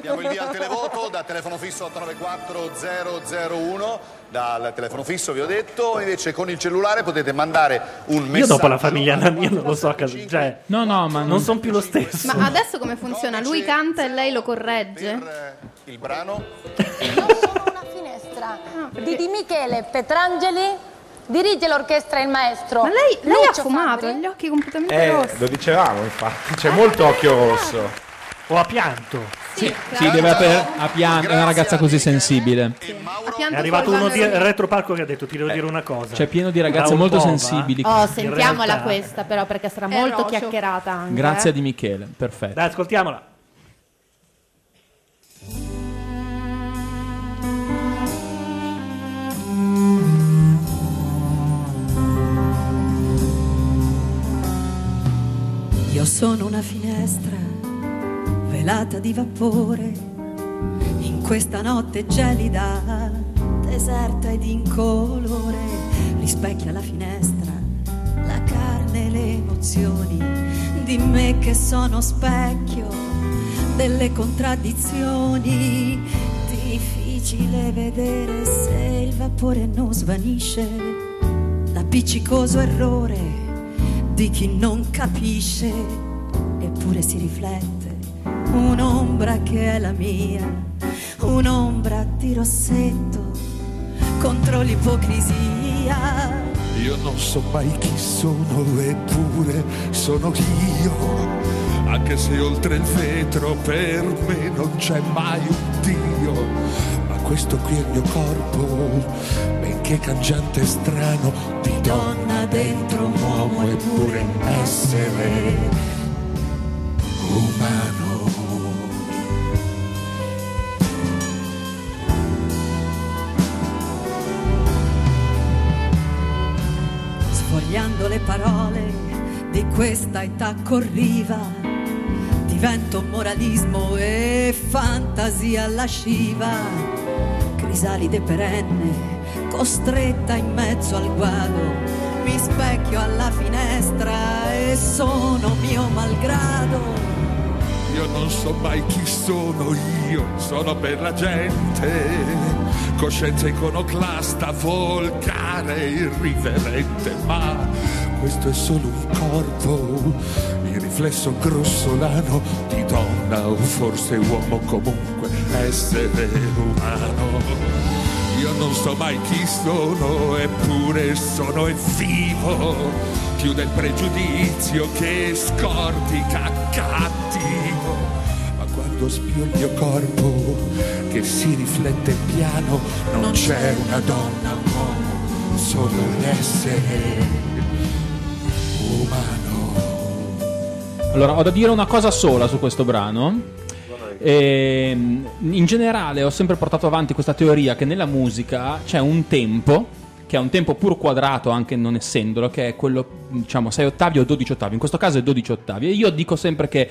[SPEAKER 12] Diamo il via al televoto da telefono fisso 894-001. Dal telefono fisso vi ho detto. Invece con il cellulare potete mandare un messaggio.
[SPEAKER 2] Io dopo la famiglia Nannini non lo so a casa. Cioè,
[SPEAKER 3] no, no, ma
[SPEAKER 2] non sono più lo stesso.
[SPEAKER 14] Ma adesso come funziona? Lui canta e lei lo corregge?
[SPEAKER 12] Il brano
[SPEAKER 7] finestra
[SPEAKER 14] Ah,
[SPEAKER 7] di Di Michele Petrangeli dirige l'orchestra il maestro
[SPEAKER 14] Ma lei, lei ha
[SPEAKER 7] Lucio
[SPEAKER 14] fumato,
[SPEAKER 7] Fabbri.
[SPEAKER 14] ha gli occhi completamente
[SPEAKER 6] Eh,
[SPEAKER 14] rossi.
[SPEAKER 6] lo dicevamo, infatti.
[SPEAKER 4] Ah.
[SPEAKER 6] C'è molto occhio rosso.
[SPEAKER 2] O ha pianto.
[SPEAKER 3] Sì, sì, deve aver- ha pian- è una ragazza così sensibile.
[SPEAKER 14] Ha
[SPEAKER 2] È
[SPEAKER 14] pianto
[SPEAKER 2] arrivato
[SPEAKER 14] fuori
[SPEAKER 2] uno di
[SPEAKER 14] dal-
[SPEAKER 2] retroparco che ha detto: Ti devo dire una cosa.
[SPEAKER 3] Eh, C'è pieno di ragazze
[SPEAKER 2] Raul
[SPEAKER 3] molto
[SPEAKER 2] Bova,
[SPEAKER 3] sensibili.
[SPEAKER 4] Oh,
[SPEAKER 2] in
[SPEAKER 4] sentiamola
[SPEAKER 2] realtà-
[SPEAKER 4] questa però perché sarà
[SPEAKER 14] È
[SPEAKER 4] molto
[SPEAKER 14] Roccio.
[SPEAKER 4] chiacchierata anche.
[SPEAKER 3] Grazie
[SPEAKER 4] eh.
[SPEAKER 3] a Di Michele, perfetto.
[SPEAKER 2] Dai,
[SPEAKER 3] <laughs>
[SPEAKER 2] ascoltiamola.
[SPEAKER 7] Io sono una finestra velata di vapore in questa notte gelida, deserta ed incolore. Rispecchia la finestra la carne e le emozioni di me che sono specchio delle contraddizioni. Difficile vedere se il vapore non svanisce, l'appiccicoso errore di chi non capisce. Eppure
[SPEAKER 37] oppure si riflette un'ombra che è la mia, un'ombra di rossetto contro l'ipocrisia.
[SPEAKER 19] Io non so mai chi sono, eppure sono io. Anche se oltre il vetro per me non c'è mai un Dio. Ma questo qui è il mio corpo, benché cangiante e strano, di donna dentro un uomo, eppure essere umano.
[SPEAKER 37] sfogliando le parole di questa età corriva, divento moralismo e fantasia lasciva, crisalide perenne, costretta in mezzo al guado, mi specchio alla finestra e sono mio malgrado.
[SPEAKER 19] Io non so mai chi sono io, sono per la <laughs> gente. Coscienza iconoclasta, volgare, irriverente, ma questo è solo un corpo, il riflesso grossolano di donna o forse uomo comunque essere umano. Io non so mai chi sono, eppure sono e vivo. Più del pregiudizio che scortica cattivo. Ma quando spio il mio corpo, che si riflette piano, non, c'è una donna, un uomo, solo un essere umano.
[SPEAKER 3] Allora, ho da dire una cosa sola su questo brano. Ehm, in generale ho sempre portato avanti questa teoria che nella musica c'è un tempo che è un tempo pur quadrato anche non essendolo che è quello diciamo 6 ottavi o 12 ottavi in questo caso è 12 ottavi e io dico sempre che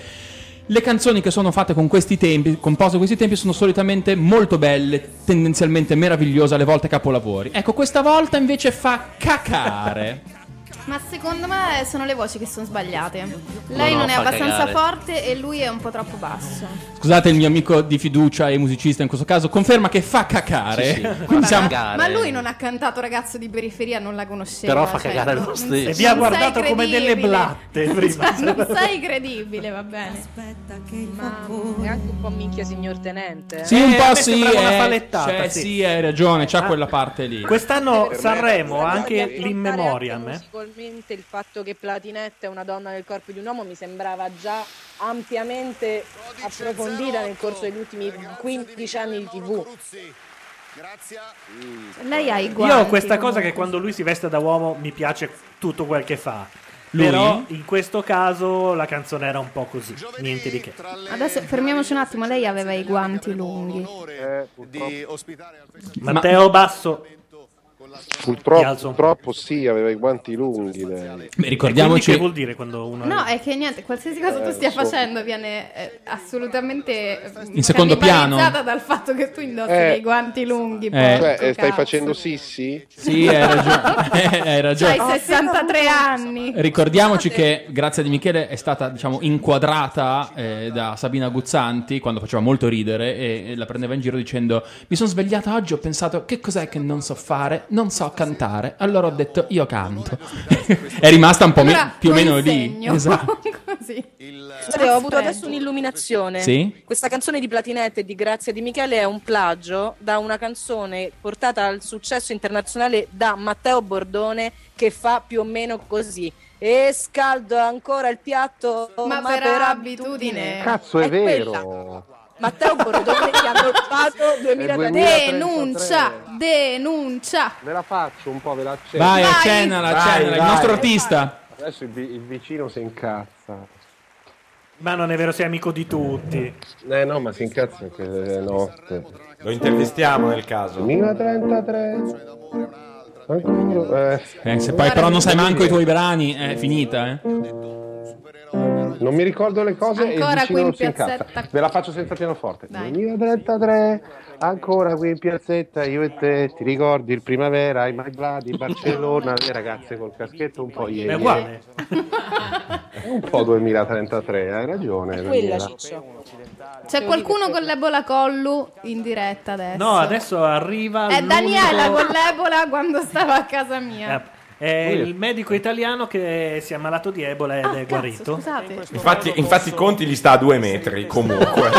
[SPEAKER 3] le canzoni che sono fatte con questi tempi, composte con questi tempi, sono solitamente molto belle, tendenzialmente meravigliose, alle volte capolavori. Ecco, questa volta invece fa cacare.
[SPEAKER 14] Ma secondo me sono le voci che sono sbagliate. Lei
[SPEAKER 3] no,
[SPEAKER 14] non è
[SPEAKER 3] fa
[SPEAKER 14] abbastanza
[SPEAKER 3] cagare.
[SPEAKER 14] forte e lui è un po' troppo basso.
[SPEAKER 3] Scusate il mio amico di fiducia e musicista in questo caso, conferma che fa cacare. <laughs>
[SPEAKER 38] Sì, sì,
[SPEAKER 3] Quindi
[SPEAKER 38] fa
[SPEAKER 3] siamo-
[SPEAKER 38] cagare.
[SPEAKER 14] Ma lui non ha cantato ragazzo di periferia, non la conosceva.
[SPEAKER 38] Ah, Però fa
[SPEAKER 14] cioè,
[SPEAKER 38] cagare
[SPEAKER 14] non-
[SPEAKER 38] lo stesso.
[SPEAKER 2] E vi ha
[SPEAKER 14] non sei
[SPEAKER 2] guardato come delle
[SPEAKER 14] credibile.
[SPEAKER 2] blatte prima.
[SPEAKER 14] Cioè, <laughs> non sei credibile, va bene.
[SPEAKER 37] Aspetta
[SPEAKER 11] Ma è anche un po' minchia signor tenente. eh.
[SPEAKER 3] Sì, un po' sì,
[SPEAKER 2] sembrava una
[SPEAKER 3] eh,
[SPEAKER 2] fallettata,
[SPEAKER 3] cioè,
[SPEAKER 2] sì.
[SPEAKER 3] sì, hai ragione, c'ha
[SPEAKER 2] Ah.
[SPEAKER 3] quella parte lì.
[SPEAKER 2] Quest'anno
[SPEAKER 3] Per me-
[SPEAKER 2] Sanremo ha anche
[SPEAKER 11] Voglio
[SPEAKER 2] l'in memoriam. eh.
[SPEAKER 11] Musicalmente il fatto che Platinetta è una donna nel corpo di un uomo mi sembrava già ampiamente approfondita nel corso degli ultimi 15 anni di TV.
[SPEAKER 14] Lei ha i guanti.
[SPEAKER 2] Io ho questa cosa
[SPEAKER 14] comunque.
[SPEAKER 2] che quando lui si veste da uomo mi piace tutto quel che fa.
[SPEAKER 3] Lui?
[SPEAKER 2] Però in questo caso la canzone era un po' così, niente di che.
[SPEAKER 14] Adesso fermiamoci un attimo, lei aveva i guanti lunghi.
[SPEAKER 12] di ospitare al festival.
[SPEAKER 2] Matteo Basso.
[SPEAKER 39] Purtroppo, purtroppo sì, aveva i guanti lunghi. lei.
[SPEAKER 2] E quindi Che vuol dire quando uno
[SPEAKER 14] No, è che niente, qualsiasi cosa tu
[SPEAKER 39] Eh,
[SPEAKER 14] stia
[SPEAKER 39] so.
[SPEAKER 14] facendo viene eh, assolutamente eh,
[SPEAKER 3] In secondo piano.
[SPEAKER 14] cannibalizzata dal fatto che tu indossi
[SPEAKER 39] Eh.
[SPEAKER 14] dei guanti lunghi.
[SPEAKER 3] Eh.
[SPEAKER 39] Cioè,
[SPEAKER 14] porco
[SPEAKER 39] eh, stai
[SPEAKER 14] cazzo.
[SPEAKER 39] facendo sissi?
[SPEAKER 3] Sì, hai
[SPEAKER 14] <laughs>
[SPEAKER 3] ragione. <laughs> Eh, hai ragione.
[SPEAKER 14] C'hai
[SPEAKER 12] Cioè,
[SPEAKER 14] 63 anni.
[SPEAKER 3] Ricordiamoci che Grazia di Michele è stata diciamo, inquadrata eh, da Sabina Guzzanti quando faceva molto ridere e, e la prendeva in giro dicendo mi sono svegliata oggi ho pensato che cos'è che non so fare, non so cantare, allora ho detto io canto. <laughs> è rimasta un po' me-
[SPEAKER 11] Allora,
[SPEAKER 3] più o
[SPEAKER 11] lo
[SPEAKER 3] meno lì.
[SPEAKER 11] insegno.
[SPEAKER 3] Esatto.
[SPEAKER 14] <laughs> Così.
[SPEAKER 11] Guardate, ho avuto adesso un'illuminazione.
[SPEAKER 3] Sì?
[SPEAKER 11] Questa canzone di Platinette e di Grazia di Michele è un plagio da una canzone portata al successo internazionale da Matteo Bordone che fa più o meno così. E scaldo ancora il piatto,
[SPEAKER 14] Ma per
[SPEAKER 3] Eh,
[SPEAKER 14] abitudine.
[SPEAKER 8] Cazzo, è, vero.
[SPEAKER 11] Matteo Ecco,
[SPEAKER 2] <laughs>
[SPEAKER 11] Bordone che ha doppato 2000
[SPEAKER 3] Eh,
[SPEAKER 14] Denuncia, denuncia.
[SPEAKER 8] Ve la faccio un po', ve la accendo.
[SPEAKER 3] Vai, accennala, accennala, il nostro artista.
[SPEAKER 8] Adesso il, vi- il vicino si incazza.
[SPEAKER 2] Ma non è vero, sei amico di tutti.
[SPEAKER 8] Eh no, ma si incazza eh, perché è notte.
[SPEAKER 6] Lo intervistiamo nel caso.
[SPEAKER 8] 1033. Ancora, eh.
[SPEAKER 3] Eh, se poi però non sai manco i tuoi brani è finita. Eh.
[SPEAKER 8] Non mi ricordo le cose
[SPEAKER 14] Ancora
[SPEAKER 8] e il vicino
[SPEAKER 14] qui in
[SPEAKER 8] non si incazza.
[SPEAKER 14] piazzetta.
[SPEAKER 8] Ve la faccio senza pianoforte.
[SPEAKER 14] Dai.
[SPEAKER 8] 2033, ancora qui in piazzetta, io e te, ti ricordi il primavera, i
[SPEAKER 14] <laughs>
[SPEAKER 8] magladi, Barcellona, le ragazze col caschetto un po' ieri.
[SPEAKER 2] È uguale.
[SPEAKER 8] Un po' 2033, hai ragione.
[SPEAKER 14] quella,
[SPEAKER 8] Daniela.
[SPEAKER 14] C'è qualcuno con l'ebola collu in diretta adesso.
[SPEAKER 2] No, adesso arriva.
[SPEAKER 14] È
[SPEAKER 3] <laughs>
[SPEAKER 2] l'unico-
[SPEAKER 14] Daniela con l'ebola quando stava a casa
[SPEAKER 2] Eh,
[SPEAKER 14] mia.
[SPEAKER 2] È
[SPEAKER 6] Lui è-
[SPEAKER 2] il medico italiano che si è ammalato di Ebola ed è guarito.
[SPEAKER 6] Infatti, infatti Conti gli sta a due metri <laughs> comunque.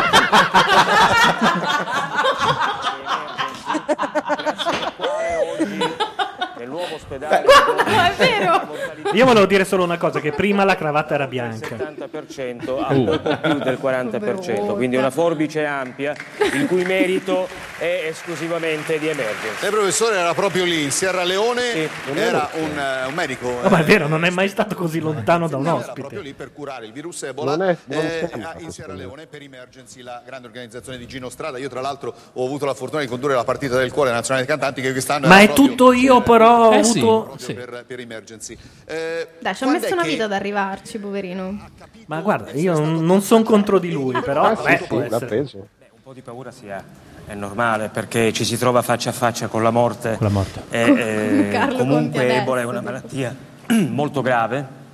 [SPEAKER 24] Nell'uovo Certo. ospedale
[SPEAKER 2] è vero! Io volevo dire solo una cosa, che prima la cravatta era bianca.
[SPEAKER 24] 40%
[SPEAKER 2] Uh.
[SPEAKER 24] ha poco più del 40%, quindi una forbice ampia il cui merito è esclusivamente di emergenza.
[SPEAKER 12] Il professore era proprio lì, in Sierra Leone, era un, eh, un medico.
[SPEAKER 2] No, Oh, ma è
[SPEAKER 12] eh,
[SPEAKER 2] vero, non è mai stato così lontano da un
[SPEAKER 12] era proprio
[SPEAKER 2] ospite.
[SPEAKER 12] lì per curare il virus Ebola
[SPEAKER 2] Non è- non
[SPEAKER 12] eh,
[SPEAKER 2] lo sembra,
[SPEAKER 12] a- in Sierra Leone per Emergency, la grande organizzazione di Gino Strada. Io, tra l'altro, ho avuto la fortuna di condurre la partita del cuore nazionale dei cantanti che quest'anno
[SPEAKER 2] Ma
[SPEAKER 12] era
[SPEAKER 2] è
[SPEAKER 12] proprio
[SPEAKER 2] tutto io, però. Ho
[SPEAKER 12] Eh sì,
[SPEAKER 2] avuto...
[SPEAKER 12] per, per Emergency. Eh,
[SPEAKER 14] Dai, ci ha
[SPEAKER 12] Quando
[SPEAKER 14] messo
[SPEAKER 12] è
[SPEAKER 14] una
[SPEAKER 12] che-
[SPEAKER 14] vita ad arrivarci, poverino.
[SPEAKER 2] Ma guarda, io non sono contro di lui, però.
[SPEAKER 14] Ah, sì,
[SPEAKER 2] vabbè,
[SPEAKER 14] sì,
[SPEAKER 2] può
[SPEAKER 14] l'ha
[SPEAKER 2] essere.
[SPEAKER 24] Un po' di paura si ha. È normale perché ci si trova faccia a faccia con la morte. Con la morte.
[SPEAKER 14] Con- con Carlo Conti
[SPEAKER 24] comunque
[SPEAKER 14] adesso.
[SPEAKER 24] Ebola è una malattia <clears throat> molto grave.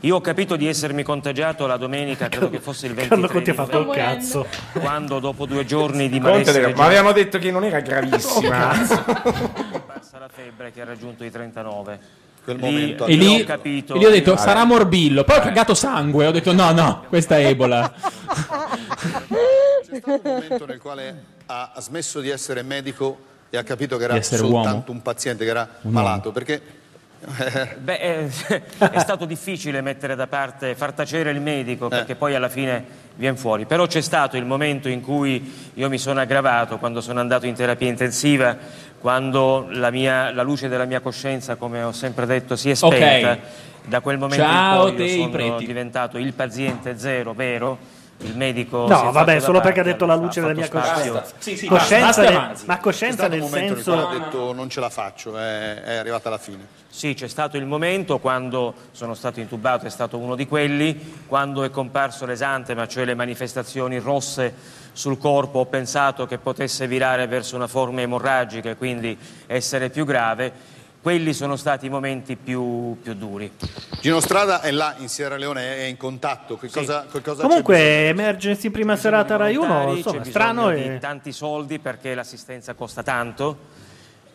[SPEAKER 24] Io ho capito di essermi contagiato la domenica, credo che fosse il 23
[SPEAKER 2] Carlo Conti ha
[SPEAKER 24] di
[SPEAKER 2] fatto un
[SPEAKER 24] novembre,
[SPEAKER 2] cazzo.
[SPEAKER 24] Quando dopo due giorni di
[SPEAKER 6] Conte
[SPEAKER 24] malessere
[SPEAKER 6] deve- ma avevano detto che non era gravissima.
[SPEAKER 24] passa la febbre che ha raggiunto i 39. lì,
[SPEAKER 6] momento-
[SPEAKER 24] lì
[SPEAKER 3] E lì,
[SPEAKER 24] ho capito.
[SPEAKER 3] e lì ho detto sarà morbillo. Poi ho cagato sangue. Ho detto no, no, questa è Ebola.
[SPEAKER 12] C'è stato un momento nel quale ha ha smesso di essere medico e ha capito che era
[SPEAKER 3] Di essere
[SPEAKER 12] soltanto
[SPEAKER 3] uomo?
[SPEAKER 12] un paziente, che era
[SPEAKER 3] Un
[SPEAKER 12] malato, perché
[SPEAKER 24] Beh, eh, <laughs> è stato difficile mettere da parte, far tacere il
[SPEAKER 12] Eh.
[SPEAKER 24] medico, perché poi alla fine viene fuori. Però c'è stato il momento in cui io mi sono aggravato, quando sono andato in terapia intensiva, quando la, mia- la luce della mia coscienza, come ho sempre detto, si è
[SPEAKER 3] Ok.
[SPEAKER 24] spenta. Da quel momento
[SPEAKER 3] Ciao, te,
[SPEAKER 24] in poi
[SPEAKER 3] i
[SPEAKER 24] io sono
[SPEAKER 3] preti.
[SPEAKER 24] diventato il paziente zero, vero? Il medico... si è
[SPEAKER 2] No,
[SPEAKER 24] fatto
[SPEAKER 2] vabbè,
[SPEAKER 24] da
[SPEAKER 2] solo
[SPEAKER 24] parte,
[SPEAKER 2] perché ha detto la
[SPEAKER 24] ha
[SPEAKER 2] luce della mia
[SPEAKER 24] fatto spazio.
[SPEAKER 2] coscienza. Coscienza
[SPEAKER 24] basta,
[SPEAKER 2] nel-
[SPEAKER 24] avanti.
[SPEAKER 2] ma
[SPEAKER 12] c'è
[SPEAKER 2] coscienza
[SPEAKER 12] stato
[SPEAKER 2] nel
[SPEAKER 12] un momento
[SPEAKER 2] senso.
[SPEAKER 12] nel quale ha detto non ce la faccio, è, è arrivata la fine.
[SPEAKER 24] Sì, c'è stato il momento quando sono stato intubato, è stato uno di quelli, quando è comparso l'esantema, cioè le manifestazioni rosse sul corpo, ho pensato che potesse virare verso una forma emorragica e quindi essere più grave. Quelli sono stati i momenti più, più duri.
[SPEAKER 12] Gino Strada è là in Sierra Leone, è in contatto. Che cosa, che cosa c'è
[SPEAKER 2] Comunque, emergency prima serata Rai 1,
[SPEAKER 24] Volontari,
[SPEAKER 2] insomma,
[SPEAKER 24] c'è
[SPEAKER 2] strano
[SPEAKER 24] bisogno di
[SPEAKER 2] e.
[SPEAKER 24] tanti soldi perché l'assistenza costa tanto.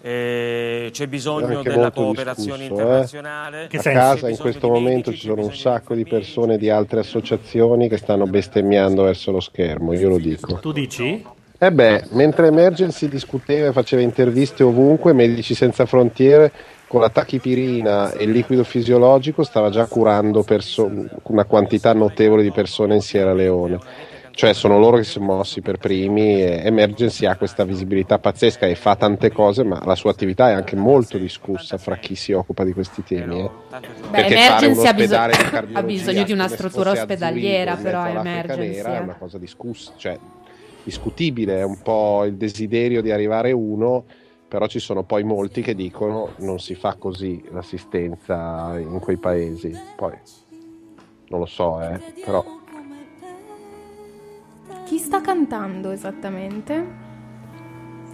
[SPEAKER 24] eh, c'è bisogno
[SPEAKER 8] anche
[SPEAKER 24] della
[SPEAKER 8] molto
[SPEAKER 24] cooperazione
[SPEAKER 8] discusso.
[SPEAKER 24] internazionale.
[SPEAKER 8] eh.
[SPEAKER 24] C'è
[SPEAKER 8] A
[SPEAKER 24] bisogno
[SPEAKER 8] casa in
[SPEAKER 24] di
[SPEAKER 8] questo momento ci sono un sacco di persone di altre associazioni che stanno bestemmiando verso lo schermo, io lo dico.
[SPEAKER 2] Tu dici?
[SPEAKER 8] E Eh beh, mentre Emergency discuteva e faceva interviste ovunque, Medici Senza Frontiere con la tachipirina e il liquido fisiologico stava già curando perso- una quantità notevole di persone in Sierra Leone. Cioè sono loro che si sono mossi per primi e Emergency ha questa visibilità pazzesca e fa tante cose, ma la sua attività è anche molto discussa fra chi si occupa di questi temi. eh.
[SPEAKER 4] Beh,
[SPEAKER 8] Perché fare un
[SPEAKER 4] Emergency <laughs> ha, bisog-
[SPEAKER 8] ospedale di
[SPEAKER 4] ha
[SPEAKER 8] cardiologia
[SPEAKER 4] bisogno di una
[SPEAKER 8] come se
[SPEAKER 4] struttura
[SPEAKER 8] fosse a Zurigo,
[SPEAKER 4] ospedaliera,
[SPEAKER 8] in
[SPEAKER 4] però
[SPEAKER 8] mezzo all'Africa
[SPEAKER 4] Emergency.
[SPEAKER 8] nera, è una
[SPEAKER 4] eh.
[SPEAKER 8] cosa discussa, cioè discutibile, è un po' il desiderio di arrivare uno, però ci sono poi molti che dicono non si fa così l'assistenza in quei paesi. Poi non lo so, eh, però
[SPEAKER 14] Chi sta cantando esattamente?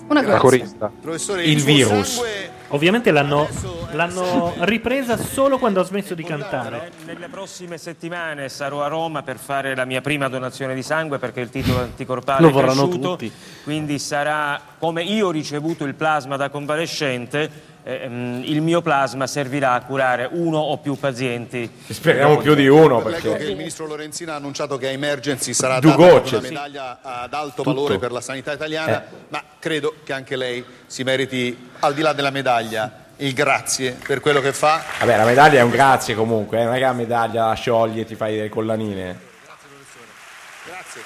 [SPEAKER 14] Una
[SPEAKER 2] Ecco.
[SPEAKER 8] la
[SPEAKER 14] corsa.
[SPEAKER 8] corista.
[SPEAKER 12] Professore,
[SPEAKER 2] il
[SPEAKER 8] virus.
[SPEAKER 2] Ovviamente l'hanno, l'hanno <laughs> ripresa solo quando ha smesso di cantare.
[SPEAKER 24] Nelle prossime settimane sarò a Roma per fare la mia prima donazione di sangue perché il titolo anticorpale
[SPEAKER 2] Lo
[SPEAKER 24] è
[SPEAKER 2] vorranno
[SPEAKER 24] cresciuto, quindi sarà come io ho ricevuto il plasma da convalescente. ehm, il mio plasma servirà a curare uno o più pazienti.
[SPEAKER 6] Speriamo più di uno
[SPEAKER 12] Leggo che il
[SPEAKER 6] perché
[SPEAKER 12] ministro Lorenzina ha annunciato che a Emergency sarà
[SPEAKER 6] Due
[SPEAKER 12] data anche
[SPEAKER 6] gocce,
[SPEAKER 12] una
[SPEAKER 6] sì.
[SPEAKER 12] medaglia ad alto
[SPEAKER 6] Tutto.
[SPEAKER 12] valore per la sanità italiana, ma credo che anche lei si meriti, al di là della medaglia, il grazie per quello che fa.
[SPEAKER 6] vabbè, la medaglia è un grazie comunque, eh, non è che la medaglia la sciogli e ti fai delle collanine.
[SPEAKER 12] Grazie.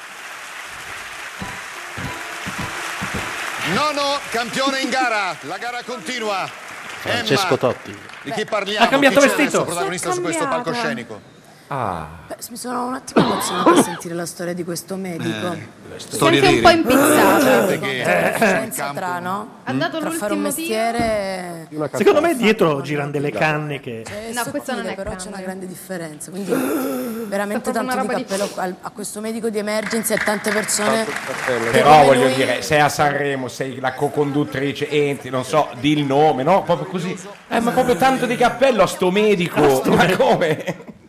[SPEAKER 12] Nono campione in gara, la gara continua.
[SPEAKER 1] Francesco
[SPEAKER 12] Emma,
[SPEAKER 1] Totti.
[SPEAKER 12] Di chi parliamo?
[SPEAKER 1] Ha cambiato
[SPEAKER 12] Chi c'è
[SPEAKER 1] vestito.
[SPEAKER 12] adesso protagonista
[SPEAKER 19] Si è
[SPEAKER 12] su questo
[SPEAKER 19] cambiato.
[SPEAKER 12] palcoscenico.
[SPEAKER 6] Ah.
[SPEAKER 19] Beh, mi sono un attimo emozionata a sentire la storia di questo medico. Mi sento
[SPEAKER 12] Eh, storie
[SPEAKER 19] anche un
[SPEAKER 12] lì.
[SPEAKER 19] po' impizzata.
[SPEAKER 12] Sapete che- Eh, eh,
[SPEAKER 19] Differenza tra, no? Ha dato tra fare un mestiere.
[SPEAKER 2] Secondo me dietro girano delle canne che.
[SPEAKER 15] Eh,
[SPEAKER 19] No, questo non è però c'è una grande differenza, quindi veramente
[SPEAKER 14] Sta proprio
[SPEAKER 19] tanto di
[SPEAKER 14] una roba di-
[SPEAKER 19] cappello al- a questo medico di emergenza e tante persone
[SPEAKER 6] Però
[SPEAKER 19] Come
[SPEAKER 6] voglio
[SPEAKER 19] lui-
[SPEAKER 6] dire, sei a Sanremo, sei la co-conduttrice, entri, non so, di il nome, no? Proprio così. Eh, ma proprio tanto di cappello a sto medico. ma come?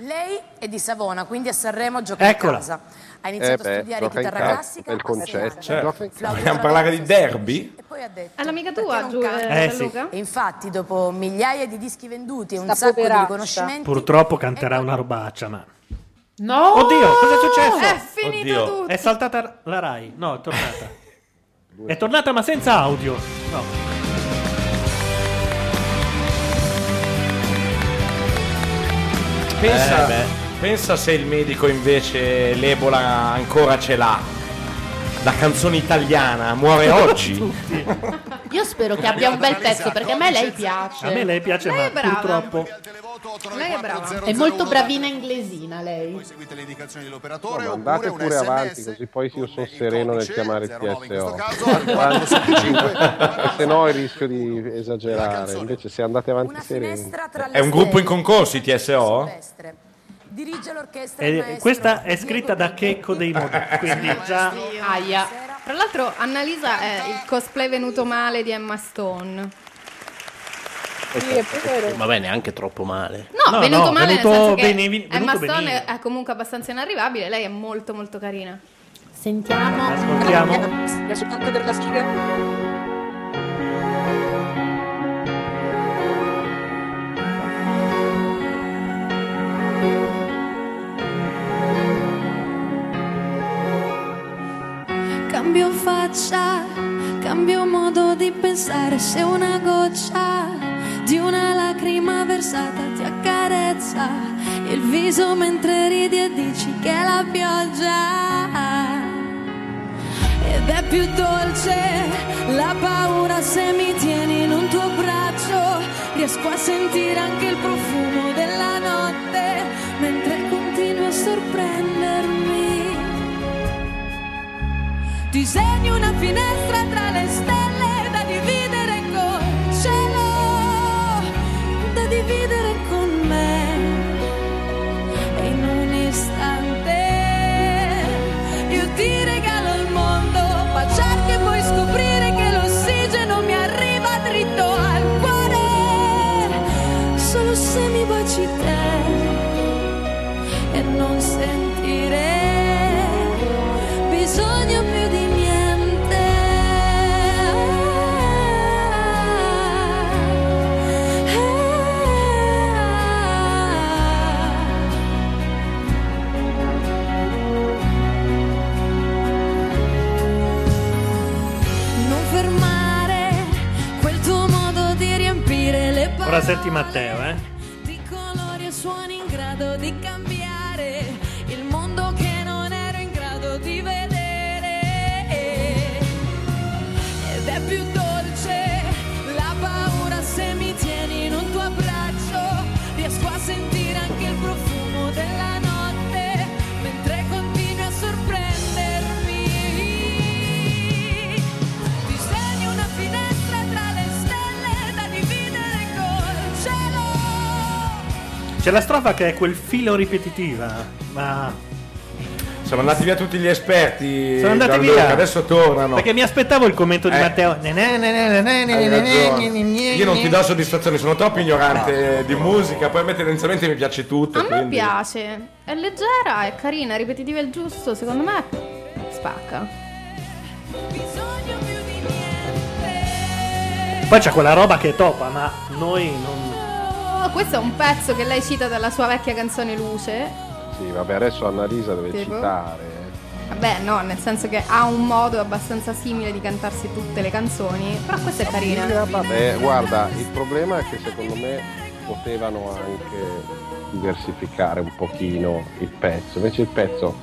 [SPEAKER 19] Lei è di Savona, quindi a Sanremo gioca
[SPEAKER 6] Eccola.
[SPEAKER 19] a casa. Ha
[SPEAKER 6] Eh
[SPEAKER 19] iniziato
[SPEAKER 6] beh,
[SPEAKER 19] a studiare
[SPEAKER 6] gioca in
[SPEAKER 19] chitarra
[SPEAKER 6] casa,
[SPEAKER 19] classica.
[SPEAKER 6] bel concetto.
[SPEAKER 19] Flauto
[SPEAKER 6] Vogliamo parlare Certo. di derby?
[SPEAKER 15] poi ha detto...
[SPEAKER 14] All'amica tua,
[SPEAKER 15] "Perché non
[SPEAKER 14] Giu- eh,
[SPEAKER 15] canti?"
[SPEAKER 2] Eh, Gianluca? sì.
[SPEAKER 15] E infatti, dopo migliaia di dischi venduti e un
[SPEAKER 11] Sta
[SPEAKER 15] sacco
[SPEAKER 11] poveraccia.
[SPEAKER 15] di riconoscimenti...
[SPEAKER 2] Purtroppo canterà una robaccia, ma...
[SPEAKER 15] No!
[SPEAKER 2] Oddio, cosa è successo?
[SPEAKER 15] È finito
[SPEAKER 2] Oddio.
[SPEAKER 15] tutto.
[SPEAKER 2] È saltata la Rai. No, è <laughs> tornata. è tornata ma senza audio. No.
[SPEAKER 6] Pensa,
[SPEAKER 2] Eh, beh.
[SPEAKER 6] pensa se il medico invece l'Ebola ancora ce l'ha. La canzone italiana
[SPEAKER 2] <laughs>
[SPEAKER 6] muore oggi.
[SPEAKER 4] Io spero che abbia un bel pezzo perché a me lei piace.
[SPEAKER 2] Esatto. A me lei piace,
[SPEAKER 4] Lei
[SPEAKER 2] ma
[SPEAKER 4] è brava.
[SPEAKER 2] purtroppo...
[SPEAKER 4] Lei è brava. È molto bravina inglesina lei.
[SPEAKER 12] dell'operatore
[SPEAKER 8] No, ma andate
[SPEAKER 12] oppure
[SPEAKER 8] pure
[SPEAKER 12] un
[SPEAKER 8] avanti,
[SPEAKER 12] SMS
[SPEAKER 8] così poi io sono sereno nel chiamare il PSO.
[SPEAKER 12] al
[SPEAKER 8] Quando- Se no, il rischio di esagerare. Invece, se andate avanti sereni,
[SPEAKER 6] È un gruppo in concorso, i TSO?
[SPEAKER 15] Dirige l'orchestra il
[SPEAKER 2] E
[SPEAKER 15] maestro
[SPEAKER 2] questa è scritta da Checco dei Modi, quindi già...
[SPEAKER 14] Aia. Tra l'altro Annalisa è il cosplay venuto male di Emma Stone.
[SPEAKER 10] Ma beh, neanche troppo male.
[SPEAKER 14] No, venuto male nel senso che
[SPEAKER 10] bene- venuto
[SPEAKER 14] Emma Stone
[SPEAKER 10] benino.
[SPEAKER 14] è comunque abbastanza inarrivabile, lei è molto molto carina.
[SPEAKER 4] Sentiamo.
[SPEAKER 14] Ascoltiamo.
[SPEAKER 40] soltanto per la schiga.
[SPEAKER 7] Cambio faccia, cambio modo di pensare se una goccia di una lacrima versata ti accarezza il viso mentre ridi e dici che è la pioggia ed è più dolce la paura se mi tieni in un tuo braccio riesco a sentire anche il profumo della notte mentre continui a sorprendermi Disegni una finestra tra le stelle da dividere col cielo, da dividere con me. E in un istante io ti regalo il mondo, ma cerca e puoi scoprire che l'ossigeno mi arriva dritto al cuore, solo se mi baci te e non sentire bisogno più di niente. Non fermare quel tuo modo di riempire le parole
[SPEAKER 2] Ora senti Matteo, eh.
[SPEAKER 7] di colori e suoni in grado di cambiare il mondo che non ero in grado di vedere. Ed è più dolce la paura se mi tieni in un tuo abbraccio. Riesco a sentire anche il profumo della notte mentre continui a sorprendermi. Disegni una finestra tra le stelle da dividere col cielo.
[SPEAKER 2] C'è la strofa che è quel filo ripetitiva, ma...
[SPEAKER 6] Siamo andati via tutti gli esperti.
[SPEAKER 2] Sono andati
[SPEAKER 6] Gianluca,
[SPEAKER 2] via.
[SPEAKER 6] Adesso tornano.
[SPEAKER 2] Perché mi aspettavo il commento di
[SPEAKER 6] Eh.
[SPEAKER 2] Matteo. Ne, ne, ne, ne, ne, ne, ne,
[SPEAKER 6] Hai
[SPEAKER 2] ne,
[SPEAKER 6] ragione.
[SPEAKER 2] ne, ne, ne,
[SPEAKER 6] Io non
[SPEAKER 2] ne.
[SPEAKER 6] ti do soddisfazioni, sono troppo ignorante di musica. Poi a me tendenzialmente mi piace tutto.
[SPEAKER 14] A me
[SPEAKER 6] quindi-
[SPEAKER 14] piace, è leggera, è carina, ripetitiva è il giusto, secondo me spacca.
[SPEAKER 2] Poi c'è quella roba che è topa, ma noi non...
[SPEAKER 14] Oh, questo è un pezzo che lei cita dalla sua vecchia canzone Luce.
[SPEAKER 8] sì, vabbè, adesso Annalisa deve
[SPEAKER 14] Tipo?
[SPEAKER 8] citare.
[SPEAKER 14] Vabbè, no, nel senso che ha un modo abbastanza simile di cantarsi tutte le canzoni, però questa è carina.
[SPEAKER 8] Vabbè, Eh, guarda, il problema è che secondo me potevano anche diversificare un pochino il pezzo. Invece il pezzo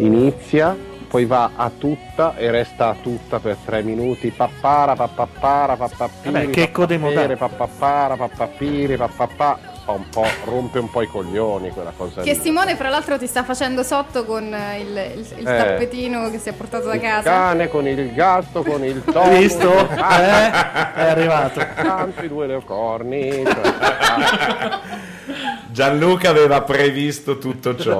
[SPEAKER 8] inizia, poi va a tutta e resta a tutta per tre minuti. Pappara, pappappara,
[SPEAKER 2] Vabbè,
[SPEAKER 8] pappappiri,
[SPEAKER 2] che
[SPEAKER 8] pappappere, pappappara, pappappiri, pappapà. Fa un po', rompe un po' i coglioni quella cosa
[SPEAKER 14] Che
[SPEAKER 8] lì.
[SPEAKER 14] Simone, fra l'altro, ti sta facendo sotto con eh, il, il- il
[SPEAKER 8] Eh.
[SPEAKER 14] tappetino che si è portato da
[SPEAKER 8] Il
[SPEAKER 14] casa.
[SPEAKER 8] cane con il gatto, con il
[SPEAKER 6] <laughs>
[SPEAKER 8] topo. <laughs>
[SPEAKER 2] Visto?
[SPEAKER 6] Eh,
[SPEAKER 8] Ah,
[SPEAKER 2] È arrivato.
[SPEAKER 8] Tanto i due leocorni.
[SPEAKER 6] <laughs> Gianluca aveva previsto tutto
[SPEAKER 12] <laughs>
[SPEAKER 6] ciò.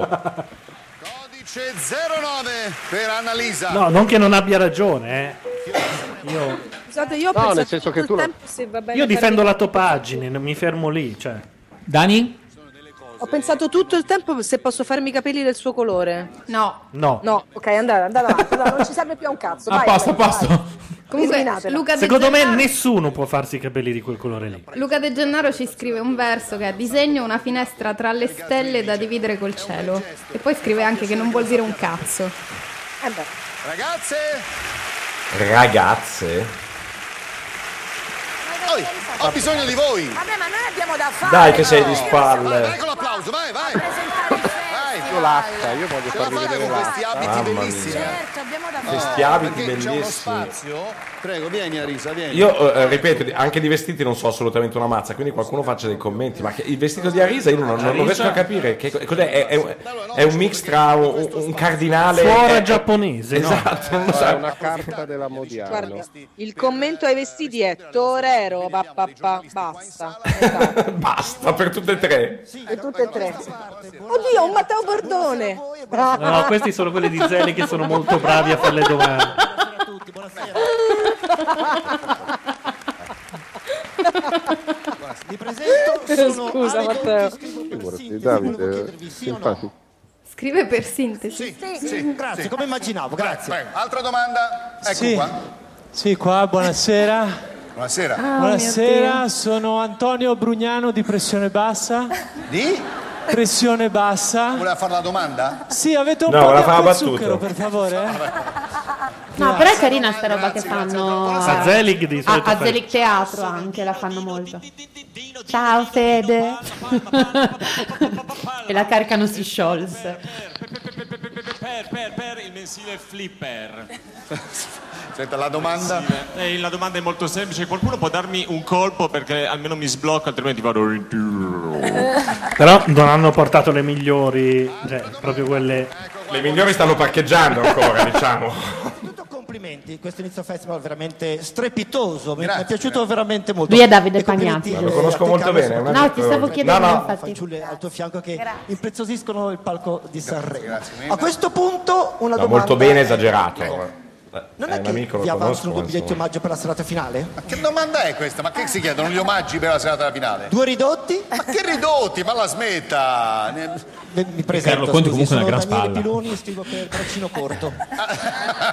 [SPEAKER 12] Dice 09 per Annalisa.
[SPEAKER 2] No, non che non abbia ragione, eh. Io,
[SPEAKER 11] Scusate, io ho
[SPEAKER 2] No,
[SPEAKER 11] pensato
[SPEAKER 2] nel senso che
[SPEAKER 11] tutto
[SPEAKER 2] tu
[SPEAKER 11] il
[SPEAKER 2] la-
[SPEAKER 11] tempo se va bene
[SPEAKER 2] io
[SPEAKER 11] fare-
[SPEAKER 2] difendo la topaggine, non mi fermo lì, cioè.
[SPEAKER 41] Dani?
[SPEAKER 11] Ho pensato tutto il tempo se posso farmi i capelli del suo colore.
[SPEAKER 14] No.
[SPEAKER 2] No.
[SPEAKER 11] No, ok, andate, andate avanti. no, non ci serve più a un cazzo.
[SPEAKER 41] A
[SPEAKER 11] vai,
[SPEAKER 41] Ah, posto, a
[SPEAKER 11] vai,
[SPEAKER 41] posto.
[SPEAKER 11] vai.
[SPEAKER 14] Comunque, Luca De
[SPEAKER 2] Secondo me
[SPEAKER 14] Gennaro-
[SPEAKER 2] nessuno può farsi i capelli di quel colore lì.
[SPEAKER 14] Luca De Gennaro ci scrive un verso che è disegno una finestra tra le stelle da dividere col cielo. E poi scrive anche che non vuol dire un cazzo.
[SPEAKER 9] Eh
[SPEAKER 12] Ragazze!
[SPEAKER 6] Ragazze?
[SPEAKER 12] Oi, ho bisogno di voi!
[SPEAKER 9] Vabbè, Eh, ma noi abbiamo da fare.
[SPEAKER 6] Dai che sei
[SPEAKER 9] no?
[SPEAKER 6] di spalle.
[SPEAKER 12] Ecco l'applauso, vai, vai! Vai,
[SPEAKER 6] Io l'H, io voglio farvi vedere l'H. Mamma mia.
[SPEAKER 9] Certo, abbiamo da fare.
[SPEAKER 6] Questi abiti
[SPEAKER 12] eh, perché c'è uno
[SPEAKER 6] bellissimi.
[SPEAKER 12] spazio? Prego, vieni Arisa, vieni.
[SPEAKER 6] Io eh, ripeto, anche di vestiti non so assolutamente una mazza, quindi qualcuno faccia dei commenti. Ma che- il vestito di Arisa io non, non
[SPEAKER 2] Arisa?
[SPEAKER 6] riesco a capire. Che, cos'è? è, è- è un mix tra un, un cardinale.
[SPEAKER 2] Suora
[SPEAKER 6] eh,
[SPEAKER 2] giapponese, no?
[SPEAKER 6] Esatto, non lo
[SPEAKER 8] È
[SPEAKER 6] so.
[SPEAKER 8] una carta della Modiano.
[SPEAKER 11] Guarda, il eh, commento ai vestiti è Torero, papà, basta.
[SPEAKER 6] Basta per tutte e tre.
[SPEAKER 11] E tutte e tre. Oddio, un Matteo Bordone.
[SPEAKER 2] No, questi sono quelli di Zeli che sono molto bravi a fare le domande.
[SPEAKER 6] Eh.
[SPEAKER 14] <laughs>
[SPEAKER 9] Vi presento, sono
[SPEAKER 14] Scusa,
[SPEAKER 9] Amico
[SPEAKER 14] Matteo.
[SPEAKER 9] Tutti, scrivo per
[SPEAKER 8] Figurati,
[SPEAKER 9] sintesi,
[SPEAKER 8] Davide,
[SPEAKER 9] volevo chiedervi sì o no.
[SPEAKER 8] simpatico.
[SPEAKER 14] Scrive per sintesi.
[SPEAKER 9] Sì, grazie,
[SPEAKER 12] Sì.
[SPEAKER 9] come immaginavo, grazie.
[SPEAKER 12] Altra domanda? Ecco
[SPEAKER 9] Sì.
[SPEAKER 12] qua.
[SPEAKER 9] Sì, qua, buonasera. Ah,
[SPEAKER 12] Buonasera.
[SPEAKER 9] Buonasera, sono Antonio Brugnano di Pressione Bassa.
[SPEAKER 12] Di?
[SPEAKER 9] Pressione Bassa.
[SPEAKER 12] Voleva fare la domanda?
[SPEAKER 9] Sì, avete un
[SPEAKER 6] No,
[SPEAKER 9] po' di
[SPEAKER 6] voleva fare la
[SPEAKER 9] acqua e
[SPEAKER 6] battuta.
[SPEAKER 9] zucchero, per favore?
[SPEAKER 4] No, però è carina sta roba che fanno
[SPEAKER 2] A Zelig di
[SPEAKER 4] a,
[SPEAKER 2] solito
[SPEAKER 9] Ah,
[SPEAKER 4] a
[SPEAKER 2] fa-
[SPEAKER 4] Zelig Teatro anche, la fanno molto. Ciao Fede. <laughs> e la carica non si sciolse.
[SPEAKER 22] Per, per, per il mensile Flipper.
[SPEAKER 6] <laughs>
[SPEAKER 12] Senta, la domanda?
[SPEAKER 22] Eh, la domanda è molto semplice. Qualcuno può darmi un colpo perché almeno mi sblocco, altrimenti vado.
[SPEAKER 2] Però non hanno portato le migliori, cioè proprio quelle...
[SPEAKER 6] Le migliori stanno parcheggiando
[SPEAKER 2] <laughs>
[SPEAKER 6] ancora, diciamo.
[SPEAKER 9] Complimenti, questo inizio festival veramente strepitoso, mi è piaciuto veramente molto.
[SPEAKER 4] Lui è Davide
[SPEAKER 9] E complimenti,
[SPEAKER 4] Pagnazzi.
[SPEAKER 6] Lo conosco
[SPEAKER 9] a te,
[SPEAKER 6] molto
[SPEAKER 9] Carlo,
[SPEAKER 6] bene, è un
[SPEAKER 9] soprattutto
[SPEAKER 6] No, ti stavo
[SPEAKER 9] per
[SPEAKER 6] chiedendo,
[SPEAKER 9] le
[SPEAKER 6] infatti.
[SPEAKER 9] fanciulle al tuo fianco che impreziosiscono il palco di Sanremo.
[SPEAKER 6] mille.
[SPEAKER 9] a questo punto una
[SPEAKER 6] No,
[SPEAKER 9] domanda.
[SPEAKER 6] molto bene esagerato.
[SPEAKER 9] Non
[SPEAKER 6] è
[SPEAKER 9] è
[SPEAKER 6] un
[SPEAKER 9] che
[SPEAKER 6] amico,
[SPEAKER 9] vi
[SPEAKER 6] lo
[SPEAKER 9] avanzano
[SPEAKER 6] conosco.
[SPEAKER 9] due biglietti
[SPEAKER 6] insomma.
[SPEAKER 9] omaggio per la serata finale?
[SPEAKER 10] Eh.
[SPEAKER 12] Che domanda è questa? Ma che si chiedono gli omaggi per la serata finale?
[SPEAKER 9] Due ridotti?
[SPEAKER 12] Ma che ridotti, ma la smetta! Ne-
[SPEAKER 9] Mi
[SPEAKER 12] presento,
[SPEAKER 3] Carlo Conti
[SPEAKER 9] scusi,
[SPEAKER 3] comunque è una gran
[SPEAKER 9] sono Daniele
[SPEAKER 3] spalla.
[SPEAKER 9] Piloni, scrivo per Braccino Corto.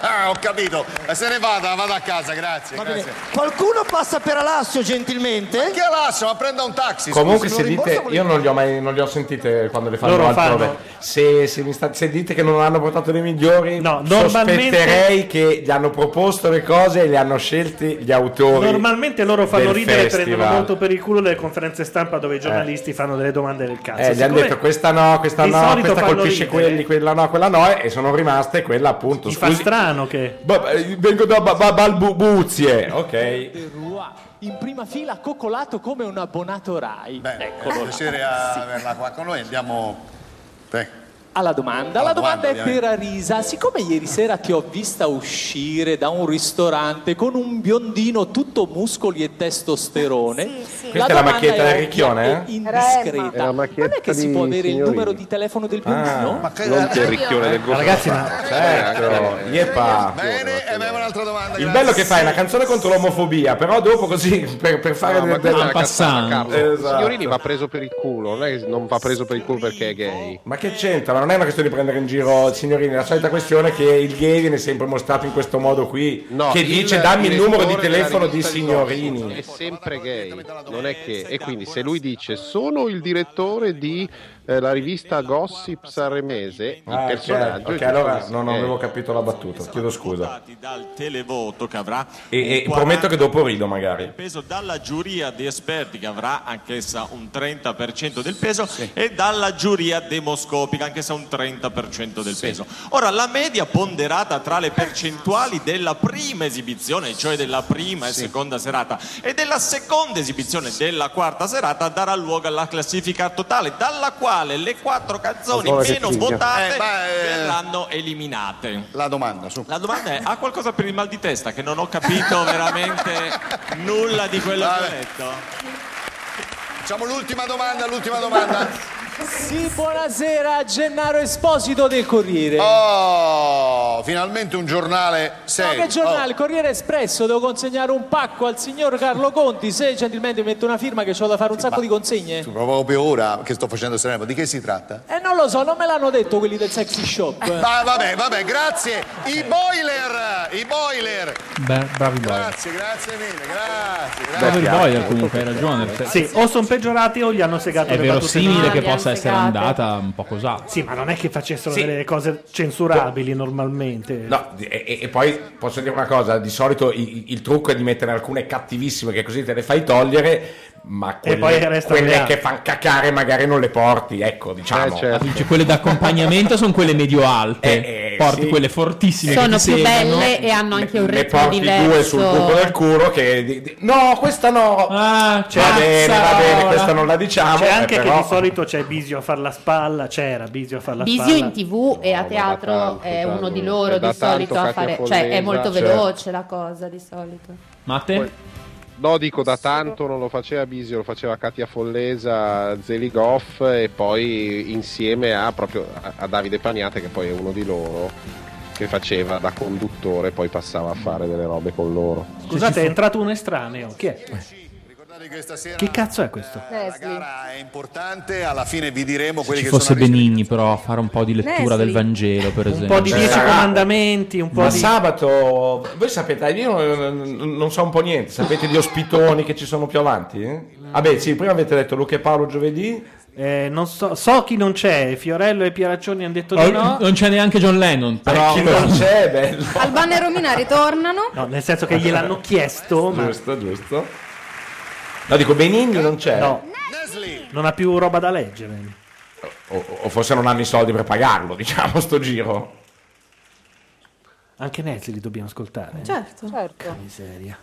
[SPEAKER 12] Ah, <laughs> Ho capito, Eh, se ne vada, vada a casa, grazie. grazie.
[SPEAKER 9] Qualcuno passa per Alassio gentilmente?
[SPEAKER 12] Ma che Alassio? Ma prenda un taxi.
[SPEAKER 6] Comunque
[SPEAKER 12] scusi.
[SPEAKER 6] se dite, io non li ho mai non li ho sentite quando le fanno
[SPEAKER 2] Loro
[SPEAKER 6] altre
[SPEAKER 2] fanno-
[SPEAKER 6] robe. Se, se mi sta- se dite che non hanno portato le migliori,
[SPEAKER 2] normalmente-
[SPEAKER 6] sospetterei che gli hanno proposto le cose e li hanno scelti gli autori.
[SPEAKER 2] Normalmente loro fanno
[SPEAKER 6] del
[SPEAKER 2] ridere e
[SPEAKER 6] festival.
[SPEAKER 2] prendono molto per il culo le conferenze stampa dove i giornalisti fanno delle domande del cazzo.
[SPEAKER 6] Eh, gli hanno
[SPEAKER 2] Siccome
[SPEAKER 6] detto questa no, questa
[SPEAKER 2] di
[SPEAKER 6] no,
[SPEAKER 2] solito
[SPEAKER 6] questa
[SPEAKER 2] fanno
[SPEAKER 6] colpisce
[SPEAKER 2] ridere.
[SPEAKER 6] quelli, quella no, quella no, e sono rimaste quella appunto.
[SPEAKER 2] Mi fa
[SPEAKER 6] scusi.
[SPEAKER 2] strano che...
[SPEAKER 6] Ba- eh, vengo da ba- ba- Balbubuzie, ok.
[SPEAKER 9] Rua, in prima fila coccolato come un abbonato Rai. Ecco.
[SPEAKER 12] È un piacere a- averla qua con noi, andiamo...
[SPEAKER 9] Alla domanda,
[SPEAKER 12] Alla
[SPEAKER 9] la domanda,
[SPEAKER 12] domanda,
[SPEAKER 9] è per
[SPEAKER 12] ovviamente.
[SPEAKER 9] Arisa. Siccome ieri sera ti ho vista uscire da un ristorante con un biondino tutto muscoli e testosterone,
[SPEAKER 6] Questa è la
[SPEAKER 9] domanda
[SPEAKER 6] macchietta
[SPEAKER 9] è
[SPEAKER 6] del ricchione,
[SPEAKER 9] ovvia
[SPEAKER 6] eh?
[SPEAKER 9] e
[SPEAKER 8] Era Emma. Era
[SPEAKER 9] Indiscreta.
[SPEAKER 8] la
[SPEAKER 9] Non è che
[SPEAKER 8] macchietta
[SPEAKER 9] si
[SPEAKER 8] di
[SPEAKER 9] può avere il
[SPEAKER 8] signorina.
[SPEAKER 9] numero di telefono del
[SPEAKER 6] Ah.
[SPEAKER 9] biondino?
[SPEAKER 8] non del ricchione del governo.
[SPEAKER 6] Ragazzi, ma- Certo, yepa.
[SPEAKER 12] Bene, e abbiamo un'altra domanda.
[SPEAKER 6] Il bello che fai è una canzone contro l'omofobia, però dopo così per, per fare
[SPEAKER 8] No, ma
[SPEAKER 6] del- del-
[SPEAKER 8] questa è una cazzata, Carlo.
[SPEAKER 6] Esatto.
[SPEAKER 8] Signorini va preso per il culo, non è che non va preso per il culo perché è gay.
[SPEAKER 6] Ma che c'entra? Ma non è una questione di prendere in giro il signorino, è la solita questione che il gay viene sempre mostrato in questo modo qui,
[SPEAKER 8] No,
[SPEAKER 6] che
[SPEAKER 8] il
[SPEAKER 6] dice dammi il numero di
[SPEAKER 8] direttore della
[SPEAKER 6] telefono di
[SPEAKER 8] rivista
[SPEAKER 6] signorini.
[SPEAKER 8] È sempre gay, non è che... E quindi se lui dice sono il direttore di eh, la rivista Gossip Sanremese, il
[SPEAKER 6] Ah, ok,
[SPEAKER 8] personaggio...
[SPEAKER 6] ok,
[SPEAKER 8] è Eh,
[SPEAKER 6] allora
[SPEAKER 8] giustamente
[SPEAKER 6] non
[SPEAKER 8] gay.
[SPEAKER 6] avevo capito la battuta, chiedo scusa.
[SPEAKER 22] Dal televoto che avrà.
[SPEAKER 6] E, e
[SPEAKER 22] un
[SPEAKER 6] prometto che dopo rido magari.
[SPEAKER 22] peso dalla giuria di esperti che avrà anch'essa un 30% del peso e dalla giuria demoscopica anch'essa un 30% del peso. Ora la media ponderata tra le percentuali della prima esibizione, cioè della prima e seconda serata e della seconda esibizione della quarta serata darà luogo alla classifica totale dalla quale le quattro canzoni
[SPEAKER 12] Ancora che
[SPEAKER 22] meno
[SPEAKER 12] figlio.
[SPEAKER 22] votate
[SPEAKER 12] Eh, ma, eh,
[SPEAKER 22] verranno eliminate.
[SPEAKER 12] La domanda, su.
[SPEAKER 22] La domanda è, ha qualcosa per il mal di testa che non ho
[SPEAKER 12] <laughs>
[SPEAKER 22] capito veramente nulla di quello che ho
[SPEAKER 12] Vabbè.
[SPEAKER 22] detto?
[SPEAKER 12] Facciamo l'ultima domanda, l'ultima domanda.
[SPEAKER 9] Sì, buonasera, Gennaro Esposito del Corriere.
[SPEAKER 12] Oh, finalmente un giornale
[SPEAKER 9] No,
[SPEAKER 12] serio.
[SPEAKER 9] che giornale, Corriere Espresso, devo consegnare un pacco al signor Carlo Conti. Se gentilmente mi metto una firma che ho da fare un sacco di consegne.
[SPEAKER 12] Oh, proprio ora che sto facendo Sanremo, di che si tratta?
[SPEAKER 9] E
[SPEAKER 12] Eh,
[SPEAKER 9] non lo so, non me l'hanno detto quelli del sexy shop.
[SPEAKER 12] Ah, vabbè, vabbè, grazie. I boiler, i boiler.
[SPEAKER 3] Beh, bravi boiler.
[SPEAKER 12] Grazie, grazie mille, grazie.
[SPEAKER 3] Bravi
[SPEAKER 12] grazie.
[SPEAKER 3] il boiler comunque, hai ragione.
[SPEAKER 2] Sì, o sono peggiorati o gli hanno segato
[SPEAKER 3] È
[SPEAKER 2] le battute.
[SPEAKER 3] verosimile che possa essere andata un po' così.
[SPEAKER 2] Sì, ma non è che facessero
[SPEAKER 6] Sì.
[SPEAKER 2] delle cose censurabili normalmente.
[SPEAKER 6] No, e, e- e poi posso dire una cosa: di solito i- il, trucco è di mettere alcune cattivissime che così te le fai togliere, ma quelle,
[SPEAKER 2] poi restano
[SPEAKER 6] quelle
[SPEAKER 2] reali.
[SPEAKER 6] che fan cacare magari non le porti, ecco, diciamo.
[SPEAKER 3] Dice, Cioè, quelle d'accompagnamento sono quelle medio-alte.
[SPEAKER 6] Eh, eh,
[SPEAKER 3] Porti
[SPEAKER 6] sì.
[SPEAKER 3] quelle fortissime
[SPEAKER 4] Sono
[SPEAKER 3] che
[SPEAKER 4] più
[SPEAKER 3] ti seguono.
[SPEAKER 4] belle e hanno anche un
[SPEAKER 6] Ne
[SPEAKER 4] ritmo
[SPEAKER 6] porti
[SPEAKER 4] diverso.
[SPEAKER 6] due sul buco del culo che Eh, di- di- no, questa no.
[SPEAKER 3] Ah,
[SPEAKER 6] va bene, va bene,
[SPEAKER 2] Cazzarola.
[SPEAKER 6] questa non la diciamo.
[SPEAKER 2] C'è
[SPEAKER 6] eh,
[SPEAKER 2] anche
[SPEAKER 6] però-
[SPEAKER 2] che di solito c'è Bisio a far la spalla, c'era Bisio a far la
[SPEAKER 4] Bisio
[SPEAKER 2] spalla.
[SPEAKER 4] in tv e a teatro è uno di loro
[SPEAKER 2] è da
[SPEAKER 4] di solito
[SPEAKER 2] tanto
[SPEAKER 4] a fare,
[SPEAKER 2] Katia
[SPEAKER 4] cioè è
[SPEAKER 2] Follesa,
[SPEAKER 4] molto
[SPEAKER 2] certo.
[SPEAKER 4] veloce la cosa di solito.
[SPEAKER 3] Matte?
[SPEAKER 8] No, dico da tanto non lo faceva Bisio, lo faceva Katia Follesa, Zeligoff e poi insieme a, proprio a- a Davide Paniate, che poi è uno di loro, che faceva da conduttore, poi passava a fare delle robe con loro.
[SPEAKER 2] Scusate, è entrato un estraneo. Chi è? Che cazzo è questo?
[SPEAKER 12] È importante, alla fine vi diremo quelli
[SPEAKER 3] Ci
[SPEAKER 12] che
[SPEAKER 3] fosse
[SPEAKER 12] sono
[SPEAKER 3] Benigni, però, a fare un po' di lettura
[SPEAKER 12] Nesli.
[SPEAKER 3] del Vangelo, per
[SPEAKER 2] Eh, Un
[SPEAKER 3] esempio. Eh,
[SPEAKER 2] po' di dieci
[SPEAKER 6] raga.
[SPEAKER 2] comandamenti, un po'
[SPEAKER 6] Ah, Ma
[SPEAKER 2] di...
[SPEAKER 6] sabato, voi sapete, io non, non so un po' niente, sapete gli ospitoni che ci sono più avanti? Vabbè, sì, prima avete detto Luca e Paolo giovedì.
[SPEAKER 2] Eh, non so, so chi non c'è, Fiorello e Pieraccioni hanno detto di
[SPEAKER 3] oh,
[SPEAKER 2] no.
[SPEAKER 3] Non c'è neanche John Lennon, però.
[SPEAKER 6] chi Oh, non c'è, bello.
[SPEAKER 14] Albano e Romina ritornano.
[SPEAKER 2] No, nel senso che gliel'hanno chiesto. Ma...
[SPEAKER 6] Giusto, giusto. No, dico Benigni non c'è.
[SPEAKER 2] No. Non ha più roba da leggere.
[SPEAKER 6] O, o forse non hanno i soldi per pagarlo, diciamo, sto giro.
[SPEAKER 2] Anche Nesli li dobbiamo ascoltare.
[SPEAKER 14] Certo.
[SPEAKER 2] Porca Eh, miseria.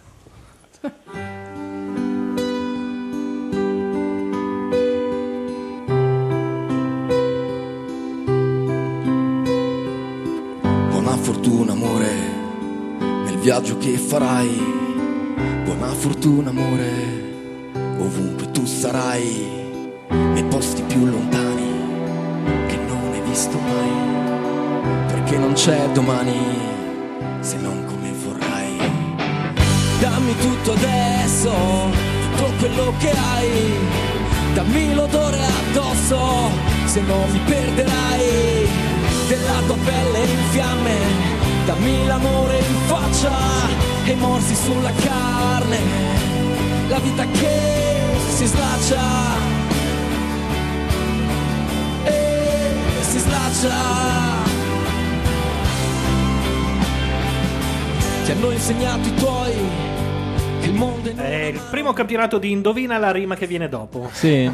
[SPEAKER 21] Buona fortuna amore nel viaggio che farai. Buona fortuna amore ovunque tu sarai. Nei posti più lontani che non hai visto mai. Perché non c'è domani se non come vorrai.
[SPEAKER 15] Dammi tutto adesso, tutto quello che hai. Dammi l'odore addosso, se no mi perderai. Della tua pelle in fiamme, dammi l'amore in faccia e i morsi sulla carne. La vita che si slaccia. E si slaccia. Ti hanno insegnato i tuoi che il mondo è
[SPEAKER 2] È il primo campionato di Indovina la rima che viene dopo.
[SPEAKER 3] Sì.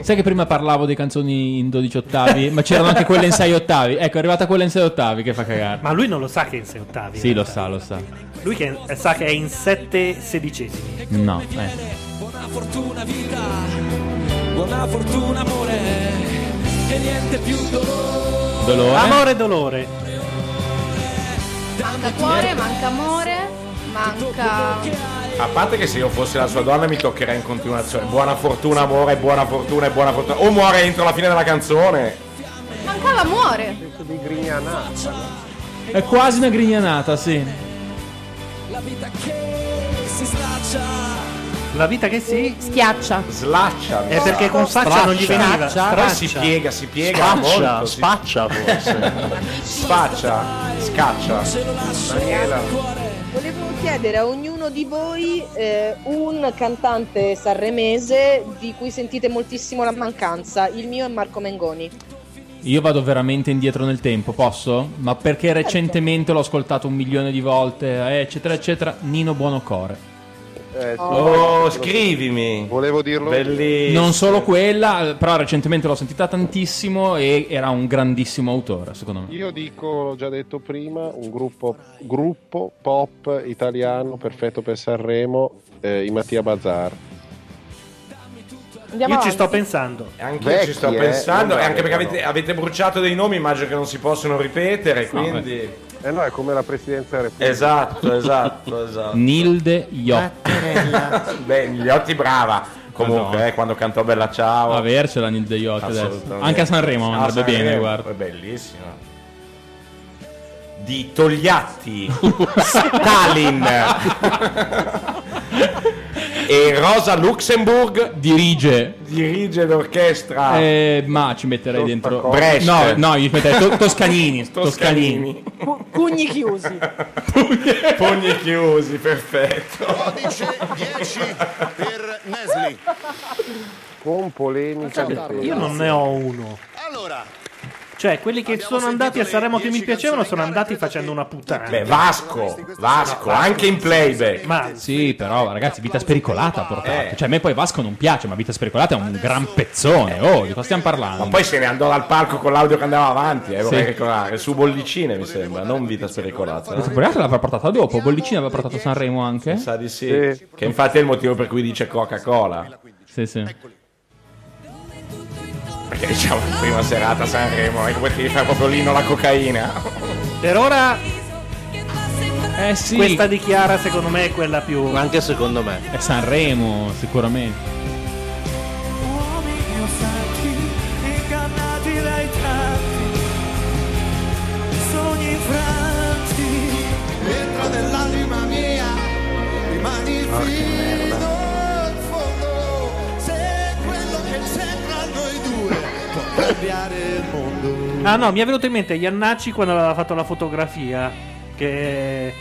[SPEAKER 3] Sai che prima parlavo di canzoni in 12 ottavi, ma c'erano anche quelle in 6 ottavi. Ecco, è arrivata quella in 6 ottavi che fa cagare.
[SPEAKER 2] Ma lui non lo sa che è in 6 ottavi.
[SPEAKER 3] Sì, lo sa, lo sa.
[SPEAKER 2] Lui che sa che è in 7 sedicesimi.
[SPEAKER 3] No, eh.
[SPEAKER 15] Buona fortuna vita, buona fortuna amore e niente più dolore.
[SPEAKER 3] Dolore.
[SPEAKER 2] Amore e dolore.
[SPEAKER 15] Dammi
[SPEAKER 14] Manca cuore, manca amore, manca.
[SPEAKER 6] A parte che se io fossi la sua donna mi toccherà in continuazione. Buona fortuna, amore, buona fortuna e buona fortuna. O muore entro la fine della canzone.
[SPEAKER 14] Mancava amore.
[SPEAKER 3] È quasi una grignanata, sì.
[SPEAKER 15] la vita che si slaccia.
[SPEAKER 2] La vita che si
[SPEAKER 4] schiaccia.
[SPEAKER 6] Slaccia.
[SPEAKER 2] È perché con faccia non gli veniva.
[SPEAKER 6] Però si piega, si piega
[SPEAKER 1] Spaccia,
[SPEAKER 6] molto. si-
[SPEAKER 1] spaccia forse.
[SPEAKER 6] Spaccia, scaccia. Daniela.
[SPEAKER 11] Volevo chiedere a ognuno di voi eh, un cantante sanremese di cui sentite moltissimo la mancanza. Il mio è Marco Mengoni.
[SPEAKER 3] Io vado veramente indietro nel tempo, posso? Ma perché recentemente l'ho ascoltato un milione di volte, eh, eccetera, eccetera. Nino Buonocore.
[SPEAKER 8] Eh,
[SPEAKER 6] Oh, scrivimi.
[SPEAKER 8] Volevo dirlo.
[SPEAKER 6] Bellissimo.
[SPEAKER 3] Non solo quella, però recentemente l'ho sentita tantissimo e era un grandissimo autore, secondo me.
[SPEAKER 8] Io dico, l'ho già detto prima, un gruppo, gruppo pop italiano perfetto per Sanremo, eh, i Mattia Bazar.
[SPEAKER 2] Io ci sto pensando.
[SPEAKER 6] Anche io ci sto pensando, e anche perché avete, avete bruciato dei nomi, immagino che non si possono ripetere,
[SPEAKER 8] No,
[SPEAKER 6] quindi...
[SPEAKER 8] Eh no, è come la presidenza della Repubblica.
[SPEAKER 6] Esatto, esatto, esatto.
[SPEAKER 3] Nilde Iotti.
[SPEAKER 6] Beh, Gliotti brava, comunque, eh, quando cantò Bella Ciao.
[SPEAKER 3] Avercela Esatto. Nilde Iotti adesso.
[SPEAKER 6] Assolutamente.
[SPEAKER 3] Anche a Sanremo
[SPEAKER 6] A
[SPEAKER 3] andrebbe
[SPEAKER 6] Sanremo,
[SPEAKER 3] bene, guarda.
[SPEAKER 6] È bellissima. Di Togliatti. Stalin. E Rosa Luxemburg
[SPEAKER 3] dirige.
[SPEAKER 6] dirige l'orchestra.
[SPEAKER 3] Eh, ma ci metterei dentro
[SPEAKER 6] Brecht.
[SPEAKER 3] No, no, gli metterei to- Toscanini, Toscanini.
[SPEAKER 11] Cu- Cugni chiusi.
[SPEAKER 6] Pugni chiusi, perfetto.
[SPEAKER 12] Codice 10 per Nesli.
[SPEAKER 23] Con polemica di peso.
[SPEAKER 2] Cioè, Io non ne ho uno.
[SPEAKER 12] Allora,
[SPEAKER 2] Cioè, quelli che sono andati a Sanremo che mi piacevano sono andati facendo una puttana.
[SPEAKER 6] Beh, Vasco, Vasco, anche in playback. Eh.
[SPEAKER 2] Ma
[SPEAKER 3] Sì, però ragazzi, vita spericolata portate. Cioè, a me poi Vasco non piace, ma vita spericolata è un gran pezzone. Oh, di cosa stiamo parlando?
[SPEAKER 6] Ma poi se ne andò dal palco con l'audio che andava avanti, eh, vorrei
[SPEAKER 3] Sì.
[SPEAKER 6] ricordare. Su bollicine mi sembra, non vita spericolata.
[SPEAKER 3] Questa Briata l'aveva portata dopo, Bollicina aveva portato Sanremo anche.
[SPEAKER 6] Sa di sì. Che infatti è il motivo per cui dice Coca-Cola.
[SPEAKER 3] Sì, sì.
[SPEAKER 6] Perché diciamo la prima serata a Sanremo, è come ti fai proprio lino la cocaina.
[SPEAKER 2] Per ora
[SPEAKER 3] Eh sì.
[SPEAKER 2] Questa di Chiara secondo me è quella più
[SPEAKER 1] Anche secondo me.
[SPEAKER 3] È Sanremo, sicuramente.
[SPEAKER 20] uomini osati, ingannati dai tratti, sogni infranti. Dentro dell'anima mia rimani fino in fondo, se quello che c'è tra noi due può cambiare il mondo.
[SPEAKER 2] Ah no, mi è venuto in mente Iannacci quando aveva fatto la fotografia, che è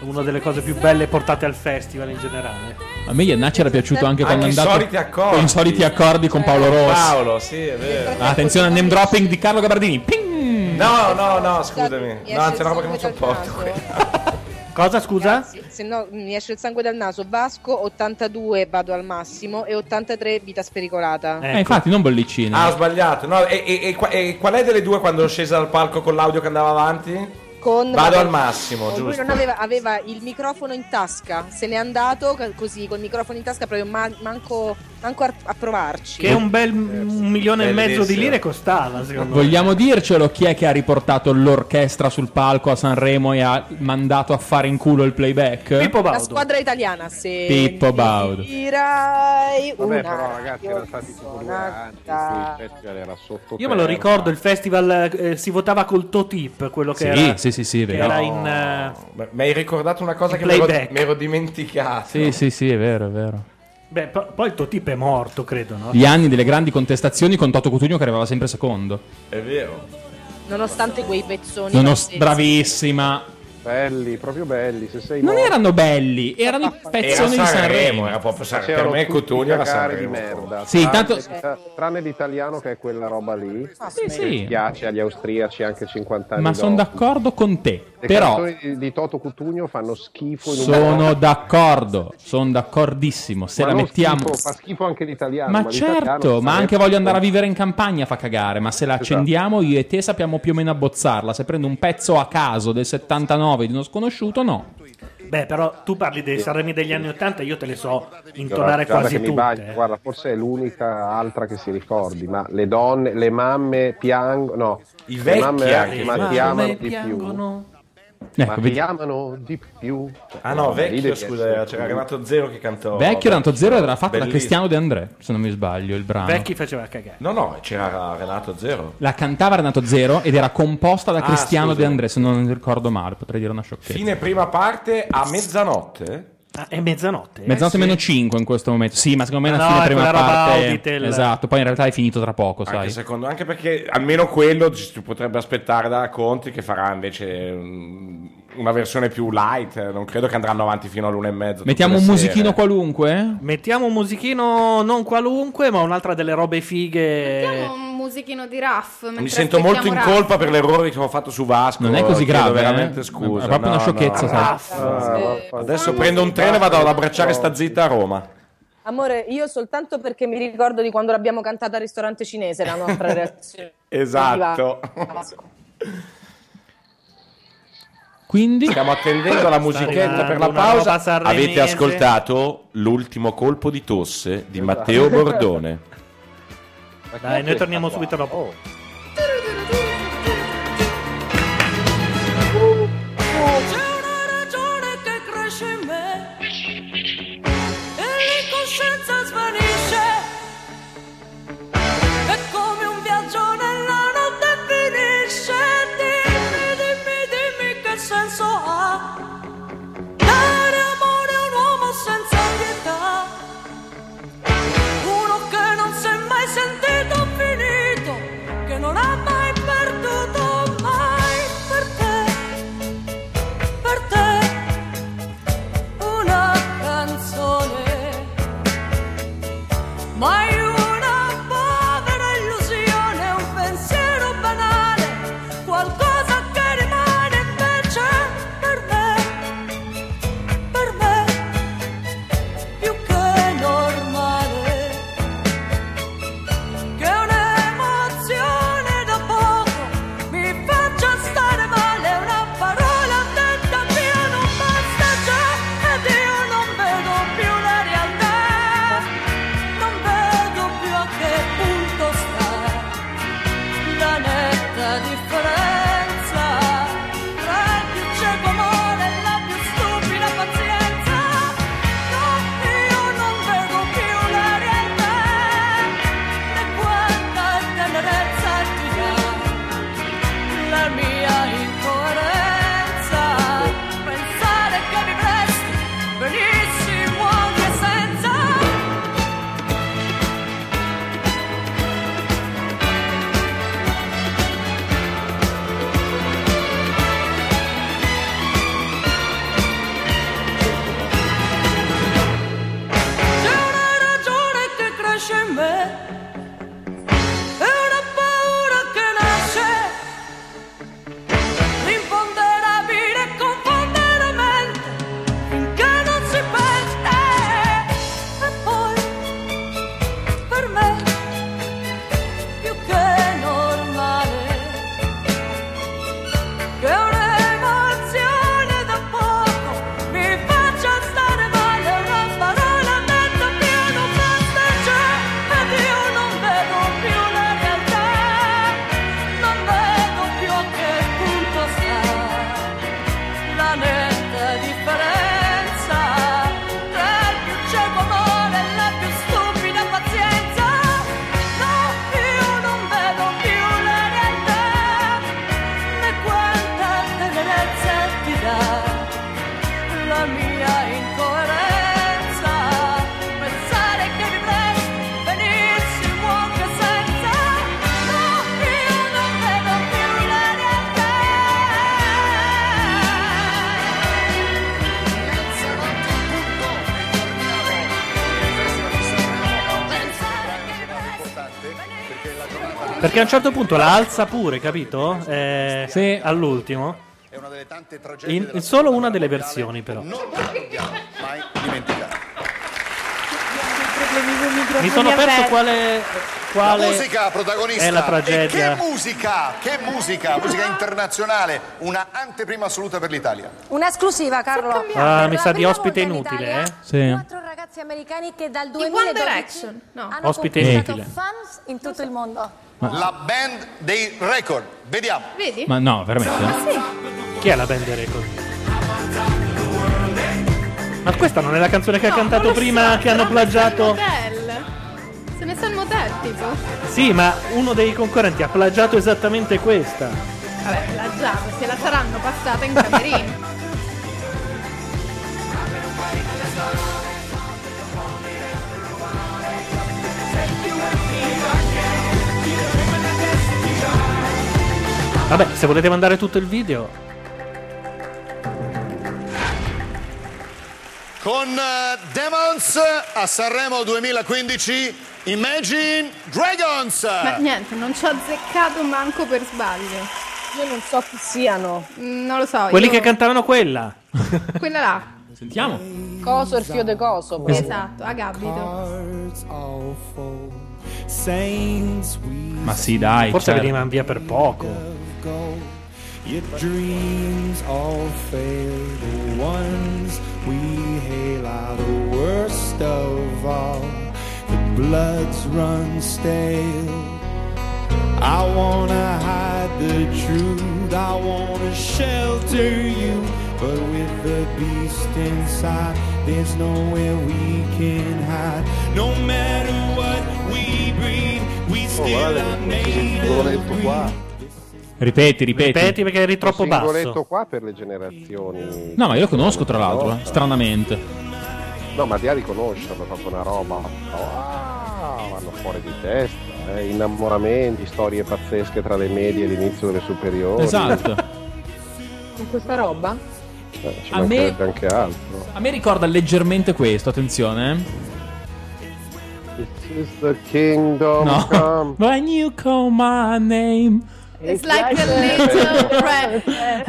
[SPEAKER 2] una delle cose più belle portate al festival in generale.
[SPEAKER 3] A me Iannacci era piaciuto anche quando è
[SPEAKER 2] Anche i
[SPEAKER 3] andato
[SPEAKER 2] soliti accordi.
[SPEAKER 3] con i soliti accordi con Paolo Rossi. Ah.
[SPEAKER 6] Paolo, sì, è vero.
[SPEAKER 3] Attenzione al name dropping di Carlo Gabardini. Ping!
[SPEAKER 6] No, no, no, scusami.
[SPEAKER 11] Mi
[SPEAKER 6] No,
[SPEAKER 11] esce
[SPEAKER 6] c'è
[SPEAKER 11] il
[SPEAKER 6] una roba che non
[SPEAKER 11] sangue
[SPEAKER 6] sopporto.
[SPEAKER 11] dal naso.
[SPEAKER 2] Cosa scusa?
[SPEAKER 11] Se no mi esce il sangue dal naso. Vasco 82 vado al massimo e 83 vita spericolata.
[SPEAKER 3] Eh,
[SPEAKER 6] Ecco.
[SPEAKER 3] infatti, non bollicina.
[SPEAKER 6] Ah, ho sbagliato. No, e, e- e qua- e qual è delle due quando è scesa dal palco con l'audio che andava avanti?
[SPEAKER 11] Con-
[SPEAKER 6] Vado al massimo,
[SPEAKER 11] Eh, Lui
[SPEAKER 6] giusto.
[SPEAKER 11] non aveva, aveva il microfono in tasca, se n'è andato ca- così col microfono in tasca proprio ma- manco, manco a, a provarci.
[SPEAKER 2] Che un bel
[SPEAKER 6] Eh,
[SPEAKER 2] un milione e mezzo di
[SPEAKER 3] Bellissimo.
[SPEAKER 2] lire costava, secondo me.
[SPEAKER 3] Vogliamo dircelo chi è che ha riportato l'orchestra sul palco a Sanremo e ha mandato a fare in culo il playback?
[SPEAKER 11] La squadra italiana, se
[SPEAKER 3] Pippo Baudo.
[SPEAKER 11] tirai
[SPEAKER 23] Vabbè,
[SPEAKER 11] una
[SPEAKER 23] però ragazzi, erano stati tipo due anni. in cui il festival era sotto
[SPEAKER 2] Io me lo
[SPEAKER 23] terra.
[SPEAKER 2] ricordo, il festival eh, si votava col Totip, quello che era, che era in... eh,
[SPEAKER 6] Beh, Mi hai ricordato una cosa
[SPEAKER 2] in
[SPEAKER 6] che mi ero,
[SPEAKER 2] playback.
[SPEAKER 6] mi ero dimenticato.
[SPEAKER 3] Sì, sì, sì, è vero, è vero.
[SPEAKER 2] Beh, po- poi il Totip è morto, credo, no?
[SPEAKER 3] Gli anni delle grandi contestazioni con Toto Cutugno che arrivava sempre secondo.
[SPEAKER 6] È vero.
[SPEAKER 23] cioè.
[SPEAKER 11] Nonostante quei pezzoni.
[SPEAKER 3] Nonost-
[SPEAKER 11] pazzeschi.
[SPEAKER 3] bravissima.
[SPEAKER 23] Belli, proprio belli. Se sei
[SPEAKER 3] Non
[SPEAKER 23] morto,
[SPEAKER 3] erano belli, erano i Ah, pezzoni di Sanremo.
[SPEAKER 6] era proprio San-
[SPEAKER 23] facevano
[SPEAKER 6] per me
[SPEAKER 23] tutti
[SPEAKER 6] Cutugno era
[SPEAKER 23] cagare di
[SPEAKER 6] Sanremo.
[SPEAKER 23] merda.
[SPEAKER 3] Sì,
[SPEAKER 23] Tranne-
[SPEAKER 3] intanto-
[SPEAKER 23] tranne l'italiano che è quella roba lì.
[SPEAKER 3] Ah, sì,
[SPEAKER 23] che
[SPEAKER 3] sì.
[SPEAKER 23] piace agli austriaci anche 50 anni
[SPEAKER 3] Ma sono
[SPEAKER 23] dopo.
[SPEAKER 3] d'accordo con te.
[SPEAKER 23] Le
[SPEAKER 3] Però
[SPEAKER 23] canzoni di- di Toto Cutugno fanno schifo in un
[SPEAKER 3] sono d'accordo, sono d'accordissimo. Se
[SPEAKER 23] Ma
[SPEAKER 3] la
[SPEAKER 23] non
[SPEAKER 3] mettiamo.
[SPEAKER 23] schifo, fa schifo anche l'italiano.
[SPEAKER 3] Ma
[SPEAKER 23] l'italiano
[SPEAKER 3] certo, ma
[SPEAKER 23] sarebbe-
[SPEAKER 3] anche voglio andare a vivere in campagna fa cagare, ma se la
[SPEAKER 6] Esatto.
[SPEAKER 3] accendiamo io e te sappiamo più o meno abbozzarla, se prendo un pezzo a caso del 79 di uno sconosciuto no.
[SPEAKER 2] Beh, però tu parli dei Sanremi degli anni Ottanta, io te le so intonare quasi
[SPEAKER 23] che mi
[SPEAKER 2] tutte.
[SPEAKER 3] eh.
[SPEAKER 23] bagno, guarda, forse è l'unica altra che si ricordi, ma le donne, le mamme piangono, no,
[SPEAKER 6] I
[SPEAKER 23] le mamme
[SPEAKER 6] vecchi
[SPEAKER 23] anche,
[SPEAKER 6] anche,
[SPEAKER 23] ma
[SPEAKER 6] sì.
[SPEAKER 23] ti
[SPEAKER 6] Le
[SPEAKER 23] amano
[SPEAKER 6] mamme
[SPEAKER 23] di più.
[SPEAKER 2] piangono.
[SPEAKER 3] Ecco,
[SPEAKER 23] ma ti amano di
[SPEAKER 8] Oh,
[SPEAKER 23] più.
[SPEAKER 6] Ah no,
[SPEAKER 23] Lì devi
[SPEAKER 6] vecchio, scusa,
[SPEAKER 23] essere-
[SPEAKER 6] c'era Renato Zero che cantò.
[SPEAKER 3] Vecchio tanto zero era fatto da
[SPEAKER 6] Bellissimo.
[SPEAKER 3] Cristiano De André, se non mi sbaglio, il brano.
[SPEAKER 2] Vecchi faceva cagare.
[SPEAKER 6] No, no, c'era Renato Zero.
[SPEAKER 3] La cantava Renato Zero ed era composta da
[SPEAKER 6] Ah,
[SPEAKER 3] Cristiano
[SPEAKER 6] scusa.
[SPEAKER 3] De André, se non ricordo male, potrei dire una sciocchezza.
[SPEAKER 6] Fine prima parte a mezzanotte.
[SPEAKER 2] Ah, è mezzanotte.
[SPEAKER 3] Mezzanotte meno 5 in questo momento. Sì, ma secondo me è una
[SPEAKER 6] eh, No,
[SPEAKER 3] fine
[SPEAKER 6] è
[SPEAKER 3] prima
[SPEAKER 6] quella roba
[SPEAKER 3] parte.
[SPEAKER 6] Auditel.
[SPEAKER 3] Esatto, poi in realtà è finito tra poco,
[SPEAKER 6] Anche,
[SPEAKER 3] sai.
[SPEAKER 6] secondo- anche perché almeno quello ci si potrebbe aspettare da Conti che farà invece mm, una versione più light. eh, Non credo che andranno avanti fino all'una e mezza. tutte
[SPEAKER 3] Mettiamo
[SPEAKER 6] le
[SPEAKER 3] un
[SPEAKER 6] sere.
[SPEAKER 3] musichino qualunque?
[SPEAKER 2] Mettiamo un musichino non qualunque, ma un'altra delle robe fighe.
[SPEAKER 14] Un musichino di Raff. mentre
[SPEAKER 6] Mi sento molto in
[SPEAKER 14] aspettiamo Raff.
[SPEAKER 6] colpa per l'errore che ho fatto su Vasco.
[SPEAKER 3] Non è così
[SPEAKER 6] Chiedo
[SPEAKER 3] grave,
[SPEAKER 6] veramente
[SPEAKER 3] eh?
[SPEAKER 6] scusa.
[SPEAKER 3] È proprio una sciocchezza, sai.
[SPEAKER 6] Raff. Adesso prendo un treno e vado ad abbracciare sta zitta a Roma.
[SPEAKER 11] Amore, io soltanto perché mi ricordo di quando l'abbiamo cantata al ristorante cinese,
[SPEAKER 23] <laughs>
[SPEAKER 11] la nostra reazione.
[SPEAKER 6] Esatto.
[SPEAKER 3] Quindi
[SPEAKER 6] stiamo attendendo la musichetta per la
[SPEAKER 2] una roba
[SPEAKER 6] pausa.
[SPEAKER 2] sanremese.
[SPEAKER 6] Avete ascoltato l'ultimo colpo di tosse di Matteo Bordone.
[SPEAKER 2] Dai, noi torniamo subito dopo.
[SPEAKER 7] C'è una ragione che cresce in me e l'incoscienza svanisce. È come un viaggio nella notte finisce. Dimmi, dimmi, dimmi che senso ha. Dare amore a un uomo senza pietà.
[SPEAKER 2] Perché a un certo punto la alza pure, capito? Eh, All'ultimo. In- in solo una delle versioni, però.
[SPEAKER 12] mai dimenticato.
[SPEAKER 2] Mi sono perso quale. quale
[SPEAKER 12] la musica protagonista
[SPEAKER 2] È la tragedia.
[SPEAKER 12] E che musica, che musica, musica internazionale, una anteprima assoluta per l'Italia.
[SPEAKER 42] Un'esclusiva, Carlo.
[SPEAKER 2] Ah, mi sa di ospite inutile, eh?
[SPEAKER 3] Sì.
[SPEAKER 42] Ragazzi americani che dal
[SPEAKER 14] One
[SPEAKER 42] 2012
[SPEAKER 14] Direction.
[SPEAKER 42] hanno
[SPEAKER 2] Ospite
[SPEAKER 42] conquistato
[SPEAKER 2] inutile.
[SPEAKER 42] fans in tutto il mondo.
[SPEAKER 12] La band dei record, vediamo.
[SPEAKER 42] Vedi?
[SPEAKER 3] Ma no, veramente?
[SPEAKER 2] Chi è la band dei record? Ma questa non è la canzone che ha cantato prima che hanno plagiato?
[SPEAKER 14] Motel. Se ne sta il motel, tipo.
[SPEAKER 2] Sì, ma uno dei concorrenti ha plagiato esattamente questa.
[SPEAKER 14] Vabbè, la già, se la saranno passata
[SPEAKER 6] <laughs>
[SPEAKER 14] in camerino.
[SPEAKER 2] Vabbè, se volete mandare tutto il video.
[SPEAKER 12] Con eh, Demons a Sanremo 2015, Imagine Dragons.
[SPEAKER 14] Ma niente, non ci ho azzeccato manco per sbaglio.
[SPEAKER 11] Io non so chi siano.
[SPEAKER 14] Non lo
[SPEAKER 3] Ah,
[SPEAKER 14] so.
[SPEAKER 2] Quelli
[SPEAKER 14] io-
[SPEAKER 2] che cantavano quella.
[SPEAKER 14] Quella là.
[SPEAKER 3] Sentiamo.
[SPEAKER 11] Coso, il fio de coso.
[SPEAKER 14] Esatto, a Gabito.
[SPEAKER 3] Ma sì, dai.
[SPEAKER 2] Forse
[SPEAKER 3] certo.
[SPEAKER 2] venivano via per poco.
[SPEAKER 7] Your dreams all fail. The ones we hail are the worst of all. The bloods run stale. I wanna hide the truth, I wanna shelter you. But with the beast inside, there's nowhere we can hide. No matter what we breathe, we still are made of
[SPEAKER 8] singoletto qua.
[SPEAKER 3] Ripeti, ripeti.
[SPEAKER 8] Un singoletto qua per le generazioni.
[SPEAKER 3] No, ma io lo conosco tra l'altro, eh, stranamente.
[SPEAKER 8] No, ma di a riconoscerlo, è proprio una roba. Ah, vanno fuori di testa. eh, Innamoramenti, storie pazzesche tra le medie e l'inizio delle superiori.
[SPEAKER 3] Esatto.
[SPEAKER 11] Con questa roba?
[SPEAKER 8] Eh, ci
[SPEAKER 3] A me-
[SPEAKER 8] mancherebbe anche altro.
[SPEAKER 3] A me ricorda leggermente questo, attenzione. eh.
[SPEAKER 8] This is the kingdom
[SPEAKER 3] No.
[SPEAKER 8] come.
[SPEAKER 3] <laughs> When you call my name
[SPEAKER 14] It's like a little
[SPEAKER 11] <laughs>
[SPEAKER 14] prayer.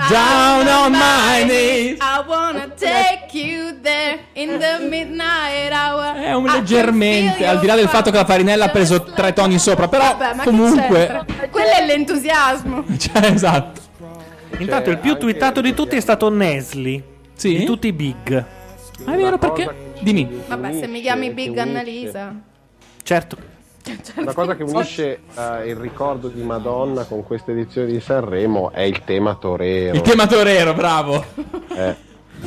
[SPEAKER 3] down on my knees.
[SPEAKER 14] I wanna take you there in the midnight hour.
[SPEAKER 3] È un leggermente, al di là del fatto che la farinella ha preso tre toni sopra, però
[SPEAKER 14] Vabbè, ma
[SPEAKER 3] comunque...
[SPEAKER 14] che c'entra? Quello è l'entusiasmo.
[SPEAKER 3] <laughs> Cioè, esatto.
[SPEAKER 2] Intanto
[SPEAKER 8] Cioè,
[SPEAKER 2] il più twittato di tutti è stato Nesli.
[SPEAKER 3] Sì.
[SPEAKER 2] Di tutti i big.
[SPEAKER 14] è vero, perché-
[SPEAKER 3] Dimmi.
[SPEAKER 14] Vabbè, se mi chiami Big Annalisa.
[SPEAKER 2] Certo.
[SPEAKER 8] La cosa che unisce eh, il ricordo di Madonna con questa edizione di Sanremo è il tema torero.
[SPEAKER 3] Il tema torero, bravo.
[SPEAKER 8] Eh,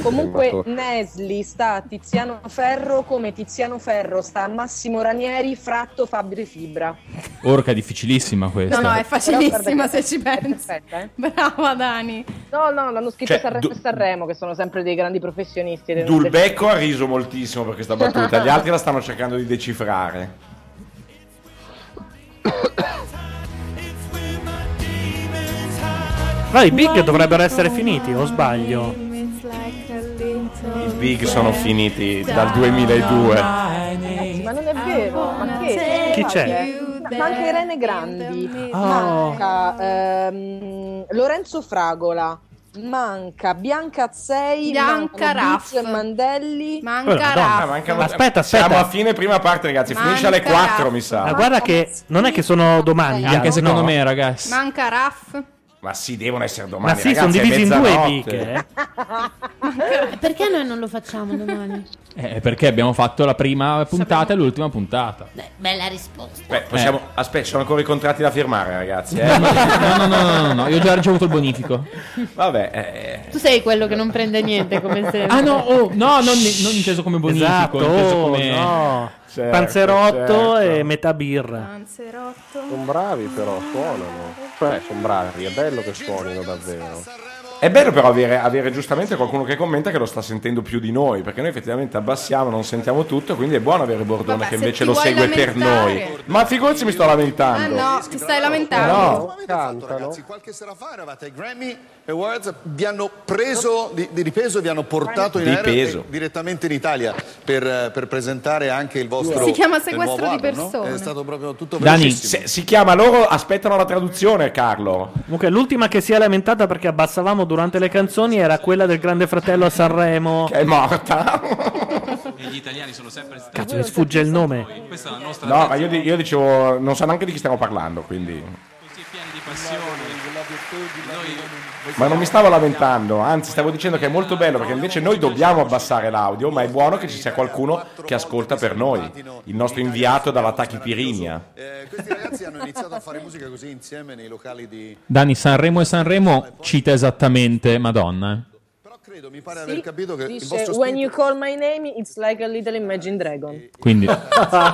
[SPEAKER 11] Comunque
[SPEAKER 8] Matteo.
[SPEAKER 11] Nesli sta a Tiziano Ferro come Tiziano Ferro sta a Massimo Ranieri fratto Fabri Fibra.
[SPEAKER 3] Orca è difficilissima questa.
[SPEAKER 14] No, no, è
[SPEAKER 11] Però
[SPEAKER 14] facilissima
[SPEAKER 11] guarda eh.
[SPEAKER 14] se ci pensi. Brava Dani.
[SPEAKER 11] No, no, l'hanno scritto
[SPEAKER 6] Cioè,
[SPEAKER 11] Sanremo
[SPEAKER 6] du-
[SPEAKER 11] e Sanremo che sono sempre dei grandi professionisti. del-
[SPEAKER 6] Dulbecco ha riso moltissimo per questa battuta, gli altri la stanno cercando di decifrare.
[SPEAKER 2] Ma i big dovrebbero essere finiti, o sbaglio?
[SPEAKER 6] I big sono finiti dal 2002.
[SPEAKER 11] Ragazzi, ma non è vero, ma che?
[SPEAKER 6] Chi c'è? Ah.
[SPEAKER 11] Ma anche Irene Grandi, manca ehm, Lorenzo Fragola, manca Bianca Azzei,
[SPEAKER 14] Bianca
[SPEAKER 11] mancano
[SPEAKER 14] Raff.
[SPEAKER 11] Bizzo e Mandelli,
[SPEAKER 2] Manca Raff. Ah, manca- Aspetta, aspetta.
[SPEAKER 6] Siamo a fine prima parte, ragazzi. Finisce alle
[SPEAKER 14] Manca-
[SPEAKER 6] 4, mi sa.
[SPEAKER 2] Ma guarda che non è che sono domani.
[SPEAKER 6] Anche
[SPEAKER 2] Iago,
[SPEAKER 6] secondo
[SPEAKER 2] no.
[SPEAKER 6] me,
[SPEAKER 3] ragazzi.
[SPEAKER 14] Manca Raff.
[SPEAKER 6] Ma sì, devono essere domani.
[SPEAKER 2] Ma sì,
[SPEAKER 6] ragazzi,
[SPEAKER 2] sono
[SPEAKER 6] è
[SPEAKER 2] divisi in due i big.
[SPEAKER 6] mezzanotte.
[SPEAKER 2] eh.
[SPEAKER 42] <laughs>
[SPEAKER 4] Perché noi non lo facciamo domani?
[SPEAKER 3] Eh, perché abbiamo fatto la prima puntata e l'ultima puntata. Eh.
[SPEAKER 4] Bella risposta.
[SPEAKER 6] Beh, possiamo... Aspetta, ci sono ancora i contratti da firmare, ragazzi. eh.
[SPEAKER 3] No, no,
[SPEAKER 6] <laughs>
[SPEAKER 3] no, no, no, no, no, io ho già ricevuto il bonifico.
[SPEAKER 6] Vabbè, eh,
[SPEAKER 4] Tu sei quello che non prende niente come se.
[SPEAKER 3] Ah no, oh, no, non, non inteso come bonifico,
[SPEAKER 2] Esatto,
[SPEAKER 3] inteso
[SPEAKER 2] oh,
[SPEAKER 3] come...
[SPEAKER 2] no.
[SPEAKER 6] Certo,
[SPEAKER 2] Panzerotto e metà birra.
[SPEAKER 14] Anzerotto.
[SPEAKER 8] Sono bravi però, suonano. Cioè, sono bravi, è bello che suonino davvero.
[SPEAKER 6] È bello però avere, avere giustamente qualcuno che commenta che lo sta sentendo più di noi, perché noi effettivamente abbassiamo, non sentiamo tutto, quindi è buono avere Bordone che
[SPEAKER 14] se
[SPEAKER 6] invece
[SPEAKER 14] ti
[SPEAKER 6] lo
[SPEAKER 14] vuoi
[SPEAKER 6] segue per
[SPEAKER 14] lamentare.
[SPEAKER 6] noi. Ma figurati mi sto
[SPEAKER 14] Ah
[SPEAKER 6] lamentando.
[SPEAKER 14] no, ti stai lamentando.
[SPEAKER 6] No.
[SPEAKER 12] ragazzi, qualche sera fa eravate ai Grammy Awards, vi hanno preso di, di ripeso, vi hanno portato in
[SPEAKER 6] Di
[SPEAKER 12] aereo
[SPEAKER 6] peso.
[SPEAKER 12] e- direttamente in Italia per, eh, per presentare anche il vostro
[SPEAKER 14] Si chiama
[SPEAKER 12] il
[SPEAKER 14] sequestro
[SPEAKER 12] nuovo
[SPEAKER 14] di
[SPEAKER 12] album, no?
[SPEAKER 14] persone.
[SPEAKER 12] È stato proprio tutto
[SPEAKER 6] Dani,
[SPEAKER 12] velocissimo.
[SPEAKER 6] se- si chiama loro, aspettano la traduzione Carlo.
[SPEAKER 2] Comunque, l'ultima che si è lamentata perché abbassavamo durante le canzoni era quella del Grande Fratello a Sanremo.
[SPEAKER 6] Che è morta.
[SPEAKER 43] E gli italiani sono sempre stati.
[SPEAKER 2] Cazzo, mi sfugge il nome.
[SPEAKER 43] Questa è la nostra
[SPEAKER 6] No, ma io, di- io dicevo, non so neanche di chi stiamo parlando, quindi...
[SPEAKER 43] piena di passione.
[SPEAKER 6] Ma non mi stavo lamentando, anzi stavo dicendo che è molto bello perché invece noi dobbiamo abbassare l'audio, ma è buono che ci sia qualcuno che ascolta per noi, il nostro inviato dalla tachipirimia.
[SPEAKER 12] Eh, questi ragazzi hanno iniziato a fare musica così insieme nei locali di...
[SPEAKER 3] Dani, Sanremo e Sanremo cita esattamente Madonna. eh.
[SPEAKER 12] Credo, mi pare aver capito che il
[SPEAKER 11] Dice,
[SPEAKER 12] vostro
[SPEAKER 11] when you call my name it's like a little Imagine Dragon.
[SPEAKER 3] Quindi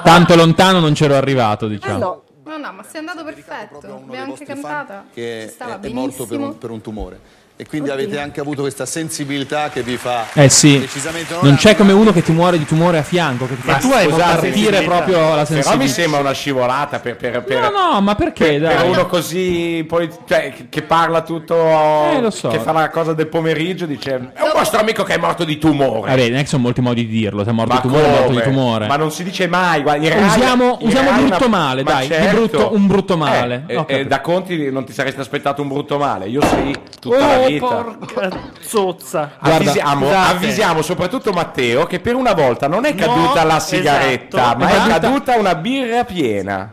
[SPEAKER 3] tanto lontano non c'ero arrivato,
[SPEAKER 14] Eh,
[SPEAKER 3] diciamo.
[SPEAKER 14] no. No, no, ma sei andato perfetto. Abbiamo anche cantata.
[SPEAKER 12] che è,
[SPEAKER 14] stava
[SPEAKER 12] è morto per
[SPEAKER 14] benissimo.
[SPEAKER 12] un, per un tumore. E quindi avete anche avuto questa sensibilità che vi fa
[SPEAKER 3] Eh sì,
[SPEAKER 12] decisamente
[SPEAKER 3] non
[SPEAKER 12] onore.
[SPEAKER 3] c'è come uno che ti muore di tumore a fianco, che ti fa
[SPEAKER 6] scusate,
[SPEAKER 3] partire proprio la
[SPEAKER 6] Però mi
[SPEAKER 3] sensibilità.
[SPEAKER 6] sembra una scivolata per, per- per-
[SPEAKER 3] No, no, ma perché?
[SPEAKER 6] per
[SPEAKER 3] Dai.
[SPEAKER 6] uno così, poi, cioè, che- che parla tutto,
[SPEAKER 3] Eh, lo so.
[SPEAKER 6] che fa la cosa del pomeriggio, dice, è un vostro amico che è morto di tumore.
[SPEAKER 3] Vabbè, non è che Ah, sono molti modi di dirlo, se è morto
[SPEAKER 6] Ma
[SPEAKER 3] di tumore, è morto di
[SPEAKER 6] come?
[SPEAKER 3] tumore.
[SPEAKER 6] Ma non si dice mai. guarda, in
[SPEAKER 3] Usiamo-
[SPEAKER 6] in
[SPEAKER 3] usiamo
[SPEAKER 6] Rai
[SPEAKER 3] brutto male,
[SPEAKER 6] ma certo.
[SPEAKER 3] dai, di brutto- un brutto male.
[SPEAKER 6] Eh,
[SPEAKER 3] Ho
[SPEAKER 6] eh,
[SPEAKER 3] capito.
[SPEAKER 6] da Conti non ti saresti aspettato un brutto male. Io sì, tutta la
[SPEAKER 2] Oh,
[SPEAKER 6] vita.
[SPEAKER 2] porca zozza. Esatto.
[SPEAKER 6] avvisiamo,
[SPEAKER 2] Scusate.
[SPEAKER 6] avvisiamo soprattutto Matteo che per una volta non è
[SPEAKER 2] No,
[SPEAKER 6] caduta la sigaretta,
[SPEAKER 2] esatto.
[SPEAKER 6] ma
[SPEAKER 2] È
[SPEAKER 6] è
[SPEAKER 2] caduta-
[SPEAKER 6] caduta una birra piena.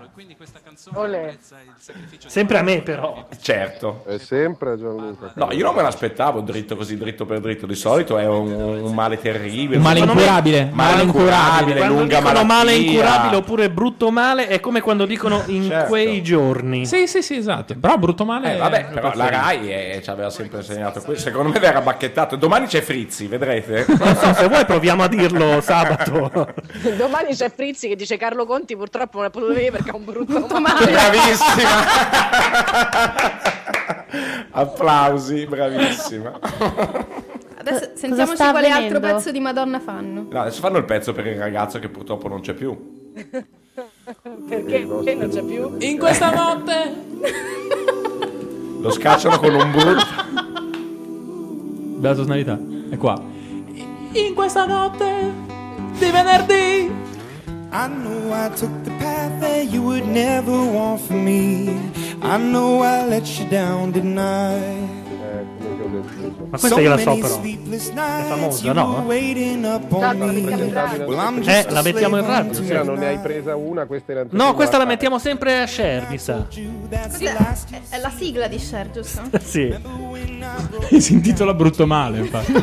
[SPEAKER 2] Sempre a me, però.
[SPEAKER 6] Certo.
[SPEAKER 8] È sempre Gianluca.
[SPEAKER 6] No, io non me l'aspettavo dritto così, dritto per dritto. Di solito è un, un male terribile.
[SPEAKER 3] Un male
[SPEAKER 6] Secondo me-
[SPEAKER 3] incurabile.
[SPEAKER 6] Male incurabile,
[SPEAKER 2] Quando
[SPEAKER 6] lunga malattia.
[SPEAKER 2] dicono male incurabile oppure brutto male è come quando dicono in quei giorni.
[SPEAKER 3] Sì, sì, sì, esatto. Però brutto male.
[SPEAKER 6] Eh, vabbè, però la Rai eh, ci aveva sempre insegnato questo. Secondo me verrà bacchettato. Domani c'è Frizzi, vedrete.
[SPEAKER 2] Non so, se vuoi proviamo a dirlo sabato.
[SPEAKER 11] <laughs> Domani c'è Frizzi che dice Carlo Conti purtroppo non ha potuto venire perché è un brutto
[SPEAKER 14] male.
[SPEAKER 6] Bravissima. <laughs> Applausi, bravissima.
[SPEAKER 14] Adesso
[SPEAKER 4] cosa
[SPEAKER 14] sentiamoci
[SPEAKER 4] sta
[SPEAKER 14] quale altro
[SPEAKER 4] avvenendo?
[SPEAKER 14] pezzo di Madonna fanno.
[SPEAKER 6] No, adesso fanno il pezzo per il ragazzo che purtroppo non c'è più.
[SPEAKER 11] Perché non c'è più?
[SPEAKER 3] In questa notte
[SPEAKER 6] Lo scacciano con un brutto.
[SPEAKER 3] Beato tonalità è qua.
[SPEAKER 7] In questa notte di venerdì. I know I took the path that you would never want for me. I know I let you down, didn't I?
[SPEAKER 2] Ma questa io la so
[SPEAKER 7] many
[SPEAKER 2] però.
[SPEAKER 7] sleepless
[SPEAKER 2] È
[SPEAKER 7] nights
[SPEAKER 2] famosa,
[SPEAKER 7] you were
[SPEAKER 2] no?
[SPEAKER 7] waiting up
[SPEAKER 14] Esatto,
[SPEAKER 7] on me. Well, I'm
[SPEAKER 2] Eh,
[SPEAKER 7] just
[SPEAKER 2] la
[SPEAKER 7] a
[SPEAKER 2] mettiamo in
[SPEAKER 7] slave
[SPEAKER 2] radio.
[SPEAKER 7] unto
[SPEAKER 2] sì.
[SPEAKER 7] your
[SPEAKER 8] Non ne hai presa una, questa era
[SPEAKER 2] No, questa la mettiamo sempre a Cher,
[SPEAKER 3] <laughs>
[SPEAKER 2] mi sa.
[SPEAKER 14] Questa è- è la sigla di Cher, giusto?
[SPEAKER 2] <laughs> Sì.
[SPEAKER 3] si intitola brutto male, <laughs> infatti.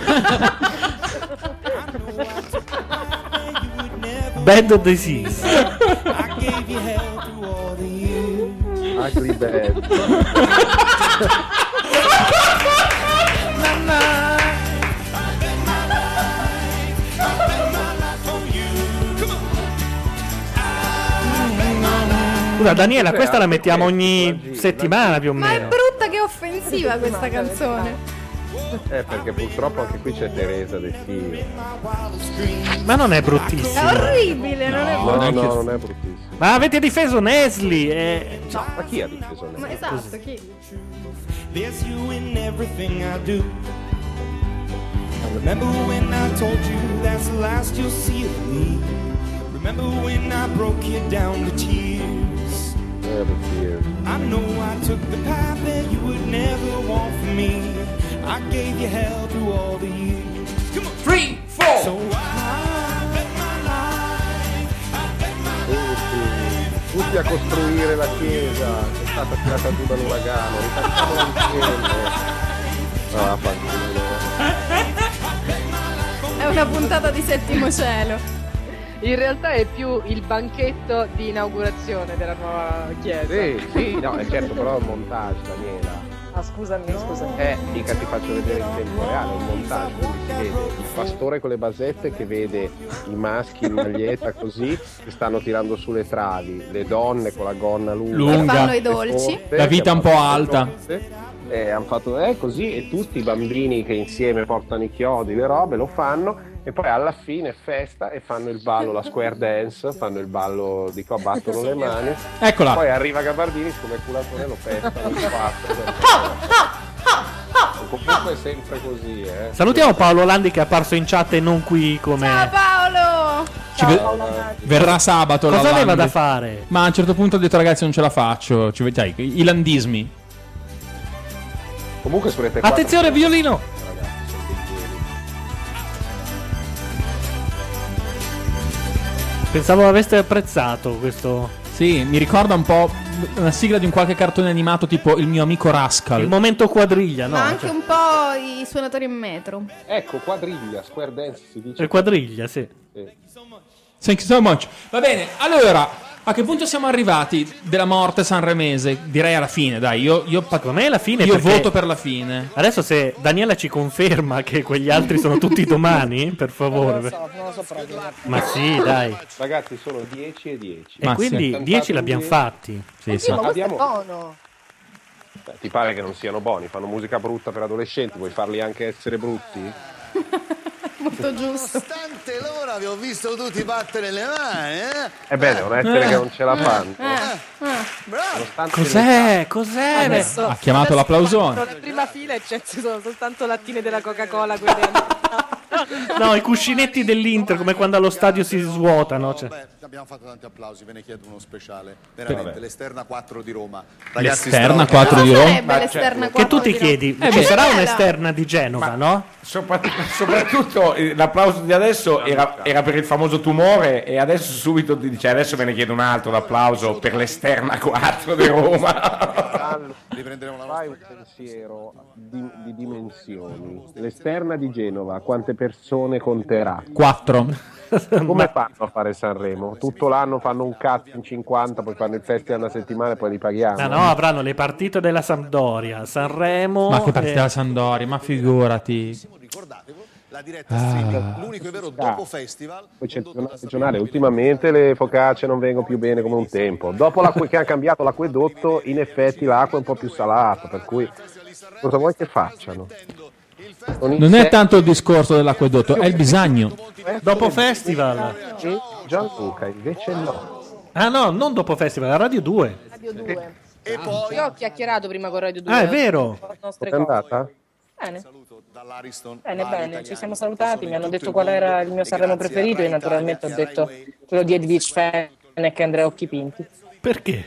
[SPEAKER 2] Bad disease.
[SPEAKER 7] I gave you hell through all the years.
[SPEAKER 8] Ugly Bad.
[SPEAKER 2] Scusa, Daniela, questa la mettiamo ogni settimana più o
[SPEAKER 14] Ma è
[SPEAKER 2] meno.
[SPEAKER 14] brutta che offensiva questa canzone.
[SPEAKER 8] Eh, perché purtroppo anche qui c'è Teresa De Sio.
[SPEAKER 2] Ma non è
[SPEAKER 14] È
[SPEAKER 2] bruttissima.
[SPEAKER 14] orribile, non è
[SPEAKER 8] No, no,
[SPEAKER 14] brutta.
[SPEAKER 8] non è bruttissimo.
[SPEAKER 2] Ma avete difeso Nesli. eh, E...
[SPEAKER 8] Ma chi ha difeso
[SPEAKER 14] Ma esatto, chi?
[SPEAKER 7] There's you in everything I do. I remember when I told you that's the last you'll see of me. Remember when I broke you down to tears.
[SPEAKER 8] Eh, De Sio.
[SPEAKER 7] I know I took the path that you would never want for me. I gave you hell through all the years. Come on, three, four. So I bet my
[SPEAKER 8] Tutti, tutti a costruire la chiesa. È stata tirata giù dall'uragano. Rifacciamola insieme. Ah, fanculo.
[SPEAKER 14] È una puntata di settimo cielo.
[SPEAKER 11] In realtà è più il banchetto di inaugurazione della nuova chiesa.
[SPEAKER 8] Sì, sì, no, è certo, però è un montaggio, Daniela.
[SPEAKER 11] Ah, scusami, scusami.
[SPEAKER 8] Eh, mica ti faccio vedere in tempo reale, è un montaggio, quindi si vede il pastore con le basette che vede i maschi in maglietta così che stanno tirando su le travi, le donne con la gonna lunga,
[SPEAKER 3] Lunga. Che fanno i
[SPEAKER 8] le
[SPEAKER 3] dolci.
[SPEAKER 8] forze,
[SPEAKER 3] La vita
[SPEAKER 8] che
[SPEAKER 3] un po'
[SPEAKER 8] fanno le
[SPEAKER 3] alta.
[SPEAKER 8] forze, eh, hanno fatto eh, così e tutti i bambini che insieme portano i chiodi, le robe, lo fanno e poi alla fine festa e fanno il ballo, la square dance, fanno il ballo, dico, abbattono le mani.
[SPEAKER 3] Eccola.
[SPEAKER 8] Poi arriva Gabardini, come culatore lo festa, lo Comunque è sempre così, eh.
[SPEAKER 2] Salutiamo Paolo Landi che è apparso in chat e non qui come...
[SPEAKER 14] Paolo!
[SPEAKER 3] Ci ve- verrà sabato.
[SPEAKER 2] Cosa
[SPEAKER 3] la
[SPEAKER 2] aveva
[SPEAKER 3] Landi.
[SPEAKER 2] da fare?
[SPEAKER 3] Ma a un certo punto ho detto, ragazzi, non ce la faccio. Ci ve- dai, I landismi.
[SPEAKER 8] Comunque sulle
[SPEAKER 2] Attenzione, violino! Pensavo aveste apprezzato questo.
[SPEAKER 3] Sì, mi ricorda un po' una sigla di un qualche cartone animato tipo Il mio amico Rascal.
[SPEAKER 2] Il momento quadriglia,
[SPEAKER 14] Ma anche
[SPEAKER 3] cioè-
[SPEAKER 14] un po' i suonatori in metro.
[SPEAKER 8] Ecco, quadriglia, square dance si dice.
[SPEAKER 2] Eh, quadriglia, sì.
[SPEAKER 3] Thank you so much. Va bene, allora, a che punto siamo arrivati della morte sanremese? Direi alla fine, dai. Io, io Secondo
[SPEAKER 2] me è la fine.
[SPEAKER 3] Io
[SPEAKER 2] perché-
[SPEAKER 3] voto per la fine.
[SPEAKER 2] Adesso se Daniela ci conferma che quegli altri sono tutti domani, per favore.
[SPEAKER 8] non lo so proprio.
[SPEAKER 2] Ma sì, dai.
[SPEAKER 8] Ragazzi, sono 10 e 10.
[SPEAKER 2] E quindi 10 l'abbiamo fatti.
[SPEAKER 8] Abbiamo-
[SPEAKER 11] buono.
[SPEAKER 8] Beh, Ti pare che non siano buoni? Fanno musica brutta per adolescenti, vuoi farli anche essere brutti?
[SPEAKER 14] Molto giusto.
[SPEAKER 12] Nonostante l'ora vi ho visto tutti battere le mani, eh?
[SPEAKER 8] Ebbene, non essere
[SPEAKER 12] Eh,
[SPEAKER 8] che non ce la fanno. Nonostante
[SPEAKER 3] Cos'è?
[SPEAKER 11] Eh,
[SPEAKER 8] Cos'è?
[SPEAKER 3] Ha chiamato l'applausone.
[SPEAKER 44] Sono in prima fila e c'è, ci sono soltanto lattine della Coca-Cola. quelle- <laughs>
[SPEAKER 2] No, i cuscinetti dell'Inter, come quando allo stadio si svuotano. Cioè.
[SPEAKER 12] Abbiamo fatto tanti applausi, ve ne chiedo uno speciale.
[SPEAKER 2] Vabbè.
[SPEAKER 12] Veramente, l'esterna 4 di Roma.
[SPEAKER 2] L'esterna 4 di Cosa Roma? certo. sarebbe l'esterna
[SPEAKER 6] Che tu ti
[SPEAKER 2] chiedi,
[SPEAKER 6] Eh,
[SPEAKER 2] ci
[SPEAKER 6] beh.
[SPEAKER 2] sarà
[SPEAKER 6] Bella.
[SPEAKER 2] un'esterna di Genova, no?
[SPEAKER 6] Soprattutto, soprattutto, eh, l'applauso di adesso era, era per il famoso tumore e adesso subito ti dice adesso me ne chiedo un altro d'applauso per l'esterna 4 di Roma.
[SPEAKER 12] Riprenderemo la
[SPEAKER 8] nostra un pensiero di, di dimensioni. L'esterna di Genova, quante persone conterà?
[SPEAKER 3] 4.
[SPEAKER 8] Come fanno a fare Sanremo? Tutto l'anno fanno un cazzo in 50, poi fanno il festival una settimana e poi li paghiamo.
[SPEAKER 2] Ah, No, no, avranno le partite della Sampdoria, Sanremo.
[SPEAKER 3] Ma che partita
[SPEAKER 2] e-
[SPEAKER 3] la Sandoria, ma figurati. Ah.
[SPEAKER 12] L'unico e vero
[SPEAKER 8] dopo
[SPEAKER 12] festival.
[SPEAKER 8] Poi c'è il giornale- giornale, ultimamente le focacce non vengono più bene come un tempo. Dopo l'acqua- che hanno cambiato l'acquedotto, in effetti l'acqua è un po' più salata, per cui cosa vuoi che facciano?
[SPEAKER 3] Non è tanto il discorso dell'acquedotto, è il bisogno.
[SPEAKER 2] Dopo festival.
[SPEAKER 8] Gianluca, invece no.
[SPEAKER 2] Ah no, non dopo festival, a Radio 2.
[SPEAKER 11] Radio 2. Io ho chiacchierato prima con Radio 2.
[SPEAKER 2] Ah, è vero.
[SPEAKER 11] Le nostre
[SPEAKER 2] Com'è
[SPEAKER 11] cose.
[SPEAKER 8] andata?
[SPEAKER 11] Bene.
[SPEAKER 12] Dall'Ariston.
[SPEAKER 11] Bene, bene, ci siamo salutati, mi hanno detto qual era il mio Sanremo preferito e naturalmente ho detto quello di Edwidge Fenech e Andrea Occhi Pinti.
[SPEAKER 2] Perché?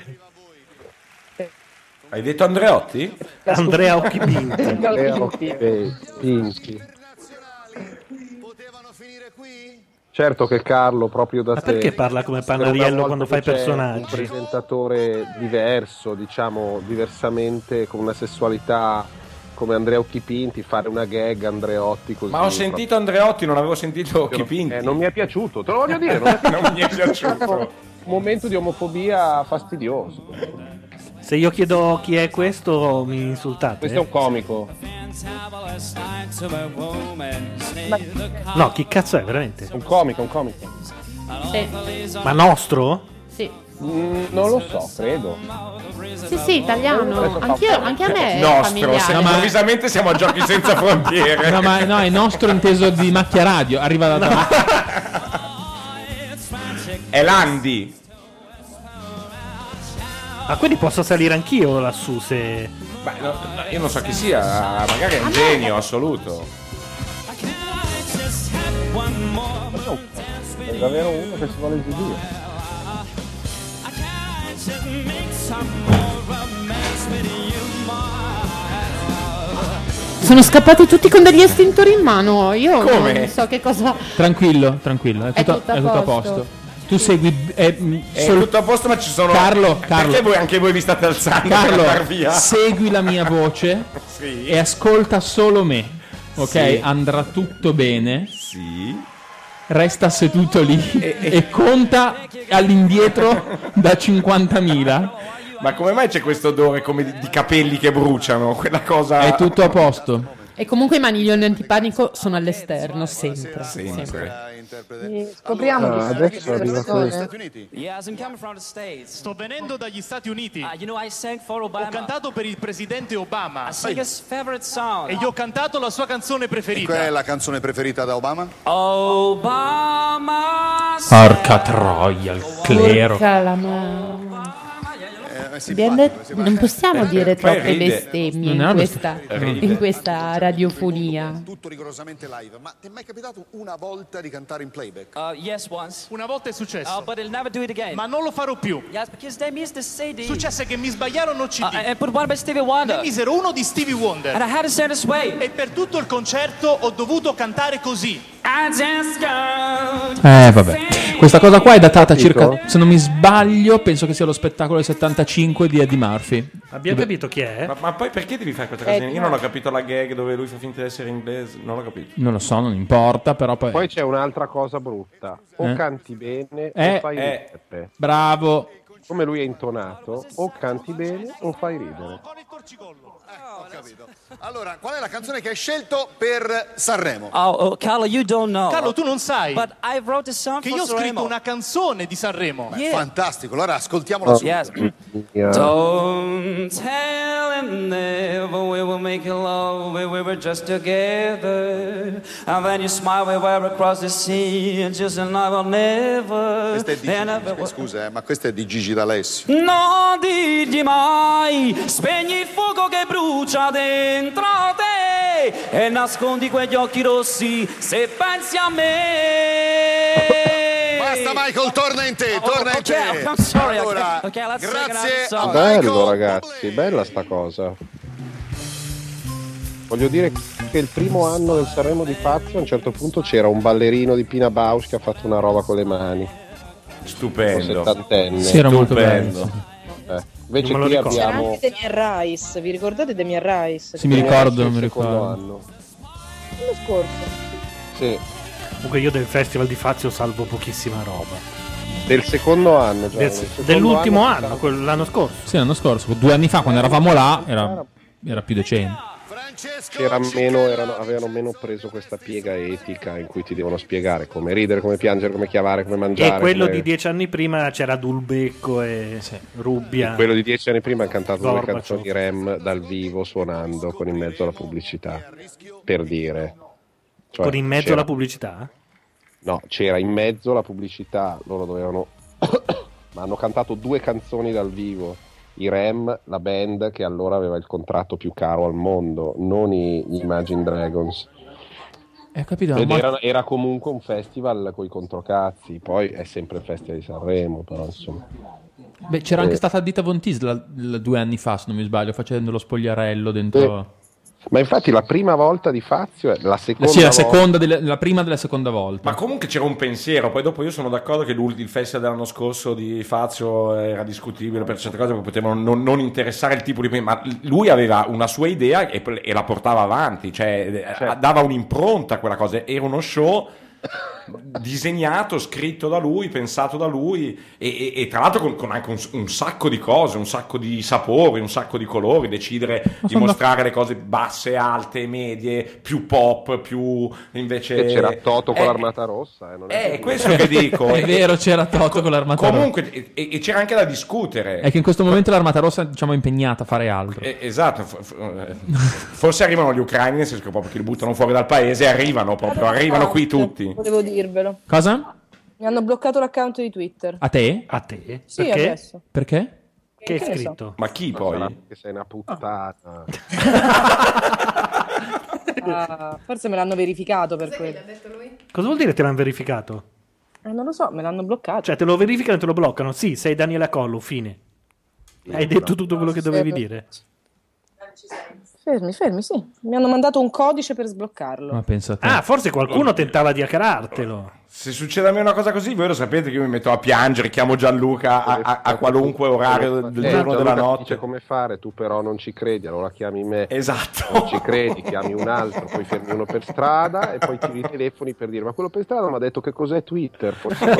[SPEAKER 6] Hai detto Andreotti?
[SPEAKER 2] Andrea Occhi Pinti.
[SPEAKER 8] Andrea Occhi Pinti. Certo che Carlo proprio da
[SPEAKER 2] Ma
[SPEAKER 8] te
[SPEAKER 2] perché parla come Pannariello
[SPEAKER 8] Secondo me,
[SPEAKER 2] quando
[SPEAKER 8] volta
[SPEAKER 2] fai
[SPEAKER 8] che c'è
[SPEAKER 2] personaggi?
[SPEAKER 8] Un presentatore diverso, diciamo, diversamente con una sessualità come Andrea Occhi Pinti, fare una gag Andreotti così.
[SPEAKER 6] Ma
[SPEAKER 8] <laughs>
[SPEAKER 6] ho sentito Andreotti, non avevo sentito Occhi Pinti.
[SPEAKER 8] eh, non mi è piaciuto, te lo voglio
[SPEAKER 6] <laughs>
[SPEAKER 8] dire, non,
[SPEAKER 6] mi è piaciuto.
[SPEAKER 8] Un momento di omofobia fastidioso.
[SPEAKER 2] Se io chiedo chi è questo, mi insultate. eh?
[SPEAKER 8] Questo è un comico.
[SPEAKER 2] No, chi cazzo è veramente?
[SPEAKER 8] Un comico, un comico.
[SPEAKER 2] Ma nostro?
[SPEAKER 4] Sì.
[SPEAKER 8] Mm, non lo so, credo.
[SPEAKER 4] Sì, sì, italiano. Anch'io, anche a me è familiare.
[SPEAKER 6] se- improvvisamente siamo a Giochi Senza Frontiere.
[SPEAKER 3] No, ma no, è nostro inteso di macchia radio. Arriva da
[SPEAKER 6] È Landi.
[SPEAKER 2] Ah, quindi posso salire anch'io lassù se...
[SPEAKER 6] Beh, no, no, io non so chi sia, magari è un genio assoluto.
[SPEAKER 8] È davvero uno che si vuole esibire.
[SPEAKER 4] Sono scappati tutti con degli estintori in mano. Io
[SPEAKER 3] Come?
[SPEAKER 4] non so che cosa.
[SPEAKER 3] Tranquillo, tranquillo, è
[SPEAKER 4] È
[SPEAKER 3] tutto,
[SPEAKER 4] tutto a
[SPEAKER 3] è tutto a
[SPEAKER 4] posto.
[SPEAKER 3] posto. Tu segui. È, mm,
[SPEAKER 6] È tutto a posto, ma ci sono.
[SPEAKER 3] Carlo, Carlo.
[SPEAKER 6] Perché voi, anche voi vi state alzando per andar
[SPEAKER 3] Carlo,
[SPEAKER 6] via?
[SPEAKER 3] segui la mia voce
[SPEAKER 6] Sì.
[SPEAKER 3] e ascolta solo me. Ok,
[SPEAKER 6] Sì.
[SPEAKER 3] andrà tutto bene.
[SPEAKER 6] Sì.
[SPEAKER 3] Resta seduto lì e, conta all'indietro da 50.000.
[SPEAKER 6] Ma come mai c'è questo odore come di, di capelli che bruciano? Quella cosa.
[SPEAKER 3] È tutto a posto.
[SPEAKER 4] E comunque i maniglioni antipanico sono all'esterno, sempre.
[SPEAKER 6] Sempre.
[SPEAKER 11] Scopriamo
[SPEAKER 6] Ah,
[SPEAKER 11] chi sono
[SPEAKER 6] adesso
[SPEAKER 11] queste
[SPEAKER 6] arriva
[SPEAKER 11] persone.
[SPEAKER 10] Sto venendo dagli Stati Uniti.
[SPEAKER 7] Ah,
[SPEAKER 10] Ho cantato per il presidente Obama. E gli ho cantato la sua canzone
[SPEAKER 12] E
[SPEAKER 10] preferita.
[SPEAKER 12] qual è la canzone preferita da Obama?
[SPEAKER 3] Porca troia, il clero.
[SPEAKER 4] Porca la ma-
[SPEAKER 3] Eh,
[SPEAKER 4] Abbiamo detto- non possiamo dire
[SPEAKER 3] poi
[SPEAKER 4] troppe
[SPEAKER 3] Eh, ride. Non
[SPEAKER 4] bestemmie
[SPEAKER 3] è
[SPEAKER 4] in
[SPEAKER 3] una
[SPEAKER 4] questa,
[SPEAKER 3] bestemmia, ride.
[SPEAKER 4] in questa radiofonia.
[SPEAKER 12] Tutto rigorosamente live, ma ti è mai capitato una volta di cantare in playback?
[SPEAKER 10] Una volta è successo. Ma non lo farò più. Successe che mi sbagliarono il
[SPEAKER 7] Ah,
[SPEAKER 10] CD.
[SPEAKER 7] eh,
[SPEAKER 10] Ne misero uno di Stevie Wonder. And I had Certo. E per tutto il concerto ho dovuto cantare così.
[SPEAKER 3] Eh, vabbè. Questa cosa qua è datata circa, se non mi sbaglio, penso che sia lo spettacolo del 75 di Eddie Murphy.
[SPEAKER 2] Abbiamo capito chi è?
[SPEAKER 6] Ma, ma poi perché devi fare questa
[SPEAKER 2] Eh,
[SPEAKER 6] cosa? Io non
[SPEAKER 2] no.
[SPEAKER 6] ho capito la gag dove lui fa finta di essere inglese, non l'ho capito.
[SPEAKER 3] Non lo so, non importa, però poi...
[SPEAKER 8] Poi c'è un'altra cosa brutta. O
[SPEAKER 3] Eh.
[SPEAKER 8] canti bene
[SPEAKER 3] Eh,
[SPEAKER 8] o fai
[SPEAKER 3] eh,
[SPEAKER 8] ridere.
[SPEAKER 3] Bravo.
[SPEAKER 8] Come lui è intonato, o canti bene o fai ridere.
[SPEAKER 12] Ho capito. Allora, qual è la canzone che hai scelto per Sanremo?
[SPEAKER 10] Oh,
[SPEAKER 12] Carlo, you don't know.
[SPEAKER 10] Carlo, tu non sai
[SPEAKER 12] But
[SPEAKER 10] che io ho
[SPEAKER 12] for Sanremo.
[SPEAKER 10] scritto una canzone di Sanremo.
[SPEAKER 12] Fantastico, allora ascoltiamola
[SPEAKER 10] Oh.
[SPEAKER 12] subito.
[SPEAKER 10] Don't
[SPEAKER 7] tell him never we were making love, we, we were just together. And then you smile, we were across the sea, and just and I will never.
[SPEAKER 12] Questa è di
[SPEAKER 7] Then I-
[SPEAKER 12] Gigi, scusa, eh, ma questa è di Gigi D'Alessio.
[SPEAKER 7] Non dirgli mai, spegni il fuoco che brucia dentro te e nascondi quegli occhi rossi se pensi a me.
[SPEAKER 12] Basta Michael, torna in te, torna in te.
[SPEAKER 7] I'm sorry, okay,
[SPEAKER 12] Allora,
[SPEAKER 7] okay, let's take
[SPEAKER 12] grazie
[SPEAKER 7] another
[SPEAKER 6] Ah,
[SPEAKER 12] a
[SPEAKER 7] song.
[SPEAKER 12] Michael.
[SPEAKER 8] Bello ragazzi, bella sta cosa. Voglio dire che il primo anno del Sanremo di Fazio a un certo punto c'era un ballerino di Pina Bausch che ha fatto una roba con le mani.
[SPEAKER 6] Stupendo.
[SPEAKER 8] Un settantenne.
[SPEAKER 6] Sì, era molto Stupendo.
[SPEAKER 8] Eh, Invece
[SPEAKER 6] Non me lo
[SPEAKER 8] qui
[SPEAKER 6] ricordo.
[SPEAKER 11] C'era
[SPEAKER 8] abbiamo...
[SPEAKER 11] anche Demian Rice, vi ricordate Demian Rice?
[SPEAKER 3] Sì, mi
[SPEAKER 11] Che era
[SPEAKER 3] ricordo, mi
[SPEAKER 8] il secondo
[SPEAKER 3] ricordo.
[SPEAKER 8] anno.
[SPEAKER 11] L'anno scorso.
[SPEAKER 8] Sì.
[SPEAKER 2] Comunque io del festival di Fazio salvo pochissima roba.
[SPEAKER 8] Del secondo anno. Gianni,
[SPEAKER 2] Del-
[SPEAKER 8] il secondo
[SPEAKER 2] dell'ultimo
[SPEAKER 8] anno
[SPEAKER 2] anno, quello- l'anno scorso.
[SPEAKER 3] Sì, l'anno scorso, due anni fa, quando eravamo là, era, era più decente.
[SPEAKER 8] C'era meno, erano- avevano meno preso questa piega etica in cui ti devono spiegare come ridere, come piangere, come chiamare, come mangiare.
[SPEAKER 2] E quello
[SPEAKER 8] come-
[SPEAKER 2] di dieci anni prima c'era Dulbecco e Rubbia.
[SPEAKER 8] quello di dieci anni prima ha cantato
[SPEAKER 2] Gorbaciov.
[SPEAKER 8] due canzoni Rem dal vivo suonando con in mezzo alla pubblicità. Per dire. Cioè,
[SPEAKER 2] Con in mezzo
[SPEAKER 8] c'era-
[SPEAKER 2] alla pubblicità?
[SPEAKER 8] No, c'era in mezzo la pubblicità, loro dovevano... <coughs> ma hanno cantato due canzoni dal vivo. I Rem, la band che allora aveva il contratto più caro al mondo, non i- gli Imagine Dragons.
[SPEAKER 3] Eh, capito?
[SPEAKER 8] Ed
[SPEAKER 3] ma-
[SPEAKER 8] era, era comunque un festival con i controcazzi, poi è sempre il festival di Sanremo, però insomma.
[SPEAKER 3] Beh, c'era
[SPEAKER 8] Eh.
[SPEAKER 3] anche stata Dita Von Tisla due anni fa, se non mi sbaglio, facendo lo spogliarello dentro...
[SPEAKER 8] Ma infatti la prima volta di Fazio è la
[SPEAKER 3] La,
[SPEAKER 8] Eh, seconda
[SPEAKER 3] sì, la,
[SPEAKER 8] volta-
[SPEAKER 3] seconda delle- la prima della seconda volta.
[SPEAKER 6] Ma comunque c'era un pensiero, poi dopo io sono d'accordo che l'ul- il festival dell'anno scorso di Fazio era discutibile per certe cose, perché potevano non, non interessare il tipo di... ma lui aveva una sua idea e, e la portava avanti, cioè eh, dava un'impronta a quella cosa, era uno show disegnato, scritto da lui, pensato da lui e, e- e tra l'altro con, con anche un, un sacco di cose, un sacco di sapori, un sacco di colori, decidere di
[SPEAKER 3] sono-
[SPEAKER 6] mostrare le cose basse, alte, medie, più pop, più invece...
[SPEAKER 8] Che c'era Toto con
[SPEAKER 6] Eh,
[SPEAKER 8] l'armata rossa. Eh, non è
[SPEAKER 6] eh, questo che dico.
[SPEAKER 3] <laughs> è vero, c'era Toto con l'armata rossa.
[SPEAKER 6] Comunque, e, e c'era anche da discutere.
[SPEAKER 3] È che in questo momento l'armata rossa diciamo, è impegnata a fare altro.
[SPEAKER 6] Eh, Esatto, f- <laughs> f- eh, forse arrivano gli ucraini nel senso che proprio che li buttano fuori dal paese e arrivano proprio, arrivano qui
[SPEAKER 11] esatto.
[SPEAKER 6] tutti.
[SPEAKER 11] Volevo dirvelo.
[SPEAKER 3] Cosa?
[SPEAKER 11] Mi hanno bloccato l'account di Twitter.
[SPEAKER 3] A te?
[SPEAKER 2] A te?
[SPEAKER 11] Sì, Perché? adesso.
[SPEAKER 3] Perché?
[SPEAKER 11] Che hai Che ne scritto? so.
[SPEAKER 6] Ma chi poi?
[SPEAKER 8] Che sei una puttana.
[SPEAKER 11] Ah, forse me l'hanno verificato per quello.
[SPEAKER 2] Cosa vuol dire te l'hanno verificato?
[SPEAKER 11] Eh, non lo so, me l'hanno bloccato.
[SPEAKER 2] Cioè, te lo verificano e te lo bloccano. Sì, sei Daniela Collu, fine. Hai
[SPEAKER 6] esatto.
[SPEAKER 2] detto tutto quello che dovevi dire.
[SPEAKER 11] Fermi, fermi, sì. Mi hanno mandato un codice per sbloccarlo.
[SPEAKER 3] Ma pensa te.
[SPEAKER 2] Ah, forse qualcuno tentava di accarartelo.
[SPEAKER 6] Oh, Se succede a me una cosa così, voi lo sapete che io mi metto a piangere, chiamo Gianluca a, a- a qualunque orario del
[SPEAKER 8] Eh,
[SPEAKER 6] giorno della
[SPEAKER 8] Gianluca
[SPEAKER 6] notte.
[SPEAKER 8] dice come fare, tu però non ci credi, allora chiami me.
[SPEAKER 6] Esatto.
[SPEAKER 8] Non ci credi, chiami un altro, poi fermi uno per strada e poi tiri i telefoni per dire ma quello per strada mi ha detto che cos'è Twitter. forse-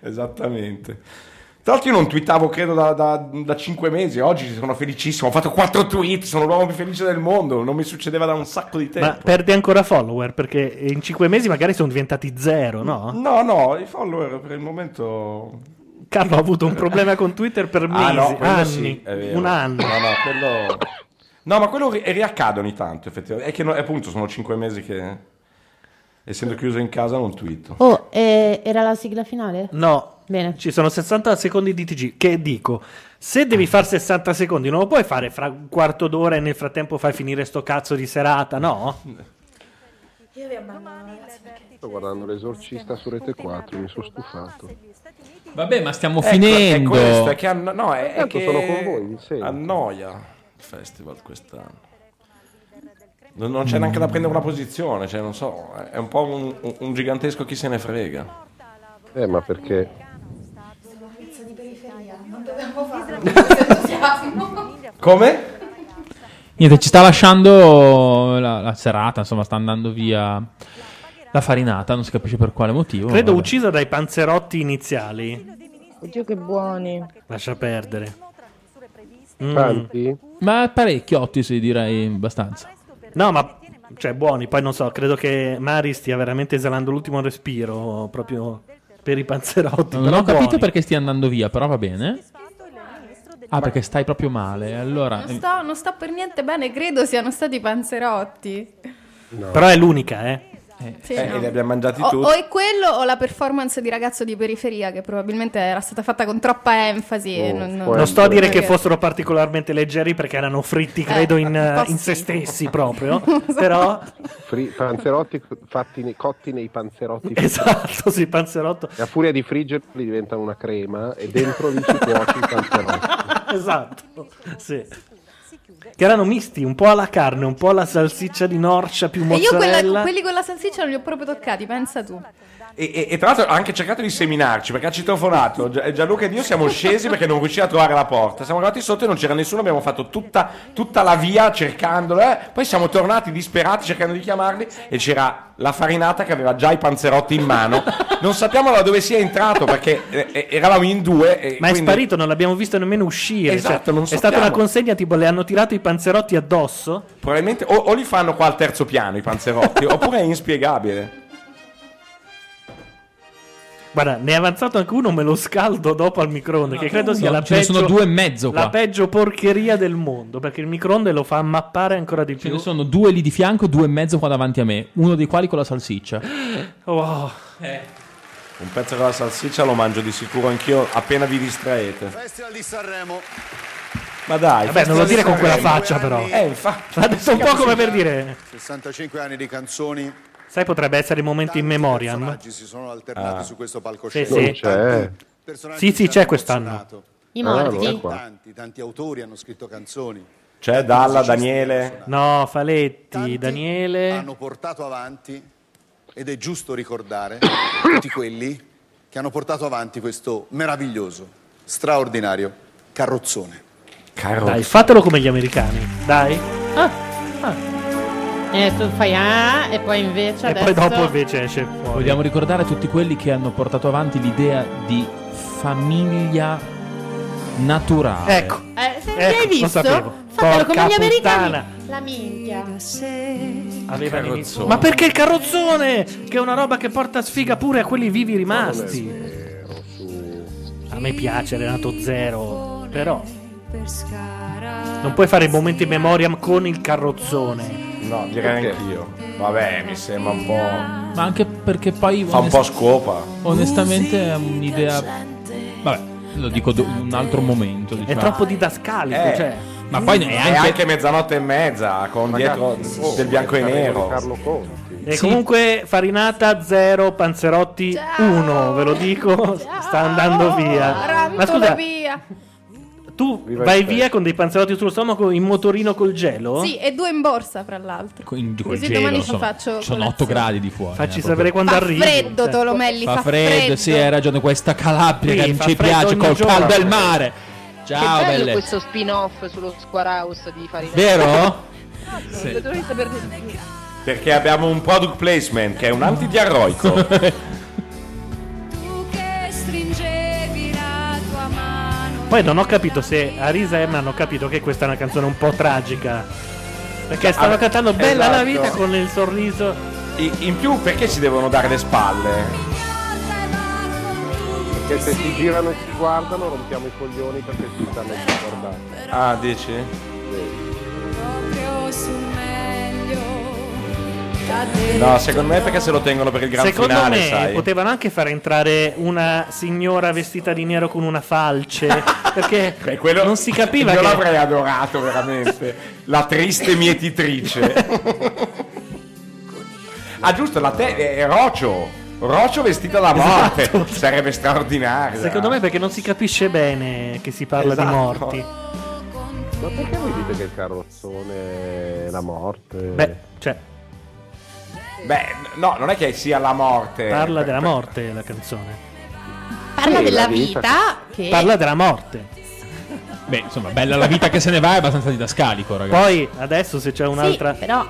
[SPEAKER 6] Esattamente. Tra l'altro io non twittavo credo da, da, 5 mesi, oggi sono felicissimo, ho fatto 4 tweet, sono l'uomo più felice del mondo, non mi succedeva da un sacco di tempo.
[SPEAKER 2] Ma perde ancora follower perché in 5 mesi magari sono diventati zero, no?
[SPEAKER 6] No, no, i follower per il momento...
[SPEAKER 2] Carlo ha avuto un problema con Twitter per mesi,
[SPEAKER 6] Ah, no, quello
[SPEAKER 2] anni,
[SPEAKER 6] sì, è vero.
[SPEAKER 2] un anno.
[SPEAKER 6] No, no, quello... No, ma quello ri- riaccade ogni tanto, effettivamente. È che no- appunto sono 5 mesi che, essendo chiuso in casa, non twitto.
[SPEAKER 4] Oh, eh, era la sigla finale?
[SPEAKER 2] No.
[SPEAKER 4] Bene.
[SPEAKER 2] Ci sono 60 secondi di TG. Che dico? Se devi fare 60 secondi, non lo puoi fare fra un quarto d'ora e nel frattempo fai finire sto cazzo di
[SPEAKER 6] <laughs>
[SPEAKER 2] serata, no?
[SPEAKER 3] Oh,
[SPEAKER 11] Io vi abbandono, ragazzi, perché-
[SPEAKER 23] Sto guardando l'esorcista su Rete 4, mi sono stufato.
[SPEAKER 3] Vabbè, ma stiamo
[SPEAKER 6] Ecco,
[SPEAKER 3] finendo.
[SPEAKER 6] È questo, è che anno- no, è, è
[SPEAKER 23] Tanto
[SPEAKER 6] che
[SPEAKER 23] sono con voi, mi sento.
[SPEAKER 6] Annoia il festival quest'anno. Non, non c'è neanche da prendere una posizione, cioè, non so, è un po' un, un- un gigantesco chi se ne frega.
[SPEAKER 23] Eh, ma perché?
[SPEAKER 9] Sono un pezzo di periferia, non dovevamo farlo. <laughs> Entusiasmo.
[SPEAKER 6] Come?
[SPEAKER 3] Niente, ci sta lasciando la, la serata, insomma, sta andando via la farinata, non si capisce per quale motivo.
[SPEAKER 2] Credo
[SPEAKER 3] vabbè.
[SPEAKER 2] uccisa dai panzerotti iniziali.
[SPEAKER 11] Oddio che buoni.
[SPEAKER 2] Lascia perdere. Mm.
[SPEAKER 23] Tanti?
[SPEAKER 3] Ma parecchiotti, sì, direi abbastanza.
[SPEAKER 2] No, ma cioè buoni, poi non so, credo che Mari stia veramente esalando l'ultimo respiro proprio per i panzerotti.
[SPEAKER 3] Non
[SPEAKER 2] però
[SPEAKER 3] ho capito
[SPEAKER 2] buoni.
[SPEAKER 3] perché stia andando via, però va bene. Ah, perché stai proprio male. Allora,
[SPEAKER 14] Non sto, non sto per niente bene, credo siano stati i panzerotti.
[SPEAKER 2] Però è l'unica, eh.
[SPEAKER 14] Sì, Eh, no. e li
[SPEAKER 6] abbiamo mangiati
[SPEAKER 14] O, o è quello o la performance di ragazzo di periferia che probabilmente era stata fatta con troppa enfasi. e non,
[SPEAKER 2] Non sto a dire che fossero particolarmente leggeri perché erano fritti, credo, in, eh, in se
[SPEAKER 14] <laughs>
[SPEAKER 2] stessi proprio. Però
[SPEAKER 23] Fri- panzerotti fatti nei- cotti nei panzerotti.
[SPEAKER 2] Esatto, sì, panzerotto.
[SPEAKER 23] E a furia di friggerli diventano una crema e dentro lì ci cuoci il panzerotto.
[SPEAKER 7] <laughs>
[SPEAKER 2] esatto, sì. Che erano misti, un po' alla carne, un po' alla salsiccia di Norcia più
[SPEAKER 14] E io quella-
[SPEAKER 2] mozzarella.
[SPEAKER 14] quelli con la salsiccia non li ho proprio toccati, pensa tu.
[SPEAKER 6] E, e- e tra l'altro ha anche cercato di seminarci perché ha citofonato Gia- eh, Gianluca ed io siamo scesi perché non riusciva a trovare la porta. Siamo arrivati sotto e non c'era nessuno, abbiamo fatto tutta, tutta la via cercandola. eh. Poi siamo tornati disperati cercando di chiamarli e c'era la farinata che aveva già i panzerotti in mano. Non sappiamo da dove sia entrato perché eh, eh, eravamo in due. e
[SPEAKER 2] Ma è
[SPEAKER 6] quindi-
[SPEAKER 2] sparito, non l'abbiamo visto nemmeno uscire.
[SPEAKER 6] Esatto,
[SPEAKER 2] cioè,
[SPEAKER 6] non
[SPEAKER 2] è stata
[SPEAKER 6] sappiamo.
[SPEAKER 2] una consegna tipo le hanno tirato i panzerotti addosso.
[SPEAKER 6] Probabilmente o, o li fanno qua al terzo piano i panzerotti oppure è inspiegabile.
[SPEAKER 2] Guarda, ne è avanzato anche uno, me lo scaldo dopo al microonde, che credo sia
[SPEAKER 3] No,
[SPEAKER 2] la
[SPEAKER 3] ce ne
[SPEAKER 2] peggio,
[SPEAKER 3] sono due e mezzo
[SPEAKER 2] la
[SPEAKER 3] qua.
[SPEAKER 2] peggio porcheria del mondo, perché il microonde lo fa mappare ancora di
[SPEAKER 3] Ce
[SPEAKER 2] più.
[SPEAKER 3] ne sono due lì di fianco, due e mezzo qua davanti a me, uno dei quali con la salsiccia.
[SPEAKER 2] Oh.
[SPEAKER 12] Eh,
[SPEAKER 6] Un pezzo con la salsiccia lo mangio di sicuro anch'io appena vi distraete.
[SPEAKER 12] Festival di Sanremo.
[SPEAKER 6] Ma dai,
[SPEAKER 2] Vabbè, non lo dire con quella faccia, però.
[SPEAKER 6] Eh,
[SPEAKER 2] <laughs>
[SPEAKER 6] infatti.
[SPEAKER 2] L'ha detto un po' come per dire.
[SPEAKER 12] 65 anni di canzoni,
[SPEAKER 2] Sai, potrebbe essere il momento in memoriam.
[SPEAKER 12] oggi si sono alternati
[SPEAKER 2] Ah.
[SPEAKER 12] su questo
[SPEAKER 2] Sì,
[SPEAKER 12] palcoscenico.
[SPEAKER 2] sì. Sì, sì, c'è quest'anno.
[SPEAKER 4] I morti.
[SPEAKER 12] Tanti, tanti autori hanno scritto canzoni.
[SPEAKER 6] C'è Dalla, Daniele.
[SPEAKER 2] No, Faletti, Daniele.
[SPEAKER 12] Hanno portato avanti, ed è giusto ricordare, <coughs> tutti quelli che hanno portato avanti questo meraviglioso, straordinario carrozzone.
[SPEAKER 2] Dai, fatelo come gli americani. Dai.
[SPEAKER 4] E Ah, tu fai ah, e poi invece adesso...
[SPEAKER 2] invece esce fuori.
[SPEAKER 3] Vogliamo ricordare a tutti quelli che hanno portato avanti l'idea di famiglia naturale.
[SPEAKER 2] Ecco.
[SPEAKER 4] Eh, se
[SPEAKER 2] Ecco,
[SPEAKER 4] hai
[SPEAKER 2] lo
[SPEAKER 4] visto?
[SPEAKER 2] sapevo.
[SPEAKER 4] Fatelo
[SPEAKER 2] Porca
[SPEAKER 4] come gli
[SPEAKER 2] puttana.
[SPEAKER 4] americani. La minchia.
[SPEAKER 2] Aveva l'inizio.
[SPEAKER 6] carrozzone.
[SPEAKER 2] Ma perché il carrozzone? Che è una roba che porta sfiga pure a quelli vivi rimasti. A me piace Renato Zero, però non puoi fare i momenti in memoriam con il carrozzone.
[SPEAKER 6] No, direi anch'io. Vabbè, mi sembra un po'.
[SPEAKER 3] Ma anche perché poi.
[SPEAKER 6] Fa un po' scopa.
[SPEAKER 3] Onestamente è un'idea. Vabbè, lo dico do- un altro momento. diciamo.
[SPEAKER 6] È troppo
[SPEAKER 2] didascalico.
[SPEAKER 6] Eh,
[SPEAKER 2] cioè.
[SPEAKER 3] Ma poi è anche.
[SPEAKER 6] mezzanotte e mezza con dietro
[SPEAKER 3] Ragazzi,
[SPEAKER 6] oh, del bianco e
[SPEAKER 2] certo,
[SPEAKER 23] Sanremo di
[SPEAKER 6] nero.
[SPEAKER 23] Carlo Conti.
[SPEAKER 2] E comunque Farinata 0, Panzerotti 1, ve lo dico, sta andando via. Ma scusa,
[SPEAKER 14] via.
[SPEAKER 2] tu
[SPEAKER 3] Viva
[SPEAKER 2] vai
[SPEAKER 3] il
[SPEAKER 2] via con dei panzerotti sullo stomaco in motorino col gelo?
[SPEAKER 14] Sì, e due in borsa, fra l'altro.
[SPEAKER 3] Quindi col
[SPEAKER 14] Così
[SPEAKER 3] gelo,
[SPEAKER 14] domani
[SPEAKER 3] insomma,
[SPEAKER 14] ci faccio
[SPEAKER 3] Sono
[SPEAKER 14] colazione.
[SPEAKER 3] 8 gradi di fuori.
[SPEAKER 2] Facci
[SPEAKER 3] eh, proprio.
[SPEAKER 2] sapere quando
[SPEAKER 14] Fa
[SPEAKER 2] arrivi.
[SPEAKER 14] freddo,
[SPEAKER 2] Cioè.
[SPEAKER 14] Tolomelli,
[SPEAKER 3] Fa
[SPEAKER 14] fa
[SPEAKER 3] freddo,
[SPEAKER 14] freddo.
[SPEAKER 3] sì, hai ragione. Questa Calabria
[SPEAKER 2] Sì,
[SPEAKER 3] che non
[SPEAKER 2] fa
[SPEAKER 3] ci
[SPEAKER 2] freddo
[SPEAKER 3] piace
[SPEAKER 2] ogni
[SPEAKER 3] col
[SPEAKER 2] giorno.
[SPEAKER 3] caldo del mare. Ciao,
[SPEAKER 22] che bello
[SPEAKER 3] belle.
[SPEAKER 22] questo spin-off sullo Squarehouse di Farina.
[SPEAKER 11] <laughs>
[SPEAKER 3] Vero?
[SPEAKER 22] Sì. Dovrei saperne di più.
[SPEAKER 6] Perché abbiamo un product placement che è
[SPEAKER 3] <laughs>
[SPEAKER 6] un antidiarroico.
[SPEAKER 7] che stringevi la tua mano
[SPEAKER 2] Poi non ho capito se Arisa e Emma hanno capito che questa è una canzone un po' tragica. Perché stanno
[SPEAKER 6] Ah,
[SPEAKER 2] cantando Bella la
[SPEAKER 6] esatto.
[SPEAKER 2] vita con il sorriso.
[SPEAKER 6] I- In più, perché ci devono dare le spalle?
[SPEAKER 23] Perché se si girano e si guardano rompiamo i coglioni perché si stanno guardando.
[SPEAKER 6] Ah, dici?
[SPEAKER 7] Proprio sul meglio.
[SPEAKER 6] No, secondo me è perché se lo tengono per il gran
[SPEAKER 2] Secondo
[SPEAKER 6] finale,
[SPEAKER 2] me
[SPEAKER 6] sai.
[SPEAKER 2] potevano anche far entrare una signora vestita di nero con una
[SPEAKER 6] <laughs>
[SPEAKER 2] falce. perché non si capiva
[SPEAKER 6] Io
[SPEAKER 2] che.
[SPEAKER 6] l'avrei adorato veramente. La triste mietitrice. ah, giusto, la te è Rocio. Rocio vestita da morte. Sarebbe straordinario.
[SPEAKER 2] Esatto. Secondo me perché non si capisce bene che si parla
[SPEAKER 6] Esatto.
[SPEAKER 2] di morti.
[SPEAKER 23] Ma perché voi dite che il carrozzone è la morte?
[SPEAKER 2] Beh, cioè,
[SPEAKER 6] Beh, no, non è che sia la morte.
[SPEAKER 2] parla della morte la canzone.
[SPEAKER 4] Parla
[SPEAKER 6] Eh, Sì,
[SPEAKER 4] della
[SPEAKER 6] la
[SPEAKER 4] vita,
[SPEAKER 6] vita.
[SPEAKER 4] che
[SPEAKER 2] Parla della morte.
[SPEAKER 4] <laughs>
[SPEAKER 3] Beh, insomma, bella la vita che se ne va è abbastanza didascalico, ragazzi.
[SPEAKER 2] Poi adesso se c'è un'altra.
[SPEAKER 4] però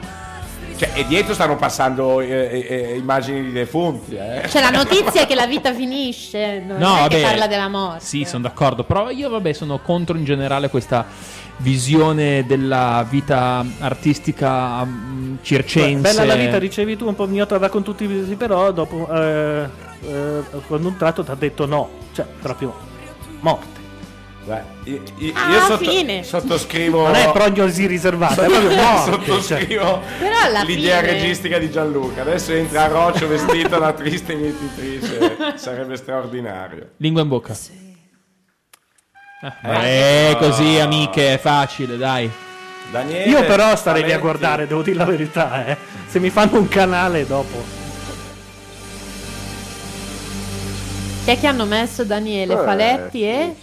[SPEAKER 6] Cioè, e dietro stanno passando eh, eh, eh, immagini di defunti. Eh.
[SPEAKER 4] Cioè, la notizia è che la vita finisce, non
[SPEAKER 3] No,
[SPEAKER 4] è
[SPEAKER 3] vabbè.
[SPEAKER 4] che parla della morte.
[SPEAKER 3] Sì, sono d'accordo, però io vabbè sono contro in generale questa visione della vita artistica mm, circense.
[SPEAKER 2] Bella la vita, ricevi tu un po' miotta va con tutti i visi, però dopo eh, eh, con un tratto ti ha detto no, cioè proprio morte.
[SPEAKER 6] Beh, io, io-
[SPEAKER 4] Ah,
[SPEAKER 6] io sotto-
[SPEAKER 4] fine.
[SPEAKER 6] sottoscrivo.
[SPEAKER 2] Non è prognosi riservata,
[SPEAKER 6] <laughs>
[SPEAKER 2] è proprio morte.
[SPEAKER 6] Sottoscrivo
[SPEAKER 4] Però alla
[SPEAKER 6] l'idea
[SPEAKER 4] fine-
[SPEAKER 6] registica di Gianluca. Adesso entra Rocio vestito da triste mietitrice. Sarebbe straordinario.
[SPEAKER 3] Lingua in bocca.
[SPEAKER 6] Eh.
[SPEAKER 3] Eh, così amiche, è facile, dai.
[SPEAKER 6] Daniele,
[SPEAKER 2] Io però starei lì a guardare, devo dire la verità, eh. Se mi fanno un canale dopo.
[SPEAKER 4] Chi è che hanno messo Daniele
[SPEAKER 6] Eh,
[SPEAKER 4] Faletti e...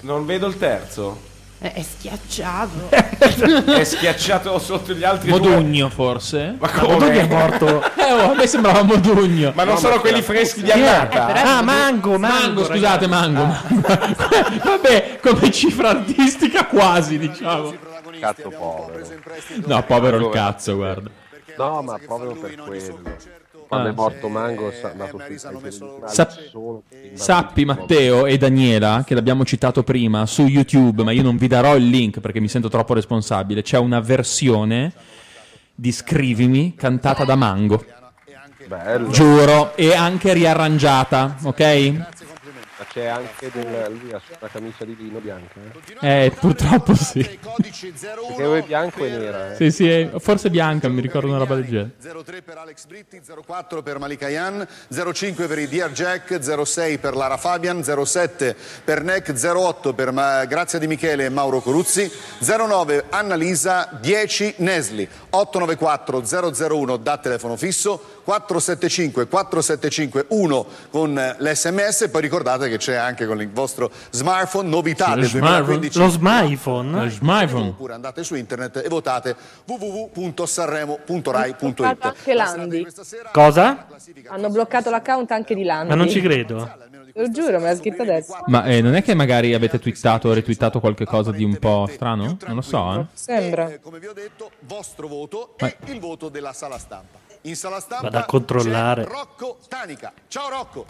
[SPEAKER 6] Non vedo il terzo.
[SPEAKER 4] Eh, È
[SPEAKER 2] <laughs>
[SPEAKER 4] schiacciato.
[SPEAKER 6] È schiacciato sotto gli altri due.
[SPEAKER 3] Modugno forse?
[SPEAKER 6] Ma come?
[SPEAKER 3] Modugno
[SPEAKER 2] <laughs>
[SPEAKER 6] è morto.
[SPEAKER 3] Eh, oh, a me sembrava Modugno.
[SPEAKER 6] Ma non sono
[SPEAKER 2] eh.
[SPEAKER 6] quelli freschi di
[SPEAKER 3] Chi è?
[SPEAKER 6] annata.
[SPEAKER 2] Ah, mango, mango.
[SPEAKER 3] scusate, mango.
[SPEAKER 6] Ah.
[SPEAKER 3] <laughs> Vabbè, come cifra artistica quasi, diciamo.
[SPEAKER 23] Cazzo povero.
[SPEAKER 3] No, povero
[SPEAKER 2] eh.
[SPEAKER 3] il cazzo, guarda.
[SPEAKER 23] No, ma proprio per quello. Quando
[SPEAKER 3] Ah, eh,
[SPEAKER 23] è morto Mango, sa- ma tutti
[SPEAKER 3] Sa- Eh, Sappi Matteo e Daniela, che l'abbiamo citato prima su YouTube, ma io non vi darò il link perché mi sento troppo responsabile. C'è una versione di Scrivimi cantata da Mango.
[SPEAKER 23] Bello.
[SPEAKER 3] Giuro, e anche riarrangiata, ok?
[SPEAKER 23] Ma c'è anche del, lui ha una camicia di lino bianca. eh?
[SPEAKER 3] Eh, purtroppo sì.
[SPEAKER 23] Perché lui è bianco e nera. eh.
[SPEAKER 3] Sì, sì, è- forse bianca, mi ricordo una roba del genere.
[SPEAKER 12] 03 per Alex Britti, 04 per Malika Yan, 05 per i Dear Jack, 06 per Lara Fabian, 07 per Nick, 08 per Ma- Grazia Di Michele e Mauro Coruzzi, 09 Annalisa, 10 Nesli, 894 001 da telefono fisso, 475 475 1 con eh, l'SMS, poi ricordate che c'è anche con il vostro smartphone
[SPEAKER 6] Ah,
[SPEAKER 12] novità del 2015
[SPEAKER 2] Lo smartphone? Lo
[SPEAKER 3] smartphone.
[SPEAKER 12] oppure andate su internet e votate www.sanremo.rai.it.
[SPEAKER 11] Anche Landi.
[SPEAKER 2] Cosa?
[SPEAKER 11] Hanno bloccato l'account anche di Landi.
[SPEAKER 3] Ma non ci credo.
[SPEAKER 11] Lo giuro, me l'ha scritto adesso.
[SPEAKER 3] Ma eh, non è che magari avete twittato o retweetato qualche cosa di un po' strano? Non lo so, eh.
[SPEAKER 11] Sembra.
[SPEAKER 12] vostro voto
[SPEAKER 3] Ma-
[SPEAKER 12] e il voto della sala stampa. In sala stampa
[SPEAKER 2] Vado a controllare.
[SPEAKER 12] c'è Rocco Tanica. Ciao Rocco.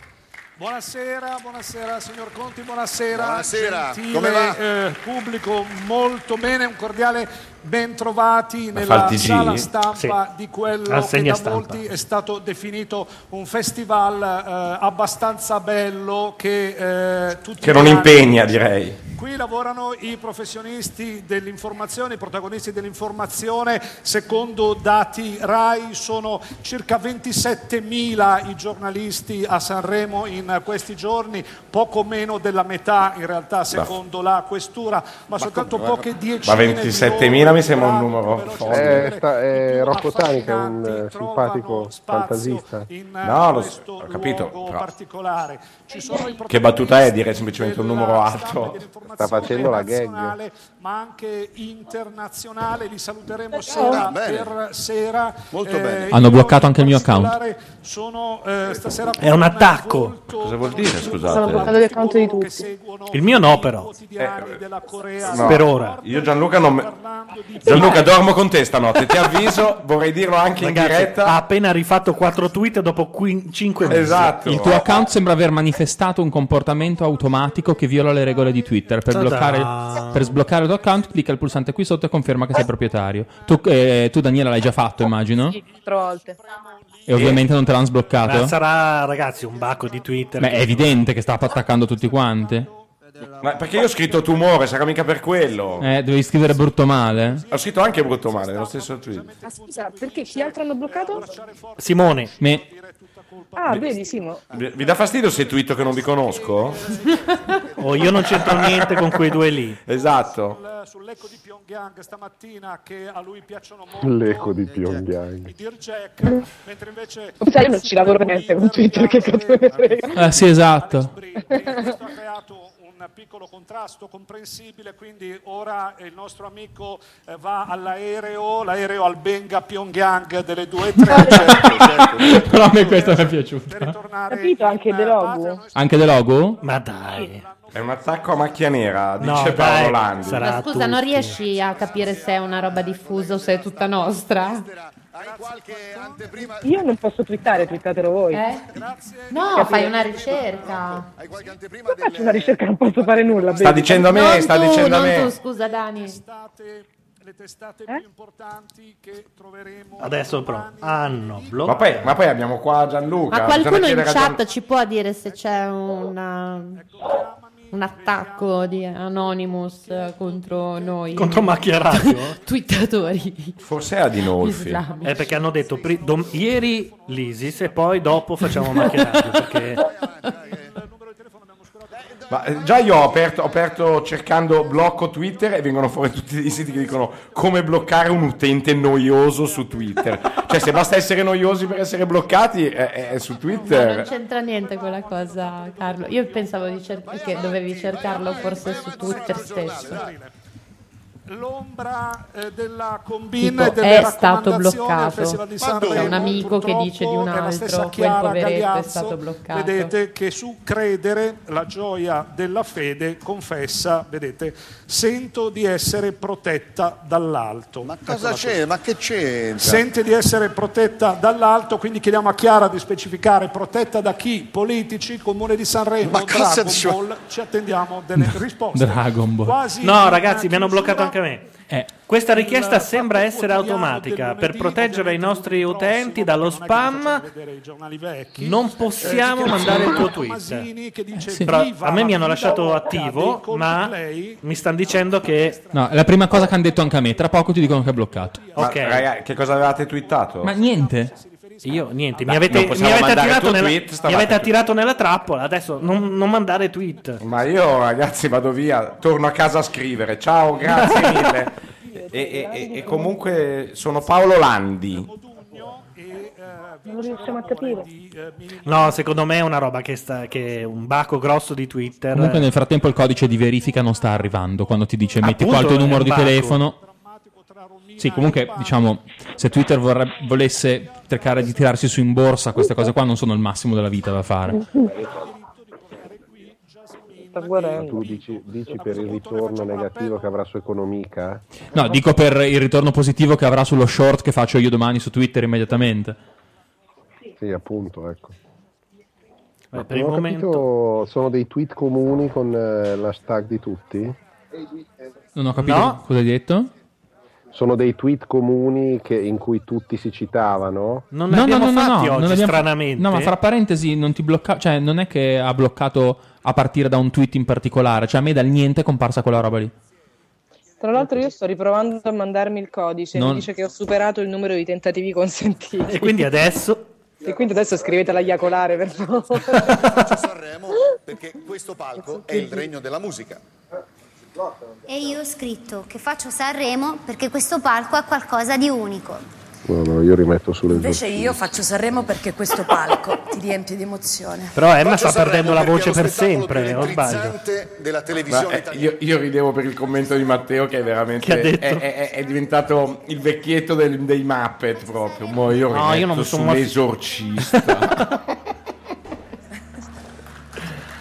[SPEAKER 21] Buonasera, buonasera signor Conti, buonasera.
[SPEAKER 12] Buonasera,
[SPEAKER 21] gentile,
[SPEAKER 12] come va?
[SPEAKER 21] eh, pubblico molto bene, un cordiale bentrovati
[SPEAKER 2] fa il
[SPEAKER 21] nella
[SPEAKER 2] TG?
[SPEAKER 21] sala stampa
[SPEAKER 2] Sì.
[SPEAKER 21] di quello
[SPEAKER 2] Rassegna
[SPEAKER 21] che da
[SPEAKER 2] stampa.
[SPEAKER 21] molti è stato definito un festival eh, abbastanza bello che eh, tutti
[SPEAKER 6] Che non
[SPEAKER 21] gli anni-
[SPEAKER 6] impegna, direi.
[SPEAKER 21] Qui lavorano i professionisti dell'informazione, i protagonisti dell'informazione, secondo dati RAI sono circa 27.000 i giornalisti a Sanremo in questi giorni, poco meno della metà in realtà secondo la questura, ma, soltanto poche
[SPEAKER 6] Ma
[SPEAKER 21] decine di
[SPEAKER 6] 27.000 mi sembra un numero
[SPEAKER 23] Eh,
[SPEAKER 6] folle.
[SPEAKER 23] sta- eh, Rocco Tanica è un eh, simpatico fantasista.
[SPEAKER 6] No, lo s- ho capito. però
[SPEAKER 21] particolari. Ci sono i
[SPEAKER 6] che battuta è dire semplicemente un numero alto?
[SPEAKER 23] Sta facendo la gag.
[SPEAKER 21] nazionale, ma anche internazionale. Li saluteremo sera
[SPEAKER 23] Ah, bene.
[SPEAKER 21] per sera. Molto
[SPEAKER 3] bene. Hanno bloccato anche il mio account.
[SPEAKER 21] Sono eh, stasera Eh,
[SPEAKER 2] È un attacco.
[SPEAKER 6] Cosa vuol dire,
[SPEAKER 11] Sono bloccato gli account di tutti.
[SPEAKER 2] Il mio no, però.
[SPEAKER 6] No.
[SPEAKER 2] Per ora.
[SPEAKER 6] Io Gianluca non me- Gianluca dormo con te stanotte, ti avviso, vorrei dirlo anche in
[SPEAKER 2] Ragazzi,
[SPEAKER 6] diretta.
[SPEAKER 2] ha appena rifatto 4 tweet dopo 5 mesi.
[SPEAKER 6] Esatto.
[SPEAKER 3] Il tuo account sembra aver manifestato un comportamento automatico che viola le regole di Twitter. per,
[SPEAKER 2] Ta-da.
[SPEAKER 3] bloccare, per sbloccare il tuo account, clicca il pulsante qui sotto e conferma che sei proprietario. Tu, eh, tu, Daniela, l'hai già fatto, immagino.
[SPEAKER 22] quattro volte.
[SPEAKER 3] E ovviamente non te l'hanno
[SPEAKER 2] Ma
[SPEAKER 3] sbloccato.
[SPEAKER 2] sarà, ragazzi, un bacco di Twitter.
[SPEAKER 3] Beh, è evidente che sta attaccando tutti quanti.
[SPEAKER 6] Ma perché io ho scritto tumore, sarà mica per quello.
[SPEAKER 3] Eh, dovevi scrivere brutto male.
[SPEAKER 6] Ho scritto anche brutto male, nello stesso tweet.
[SPEAKER 22] Ma Ah, scusa, perché chi altro hanno bloccato?
[SPEAKER 2] Simone.
[SPEAKER 3] Me.
[SPEAKER 22] Ah, vedi, Simo.
[SPEAKER 6] Vi vi dà fastidio se twitto che non vi conosco?
[SPEAKER 2] Oh, io non c'entro niente con quei due lì.
[SPEAKER 6] Esatto.
[SPEAKER 21] sull'eco di Pyongyang stamattina che a lui piacciono molto
[SPEAKER 23] L'eco di Pyongyang.
[SPEAKER 21] Dear Jack, mentre invece
[SPEAKER 22] Sai, io non ci lavoro per niente con Twitter, che cazzo me ne frega.
[SPEAKER 3] Eh, sì, esatto.
[SPEAKER 21] questo ha creato un piccolo contrasto comprensibile, quindi ora il nostro amico eh, va all'aereo, l'aereo al Benga Pyongyang delle 2.30
[SPEAKER 3] <laughs>
[SPEAKER 21] certo,
[SPEAKER 3] Però a me questa mi è piaciuta.
[SPEAKER 22] Capito anche De Logu?
[SPEAKER 3] Anche De Logo?
[SPEAKER 2] Ma dai.
[SPEAKER 6] È un attacco a macchia nera,
[SPEAKER 3] No, dai,
[SPEAKER 6] dice Paolo Landi.
[SPEAKER 4] Ma scusa, non riesci a capire se è una roba diffusa o se è tutta nostra?
[SPEAKER 22] Io non posso twittare, twittatelo voi.
[SPEAKER 4] Eh? No,
[SPEAKER 22] Capire.
[SPEAKER 4] fai una ricerca.
[SPEAKER 22] Io faccio una ricerca, non posso fare nulla.
[SPEAKER 6] Sta
[SPEAKER 22] vedi.
[SPEAKER 6] dicendo a me,
[SPEAKER 4] Non
[SPEAKER 6] sta
[SPEAKER 4] tu,
[SPEAKER 6] dicendo a
[SPEAKER 4] non
[SPEAKER 6] me.
[SPEAKER 4] tu, scusa Dani.
[SPEAKER 21] le testate
[SPEAKER 22] Eh?
[SPEAKER 21] più importanti che troveremo.
[SPEAKER 2] Adesso però hanno
[SPEAKER 6] Ma poi, ma poi abbiamo qua
[SPEAKER 2] Oh,
[SPEAKER 6] Gianluca.
[SPEAKER 4] Ma
[SPEAKER 6] bisogna
[SPEAKER 4] qualcuno in
[SPEAKER 6] chiedere a Gian-
[SPEAKER 4] chat ci può dire se c'è una- un attacco di Anonymous eh, contro noi?
[SPEAKER 2] Contro Macchia Radio?
[SPEAKER 4] <laughs> Twittatori.
[SPEAKER 6] <laughs> Forse è Adinolfi.
[SPEAKER 4] Islamici.
[SPEAKER 2] È perché hanno detto pri- dom- ieri l'ISIS e poi dopo facciamo Macchia Radio. Perché
[SPEAKER 6] Ma, eh, già io ho aperto, ho aperto cercando blocco Twitter e vengono fuori tutti i siti che dicono come bloccare un utente noioso su Twitter. cioè, se basta essere noiosi per essere bloccati, eh, eh, su
[SPEAKER 4] Ma non
[SPEAKER 6] Twitter.
[SPEAKER 4] c'entra niente quella cosa, Carlo. Io pensavo di cer- che dovevi cercarlo forse su Twitter stesso.
[SPEAKER 21] L'ombra eh, della
[SPEAKER 4] Tipo,
[SPEAKER 21] combine e delle
[SPEAKER 4] è stato
[SPEAKER 21] raccomandazioni al
[SPEAKER 4] bloccato
[SPEAKER 21] Festival di
[SPEAKER 4] da un
[SPEAKER 21] Sanremo,
[SPEAKER 4] amico che dice di un
[SPEAKER 21] purtroppo, è la stessa
[SPEAKER 4] altro, quel
[SPEAKER 21] Chiara
[SPEAKER 4] poveretto è
[SPEAKER 21] Gagliazzo.
[SPEAKER 4] stato bloccato.
[SPEAKER 21] Vedete che su credere la gioia della fede confessa, vedete, sento di essere protetta dall'alto. Ma
[SPEAKER 12] Cosa c'è? Ma che c'entra?
[SPEAKER 21] Sente di essere protetta dall'alto, quindi chiediamo a Chiara di specificare protetta da chi? Politici, Comune di Sanremo,
[SPEAKER 12] Ma cosa
[SPEAKER 21] Dragon
[SPEAKER 12] dice-
[SPEAKER 21] Ball. Ci attendiamo delle risposte.
[SPEAKER 3] Dragon Ball.
[SPEAKER 21] Quasi
[SPEAKER 2] No, ragazzi, mi hanno bloccato anche me. Questa richiesta
[SPEAKER 21] Il
[SPEAKER 2] sembra essere automatica. Per proteggere i nostri utenti dallo spam,
[SPEAKER 21] vedere i giornali vecchi.
[SPEAKER 2] non possiamo
[SPEAKER 21] Eh,
[SPEAKER 2] mandare il tuo
[SPEAKER 21] Tomasini
[SPEAKER 2] tweet.
[SPEAKER 21] che dice
[SPEAKER 2] Però
[SPEAKER 21] "Viva
[SPEAKER 2] a me
[SPEAKER 21] la
[SPEAKER 2] mi hanno
[SPEAKER 21] vita
[SPEAKER 2] lasciato
[SPEAKER 21] loca
[SPEAKER 2] attivo,
[SPEAKER 21] dei
[SPEAKER 2] ma
[SPEAKER 21] Coldplay".
[SPEAKER 2] mi stanno dicendo che
[SPEAKER 3] No, è la prima cosa che hanno detto anche a me. Tra poco ti dicono che è bloccato.
[SPEAKER 6] Ma, raga, che cosa avevate twittato?
[SPEAKER 3] Ma niente.
[SPEAKER 2] Io niente, mi
[SPEAKER 6] Vabbè,
[SPEAKER 2] avete,
[SPEAKER 6] non possiamo
[SPEAKER 2] mi avete
[SPEAKER 6] mandare
[SPEAKER 2] attirato,
[SPEAKER 6] tu
[SPEAKER 2] nella,
[SPEAKER 6] tweet,
[SPEAKER 2] mi
[SPEAKER 6] stavate-
[SPEAKER 2] avete attirato nella trappola. Adesso non, non mandare tweet.
[SPEAKER 6] Ma io, ragazzi, vado via, torno a casa a scrivere. Ciao,
[SPEAKER 2] <laughs>
[SPEAKER 6] grazie mille. <laughs> E, e- e- e comunque sono Paolo Landi.
[SPEAKER 22] Non riusciamo a capire.
[SPEAKER 2] No, secondo me è una roba che, sta, che è un baco grosso di Twitter.
[SPEAKER 3] Comunque nel frattempo il codice di verifica non sta arrivando quando ti dice metti qua il tuo
[SPEAKER 2] Appunto,
[SPEAKER 3] numero
[SPEAKER 2] è
[SPEAKER 3] di
[SPEAKER 2] un banco.
[SPEAKER 3] telefono. Sì, comunque diciamo se Twitter vorrebbe- volesse cercare di tirarsi su in borsa queste cose qua non sono il massimo della vita da fare.
[SPEAKER 21] Sta
[SPEAKER 23] guardando. Tu dici, dici per il ritorno negativo che avrà su economica?
[SPEAKER 3] No, dico per il ritorno positivo che avrà sullo short che faccio io domani su Twitter immediatamente.
[SPEAKER 23] Sì, appunto, ecco.
[SPEAKER 2] Beh,
[SPEAKER 3] per il
[SPEAKER 23] Non ho capito, sono dei tweet comuni con eh, l'hashtag di tutti?
[SPEAKER 3] Non ho capito
[SPEAKER 23] No.
[SPEAKER 3] cosa hai detto.
[SPEAKER 23] Sono dei tweet comuni che- in cui tutti si citavano?
[SPEAKER 2] Non ne abbiamo fatti oggi,
[SPEAKER 3] non abbiamo-
[SPEAKER 2] stranamente.
[SPEAKER 3] No, ma fra parentesi, non ti blocca, cioè non è che ha bloccato a partire da un tweet in particolare, cioè a me dal niente è comparsa quella roba lì.
[SPEAKER 22] Tra l'altro io sto riprovando a mandarmi il codice,
[SPEAKER 3] Non-
[SPEAKER 22] mi dice che ho superato il numero di tentativi consentiti.
[SPEAKER 2] E quindi adesso?
[SPEAKER 22] E quindi adesso scrivete la Iacolare per favore.
[SPEAKER 12] Perché questo palco è il regno della musica.
[SPEAKER 8] E io ho scritto che faccio Sanremo perché questo palco ha qualcosa di unico.
[SPEAKER 23] No, no, io rimetto sulle
[SPEAKER 15] Invece io faccio Sanremo perché questo palco ti riempie di emozione.
[SPEAKER 2] Però
[SPEAKER 6] eh,
[SPEAKER 2] Emma
[SPEAKER 12] Faccio
[SPEAKER 2] sta perdendo la
[SPEAKER 12] Sanremo
[SPEAKER 2] voce per
[SPEAKER 12] perché è lo
[SPEAKER 2] sempre,
[SPEAKER 12] spettacolo
[SPEAKER 2] o
[SPEAKER 12] più
[SPEAKER 2] sbaglio?
[SPEAKER 12] elettrizzante della
[SPEAKER 6] Ma,
[SPEAKER 12] televisione
[SPEAKER 6] eh, io, io ridevo per il commento di Matteo che è veramente
[SPEAKER 2] Che ha detto?
[SPEAKER 6] È, è- è- è diventato il vecchietto del- dei Muppet proprio. Mo io
[SPEAKER 2] No, io
[SPEAKER 6] rimetto
[SPEAKER 2] non mi sono mai-
[SPEAKER 6] sull'esorcista.
[SPEAKER 2] <laughs>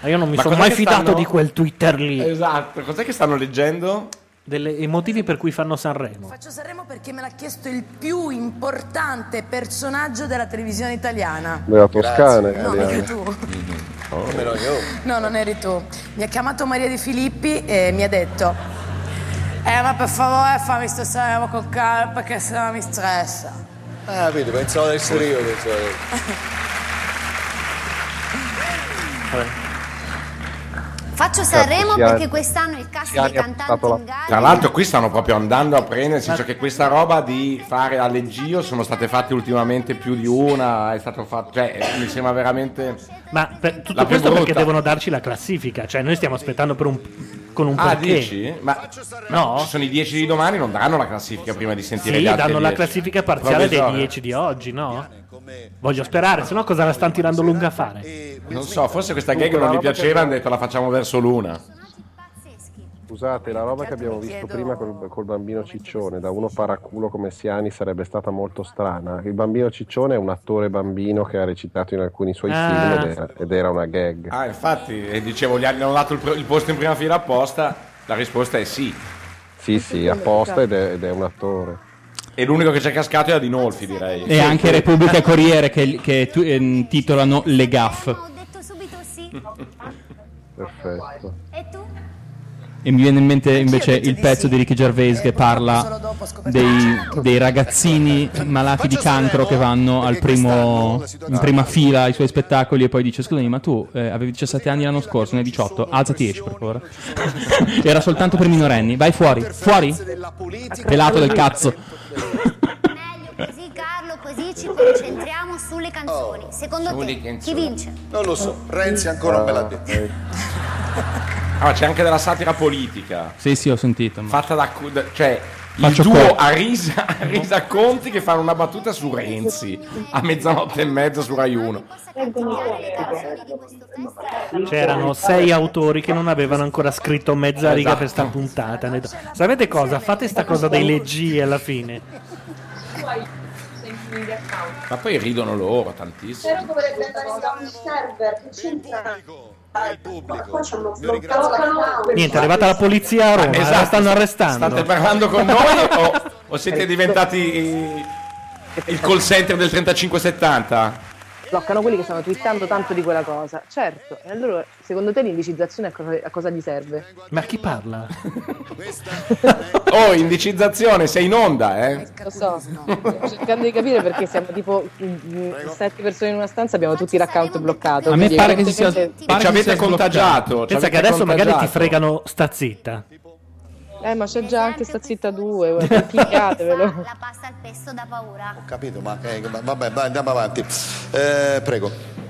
[SPEAKER 2] Ma io non mi
[SPEAKER 6] Ma
[SPEAKER 2] sono
[SPEAKER 6] cos'è
[SPEAKER 2] mai
[SPEAKER 6] che
[SPEAKER 2] fidato
[SPEAKER 6] stanno-
[SPEAKER 2] di quel Twitter lì.
[SPEAKER 6] Esatto, cos'è che stanno leggendo?
[SPEAKER 2] I motivi per cui fanno Sanremo.
[SPEAKER 15] Faccio Sanremo perché me l'ha chiesto il più importante personaggio della televisione italiana.
[SPEAKER 23] Della Toscana,
[SPEAKER 15] No,
[SPEAKER 23] italiana.
[SPEAKER 15] mica tu.
[SPEAKER 7] Oh.
[SPEAKER 12] Nemmeno io.
[SPEAKER 15] No, non eri tu. Mi ha chiamato Maria Di Filippi e mi ha detto: Eh, ma per favore fammi sto Sanremo con calma perché sennò mi stressa.
[SPEAKER 12] Ah, vedi, pensavo ad essere io. Pensavo ad essere.
[SPEAKER 18] Faccio Sanremo
[SPEAKER 6] Chiaro.
[SPEAKER 18] perché quest'anno il cast di cantanti in gara
[SPEAKER 6] Tra l'altro qui stanno proprio andando a prendere, nel senso che questa roba di fare alleggio sono state fatte ultimamente più di una, è stato fatto, cioè mi sembra veramente...
[SPEAKER 2] Ma per tutto
[SPEAKER 6] La più
[SPEAKER 2] questo perché
[SPEAKER 6] brutta.
[SPEAKER 2] devono darci la classifica, cioè noi stiamo aspettando per un, con un
[SPEAKER 6] Ah,
[SPEAKER 2] perché.
[SPEAKER 6] dici? Ma
[SPEAKER 2] no.
[SPEAKER 6] ci sono i 10 di domani, non daranno la classifica prima di sentire
[SPEAKER 2] Sì,
[SPEAKER 6] gli altri
[SPEAKER 2] danno la
[SPEAKER 6] 10.
[SPEAKER 2] classifica parziale dei
[SPEAKER 6] Provvisoria.
[SPEAKER 2] 10 di oggi, no? Voglio sperare, sennò cosa la stanno tirando lunga a fare?
[SPEAKER 6] Non so, forse questa
[SPEAKER 8] Dunque,
[SPEAKER 6] gag
[SPEAKER 8] la
[SPEAKER 6] non gli
[SPEAKER 8] roba che
[SPEAKER 6] piaceva,
[SPEAKER 8] abbiamo-
[SPEAKER 6] hanno detto la facciamo verso l'una.
[SPEAKER 8] Scusate, la roba che abbiamo visto prima col, col bambino ciccione da uno paraculo come Siani sarebbe stata molto strana. Il bambino ciccione è un attore bambino che ha recitato in alcuni suoi
[SPEAKER 6] Ah.
[SPEAKER 8] film ed era, ed era una gag.
[SPEAKER 6] Ah, infatti, e dicevo, gli hanno dato il, pr- il posto in prima fila apposta, la risposta è sì.
[SPEAKER 8] Sì, sì, apposta ed è, ed è un attore.
[SPEAKER 6] E l'unico che c'è cascato è Adinolfi, direi.
[SPEAKER 3] E anche Repubblica e Corriere che, che tu- ehm, titolano Le gaff.
[SPEAKER 8] Perfetto.
[SPEAKER 3] E mi viene in mente invece il pezzo di Ricky Gervais che parla dei, dei ragazzini malati di cancro che vanno al primo, in prima fila ai suoi spettacoli e poi dice scusami ma tu eh, avevi 17 anni l'anno scorso, ne hai 18, alzati e esci per favore. <laughs> Era soltanto per minorenni, vai fuori, fuori, pelato del cazzo.
[SPEAKER 18] Così Carlo, così ci concentriamo sulle canzoni. Secondo
[SPEAKER 6] Sulle
[SPEAKER 18] te chi
[SPEAKER 6] canzoni.
[SPEAKER 18] vince?
[SPEAKER 12] Non lo so, Renzi ancora non me l'ha detto.
[SPEAKER 6] eh. Ah, c'è anche della satira politica.
[SPEAKER 3] Sì, sì, ho sentito. Ma...
[SPEAKER 6] Fatta da... cu- da- cioè,
[SPEAKER 3] Faccio
[SPEAKER 6] il duo
[SPEAKER 3] co-
[SPEAKER 6] Arisa, Arisa Conti che fanno una battuta su Renzi a mezzanotte e mezza su Rai 1.
[SPEAKER 2] C'erano sei autori che non avevano ancora scritto mezza
[SPEAKER 6] Esatto.
[SPEAKER 2] riga per sta puntata. Ne do- Sapete cosa? Fate sta cosa dei leggi alla fine.
[SPEAKER 6] Esatto. Ma poi ridono loro tantissimo.
[SPEAKER 9] Però dovrebbe andare da un server, che c'entra? Il pubblico,
[SPEAKER 2] Niente, è arrivata la polizia a Roma,
[SPEAKER 6] Ma
[SPEAKER 2] la stanno arrestando.
[SPEAKER 6] Esatto. State parlando con noi o, o siete diventati eh, il call center del 3570?
[SPEAKER 11] Bloccano quelli che stanno twittando tanto di quella cosa. Certo, e allora secondo te l'indicizzazione a cosa, a cosa gli serve?
[SPEAKER 2] Ma chi parla?
[SPEAKER 6] <laughs> Oh, indicizzazione, sei in onda, eh?
[SPEAKER 11] Lo so, sto <laughs> cercando di capire perché siamo tipo mm, sette persone in una stanza, abbiamo tutti l'account bloccato.
[SPEAKER 2] A me
[SPEAKER 11] quindi
[SPEAKER 2] pare che si sia-
[SPEAKER 11] evidentemente-
[SPEAKER 2] pare Ci che avete si sia
[SPEAKER 6] contagiato, ci
[SPEAKER 2] Pensa che
[SPEAKER 6] avete
[SPEAKER 2] adesso magari ti
[SPEAKER 6] contagiato.
[SPEAKER 2] fregano sta zitta.
[SPEAKER 11] Eh, ma c'è già anche sta zitta 2, cliccatevelo.
[SPEAKER 12] Ho capito, ma eh, ma- vabbè, vai, andiamo avanti. Eh, prego.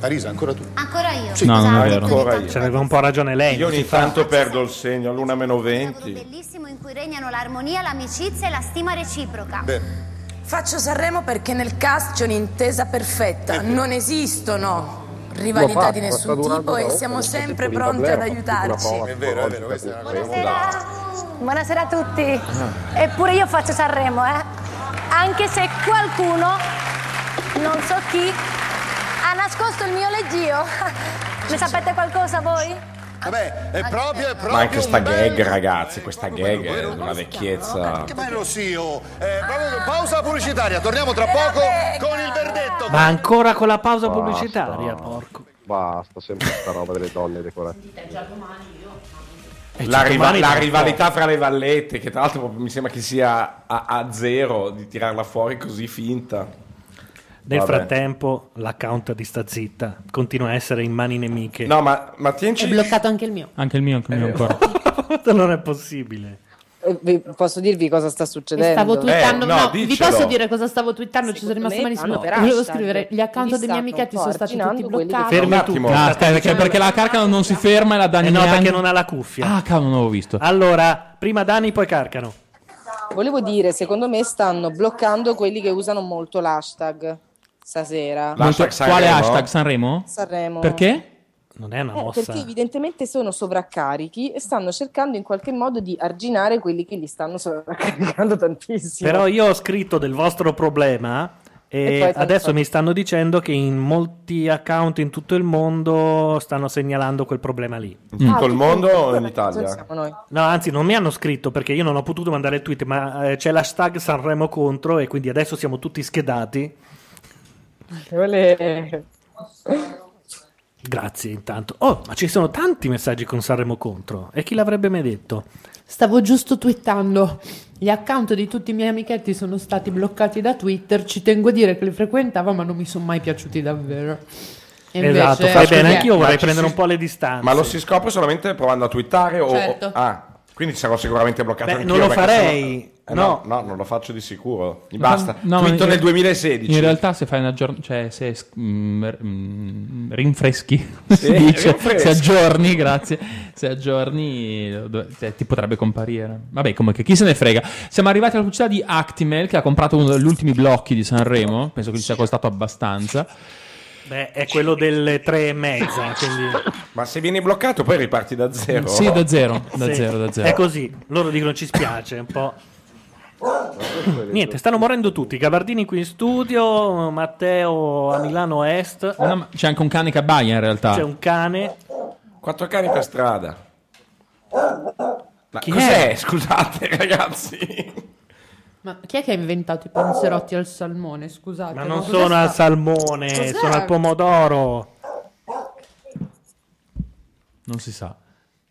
[SPEAKER 12] Arisa, ancora tu.
[SPEAKER 18] Ancora io.
[SPEAKER 12] Sì, No, non è esatto. vero.
[SPEAKER 6] Ancora io.
[SPEAKER 2] C'aveva un po' ragione lei.
[SPEAKER 6] Io ogni
[SPEAKER 2] si fa.
[SPEAKER 6] tanto perdo il segno, all'una meno 20.
[SPEAKER 18] Bellissimo in cui regnano l'armonia, l'amicizia e la stima reciproca.
[SPEAKER 15] Faccio Sanremo perché nel cast c'è un'intesa
[SPEAKER 8] Eh,
[SPEAKER 15] perfetta. Non esistono
[SPEAKER 8] Lo
[SPEAKER 15] rivalità
[SPEAKER 8] fa,
[SPEAKER 15] di
[SPEAKER 8] sta
[SPEAKER 15] nessun
[SPEAKER 8] durando
[SPEAKER 15] tipo
[SPEAKER 8] una
[SPEAKER 15] e
[SPEAKER 8] volta,
[SPEAKER 15] siamo
[SPEAKER 8] non c'è
[SPEAKER 15] sempre
[SPEAKER 8] tempo di
[SPEAKER 15] pronti ad
[SPEAKER 8] parlare, ho fatto una
[SPEAKER 15] aiutarci.
[SPEAKER 8] prova
[SPEAKER 12] È vero, è vero, questa è una cosa. Ah.
[SPEAKER 45] Buonasera a tutti. Eppure io faccio Sanremo, eh. Anche se qualcuno, non so chi, ha nascosto il mio leggio. Ne sapete qualcosa voi?
[SPEAKER 12] Vabbè, è
[SPEAKER 7] Certo.
[SPEAKER 12] proprio, è proprio.
[SPEAKER 6] Ma anche sta
[SPEAKER 12] un bel-
[SPEAKER 6] gag, ragazzi, questa gag è di una vecchiezza.
[SPEAKER 12] Che bello, sì, oh. Eh, proprio- pausa pubblicitaria, torniamo tra poco con il verdetto.
[SPEAKER 2] Ma ancora con la pausa pubblicitaria, porco.
[SPEAKER 8] Basta, sempre questa roba delle donne decorate.
[SPEAKER 2] Eh,
[SPEAKER 6] La,
[SPEAKER 2] cioè,
[SPEAKER 6] riva-
[SPEAKER 2] domani
[SPEAKER 6] la
[SPEAKER 2] non so.
[SPEAKER 6] rivalità fra le vallette, che tra l'altro mi sembra che sia a, a zero di tirarla fuori così finta.
[SPEAKER 2] Nel
[SPEAKER 6] Vabbè.
[SPEAKER 2] frattempo, l'account di sta zitta continua a essere in mani nemiche.
[SPEAKER 6] No, ma, ma
[SPEAKER 4] È bloccato anche il mio.
[SPEAKER 3] Anche il mio, anche il mio ancora.
[SPEAKER 2] <laughs> non è possibile.
[SPEAKER 11] Eh, <laughs> vi- Posso dirvi cosa sta
[SPEAKER 4] E
[SPEAKER 11] succedendo?
[SPEAKER 4] stavo
[SPEAKER 2] Eh,
[SPEAKER 4] twittando, Eh, no, vi posso dire cosa stavo twittando?
[SPEAKER 11] Secondo
[SPEAKER 4] Ci sono rimasto
[SPEAKER 11] me
[SPEAKER 4] malissimo.
[SPEAKER 11] vanno per
[SPEAKER 4] Volevo
[SPEAKER 11] hashtag.
[SPEAKER 4] scrivere gli account dei miei
[SPEAKER 11] Quindi
[SPEAKER 4] amichetti
[SPEAKER 11] stanno
[SPEAKER 4] sono stati tutti
[SPEAKER 11] arginando quelli che-
[SPEAKER 4] bloccati.
[SPEAKER 2] Fermi
[SPEAKER 3] Un
[SPEAKER 2] tutti.
[SPEAKER 3] attimo. Ah, aspetta, perché, perché la carcano non si ferma e la Dani
[SPEAKER 2] Eh no,
[SPEAKER 3] neanche.
[SPEAKER 2] perché non ha la cuffia.
[SPEAKER 3] Ah, cavolo, non l'avevo visto.
[SPEAKER 2] Allora, prima Dani, poi Carcano.
[SPEAKER 11] Volevo dire, secondo me stanno bloccando quelli che usano molto l'hashtag stasera.
[SPEAKER 3] Molto-
[SPEAKER 6] L'hashtag
[SPEAKER 3] quale
[SPEAKER 6] Sanremo?
[SPEAKER 3] hashtag Sanremo?
[SPEAKER 11] Sanremo.
[SPEAKER 3] Perché?
[SPEAKER 2] Non è una
[SPEAKER 11] Eh, perché evidentemente sono sovraccarichi e stanno cercando in qualche modo di arginare quelli che li stanno sovraccaricando tantissimo.
[SPEAKER 2] Però io ho scritto del vostro problema e,
[SPEAKER 11] E poi sono
[SPEAKER 2] adesso
[SPEAKER 11] stati-
[SPEAKER 2] mi stanno dicendo che in molti account in tutto il mondo stanno segnalando quel problema lì.
[SPEAKER 3] Mm.
[SPEAKER 6] In tutto Ah, il mondo tutto il mondo, o in
[SPEAKER 11] Dove
[SPEAKER 6] Italia?
[SPEAKER 11] siamo noi?
[SPEAKER 2] No, anzi, non mi hanno scritto perché io non ho potuto mandare il tweet, ma eh, c'è l'hashtag Sanremo contro e quindi adesso siamo tutti schedati.
[SPEAKER 11] Olè.
[SPEAKER 2] Grazie intanto. Oh, ma ci sono tanti messaggi con Sanremo contro. E chi l'avrebbe mai detto?
[SPEAKER 4] Stavo giusto twittando. Gli account di tutti i miei amichetti sono stati bloccati da Twitter. Ci tengo a dire che li frequentavo, ma non mi sono mai piaciuti davvero. E
[SPEAKER 2] esatto,
[SPEAKER 4] invece-
[SPEAKER 2] fai bene,
[SPEAKER 6] Scusi, eh,
[SPEAKER 2] anch'io
[SPEAKER 6] ma
[SPEAKER 2] vorrei
[SPEAKER 6] ci
[SPEAKER 2] prendere
[SPEAKER 6] si-
[SPEAKER 2] un po' le distanze.
[SPEAKER 6] Ma lo si scopre solamente provando a twittare o...
[SPEAKER 2] Certo.
[SPEAKER 6] o- ah, quindi sarò sicuramente bloccato
[SPEAKER 2] Beh,
[SPEAKER 6] anch'io.
[SPEAKER 2] non lo
[SPEAKER 6] perché
[SPEAKER 2] farei,
[SPEAKER 6] sono- eh, no. no, non lo faccio di sicuro. Mi basta. Twitto nel 2016.
[SPEAKER 3] In realtà, se fai una giorn- cioè se sc- mm, r- mm, rinfreschi, <laughs>
[SPEAKER 6] Sì,
[SPEAKER 3] si dice,
[SPEAKER 6] rinfreschi.
[SPEAKER 3] se aggiorni, grazie, se aggiorni, eh, dove- cioè, ti potrebbe comparire. Vabbè, comunque, chi se ne frega. Siamo arrivati alla pubblicità di Actimel che ha comprato uno degli ultimi blocchi di Sanremo. Penso che gli sia costato abbastanza.
[SPEAKER 2] Beh, è quello delle tre e
[SPEAKER 3] <laughs>
[SPEAKER 2] mezza.
[SPEAKER 6] Ma se vieni bloccato poi riparti da zero.
[SPEAKER 3] Sì, da zero, da zero, da zero.
[SPEAKER 2] È così. Loro dicono ci spiace un po'. Niente, stanno morendo tutti. Gabardini qui in studio, Matteo a Milano Est.
[SPEAKER 3] No, ma Ah. c'è anche un cane che abbaia in realtà.
[SPEAKER 2] C'è un cane.
[SPEAKER 6] Quattro cani per strada. Ma
[SPEAKER 2] Chi
[SPEAKER 6] cos'è?
[SPEAKER 2] è?
[SPEAKER 6] Scusate, <laughs> ragazzi.
[SPEAKER 4] Ma chi è che ha inventato i panzerotti al salmone? Scusate.
[SPEAKER 2] Ma non
[SPEAKER 4] cos'è
[SPEAKER 2] sono al
[SPEAKER 4] sta-
[SPEAKER 2] salmone,
[SPEAKER 4] Cos'è?
[SPEAKER 2] sono al pomodoro.
[SPEAKER 3] Non si sa.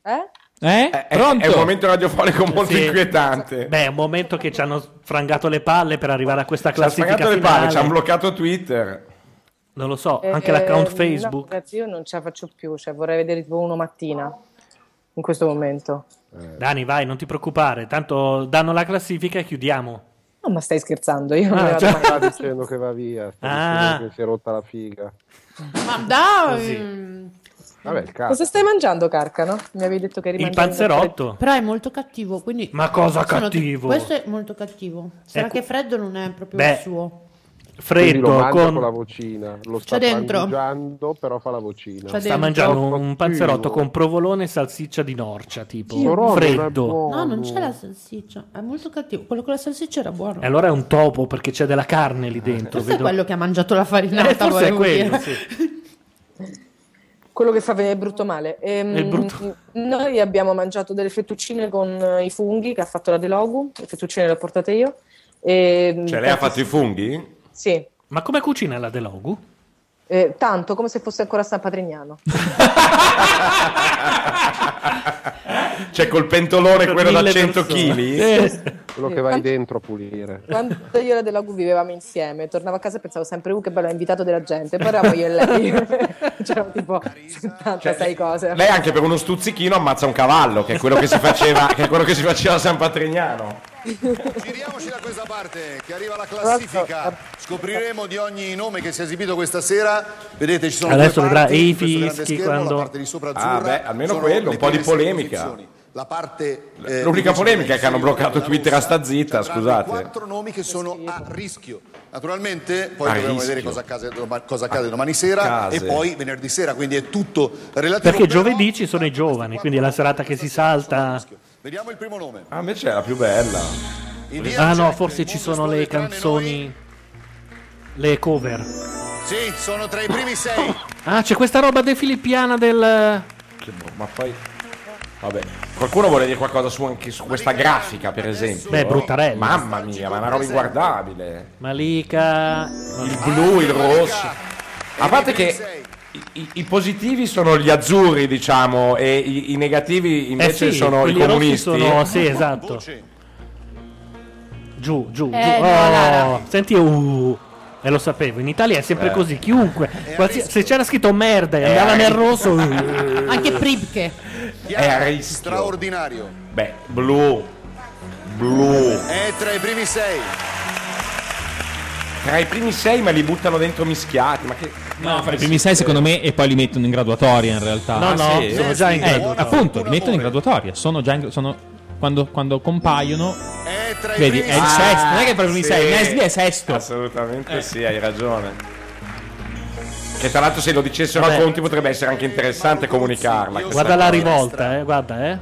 [SPEAKER 22] Eh?
[SPEAKER 3] Eh?
[SPEAKER 6] è- è un momento radiofonico molto inquietante.
[SPEAKER 2] Beh, è un momento che ci hanno frangato le palle per arrivare a questa
[SPEAKER 6] Ci ha
[SPEAKER 2] classifica
[SPEAKER 6] spagato le
[SPEAKER 2] finale.
[SPEAKER 6] palle, ci hanno bloccato Twitter.
[SPEAKER 2] Non lo so, anche
[SPEAKER 22] Eh,
[SPEAKER 2] l'account
[SPEAKER 22] no,
[SPEAKER 2] Facebook.
[SPEAKER 22] ragazzi, io non ce la faccio più, cioè vorrei vedere tipo uno mattina in questo momento.
[SPEAKER 2] Dani, vai, non ti preoccupare, tanto danno la classifica e chiudiamo.
[SPEAKER 22] No, ma stai scherzando, io non
[SPEAKER 2] Ah,
[SPEAKER 22] me la
[SPEAKER 2] cioè- <laughs>
[SPEAKER 22] domando.
[SPEAKER 23] dicendo che va via. Sta
[SPEAKER 2] Ah.
[SPEAKER 23] dicendo che si è rotta la figa.
[SPEAKER 4] Ma dai!
[SPEAKER 23] Vabbè, il cazzo.
[SPEAKER 22] Cosa stai mangiando, Carcano? Mi avevi detto che eri
[SPEAKER 4] Però è molto cattivo, quindi...
[SPEAKER 2] Ma cosa
[SPEAKER 4] Sono-
[SPEAKER 2] cattivo?
[SPEAKER 4] Questo è molto cattivo. Sarà
[SPEAKER 2] Ecco.
[SPEAKER 4] che freddo non è proprio
[SPEAKER 2] Beh,
[SPEAKER 4] il suo.
[SPEAKER 23] Quindi lo
[SPEAKER 2] Freddo
[SPEAKER 23] mangia
[SPEAKER 2] con-
[SPEAKER 23] con... la vocina. Lo
[SPEAKER 4] C'è
[SPEAKER 23] sta
[SPEAKER 4] dentro.
[SPEAKER 23] mangiando, però fa la vocina.
[SPEAKER 2] Sta mangiando un panzerotto con provolone e salsiccia di norcia,
[SPEAKER 4] Sì,
[SPEAKER 2] tipo
[SPEAKER 4] però
[SPEAKER 2] freddo.
[SPEAKER 4] No, non c'è la salsiccia. È molto cattivo. Quello con la salsiccia era buono.
[SPEAKER 2] E allora è un topo perché c'è della carne lì dentro.
[SPEAKER 4] Eh, Questo è quello che ha mangiato la farinata.
[SPEAKER 2] Certo, Eh, forse è
[SPEAKER 4] volevo
[SPEAKER 2] quello,
[SPEAKER 4] dire.
[SPEAKER 2] sì.
[SPEAKER 22] Quello che fa venire brutto male. Ehm,
[SPEAKER 2] È brutto.
[SPEAKER 22] Noi abbiamo mangiato delle fettuccine con eh, i funghi che ha fatto la Delogu, le fettuccine le ho portate io. Ehm,
[SPEAKER 6] Cioè, lei ha fatto i funghi?
[SPEAKER 22] Sì,
[SPEAKER 2] Ma come cucina la Delogu?
[SPEAKER 22] eh, tanto come se fosse ancora San Patrignano.
[SPEAKER 6] Cioè, col pentolone
[SPEAKER 23] Per
[SPEAKER 6] quello da
[SPEAKER 23] mille
[SPEAKER 6] 100
[SPEAKER 23] persone.
[SPEAKER 2] Eh.
[SPEAKER 6] kg?
[SPEAKER 23] Quello che vai dentro a pulire.
[SPEAKER 22] Quando io e la Delogu vivevamo insieme, tornavo a casa e pensavo sempre, uh, che bello, ha invitato della gente. Poi eravamo io e lei. <laughs> C'erano tipo 76 cose.
[SPEAKER 6] Lei anche per uno stuzzichino ammazza un cavallo, che è quello che si faceva, che è quello che si faceva a San Patrignano.
[SPEAKER 12] Giriamoci da questa parte, che arriva la classifica. Scopriremo di ogni nome che si è esibito questa sera. Vedete, ci sono
[SPEAKER 2] <laughs> Adesso
[SPEAKER 12] due
[SPEAKER 2] vedrà
[SPEAKER 12] parti
[SPEAKER 2] e i
[SPEAKER 12] di questo grande
[SPEAKER 2] fischi
[SPEAKER 12] schermo,
[SPEAKER 2] quando-
[SPEAKER 12] la parte di sopra
[SPEAKER 23] Eh,
[SPEAKER 12] azzurra.
[SPEAKER 6] Ah, beh, almeno
[SPEAKER 12] sono
[SPEAKER 6] quello,
[SPEAKER 12] le
[SPEAKER 6] un po' di
[SPEAKER 12] prime sei
[SPEAKER 6] polemica.
[SPEAKER 12] posizioni. La parte eh,
[SPEAKER 6] L'unica
[SPEAKER 12] invece
[SPEAKER 6] polemica è che hanno
[SPEAKER 12] della
[SPEAKER 6] bloccato Twitter a sta zitta,
[SPEAKER 12] Tra
[SPEAKER 6] scusate.
[SPEAKER 12] quattro nomi che sono a rischio. Naturalmente, poi
[SPEAKER 6] A
[SPEAKER 12] dovremo
[SPEAKER 6] rischio.
[SPEAKER 12] vedere cosa accade, doma- cosa accade domani sera
[SPEAKER 2] Case.
[SPEAKER 12] e poi venerdì sera, quindi è tutto relativo.
[SPEAKER 2] Perché giovedì ci sono i giovani, quindi è la serata che si salta.
[SPEAKER 12] Vediamo il primo nome.
[SPEAKER 6] Ah, invece è la più bella.
[SPEAKER 2] Ah no, forse ci sono le canzoni, le cover.
[SPEAKER 12] Sì, sono tra i primi sei.
[SPEAKER 2] Ah, c'è questa roba de filippiana del...
[SPEAKER 6] Che bo- Ma poi... Vabbè, qualcuno vuole dire qualcosa su, anche su questa grafica, per esempio?
[SPEAKER 2] Beh, bruttarella.
[SPEAKER 6] Mamma mia, ma è una roba inguardabile.
[SPEAKER 2] Malika...
[SPEAKER 6] Il blu, il rosso.
[SPEAKER 2] Eh,
[SPEAKER 6] A parte che i, i- i positivi sono gli azzurri, diciamo, e i, i negativi invece
[SPEAKER 2] Eh sì,
[SPEAKER 6] sono i
[SPEAKER 2] quelli rossi
[SPEAKER 6] comunisti.
[SPEAKER 2] sono- sì, esatto. Giù, giù, giù.
[SPEAKER 7] Eh, no,
[SPEAKER 2] Oh,
[SPEAKER 7] Lara.
[SPEAKER 2] senti, uh, e lo sapevo, in Italia è sempre
[SPEAKER 7] Eh.
[SPEAKER 2] così, chiunque. qualsia- se c'era scritto merda e andava
[SPEAKER 6] a
[SPEAKER 2] nel
[SPEAKER 6] rischio. <laughs>
[SPEAKER 2] rosso... uh.
[SPEAKER 4] Anche Pribke.
[SPEAKER 6] È a Eh, rischio.
[SPEAKER 12] Straordinario.
[SPEAKER 6] Beh, blu. Blu.
[SPEAKER 12] È tra i primi sei.
[SPEAKER 6] Tra i primi sei, ma li buttano dentro mischiati. Ma che...
[SPEAKER 3] No, fra i primi sei, secondo me, e poi li mettono in graduatoria. In realtà,
[SPEAKER 6] No, no,
[SPEAKER 12] sono già in
[SPEAKER 3] Eh,
[SPEAKER 12] graduatoria.
[SPEAKER 3] appunto, li mettono in graduatoria. Sono già in, sono, quando, quando compaiono,
[SPEAKER 12] tra i
[SPEAKER 3] vedi,
[SPEAKER 12] primi
[SPEAKER 3] è il
[SPEAKER 12] sei.
[SPEAKER 3] sesto. Non è che fra i primi
[SPEAKER 6] Ah, sì.
[SPEAKER 3] sei, Nesli è sesto.
[SPEAKER 6] Assolutamente sì, hai ragione. Che tra l'altro se lo dicessero
[SPEAKER 2] Vabbè.
[SPEAKER 6] a Conti potrebbe essere anche interessante comunicarla. questa
[SPEAKER 2] Guarda la
[SPEAKER 6] cosa.
[SPEAKER 2] rivolta, eh, guarda, eh.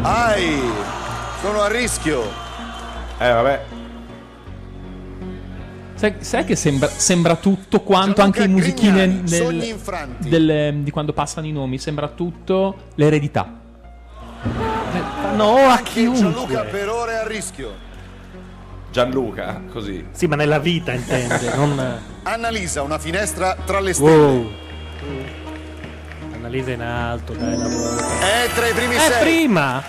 [SPEAKER 12] Ai, sono a rischio.
[SPEAKER 6] Eh, vabbè.
[SPEAKER 3] Sai, sai che sembra, sembra tutto quanto, anche i musichini
[SPEAKER 12] Grignani,
[SPEAKER 3] del-
[SPEAKER 12] Sogni infranti.
[SPEAKER 3] del- ehm, di quando passano i nomi, sembra tutto l'eredità.
[SPEAKER 2] No,
[SPEAKER 12] Gianluca
[SPEAKER 2] a chiunque.
[SPEAKER 12] per ora è a rischio.
[SPEAKER 6] Gianluca, così.
[SPEAKER 2] Sì, ma nella vita intende, non...
[SPEAKER 6] Oh.
[SPEAKER 12] Annalisa, una finestra tra le stelle.
[SPEAKER 2] Annalisa Mm. in alto, dai, lavoro.
[SPEAKER 12] È tra i primi
[SPEAKER 2] È
[SPEAKER 12] sei.
[SPEAKER 2] Eh, prima!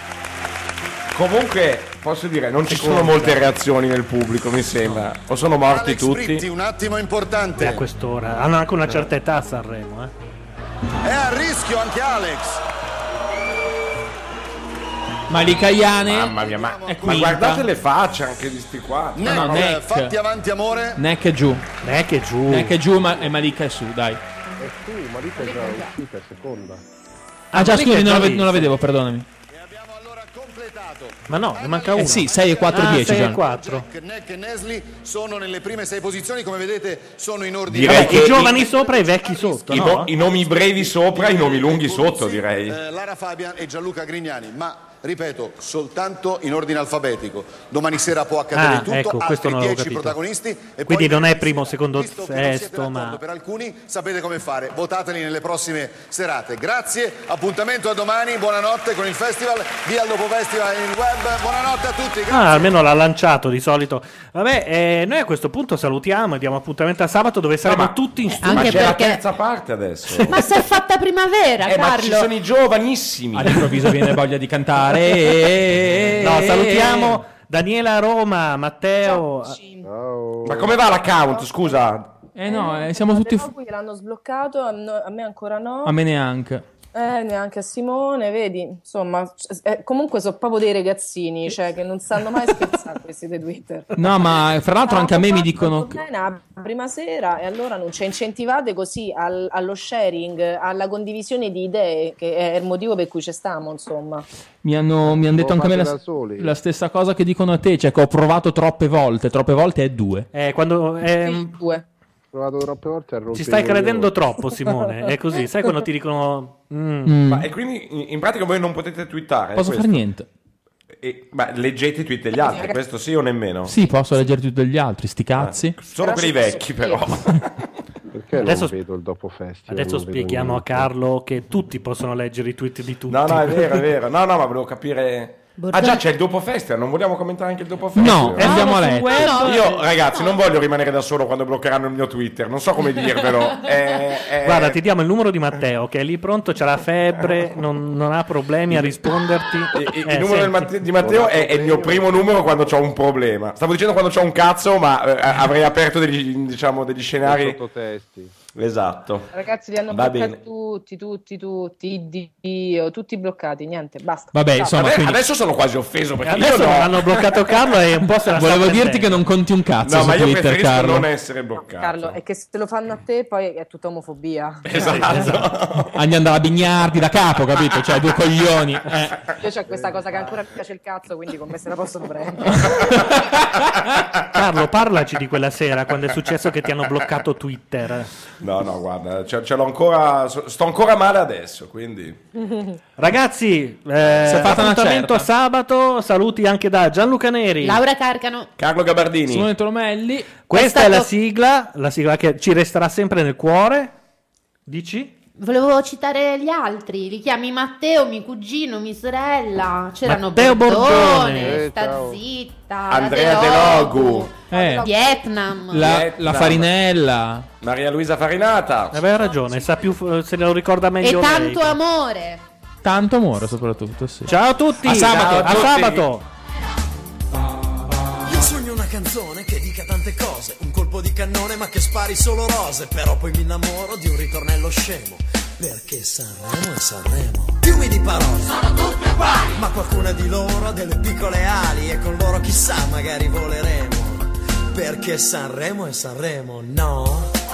[SPEAKER 6] Comunque, posso dire, non ci sono
[SPEAKER 12] Seconda.
[SPEAKER 6] molte reazioni nel pubblico, mi sembra. O sono morti
[SPEAKER 12] Alex
[SPEAKER 6] tutti.
[SPEAKER 12] Britti, un attimo importante.
[SPEAKER 2] Beh, Eh, a quest'ora. Hanno anche una certa età a Sanremo, eh.
[SPEAKER 12] È a rischio anche Alex.
[SPEAKER 3] Ma li Caiane.
[SPEAKER 6] Mamma mia, ma,
[SPEAKER 3] è
[SPEAKER 6] ma
[SPEAKER 3] quinta.
[SPEAKER 6] guardate le facce anche di sti qua.
[SPEAKER 3] No, no, Neck. Neck. fatti
[SPEAKER 12] avanti, amore.
[SPEAKER 3] Neck è giù.
[SPEAKER 2] Neck è giù.
[SPEAKER 3] Neck è giù, ma e Malika è su, dai.
[SPEAKER 23] E tu, Malika è già uscita, è seconda.
[SPEAKER 3] Ah, già,
[SPEAKER 2] Malika è
[SPEAKER 3] scusi,
[SPEAKER 2] già
[SPEAKER 3] non la, ve-
[SPEAKER 2] lì.
[SPEAKER 3] non la vedevo, perdonami.
[SPEAKER 2] Ma no, ne manca uno.
[SPEAKER 3] Eh sì, 6 e 4
[SPEAKER 2] Ah,
[SPEAKER 3] 10.
[SPEAKER 2] sei e
[SPEAKER 3] Gian.
[SPEAKER 2] quattro.
[SPEAKER 12] Neck e Nesli sono nelle prime sei posizioni, come vedete sono in ordine.
[SPEAKER 6] Direi che
[SPEAKER 2] I giovani sopra e i vecchi sotto,
[SPEAKER 6] I,
[SPEAKER 2] no?
[SPEAKER 6] bo- i nomi brevi sopra, i nomi lunghi sotto, direi.
[SPEAKER 12] Eh, Lara Fabian e Gianluca Grignani, ma ripeto, soltanto in ordine alfabetico. Domani sera può accadere
[SPEAKER 2] Ah,
[SPEAKER 12] tutto,
[SPEAKER 2] ecco, questo
[SPEAKER 12] altri
[SPEAKER 2] non l'avevo
[SPEAKER 12] 10
[SPEAKER 2] capito.
[SPEAKER 12] protagonisti e
[SPEAKER 2] Quindi
[SPEAKER 12] poi
[SPEAKER 2] non è primo, secondo, sesto, ma...
[SPEAKER 12] per alcuni sapete come fare, votateli nelle prossime serate. Grazie, appuntamento a domani, buonanotte con il festival, via al dopo festival in web. Buonanotte a tutti. grazie.
[SPEAKER 2] Ah, almeno l'ha lanciato di solito. Vabbè, eh, noi a questo punto salutiamo e diamo appuntamento a sabato dove saremo tutti in studio.
[SPEAKER 6] ma c'è la
[SPEAKER 4] perché-
[SPEAKER 6] terza parte adesso.
[SPEAKER 4] Ma si è fatta primavera,
[SPEAKER 6] Eh, ma ci
[SPEAKER 4] Carlo.
[SPEAKER 6] sono i giovanissimi.
[SPEAKER 3] All'improvviso viene voglia di cantare.
[SPEAKER 2] <laughs> No, salutiamo Daniela Roma, Matteo. Ah.
[SPEAKER 6] Ma come va l'account? Scusa.
[SPEAKER 3] Eh no, eh, siamo tutti. fu-
[SPEAKER 11] Qui l'hanno sbloccato, a no- a me ancora no.
[SPEAKER 3] A me neanche.
[SPEAKER 11] Eh, neanche a Simone, vedi? Insomma, c- eh, comunque sono proprio dei ragazzini, cioè che non sanno mai scherzare questi dei Twitter.
[SPEAKER 3] No, ma eh, fra l'altro anche a me mi dicono. che-
[SPEAKER 11] Bene, la prima sera e allora non ci incentivate così al- allo sharing, alla condivisione di idee, che è il motivo per cui ci stiamo, insomma.
[SPEAKER 3] Mi hanno, mi hanno detto anche a me
[SPEAKER 11] fate
[SPEAKER 3] la,
[SPEAKER 11] da soli.
[SPEAKER 3] la stessa cosa che dicono a te, cioè che ho provato troppe volte. Troppe volte è due.
[SPEAKER 2] Eh, quando, ehm,
[SPEAKER 23] Ho provato troppe volte a rompere
[SPEAKER 2] ci
[SPEAKER 23] i
[SPEAKER 2] stai
[SPEAKER 23] coglioni.
[SPEAKER 2] credendo troppo, Simone. È così, sai quando <laughs> ti dicono. mm.
[SPEAKER 6] Eh, Ma- e quindi in- in pratica voi non potete twittare.
[SPEAKER 3] Posso
[SPEAKER 6] questo?
[SPEAKER 3] fare niente?
[SPEAKER 6] E- ma leggete i tweet degli altri, questo sì o nemmeno?
[SPEAKER 3] Sì, posso leggere tutti gli altri, sti cazzi.
[SPEAKER 6] Eh, Solo quelli vecchi, però.
[SPEAKER 23] Perché
[SPEAKER 2] Adesso-
[SPEAKER 23] non vedo il dopo festival?
[SPEAKER 2] Adesso spieghiamo a Carlo che tutti possono leggere i tweet di tutti.
[SPEAKER 6] No, no, è vero, è vero. No, no, ma volevo capire. Ah già c'è il dopo festival, non vogliamo commentare anche il dopo festival?
[SPEAKER 3] No, Eh, andiamo a sul letto. web-
[SPEAKER 6] Io ragazzi non voglio rimanere da solo quando bloccheranno il mio Twitter, non so <laughs> come dirvelo. Eh, eh,
[SPEAKER 2] <laughs> Guarda, ti diamo il numero di Matteo che è lì pronto, c'ha la febbre, non, non ha problemi a risponderti.
[SPEAKER 6] <laughs>
[SPEAKER 2] Eh,
[SPEAKER 6] il
[SPEAKER 3] eh,
[SPEAKER 6] numero del Matte- di Matteo è, è il mio primo numero quando ho un problema. Stavo dicendo quando ho un cazzo, ma eh, avrei aperto degli, diciamo, degli scenari.
[SPEAKER 23] sottotesti.
[SPEAKER 6] Esatto.
[SPEAKER 11] Ragazzi, li hanno
[SPEAKER 6] Va
[SPEAKER 11] bloccati
[SPEAKER 6] bene.
[SPEAKER 11] tutti, tutti, tutti, Dio, oh, tutti bloccati, niente, basta.
[SPEAKER 3] Vabbè,
[SPEAKER 11] Ciao.
[SPEAKER 3] insomma,
[SPEAKER 6] Vabbè,
[SPEAKER 3] quindi-
[SPEAKER 6] adesso sono quasi offeso perché
[SPEAKER 2] Eh, Adesso
[SPEAKER 6] io no.
[SPEAKER 2] non hanno bloccato Carlo e un po' se la sta
[SPEAKER 3] Volevo dirti
[SPEAKER 2] prendendo.
[SPEAKER 3] che non conti un cazzo
[SPEAKER 6] No,
[SPEAKER 3] su
[SPEAKER 6] ma io
[SPEAKER 3] Twitter,
[SPEAKER 6] preferisco
[SPEAKER 3] Carlo.
[SPEAKER 6] non essere bloccato.
[SPEAKER 11] Carlo, è che se lo fanno a te poi è tutta omofobia.
[SPEAKER 3] Esatto. Andiamo andava a bignardi da capo, capito? Cioè, due coglioni. Eh.
[SPEAKER 11] <laughs> Io c'ho questa cosa che ancora mi piace il cazzo, quindi con me se la posso prendere.
[SPEAKER 3] <laughs>
[SPEAKER 2] Carlo, parlaci di quella sera quando è successo che ti hanno bloccato Twitter.
[SPEAKER 6] No, no, guarda, ce, ce l'ho ancora. so- Sto ancora male adesso, quindi.
[SPEAKER 4] <laughs>
[SPEAKER 2] Ragazzi, eh,
[SPEAKER 6] Si è fatta una
[SPEAKER 2] appuntamento
[SPEAKER 6] certa.
[SPEAKER 2] sabato. Saluti anche da Gianluca Neri.
[SPEAKER 4] Laura Carcano.
[SPEAKER 6] Carlo Gabardini.
[SPEAKER 3] Simone Tolomelli.
[SPEAKER 2] Questa
[SPEAKER 4] È
[SPEAKER 2] è,
[SPEAKER 4] stato-
[SPEAKER 2] la sigla, la sigla che ci resterà sempre nel cuore. Dici?
[SPEAKER 4] Volevo citare gli altri, li chiami Matteo, mio cugino, mia sorella. C'erano
[SPEAKER 2] Matteo
[SPEAKER 4] Bordone,
[SPEAKER 2] Bordone.
[SPEAKER 4] sta
[SPEAKER 2] Eh, ciao.
[SPEAKER 4] zitta,
[SPEAKER 14] Ah,
[SPEAKER 6] Andrea
[SPEAKER 4] la
[SPEAKER 6] De Logu.
[SPEAKER 3] Eh.
[SPEAKER 4] Vietnam.
[SPEAKER 3] La, la farinella.
[SPEAKER 6] Maria Luisa Farinata.
[SPEAKER 2] Aveva ragione, sa più, eh, se lo ricorda meglio.
[SPEAKER 4] E
[SPEAKER 2] lei.
[SPEAKER 4] tanto amore.
[SPEAKER 3] Tanto amore, soprattutto. Sì.
[SPEAKER 2] Ciao a tutti.
[SPEAKER 3] A sabato.
[SPEAKER 2] a sabato.
[SPEAKER 17] Io sogno una canzone che dica tante cose, un colpo di cannone ma che spari solo rose, però poi mi innamoro di un ritornello scemo, perché Sanremo è Sanremo. Fiumi di parole, sono tutte uguali, ma qualcuna di loro ha delle piccole ali e con loro chissà magari voleremo, perché Sanremo è Sanremo, no?
[SPEAKER 7] e